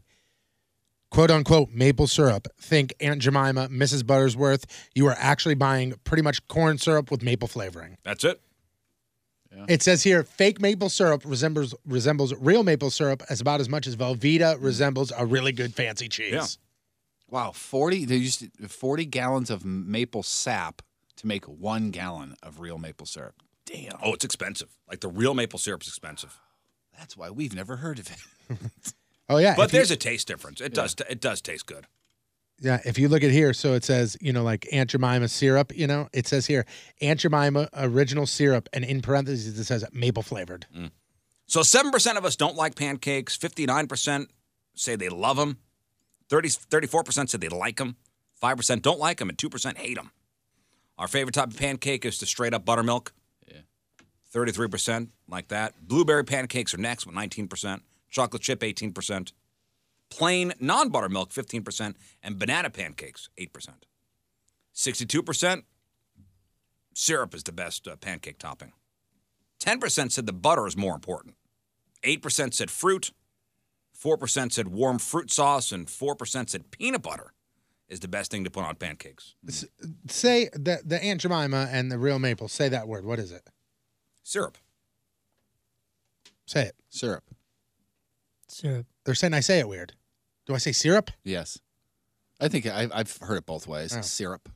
[SPEAKER 5] quote unquote maple syrup, think Aunt Jemima, Mrs. Buttersworth, you are actually buying pretty much corn syrup with maple flavoring.
[SPEAKER 4] That's it.
[SPEAKER 5] It says here fake maple syrup resembles resembles real maple syrup as about as much as Velveeta resembles a really good fancy cheese.
[SPEAKER 7] Wow, forty they used to- forty gallons of maple sap to make one gallon of real maple syrup. Damn.
[SPEAKER 4] Oh, it's expensive. Like the real maple syrup's expensive.
[SPEAKER 7] That's why we've never heard of it.
[SPEAKER 5] Oh yeah.
[SPEAKER 4] but
[SPEAKER 5] if you-
[SPEAKER 4] there's a taste difference. It does. It does taste good.
[SPEAKER 5] Yeah, if you look at here, so it says, you know, like Aunt Jemima syrup, you know, it says here Aunt Jemima original syrup, and in parentheses it says maple flavored.
[SPEAKER 4] So seven percent of us don't like pancakes. Fifty-nine percent say they love them. 34 percent say they like them. Five percent don't like them, and two percent hate them. Our favorite type of pancake is the straight-up buttermilk. Thirty-three percent like that. Blueberry pancakes are next with nineteen percent. Chocolate chip, eighteen percent. Plain non-buttermilk, fifteen percent, and banana pancakes, eight percent. Sixty-two percent syrup is the best uh, pancake topping. 10% said the butter is more important. 8% said fruit. 4% said warm fruit sauce. And 4% said peanut butter is the best thing to put on pancakes.
[SPEAKER 5] S- say the the Aunt Jemima and the real maple. Say that word. What is it?
[SPEAKER 4] Syrup.
[SPEAKER 5] Say it.
[SPEAKER 7] Syrup.
[SPEAKER 8] Syrup.
[SPEAKER 5] They're saying I say it weird. Do I say syrup?
[SPEAKER 7] Yes. I think I, I've heard it both ways.
[SPEAKER 5] Oh.
[SPEAKER 7] Syrup.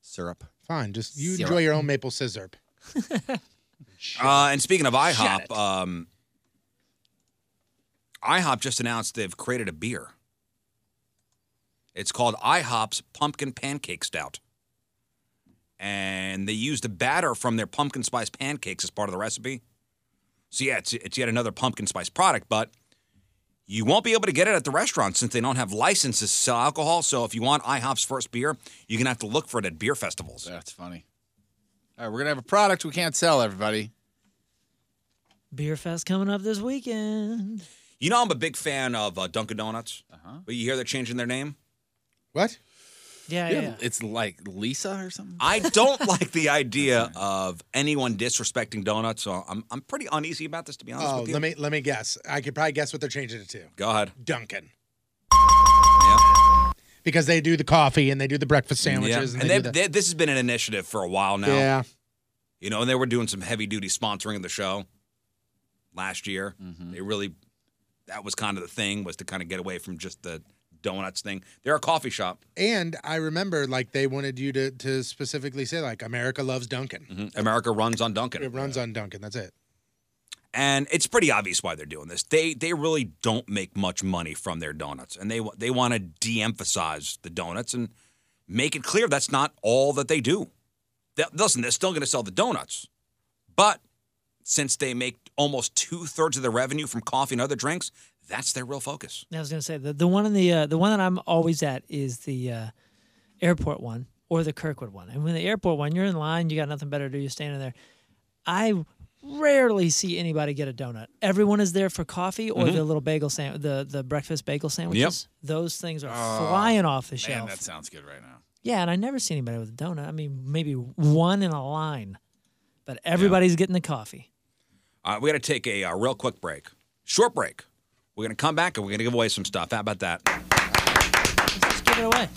[SPEAKER 7] Syrup.
[SPEAKER 5] Fine. Just you
[SPEAKER 7] Syrup.
[SPEAKER 5] enjoy your own maple scissor.
[SPEAKER 4] Uh, and speaking of
[SPEAKER 5] Shut
[SPEAKER 4] IHOP, um, IHOP just announced they've created a beer. It's called IHOP's Pumpkin Pancake Stout. And they use the batter from their pumpkin spice pancakes as part of the recipe. So, yeah, it's, it's yet another pumpkin spice product, but you won't be able to get it at the restaurant since they don't have licenses to sell alcohol. So, if you want IHOP's first beer, you're going to have to look for it at beer festivals.
[SPEAKER 7] That's funny. All right, we're going to have a product we can't sell, everybody.
[SPEAKER 8] Beer fest coming up this weekend.
[SPEAKER 4] You know, I'm a big fan of uh, Dunkin' Donuts,
[SPEAKER 7] Uh-huh.
[SPEAKER 4] but you hear they're changing their name.
[SPEAKER 5] What?
[SPEAKER 8] Yeah, yeah. yeah.
[SPEAKER 7] It's like Lisa or something.
[SPEAKER 4] I don't like the idea of anyone disrespecting donuts, so I'm, I'm pretty uneasy about this, to be honest
[SPEAKER 5] Oh,
[SPEAKER 4] with you.
[SPEAKER 5] let me let me guess. I could probably guess what they're changing it to.
[SPEAKER 4] Go ahead.
[SPEAKER 5] Duncan. Because they do the coffee and they do the breakfast sandwiches. And,
[SPEAKER 4] Yeah. And
[SPEAKER 5] they do
[SPEAKER 4] they've-
[SPEAKER 5] the-
[SPEAKER 4] they- this has been an initiative for a while now.
[SPEAKER 5] Yeah.
[SPEAKER 4] You know, and they were doing some heavy duty sponsoring of the show last year.
[SPEAKER 7] Mm-hmm.
[SPEAKER 4] They really, that was kind of the thing, was to kind of get away from just the donuts thing. They're a coffee shop.
[SPEAKER 5] And I remember like they wanted you to to specifically say like America loves Duncan.
[SPEAKER 4] Mm-hmm. America runs on Dunkin'.
[SPEAKER 5] It runs on Duncan. That's it.
[SPEAKER 4] and it's pretty obvious why they're doing this. They they really don't make much money from their donuts, and they wa- they want to de-emphasize the donuts and make it clear that's not all that they do. They- listen, they're still going to sell the donuts, but since they make almost two thirds of their revenue from coffee and other drinks, that's their real focus.
[SPEAKER 8] I was gonna say the the one in the uh, the one that I'm always at is the uh, airport one or the Kirkwood one. And when the airport one, you're in line, you got nothing better to do, you're standing there. I rarely see anybody get a donut. Everyone is there for coffee or
[SPEAKER 4] Mm-hmm.
[SPEAKER 7] Mhm.
[SPEAKER 8] the little bagel sandwich, the the breakfast bagel sandwiches. Those things are
[SPEAKER 7] Oh,
[SPEAKER 8] flying off the
[SPEAKER 7] man,
[SPEAKER 8] shelf.
[SPEAKER 7] that sounds good right now.
[SPEAKER 8] Yeah, and I never see anybody with a donut. I mean, maybe one in a line, but everybody's getting the coffee.
[SPEAKER 4] All right, we got to take a, uh real quick break, short break. We're going to come back and we're going to give away some stuff. How about that?
[SPEAKER 8] Just give it away.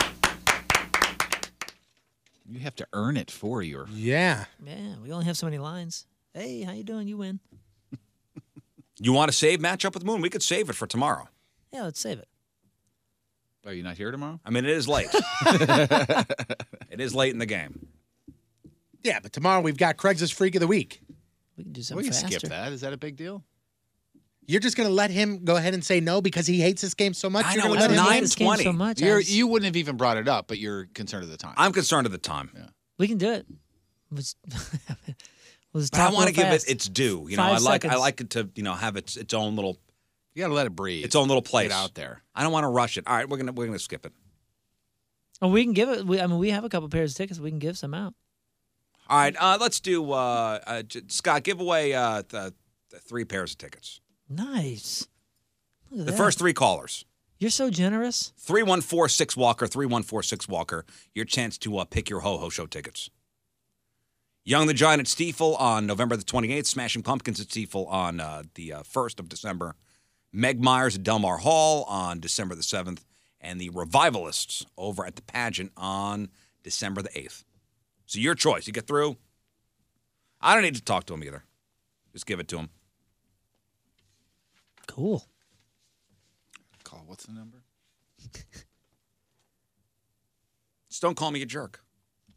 [SPEAKER 7] You have to earn it for your.
[SPEAKER 5] Yeah.
[SPEAKER 8] Yeah, we only have so many lines. Hey, how you doing? You win.
[SPEAKER 4] You want to save matchup with Moon? We could save it for tomorrow.
[SPEAKER 8] Yeah, let's save it.
[SPEAKER 7] Are you not here tomorrow?
[SPEAKER 4] I mean, it is late. it is late in the game.
[SPEAKER 5] Yeah, but tomorrow we've got Craigslist Freak of the Week.
[SPEAKER 8] We can do
[SPEAKER 7] We can skip that. Is that a big deal?
[SPEAKER 5] You're just going to let him go ahead and say no because he hates this game so much. You're gonna let him win?
[SPEAKER 7] You're, you wouldn't have even brought it up, but you're concerned at the time.
[SPEAKER 4] I'm concerned at the time.
[SPEAKER 8] We can do it. Let's, let's
[SPEAKER 4] But I
[SPEAKER 8] talk
[SPEAKER 4] want to
[SPEAKER 8] real
[SPEAKER 4] give
[SPEAKER 8] fast.
[SPEAKER 4] it its due. You know, I
[SPEAKER 8] Five
[SPEAKER 4] like I
[SPEAKER 8] seconds.
[SPEAKER 4] like it to you know have its its own little.
[SPEAKER 7] You got to let it breathe.
[SPEAKER 4] Its own little place
[SPEAKER 7] Get out there.
[SPEAKER 4] I don't want to rush it. All right, we're gonna we're gonna skip it.
[SPEAKER 8] Oh, we can give it. We, I mean, we have a couple pairs of tickets. We can give some out.
[SPEAKER 4] All right, uh, let's do uh, uh, J- Scott. Give away uh, the, the three pairs of tickets.
[SPEAKER 8] Nice. Look at
[SPEAKER 4] The
[SPEAKER 8] that.
[SPEAKER 4] first three callers.
[SPEAKER 8] You're so generous.
[SPEAKER 4] 3146 Walker, 3146 Walker, your chance to uh, pick your Ho Ho Show tickets. Young the Giant at Steeple on November the 28th, Smashing Pumpkins at Steeple on uh, the uh, 1st of December, Meg Myers at Delmar Hall on December the 7th, and the Revivalists over at the pageant on December the 8th. So your choice. You get through. I don't need to talk to him either. Just give it to him.
[SPEAKER 8] Cool.
[SPEAKER 7] Call what's the number?
[SPEAKER 4] Just don't call me a jerk.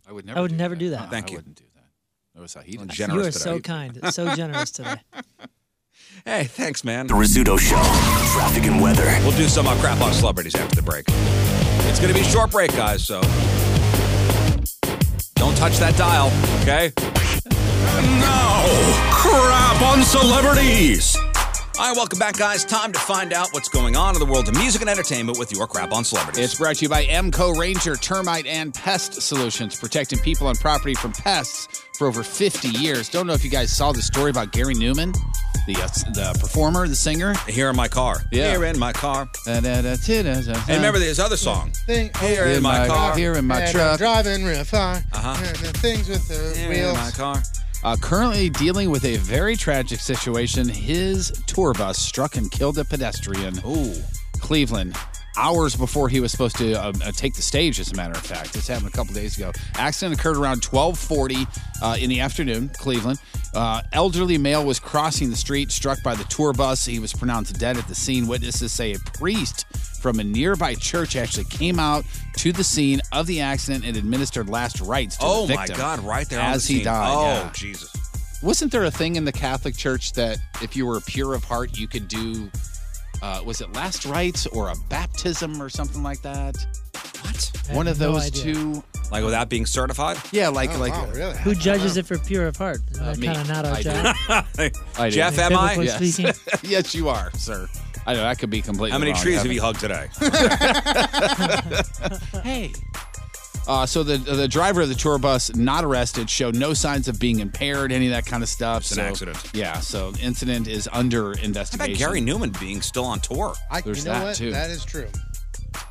[SPEAKER 7] I would
[SPEAKER 8] I would never do that.
[SPEAKER 4] Oh, Thank you.
[SPEAKER 7] wouldn't do that. Notice how he
[SPEAKER 4] I'm
[SPEAKER 7] did.
[SPEAKER 4] Oh, generous
[SPEAKER 8] you are
[SPEAKER 4] today.
[SPEAKER 8] so kind. So generous today.
[SPEAKER 4] Hey, thanks, man.
[SPEAKER 9] The Rizzuto Show. Traffic and weather.
[SPEAKER 4] We'll do some uh, crap on celebrities after the break. It's going to be a short break, guys, so don't touch that dial, okay? Now, crap on celebrities. All right, welcome back, guys. Time to find out what's going on in the world of music and entertainment with your crap on celebrities.
[SPEAKER 7] It's brought to you by Emco Ranger Termite and Pest Solutions, protecting people and property from pests for over 50 years. Don't know if you guys saw the story about Gary Newman, the uh, s- the performer, the singer.
[SPEAKER 4] Here in my car.
[SPEAKER 7] Yeah.
[SPEAKER 4] Here in my car.
[SPEAKER 7] And
[SPEAKER 4] And remember this other song.
[SPEAKER 5] Thing-
[SPEAKER 4] Here in my car.
[SPEAKER 7] Here in my
[SPEAKER 5] And I'm
[SPEAKER 7] truck.
[SPEAKER 5] driving real far.
[SPEAKER 7] Uh-huh.
[SPEAKER 5] And the things with the wheels.
[SPEAKER 4] car.
[SPEAKER 7] Uh, currently dealing with a very tragic situation. His tour bus struck and killed a pedestrian.
[SPEAKER 4] Ooh.
[SPEAKER 7] Cleveland. Hours before he was supposed to um, uh, take the stage, as a matter of fact, this happened a couple days ago. Accident occurred around 12:40 uh, in the afternoon, Cleveland. Uh, elderly male was crossing the street, struck by the tour bus. He was pronounced dead at the scene. Witnesses say a priest from a nearby church actually came out to the scene of the accident and administered last rites to
[SPEAKER 4] Oh,
[SPEAKER 7] the
[SPEAKER 4] my
[SPEAKER 7] victim.
[SPEAKER 4] God, right there on
[SPEAKER 7] as
[SPEAKER 4] the
[SPEAKER 7] he
[SPEAKER 4] scene.
[SPEAKER 7] died.
[SPEAKER 4] Oh,
[SPEAKER 7] yeah.
[SPEAKER 4] Jesus.
[SPEAKER 7] Wasn't there a thing in the Catholic Church that if you were pure of heart, you could do, uh, was it last rites or a baptism or something like that?
[SPEAKER 4] What?
[SPEAKER 8] I
[SPEAKER 7] One
[SPEAKER 8] have
[SPEAKER 7] of
[SPEAKER 8] no
[SPEAKER 7] those
[SPEAKER 8] idea. Oh,
[SPEAKER 7] two.
[SPEAKER 4] Like without being certified?
[SPEAKER 7] Yeah, like,
[SPEAKER 4] Oh,
[SPEAKER 7] like.
[SPEAKER 8] Who judges it for pure of heart? Is
[SPEAKER 7] Uh,
[SPEAKER 8] that
[SPEAKER 7] me.
[SPEAKER 8] kind of not our
[SPEAKER 7] I do.
[SPEAKER 8] job.
[SPEAKER 7] I do.
[SPEAKER 4] Jeff, am I?
[SPEAKER 8] Biblically speaking.
[SPEAKER 7] Yes. yes, you are, sir. I know, that could be completely
[SPEAKER 4] How many
[SPEAKER 7] wrong,
[SPEAKER 4] trees have
[SPEAKER 7] Evan.
[SPEAKER 4] you hugged today?
[SPEAKER 8] hey.
[SPEAKER 7] Uh, so the the driver of the tour bus not arrested showed no signs of being impaired, any of that kind of stuff.
[SPEAKER 4] It's an
[SPEAKER 7] so,
[SPEAKER 4] accident.
[SPEAKER 7] Yeah, so the incident is under
[SPEAKER 4] How
[SPEAKER 7] investigation.
[SPEAKER 4] about Gary Newman being still on tour?
[SPEAKER 5] I,
[SPEAKER 7] There's
[SPEAKER 5] you know
[SPEAKER 7] that,
[SPEAKER 5] what?
[SPEAKER 7] too.
[SPEAKER 5] That is true.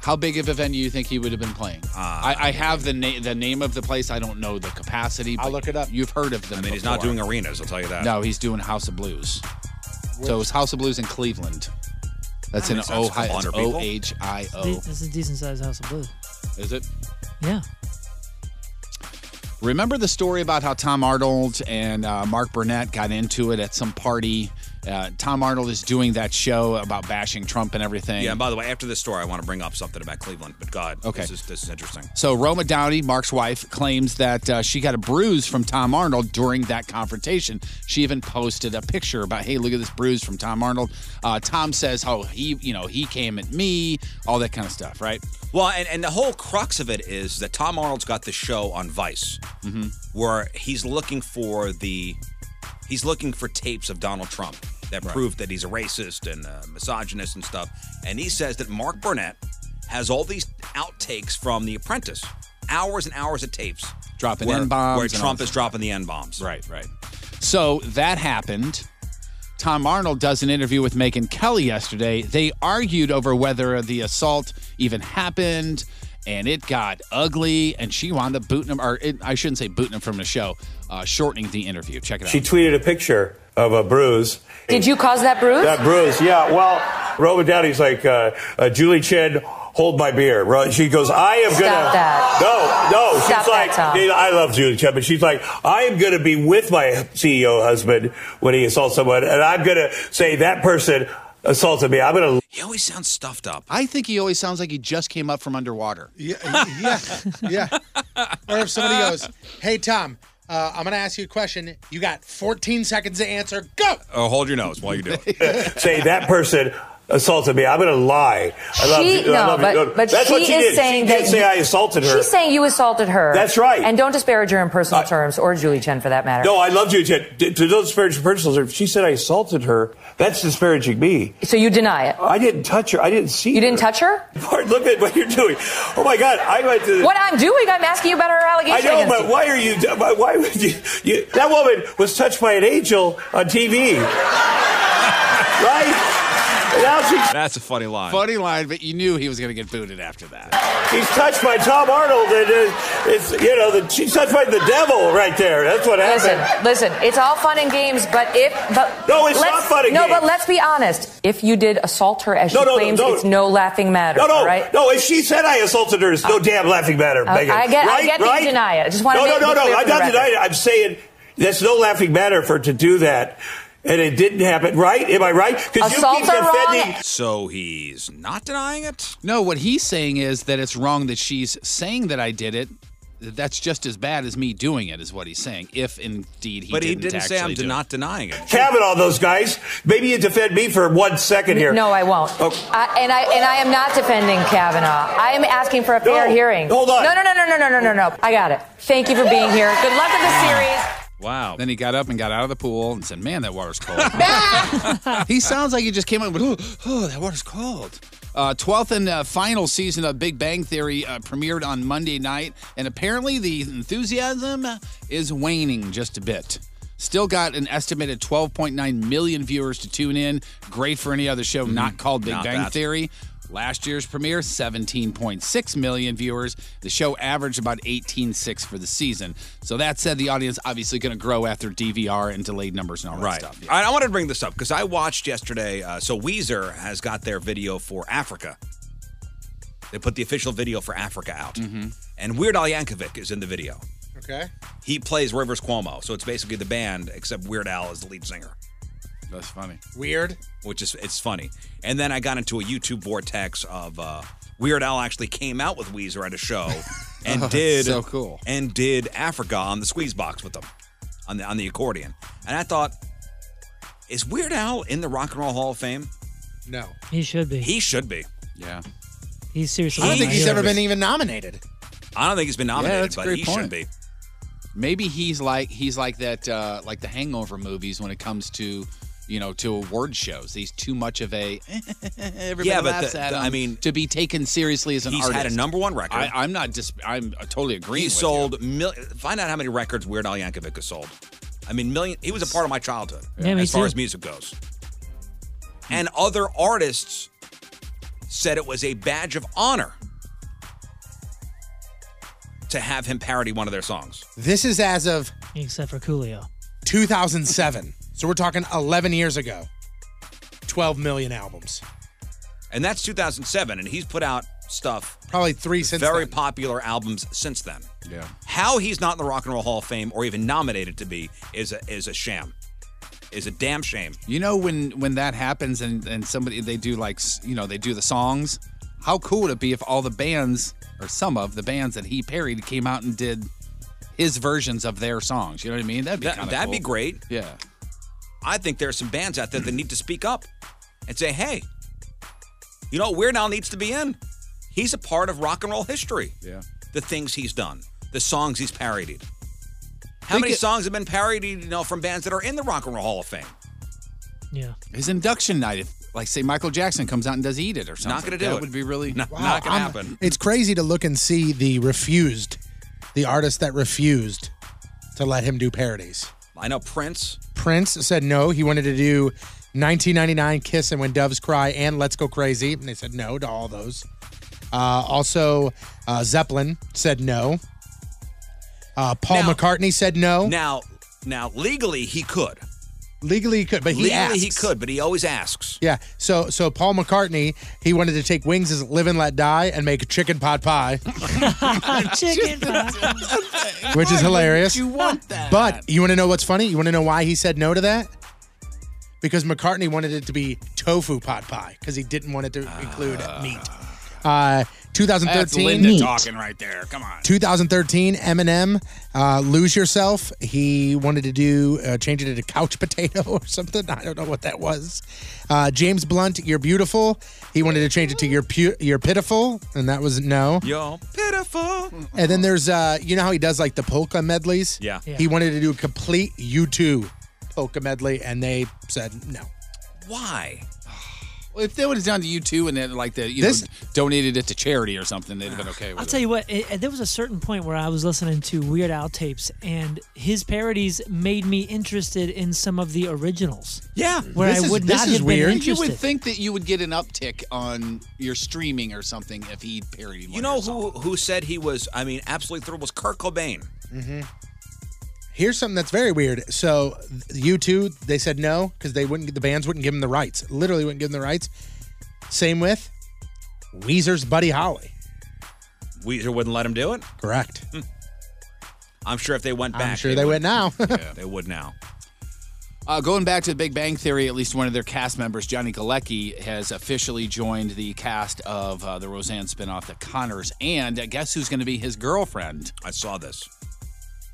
[SPEAKER 7] How big of a venue you think he would have been playing?
[SPEAKER 4] Ah.
[SPEAKER 7] I, I have the na- the name of the place. I don't know the capacity. I'll look it up. You've heard of them.
[SPEAKER 4] I mean, he's not
[SPEAKER 7] before.
[SPEAKER 4] doing arenas, I'll tell you that.
[SPEAKER 7] No, he's doing House of Blues. So it's House of Blues in Cleveland. That's
[SPEAKER 4] That
[SPEAKER 7] in
[SPEAKER 4] makes sense.
[SPEAKER 7] Ohio.
[SPEAKER 4] Couple
[SPEAKER 7] It's
[SPEAKER 4] hundred people.
[SPEAKER 7] O H I O.
[SPEAKER 8] This is a decent sized house of blue.
[SPEAKER 7] Oh. Is it?
[SPEAKER 8] Yeah.
[SPEAKER 7] Remember the story about how Tom Arnold and uh, Mark Burnett got into it at some party? Uh, Tom Arnold is doing that show about bashing Trump and everything.
[SPEAKER 4] Yeah, and by the way, after this story, I want to bring up something about Cleveland, but God,
[SPEAKER 7] Okay.
[SPEAKER 4] this, is, this is interesting.
[SPEAKER 7] So Roma Downey, Mark's wife, claims that uh, she got a bruise from Tom Arnold during that confrontation. She even posted a picture about, "Hey, look at this bruise from Tom Arnold." Uh, Tom says, "Oh, he, you know, he came at me," all that kind of stuff, right?
[SPEAKER 4] Well, and, and the whole crux of it is that Tom Arnold's got this show on Vice where he's looking for the he's looking for tapes of Donald Trump that
[SPEAKER 7] Right.
[SPEAKER 4] prove that he's a racist and a misogynist and stuff. And he says that Mark Burnett has all these outtakes from The Apprentice, hours and hours of tapes
[SPEAKER 7] Dropping
[SPEAKER 4] where-
[SPEAKER 7] N-bombs
[SPEAKER 4] where
[SPEAKER 7] and all
[SPEAKER 4] Trump
[SPEAKER 7] that
[SPEAKER 4] is dropping the n bombs.
[SPEAKER 7] Right, right. So that happened. Tom Arnold does an interview with Megan Kelly yesterday. They argued over whether the assault even happened, and it got ugly. And she wound up booting him, or it, I shouldn't say booting him from the show, uh, shortening the interview. Check it out.
[SPEAKER 17] She tweeted a picture of a bruise.
[SPEAKER 18] Did you cause that bruise?
[SPEAKER 17] That bruise, yeah. Well, Robert Downey's like, uh, uh, Julie Chen, hold my beer. Ro- She goes, I am
[SPEAKER 18] Stop
[SPEAKER 17] gonna.
[SPEAKER 18] that.
[SPEAKER 17] No, no.
[SPEAKER 18] Stop
[SPEAKER 17] she's like,
[SPEAKER 18] that, Tom.
[SPEAKER 17] Dana, I love Julie Chen, but she's like, I am gonna be with my CEO husband when he assaults someone, and I'm gonna say that person assaulted me. I'm gonna.
[SPEAKER 4] He always sounds stuffed up.
[SPEAKER 7] I think he always sounds like he just came up from underwater.
[SPEAKER 5] Yeah, yeah, yeah. Or if somebody goes, "Hey Tom, Uh, I'm going to ask you a question. You got 14 seconds to answer. Go.
[SPEAKER 4] Oh, hold your nose while you do it.
[SPEAKER 17] say that person assaulted me. I'm going to lie. I love
[SPEAKER 18] She,
[SPEAKER 17] you. I
[SPEAKER 18] no,
[SPEAKER 17] love you.
[SPEAKER 18] but, but
[SPEAKER 17] That's
[SPEAKER 18] she
[SPEAKER 17] what she
[SPEAKER 18] is
[SPEAKER 17] did.
[SPEAKER 18] saying
[SPEAKER 17] she
[SPEAKER 18] that.
[SPEAKER 17] did say
[SPEAKER 18] you-
[SPEAKER 17] I assaulted her.
[SPEAKER 18] She's saying you assaulted her.
[SPEAKER 17] That's right.
[SPEAKER 18] And don't disparage her in personal terms or Julie Chen for that matter.
[SPEAKER 17] no, I loved you. Jen. D- To those disparaging personal terms, she said I assaulted her. That's disparaging me.
[SPEAKER 18] So you deny it?
[SPEAKER 17] I didn't touch her. I didn't see
[SPEAKER 18] You didn't touch her?
[SPEAKER 17] Bart, look at what you're doing. Oh my God, I went to.
[SPEAKER 18] What I'm doing, I'm asking you about her
[SPEAKER 17] I
[SPEAKER 18] allegation.
[SPEAKER 17] know,
[SPEAKER 18] against
[SPEAKER 17] but
[SPEAKER 18] you.
[SPEAKER 17] why are you? Why why would you, you? That woman was touched by an angel on TV, right? Now she's,
[SPEAKER 4] That's a funny line.
[SPEAKER 7] Funny line, but you knew he was going to get booted after that.
[SPEAKER 17] she's touched by Tom Arnold, and uh, it's you know the, she's touched by the devil right there. That's what happened.
[SPEAKER 18] Listen, listen. It's all fun and games, but if but
[SPEAKER 17] No, it's
[SPEAKER 18] let's-
[SPEAKER 17] not fun and
[SPEAKER 18] no,
[SPEAKER 17] games.
[SPEAKER 18] but let's be honest. If you did assault her as she
[SPEAKER 17] No, no, no,
[SPEAKER 18] claims,
[SPEAKER 17] no.
[SPEAKER 18] it's no laughing matter.
[SPEAKER 17] No, no,
[SPEAKER 18] all right?
[SPEAKER 17] no. If she said I assaulted her, it's no damn laughing matter,
[SPEAKER 18] I-
[SPEAKER 17] Megan.
[SPEAKER 18] I get- I
[SPEAKER 17] right?
[SPEAKER 18] get that you
[SPEAKER 17] right?
[SPEAKER 18] deny it. I just wanna
[SPEAKER 17] no,
[SPEAKER 18] make
[SPEAKER 17] no, no,
[SPEAKER 18] it clear
[SPEAKER 17] no.
[SPEAKER 18] for
[SPEAKER 17] I'm
[SPEAKER 18] the
[SPEAKER 17] not
[SPEAKER 18] record.
[SPEAKER 17] denying it. I'm saying that's no laughing matter for her to do that, and it didn't happen, right? Am I right? Because you keep
[SPEAKER 18] Assaults are wrong.
[SPEAKER 17] defending.
[SPEAKER 7] So he's not denying it? No, what he's saying is that it's wrong that she's saying that I did it. That's just as bad as me doing it, is what he's saying. If indeed he
[SPEAKER 4] But he
[SPEAKER 7] didn't,
[SPEAKER 4] didn't say I'm
[SPEAKER 7] actually do
[SPEAKER 4] not
[SPEAKER 7] it.
[SPEAKER 4] denying it.
[SPEAKER 17] Kavanaugh, those guys. Maybe you defend me for one second here.
[SPEAKER 18] No, I won't.
[SPEAKER 17] Oh.
[SPEAKER 18] I, and I and I am not defending Kavanaugh. I am asking for a fair
[SPEAKER 17] No,
[SPEAKER 18] hearing.
[SPEAKER 17] hold on.
[SPEAKER 18] No, no, no, no, no, no, no, no, no. I got it. Thank you for being here. Good luck in the series.
[SPEAKER 7] Wow. Then he got up and got out of the pool and said, Man, that water's cold. he sounds like he just came up with, Oh, oh that water's cold. Uh, 12th and uh, final season of Big Bang Theory uh, premiered on Monday night, and apparently the enthusiasm is waning just a bit. Still got an estimated 12.9 million viewers to tune in. Great for any other show not called Big
[SPEAKER 4] Mm-hmm. Not
[SPEAKER 7] Bang
[SPEAKER 4] that.
[SPEAKER 7] Theory. Last year's premiere, 17.6 million viewers. The show averaged about 18.6 for the season. So that said, the audience obviously going to grow after DVR and delayed numbers and all that
[SPEAKER 4] Right.
[SPEAKER 7] stuff.
[SPEAKER 4] I, I wanted to bring this up because I watched yesterday. Uh, so Weezer has got their video for Africa. They put the official video for Africa out,
[SPEAKER 7] Mm-hmm.
[SPEAKER 4] and Weird Al Yankovic is in the video.
[SPEAKER 5] Okay.
[SPEAKER 4] He plays Rivers Cuomo, so it's basically the band except Weird Al is the lead singer.
[SPEAKER 7] That's funny.
[SPEAKER 5] Weird.
[SPEAKER 4] Which is it's funny. And then I got into a YouTube vortex of uh, Weird Al actually came out with Weezer at a show and
[SPEAKER 7] Oh, that's
[SPEAKER 4] did
[SPEAKER 7] so cool.
[SPEAKER 4] and did Africa on the squeeze box with them on the on the accordion. And I thought, is Weird Al in the Rock and Roll Hall of Fame?
[SPEAKER 5] No.
[SPEAKER 8] He should be.
[SPEAKER 4] He should be.
[SPEAKER 7] Yeah.
[SPEAKER 8] He's seriously.
[SPEAKER 5] I don't think
[SPEAKER 8] my
[SPEAKER 5] he's ever
[SPEAKER 8] hero.
[SPEAKER 5] been even nominated.
[SPEAKER 4] I don't think he's been
[SPEAKER 7] Yeah,
[SPEAKER 4] nominated,
[SPEAKER 7] that's a
[SPEAKER 4] but
[SPEAKER 7] great
[SPEAKER 4] he
[SPEAKER 7] point.
[SPEAKER 4] should be.
[SPEAKER 7] Maybe he's like he's like that uh, like the Hangover movies when it comes to you know to award shows. He's too much of a eh, everybody
[SPEAKER 4] Yeah, but
[SPEAKER 7] laughs
[SPEAKER 4] the-
[SPEAKER 7] at
[SPEAKER 4] the-
[SPEAKER 7] him.
[SPEAKER 4] I mean,
[SPEAKER 7] to be taken seriously as an
[SPEAKER 4] he's
[SPEAKER 7] artist.
[SPEAKER 4] had a number one record.
[SPEAKER 7] I, I'm not just I'm uh, totally agreeing.
[SPEAKER 4] He
[SPEAKER 7] with
[SPEAKER 4] sold mil- find out how many records Weird Al Yankovic has sold. I mean, million. He was a part of my childhood
[SPEAKER 7] Yeah, me
[SPEAKER 4] as far
[SPEAKER 7] too.
[SPEAKER 4] as music goes. And other artists said it was a badge of honor to have him parody one of their songs.
[SPEAKER 5] This is as of
[SPEAKER 8] except for Coolio.
[SPEAKER 5] 2007. So we're talking 11 years ago. 12 million albums.
[SPEAKER 4] And that's 2007, and he's put out stuff
[SPEAKER 5] Probably three since
[SPEAKER 4] very
[SPEAKER 5] then.
[SPEAKER 4] popular albums since then.
[SPEAKER 7] Yeah.
[SPEAKER 4] How he's not in the Rock and Roll Hall of Fame or even nominated to be is a, is a sham. Is a damn shame.
[SPEAKER 7] You know when when that happens and and somebody they do like s- you know they do the songs. How cool would it be if all the bands or some of the bands that he parried came out and did his versions of their songs? You know what I mean? That'd be
[SPEAKER 4] That,
[SPEAKER 7] kind
[SPEAKER 4] that'd be great.
[SPEAKER 7] Yeah.
[SPEAKER 4] I think there are some bands out there that need to speak up and say, hey, you know what Weird Al needs to be in? He's a part of rock and roll history.
[SPEAKER 7] Yeah.
[SPEAKER 4] The things he's done, the songs he's parodied. How
[SPEAKER 7] Think
[SPEAKER 4] many
[SPEAKER 7] it-
[SPEAKER 4] songs have been parodied, you know, from bands that are in the Rock and Roll Hall of Fame?
[SPEAKER 8] Yeah.
[SPEAKER 7] His induction night, if like say Michael Jackson comes out and does "Eat It" or something,
[SPEAKER 4] gonna do
[SPEAKER 7] that
[SPEAKER 4] it.
[SPEAKER 7] would be really
[SPEAKER 4] No, not gonna happen.
[SPEAKER 5] It's crazy to look and see the refused, the artist that refused to let him do parodies.
[SPEAKER 4] I know Prince.
[SPEAKER 5] Prince said no. He wanted to do 1999 Kiss and When Doves Cry and Let's Go Crazy. And they said no to all those. Uh, also, uh, Zeppelin said no. Uh, Paul McCartney said no.
[SPEAKER 4] Now, now legally he could.
[SPEAKER 5] Legally, he could, but he
[SPEAKER 4] legally
[SPEAKER 5] asked.
[SPEAKER 4] he could, but he always asks.
[SPEAKER 5] Yeah. So, so Paul McCartney, he wanted to take Wings as Live and Let Die and make a chicken pot pie,
[SPEAKER 8] Chicken pot.
[SPEAKER 5] which is hilarious.
[SPEAKER 7] You want that?
[SPEAKER 5] But you want to know what's funny? You want to know why he said no to that? Because McCartney wanted it to be tofu pot pie because he didn't want it to include meat. Uh, 2013.
[SPEAKER 7] Ah. That's Linda talking right there. Come on.
[SPEAKER 5] 2013, Eminem, uh, Lose Yourself. He wanted to do, uh, change it to couch potato or something. I don't know what that was. Uh, James Blunt, You're Beautiful. He wanted to change it to You're, pu- you're Pitiful, and that was no.
[SPEAKER 4] Yo, pitiful.
[SPEAKER 5] And then there's, uh, you know how he does like the polka medleys?
[SPEAKER 4] Yeah. Yeah.
[SPEAKER 5] He wanted to do a complete U2 polka medley, and they said no.
[SPEAKER 4] Why?
[SPEAKER 7] Well, if they would have done to you two and then like the you know donated it to charity or something, they'd have been okay with
[SPEAKER 8] I'll
[SPEAKER 7] it.
[SPEAKER 8] tell you what, it, it- there was a certain point where I was listening to Weird Al tapes, and his parodies made me interested in some of the originals.
[SPEAKER 7] Yeah,
[SPEAKER 8] where I would not have been
[SPEAKER 7] You
[SPEAKER 8] interested.
[SPEAKER 7] would think that you would get an uptick on your streaming or something if he parodied.
[SPEAKER 4] You know who who said he was? I mean, absolutely thrilled was Kurt Cobain.
[SPEAKER 5] Mm-hmm. Here's something that's very weird. So U2, they said no because they wouldn't. The bands wouldn't give them the rights. Literally wouldn't give them the rights. Same with Weezer's Buddy Holly.
[SPEAKER 4] Weezer wouldn't let him do it.
[SPEAKER 5] Correct.
[SPEAKER 4] Hmm. I'm sure if they went
[SPEAKER 5] I'm
[SPEAKER 4] back,
[SPEAKER 5] sure they went now.
[SPEAKER 4] they would now.
[SPEAKER 7] Uh, going back to the Big Bang Theory, at least one of their cast members, Johnny Galecki, has officially joined the cast of uh, the Roseanne spinoff, The Connors. And uh, guess who's going to be his girlfriend?
[SPEAKER 4] I saw this.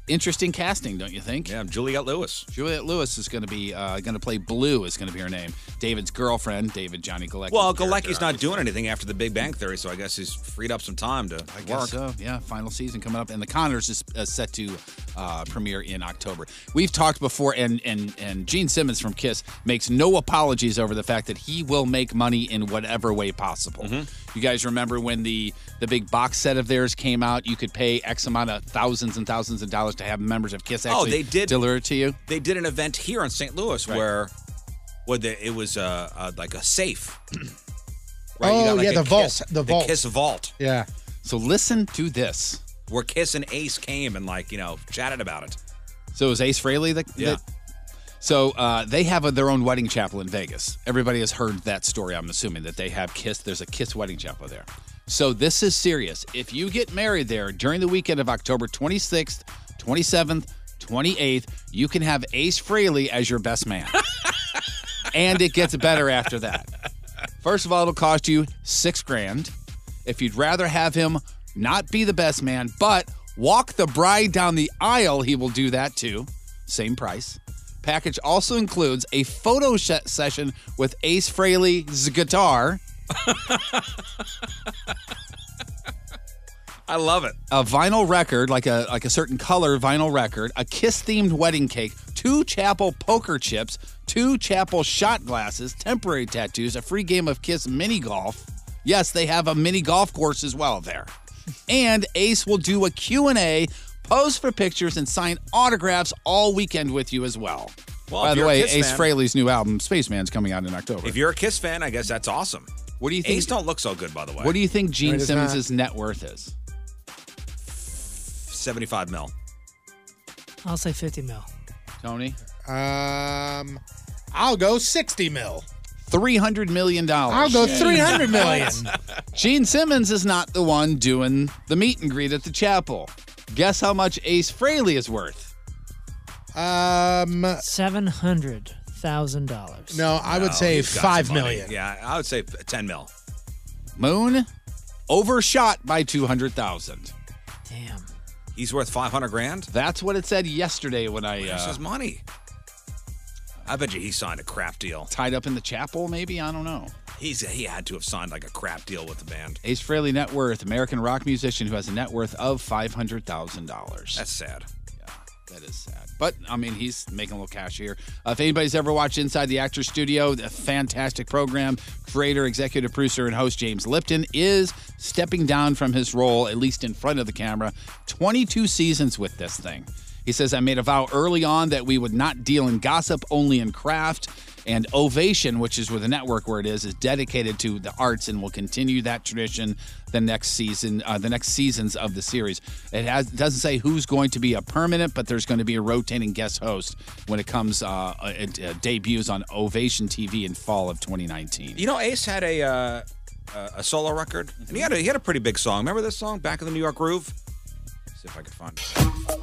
[SPEAKER 7] Interesting casting, don't you think? Yeah,
[SPEAKER 4] Juliette Lewis.
[SPEAKER 7] Juliette Lewis is going to be uh, going to play Blue. Is going to be her name. David's girlfriend, David Johnny Galecki.
[SPEAKER 4] well, Galecki's not doing anything after the Big Bang Theory, so I guess he's freed up some time to
[SPEAKER 7] I guess
[SPEAKER 4] work.
[SPEAKER 7] so. Yeah, final season coming up, and The Connors is uh, set to uh, premiere in October. We've talked before, and and and Gene Simmons from Kiss makes no apologies over the fact that he will make money in whatever way possible.
[SPEAKER 19] Mm-hmm.
[SPEAKER 7] You guys remember when the the big box set of theirs came out? You could pay X amount of thousands and thousands of dollars to have members of Kiss
[SPEAKER 4] oh,
[SPEAKER 7] actually
[SPEAKER 4] they did
[SPEAKER 7] deliver it to you.
[SPEAKER 4] They did an event here in St. Louis where, where the, it was uh, uh, like a safe. right?
[SPEAKER 5] Oh,
[SPEAKER 4] you got like
[SPEAKER 5] yeah,
[SPEAKER 4] a
[SPEAKER 5] the vault,
[SPEAKER 4] Kiss-
[SPEAKER 5] the vault.
[SPEAKER 4] Kiss vault.
[SPEAKER 5] Yeah.
[SPEAKER 7] So listen to this.
[SPEAKER 4] Where Kiss and Ace came and like you know chatted about it.
[SPEAKER 7] So it was Ace Frehley that.
[SPEAKER 4] Yeah.
[SPEAKER 7] that- so uh, they have a, their own wedding chapel in Vegas. Everybody has heard that story. I'm assuming that they have Kiss. There's a Kiss wedding chapel there. So this is serious. If you get married there during the weekend of October 26th, 27th, 28th, you can have Ace Frehley as your best man. and it gets better after that. First of all, it'll cost you six grand. If you'd rather have him not be the best man, but walk the bride down the aisle, he will do that too. Same price. Package also includes a photo sh- session with Ace Frehley's guitar,
[SPEAKER 4] I love it.
[SPEAKER 7] a vinyl record, like a like a certain color vinyl record, a kiss themed wedding cake, two chapel poker chips, two chapel shot glasses, temporary tattoos, a free game of kiss mini golf. Yes, they have a mini golf course as well there. And Ace will do a Q&A, pose for pictures and sign autographs all weekend with you as well.
[SPEAKER 4] Well,
[SPEAKER 7] By
[SPEAKER 4] if
[SPEAKER 7] the
[SPEAKER 4] you're a
[SPEAKER 7] way,
[SPEAKER 4] Kiss
[SPEAKER 7] Ace
[SPEAKER 4] fan-
[SPEAKER 7] Frehley's new album Spaceman's coming out in October.
[SPEAKER 4] If you're a Kiss fan, I guess that's awesome.
[SPEAKER 7] What do you think-
[SPEAKER 4] Ace don't look so good, by the way.
[SPEAKER 7] What do you think Gene
[SPEAKER 4] does not.
[SPEAKER 7] Simmons' net worth is?
[SPEAKER 4] 75 mil.
[SPEAKER 8] I'll say 50 mil.
[SPEAKER 7] Tony?
[SPEAKER 5] Um, I'll go 60 mil.
[SPEAKER 7] $300 million.
[SPEAKER 5] I'll go $300 million.
[SPEAKER 7] Gene Simmons is not the one doing the meet and greet at the chapel. Guess how much Ace Frehley is worth?
[SPEAKER 5] Um,
[SPEAKER 8] seven hundred thousand dollars.
[SPEAKER 5] No, Uh, I would
[SPEAKER 4] No,
[SPEAKER 5] say
[SPEAKER 4] he's got
[SPEAKER 5] five
[SPEAKER 4] some money.
[SPEAKER 5] million.
[SPEAKER 4] Yeah, I would say 10 mil.
[SPEAKER 7] Moon overshot by 200,000.
[SPEAKER 8] Damn.
[SPEAKER 4] He's worth 500 grand?
[SPEAKER 7] That's what it said yesterday when I
[SPEAKER 4] Where's
[SPEAKER 7] uh,
[SPEAKER 4] his money? I bet you he signed a crap deal.
[SPEAKER 7] tied up in the chapel, maybe? I don't know.
[SPEAKER 4] He's He had to have signed like a crap deal with the band.
[SPEAKER 7] Ace Frehley net worth, American rock musician who has a net worth of $500,000.
[SPEAKER 4] That's sad.
[SPEAKER 7] That is sad. But I mean, he's making a little cash here. Uh, if anybody's ever watched Inside the Actors Studio, a fantastic program. Creator, executive producer, and host James Lipton is stepping down from his role, at least in front of the camera. 22 seasons with this thing. He says, "I made a vow early on that we would not deal in gossip, only in craft." And Ovation, which is where the network where it is, is dedicated to the arts and will continue that tradition the next season, uh, the next seasons of the series. It has it doesn't say who's going to be a permanent, but there's going to be a rotating guest host when it comes uh, it, uh, debuts on Ovation TV in fall of 2019.
[SPEAKER 4] You know, Ace had a uh, uh, a solo record, and he had a, he had a pretty big song. Remember this song, "Back in the New York Groove"? Let's see if I can find it.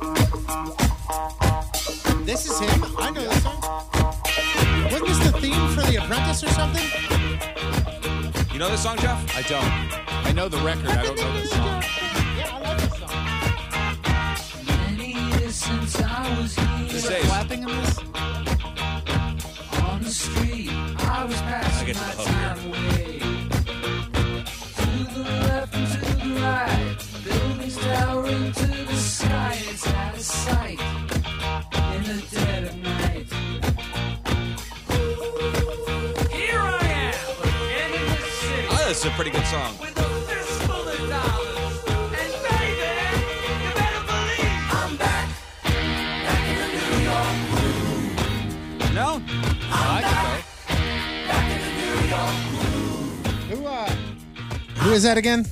[SPEAKER 5] This is him. I know this song. Wasn't this the theme for The Apprentice or something?
[SPEAKER 4] You know this song, Jeff?
[SPEAKER 7] I don't. I know the record. I don't know the song.
[SPEAKER 20] Since I was
[SPEAKER 7] Is there clapping in this?
[SPEAKER 20] on the street, I was
[SPEAKER 4] I get to the hook here.
[SPEAKER 20] left and to the right. Buildings towering to the sky. It's out of sight in the dead of night. Here I am, in the city.
[SPEAKER 4] Oh, this is a pretty good song.
[SPEAKER 7] No? I
[SPEAKER 5] Who, uh, who is that again?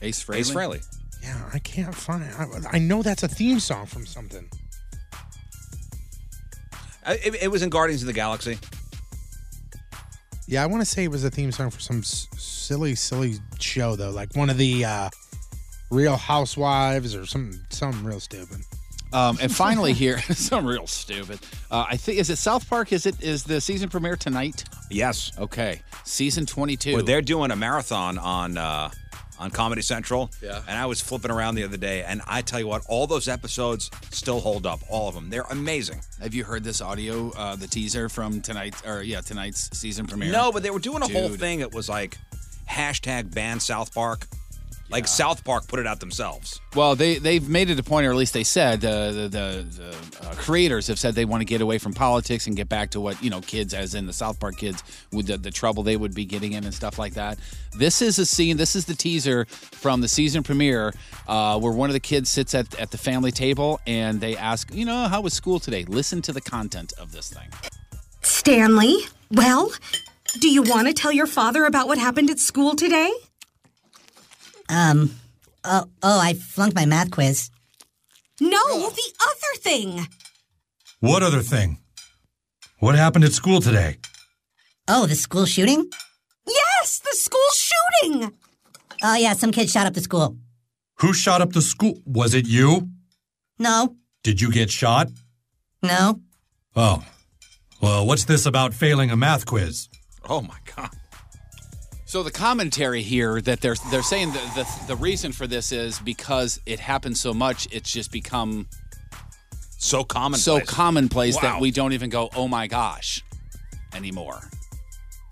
[SPEAKER 7] Ace Frehley. Ace
[SPEAKER 4] Frehley.
[SPEAKER 5] Yeah, I can't find. I, I know that's a theme song from something.
[SPEAKER 4] I- Uh, It, it was in Guardians of the Galaxy.
[SPEAKER 5] Yeah, I want to say it was a theme song for some s- silly, silly show though, like one of the uh, Real Housewives or some something real stupid.
[SPEAKER 7] Um, and finally, here some real stupid. Uh, I think is it South Park? Is it is the season premiere tonight?
[SPEAKER 4] Yes.
[SPEAKER 7] Okay. Season twenty-two.
[SPEAKER 4] Where they're doing a marathon on uh, on Comedy Central.
[SPEAKER 7] Yeah.
[SPEAKER 4] And I was flipping around the other day, and I tell you what, all those episodes still hold up. All of them. They're amazing.
[SPEAKER 7] Have you heard this audio, uh, the teaser from tonight, or yeah, tonight's season premiere?
[SPEAKER 4] No, but they were doing a whole
[SPEAKER 7] Dude.
[SPEAKER 4] thing that was like hashtag ban South Park. Like South Park put it out themselves.
[SPEAKER 7] Well, they they've made it a point, or at least they said uh, the the, the uh, creators have said they want to get away from politics and get back to what you know kids, as in the South Park kids, with the, the trouble they would be getting in and stuff like that. This is a scene. This is the teaser from the season premiere, uh, where one of the kids sits at at the family table and they ask, you know, how was school today? Listen to the content of this thing.
[SPEAKER 21] Stanley, well, do you want to tell your father about what happened at school today?
[SPEAKER 22] Um, oh, oh, I flunked my math quiz.
[SPEAKER 21] No, the other thing.
[SPEAKER 23] What other thing? What happened at school today?
[SPEAKER 22] Oh, the school shooting?
[SPEAKER 21] Yes, the school shooting.
[SPEAKER 22] Oh, yeah, some kid shot up the school.
[SPEAKER 23] Who shot up the school? Was it you?
[SPEAKER 22] No,
[SPEAKER 23] Did you get shot?
[SPEAKER 22] no.
[SPEAKER 23] Oh. Well, what's this about failing a math quiz?
[SPEAKER 4] Oh my god.
[SPEAKER 7] So the commentary here that they're they're saying the, the the reason for this is because it happens so much, it's just become
[SPEAKER 4] so commonplace,
[SPEAKER 7] so commonplace that
[SPEAKER 4] Wow.
[SPEAKER 7] we don't even go, oh my gosh, anymore.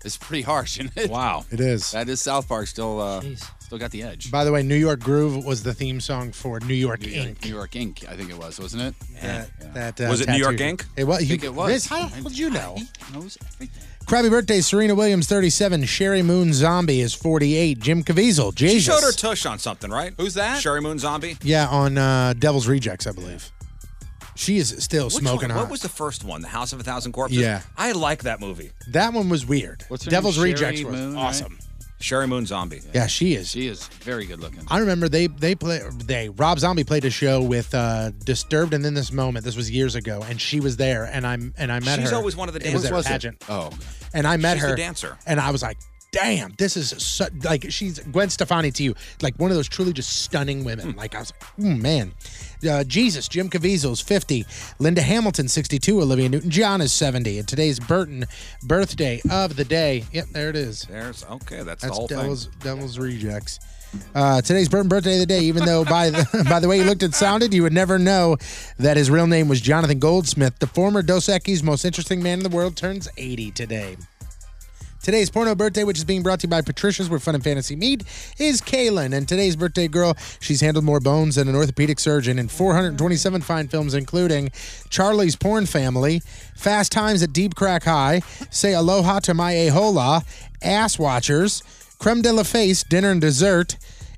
[SPEAKER 7] It's pretty harsh, isn't it? Wow,
[SPEAKER 5] It is.
[SPEAKER 7] That is South Park still uh, still got the edge.
[SPEAKER 5] By the way, New York Groove was the theme song for New York
[SPEAKER 7] New
[SPEAKER 5] Inc.
[SPEAKER 7] York, New York Inc. I think it was, wasn't it?
[SPEAKER 5] That-
[SPEAKER 7] Yeah.
[SPEAKER 5] that, uh, Was it New York tattoo. Inc.? It wa-
[SPEAKER 7] I
[SPEAKER 5] you-
[SPEAKER 7] think it was.
[SPEAKER 5] Riz, how the hell did you know?
[SPEAKER 7] He knows everything.
[SPEAKER 5] Crappy birthday: Serena Williams, thirty-seven. Sherry Moon Zombie is forty-eight. Jim Caviezel,
[SPEAKER 4] She showed her
[SPEAKER 5] Jesus.
[SPEAKER 4] tush on something, right? Who's that? Sherry Moon Zombie.
[SPEAKER 5] yeah, on uh, Devil's Rejects, I believe. She is still
[SPEAKER 4] Which
[SPEAKER 5] smoking
[SPEAKER 4] one?
[SPEAKER 5] hot.
[SPEAKER 4] What was the first one? The House of a Thousand Corpses.
[SPEAKER 5] Yeah.
[SPEAKER 4] I like that movie.
[SPEAKER 5] that one was weird. Devil's Rejects was awesome.
[SPEAKER 4] Sherry Moon Zombie.
[SPEAKER 5] Yeah, she is.
[SPEAKER 7] She is very good looking.
[SPEAKER 5] I remember they they play they Rob Zombie played a show with uh Disturbed and then this moment this was years ago and she was there and I'm and I met her.
[SPEAKER 4] She's always one of the
[SPEAKER 5] It was
[SPEAKER 4] dancers.
[SPEAKER 5] at a
[SPEAKER 4] Was it?
[SPEAKER 5] pageant.
[SPEAKER 7] Oh,
[SPEAKER 5] and I met
[SPEAKER 4] She's the
[SPEAKER 5] her
[SPEAKER 4] dancer.
[SPEAKER 5] and I was like, damn, this is su- like she's Gwen Stefani to you, like one of those truly just stunning women.
[SPEAKER 4] Hmm.
[SPEAKER 5] Like I was like, mm, man, uh, Jesus, Jim Caviezel's fifty, Linda Hamilton sixty-two, Olivia Newton-John is seventy, and today's Burton birthday of the day. Yep, there it is.
[SPEAKER 4] There's okay. That's,
[SPEAKER 5] That's
[SPEAKER 4] the whole
[SPEAKER 5] Devil's
[SPEAKER 4] thing.
[SPEAKER 5] Devil's Rejects. Uh, today's Burton birthday of the day. Even though by the by the way he looked and sounded, you would never know that his real name was Jonathan Goldsmith. The former Dos Equis most interesting man in the world turns eighty today. Today's porno birthday, which is being brought to you by Patricia's, where fun and fantasy meet, is Kaylin. And today's birthday girl, she's handled more bones than an orthopedic surgeon in 427 fine films, including Charlie's Porn Family, Fast Times at Deep Crack High, Say Aloha to My Ahola, Ass Watchers, Creme de la Face, Dinner and Dessert,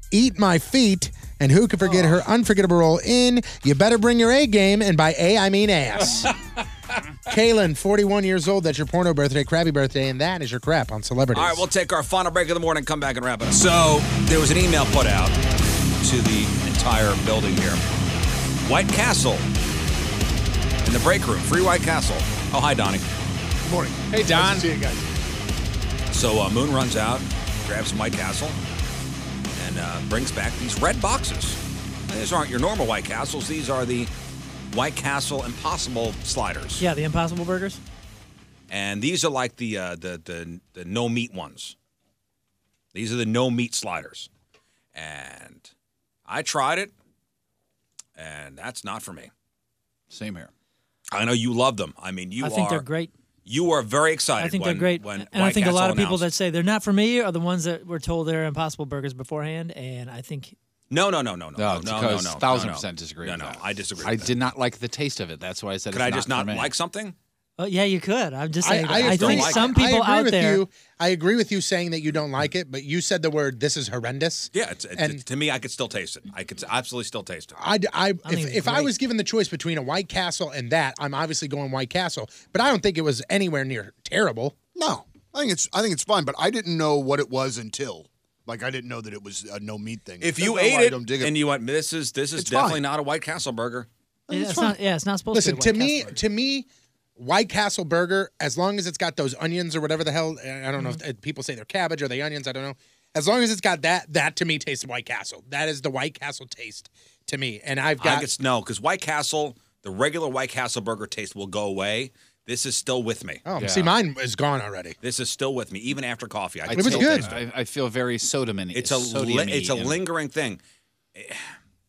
[SPEAKER 5] Eat My Feet, and who could forget her unforgettable role in You Better Bring Your A Game, and by A, I mean ass. Kaylin, 41 years old. That's your porno birthday, crappy birthday, and that is your crap on celebrities.
[SPEAKER 4] All right, we'll take our final break of the morning, come back and wrap it up. So, there was an email put out to the entire building here White Castle in the break room, free White Castle. Oh, hi, Donnie.
[SPEAKER 24] Good morning.
[SPEAKER 7] Hey, Don.
[SPEAKER 24] Nice to see you guys.
[SPEAKER 4] So, uh, Moon runs out, grabs some White Castle, and uh, brings back these red boxes. And these aren't your normal White Castles, these are the White Castle Impossible sliders.
[SPEAKER 8] Yeah, the Impossible Burgers.
[SPEAKER 4] and these are like the uh, the, the the no meat ones. These are the no meat sliders. and I tried it, and that's not for me.
[SPEAKER 7] Same here.
[SPEAKER 4] I know you love them. I mean, you
[SPEAKER 8] I think
[SPEAKER 4] are.
[SPEAKER 8] they're great.
[SPEAKER 4] You are very excited.
[SPEAKER 8] I think
[SPEAKER 4] when,
[SPEAKER 8] they're great,
[SPEAKER 4] When
[SPEAKER 8] and I
[SPEAKER 4] White
[SPEAKER 8] think a
[SPEAKER 4] Castle
[SPEAKER 8] lot of people
[SPEAKER 4] announced-
[SPEAKER 8] that say they're not for me are the ones that were told they're impossible burgers beforehand, and I think
[SPEAKER 4] No, no, no, no, no, no, no, no,
[SPEAKER 7] because
[SPEAKER 4] no,
[SPEAKER 7] thousand
[SPEAKER 4] no, no.
[SPEAKER 7] percent disagree.
[SPEAKER 4] No,
[SPEAKER 7] with
[SPEAKER 4] no,
[SPEAKER 7] that.
[SPEAKER 4] I disagree.
[SPEAKER 7] I
[SPEAKER 4] with that.
[SPEAKER 7] did not like the taste of it. That's why I said.
[SPEAKER 4] Could
[SPEAKER 7] it's
[SPEAKER 4] I just
[SPEAKER 7] not,
[SPEAKER 4] not
[SPEAKER 7] for me.
[SPEAKER 4] like something?
[SPEAKER 8] Oh yeah, you could. I'm just saying. I,
[SPEAKER 5] agree-
[SPEAKER 8] think some people
[SPEAKER 5] I agree
[SPEAKER 8] out
[SPEAKER 5] with
[SPEAKER 8] there.
[SPEAKER 5] You, I agree with you saying that you don't like it, but you said the word "this is horrendous."
[SPEAKER 4] Yeah, it's, it's,
[SPEAKER 5] And-
[SPEAKER 4] to me, I could still taste it. I could absolutely still taste it.
[SPEAKER 5] I, I,
[SPEAKER 4] I mean,
[SPEAKER 5] if, if I
[SPEAKER 4] great.
[SPEAKER 5] was given the choice between a White Castle and that, I'm obviously going White Castle, but I don't think it was anywhere near terrible.
[SPEAKER 19] No, I think it's I think it's fine, but I didn't know what it was until like I didn't know that it was a no meat thing.
[SPEAKER 4] If
[SPEAKER 19] That's
[SPEAKER 4] you
[SPEAKER 19] why
[SPEAKER 4] ate
[SPEAKER 19] I
[SPEAKER 4] it,
[SPEAKER 19] don't dig it.
[SPEAKER 4] and you went, this is this is
[SPEAKER 19] It's
[SPEAKER 4] definitely
[SPEAKER 19] fine.
[SPEAKER 4] not a White Castle burger.
[SPEAKER 8] Yeah, it's not, yeah, it's not supposed
[SPEAKER 5] Listen
[SPEAKER 8] to.
[SPEAKER 5] to me. To me, White Castle burger, as long as it's got those onions or whatever the hell, I I don't
[SPEAKER 8] Mm-hmm.
[SPEAKER 5] know if uh, people say they're cabbage or they onions. I don't know. As long as it's got that, that to me tastes White Castle. That is the White Castle taste to me, and I've
[SPEAKER 4] I
[SPEAKER 5] got
[SPEAKER 4] guess no, because White Castle, the regular White Castle burger taste will go away. This is still with me.
[SPEAKER 5] Oh, see, mine is gone already.
[SPEAKER 4] This is still with me, even after coffee. I
[SPEAKER 7] I
[SPEAKER 4] can still
[SPEAKER 7] taste-
[SPEAKER 4] taste it.
[SPEAKER 7] I, I feel very soda mini.
[SPEAKER 4] It's a
[SPEAKER 7] sodium-y
[SPEAKER 4] li- it's a
[SPEAKER 7] and-
[SPEAKER 4] lingering thing.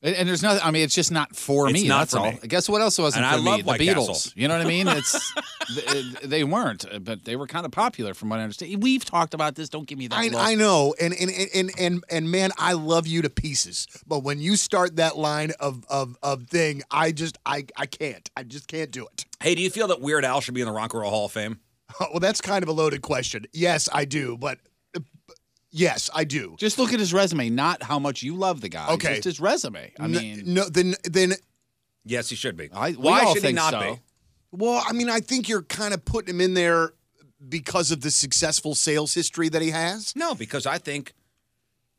[SPEAKER 7] And, and there's nothing. I mean, it's just not for
[SPEAKER 4] It's
[SPEAKER 7] me.
[SPEAKER 4] not
[SPEAKER 7] that's
[SPEAKER 4] for
[SPEAKER 7] all.
[SPEAKER 4] me.
[SPEAKER 7] Guess what else wasn't
[SPEAKER 4] And I
[SPEAKER 7] for
[SPEAKER 4] love
[SPEAKER 7] me?
[SPEAKER 4] White
[SPEAKER 7] the Beatles.
[SPEAKER 4] Castle.
[SPEAKER 7] You know what I mean? It's they, they weren't, uh, but they were kind of popular from what I understand. We've talked about this. Don't give me that.
[SPEAKER 19] I,
[SPEAKER 7] look.
[SPEAKER 19] I know, and and, and and and and man, I love you to pieces. But when you start that line of of of thing, I just I I can't. I just can't do it.
[SPEAKER 4] Hey, do you feel that Weird Al should be in the Rock and Roll Hall of Fame?
[SPEAKER 19] well, that's kind of a loaded question. Yes, I do, but uh, b- yes, I do.
[SPEAKER 7] Just look at his resume, not how much you love the guy.
[SPEAKER 19] Okay.
[SPEAKER 7] just his resume. I
[SPEAKER 19] N-
[SPEAKER 7] mean,
[SPEAKER 19] no, then then
[SPEAKER 4] Yes, he should be.
[SPEAKER 7] I, we
[SPEAKER 4] Why
[SPEAKER 7] all
[SPEAKER 4] should he
[SPEAKER 7] think
[SPEAKER 4] not
[SPEAKER 7] so.
[SPEAKER 4] be?
[SPEAKER 19] Well, I mean, I think you're kind of putting him in there because of the successful sales history that he has.
[SPEAKER 4] No, because I think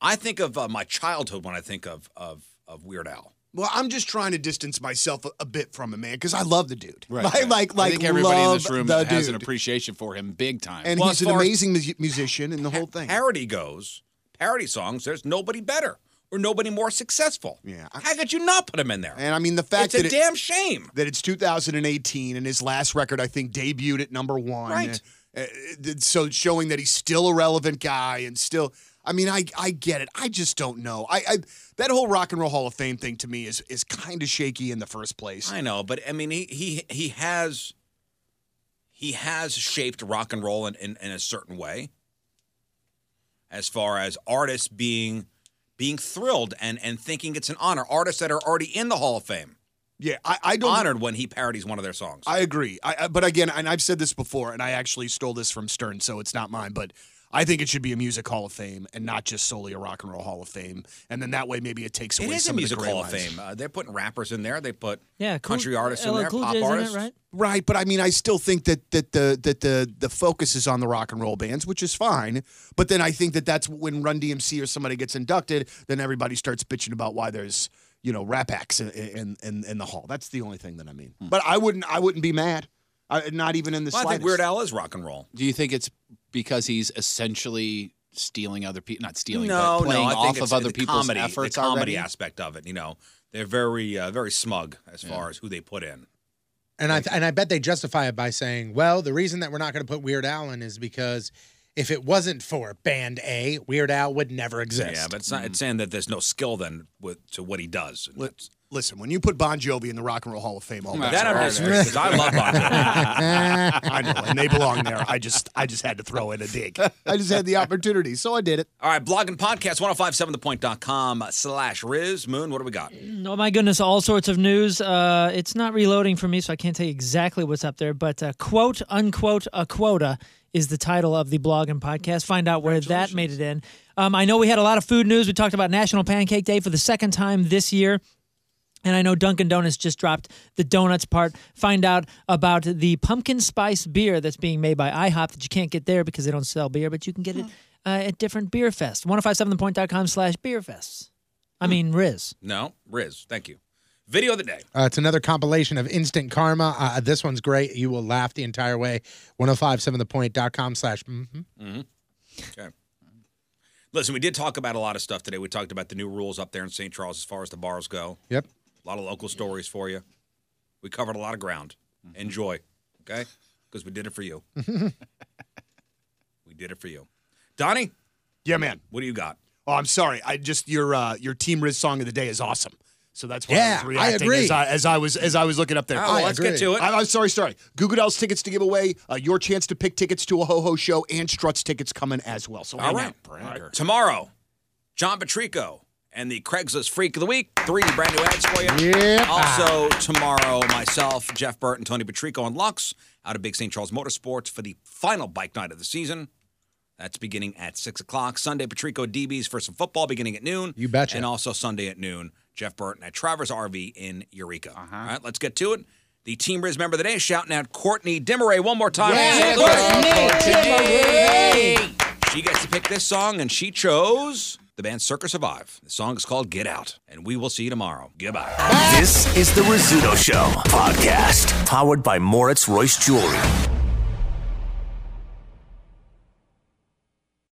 [SPEAKER 4] I think of uh, my childhood when I think of of of Weird Al.
[SPEAKER 19] Well, I'm just trying to distance myself a, a bit from him, man, because I love the dude. Like, like,
[SPEAKER 7] I
[SPEAKER 19] like,
[SPEAKER 7] think everybody in
[SPEAKER 19] love
[SPEAKER 7] this room
[SPEAKER 19] the
[SPEAKER 7] has
[SPEAKER 19] dude.
[SPEAKER 7] an appreciation for him big time.
[SPEAKER 19] and
[SPEAKER 4] Well,
[SPEAKER 19] he's
[SPEAKER 4] as
[SPEAKER 19] an
[SPEAKER 4] far as-
[SPEAKER 19] amazing mu- musician and the whole thing.
[SPEAKER 4] Parody goes, parody songs. There's nobody better or nobody more successful. Yeah, how could you not put him in there?
[SPEAKER 19] And I mean, the fact
[SPEAKER 4] it's
[SPEAKER 19] that
[SPEAKER 4] a
[SPEAKER 19] it-
[SPEAKER 4] damn shame.
[SPEAKER 19] that it's 2018 and his last record, I think, debuted at number one.
[SPEAKER 4] Right.
[SPEAKER 19] Uh, uh, so showing that he's still a relevant guy and still. I mean, I, I get it. I just don't know. I, I that whole Rock and Roll Hall of Fame thing to me is is kind of shaky in the first place.
[SPEAKER 4] I know, but I mean, he he he has he has shaped rock and roll in, in, in a certain way, as far as artists being being thrilled and and thinking it's an honor. Artists that are already in the Hall of Fame,
[SPEAKER 19] yeah, I, I don't
[SPEAKER 4] honored when he parodies one of their songs.
[SPEAKER 19] I agree. I, I but again, and I've said this before, and I actually stole this from Stern, so it's not mine. But I think it should be a music Hall of Fame and not just solely a Rock and Roll Hall of Fame. And then that way, maybe it takes
[SPEAKER 4] It
[SPEAKER 19] away
[SPEAKER 4] is a
[SPEAKER 19] some
[SPEAKER 4] music
[SPEAKER 19] of the great
[SPEAKER 4] hall of
[SPEAKER 19] lines.
[SPEAKER 4] fame. Uh, they're putting rappers in there. They put
[SPEAKER 8] Yeah, cool-
[SPEAKER 4] country artists in
[SPEAKER 8] LL
[SPEAKER 4] there,
[SPEAKER 8] Cool
[SPEAKER 4] pop
[SPEAKER 8] J's in it,
[SPEAKER 4] artists.
[SPEAKER 8] right?
[SPEAKER 19] Right, but I mean, I still think that that the that the the focus is on the rock and roll bands, which is fine. But then I think that that's when Run DMC or somebody gets inducted, then everybody starts bitching about why there's you know rap acts in in in, in the hall. That's the only thing that I
[SPEAKER 4] Hmm.
[SPEAKER 19] mean. But I wouldn't I wouldn't be mad, I, not even in the
[SPEAKER 4] Well, I think
[SPEAKER 19] slightest.
[SPEAKER 4] Weird Al is rock and roll.
[SPEAKER 7] Do you think it's because he's essentially stealing other people? Not stealing,
[SPEAKER 4] no,
[SPEAKER 7] but playing
[SPEAKER 4] no, I think
[SPEAKER 7] off
[SPEAKER 4] it's
[SPEAKER 7] of other
[SPEAKER 4] the
[SPEAKER 7] people's
[SPEAKER 4] comedy,
[SPEAKER 7] efforts
[SPEAKER 4] the comedy
[SPEAKER 7] already?
[SPEAKER 4] aspect of it. You know, they're very uh, very smug as far as who they put in.
[SPEAKER 5] And I and I bet they justify it by saying, "Well, the reason that we're not going to put Weird Al in is because if it wasn't for Band A, Weird Al would never exist."
[SPEAKER 4] Yeah, but it's not.
[SPEAKER 7] Mm-hmm.
[SPEAKER 4] It's saying that there's no skill then with, to what he does.
[SPEAKER 19] Li- Listen, when you put Bon Jovi in the Rock and Roll Hall of Fame, all
[SPEAKER 4] That
[SPEAKER 19] bets
[SPEAKER 4] I'm
[SPEAKER 19] are off.
[SPEAKER 4] disagree, 'cause I love Bon Jovi.
[SPEAKER 19] I know, and they belong there. I just, I just had to throw in a dig. I just had the opportunity, so I did it.
[SPEAKER 4] All right, blog and podcast 1057thepoint.com slash Riz Moon. What do we got?
[SPEAKER 8] Oh my goodness, all sorts of news. Uh, it's not reloading for me, so I can't tell you exactly what's up there. But uh, quote unquote a quota is the title of the blog and podcast. Find out where that made it in. Um, I know we had a lot of food news. We talked about National Pancake Day for the second time this year. And I know Dunkin' Donuts just dropped the donuts part. Find out about the pumpkin spice beer that's being made by IHOP that you can't get there because they don't sell beer, but you can get it uh, at different beer fests. 1057thepoint.com slash beer fests. I mean, Riz.
[SPEAKER 4] No, Riz. Thank you. Video of the day.
[SPEAKER 5] Uh, it's another compilation of Instant Karma. Uh, this one's great. You will laugh the entire way. 1057thepoint.com slash. mhm.
[SPEAKER 4] hmm Okay. Listen, we did talk about a lot of stuff today. We talked about the new rules up there in St. Charles as far as the bars go.
[SPEAKER 5] Yep.
[SPEAKER 4] A lot of local stories for you. We covered a lot of ground. Enjoy, okay? Because we did it for you. we did it for you. Donnie?
[SPEAKER 19] Yeah, man.
[SPEAKER 4] What do you got?
[SPEAKER 19] Oh, I'm sorry. I just your uh, your Team Riz song of the day is awesome. So that's why
[SPEAKER 5] Yeah,
[SPEAKER 19] I was
[SPEAKER 5] I
[SPEAKER 19] reacting
[SPEAKER 5] agree.
[SPEAKER 19] As, I, as I was as I was looking up there.
[SPEAKER 5] Oh, I let's get agree. to it.
[SPEAKER 19] I, am sorry, sorry. Google Dolls tickets to give away. Uh, your chance to pick tickets to a Ho Ho show and Struts tickets coming as well. So
[SPEAKER 4] All
[SPEAKER 19] hang
[SPEAKER 4] right.
[SPEAKER 19] out.
[SPEAKER 4] All right. Tomorrow, John Patrico and the Craigslist Freak of the Week. Three brand new ads for you.
[SPEAKER 19] Yeah.
[SPEAKER 4] Also, tomorrow, myself, Jeff Burton, Tony Patrico, and Lux out of Big St. Charles Motorsports for the final bike night of the season. That's beginning at 6 o'clock. Sunday, Patrico DBs for some football beginning at noon. You betcha. And also Sunday at noon, Jeff Burton at Travers RV in Eureka.
[SPEAKER 19] Uh-huh.
[SPEAKER 4] All right, let's get to it. The Team Riz member of the day shouting out Courtney Dimmeray one more time.
[SPEAKER 20] Yeah,
[SPEAKER 4] Salute.
[SPEAKER 20] Courtney
[SPEAKER 4] She gets to pick this song, and she chose the band Circus Survive. The song is called Get Out, and we will see you tomorrow. Goodbye.
[SPEAKER 9] This is the Rizzuto Show podcast, powered by Moritz Royce Jewelry.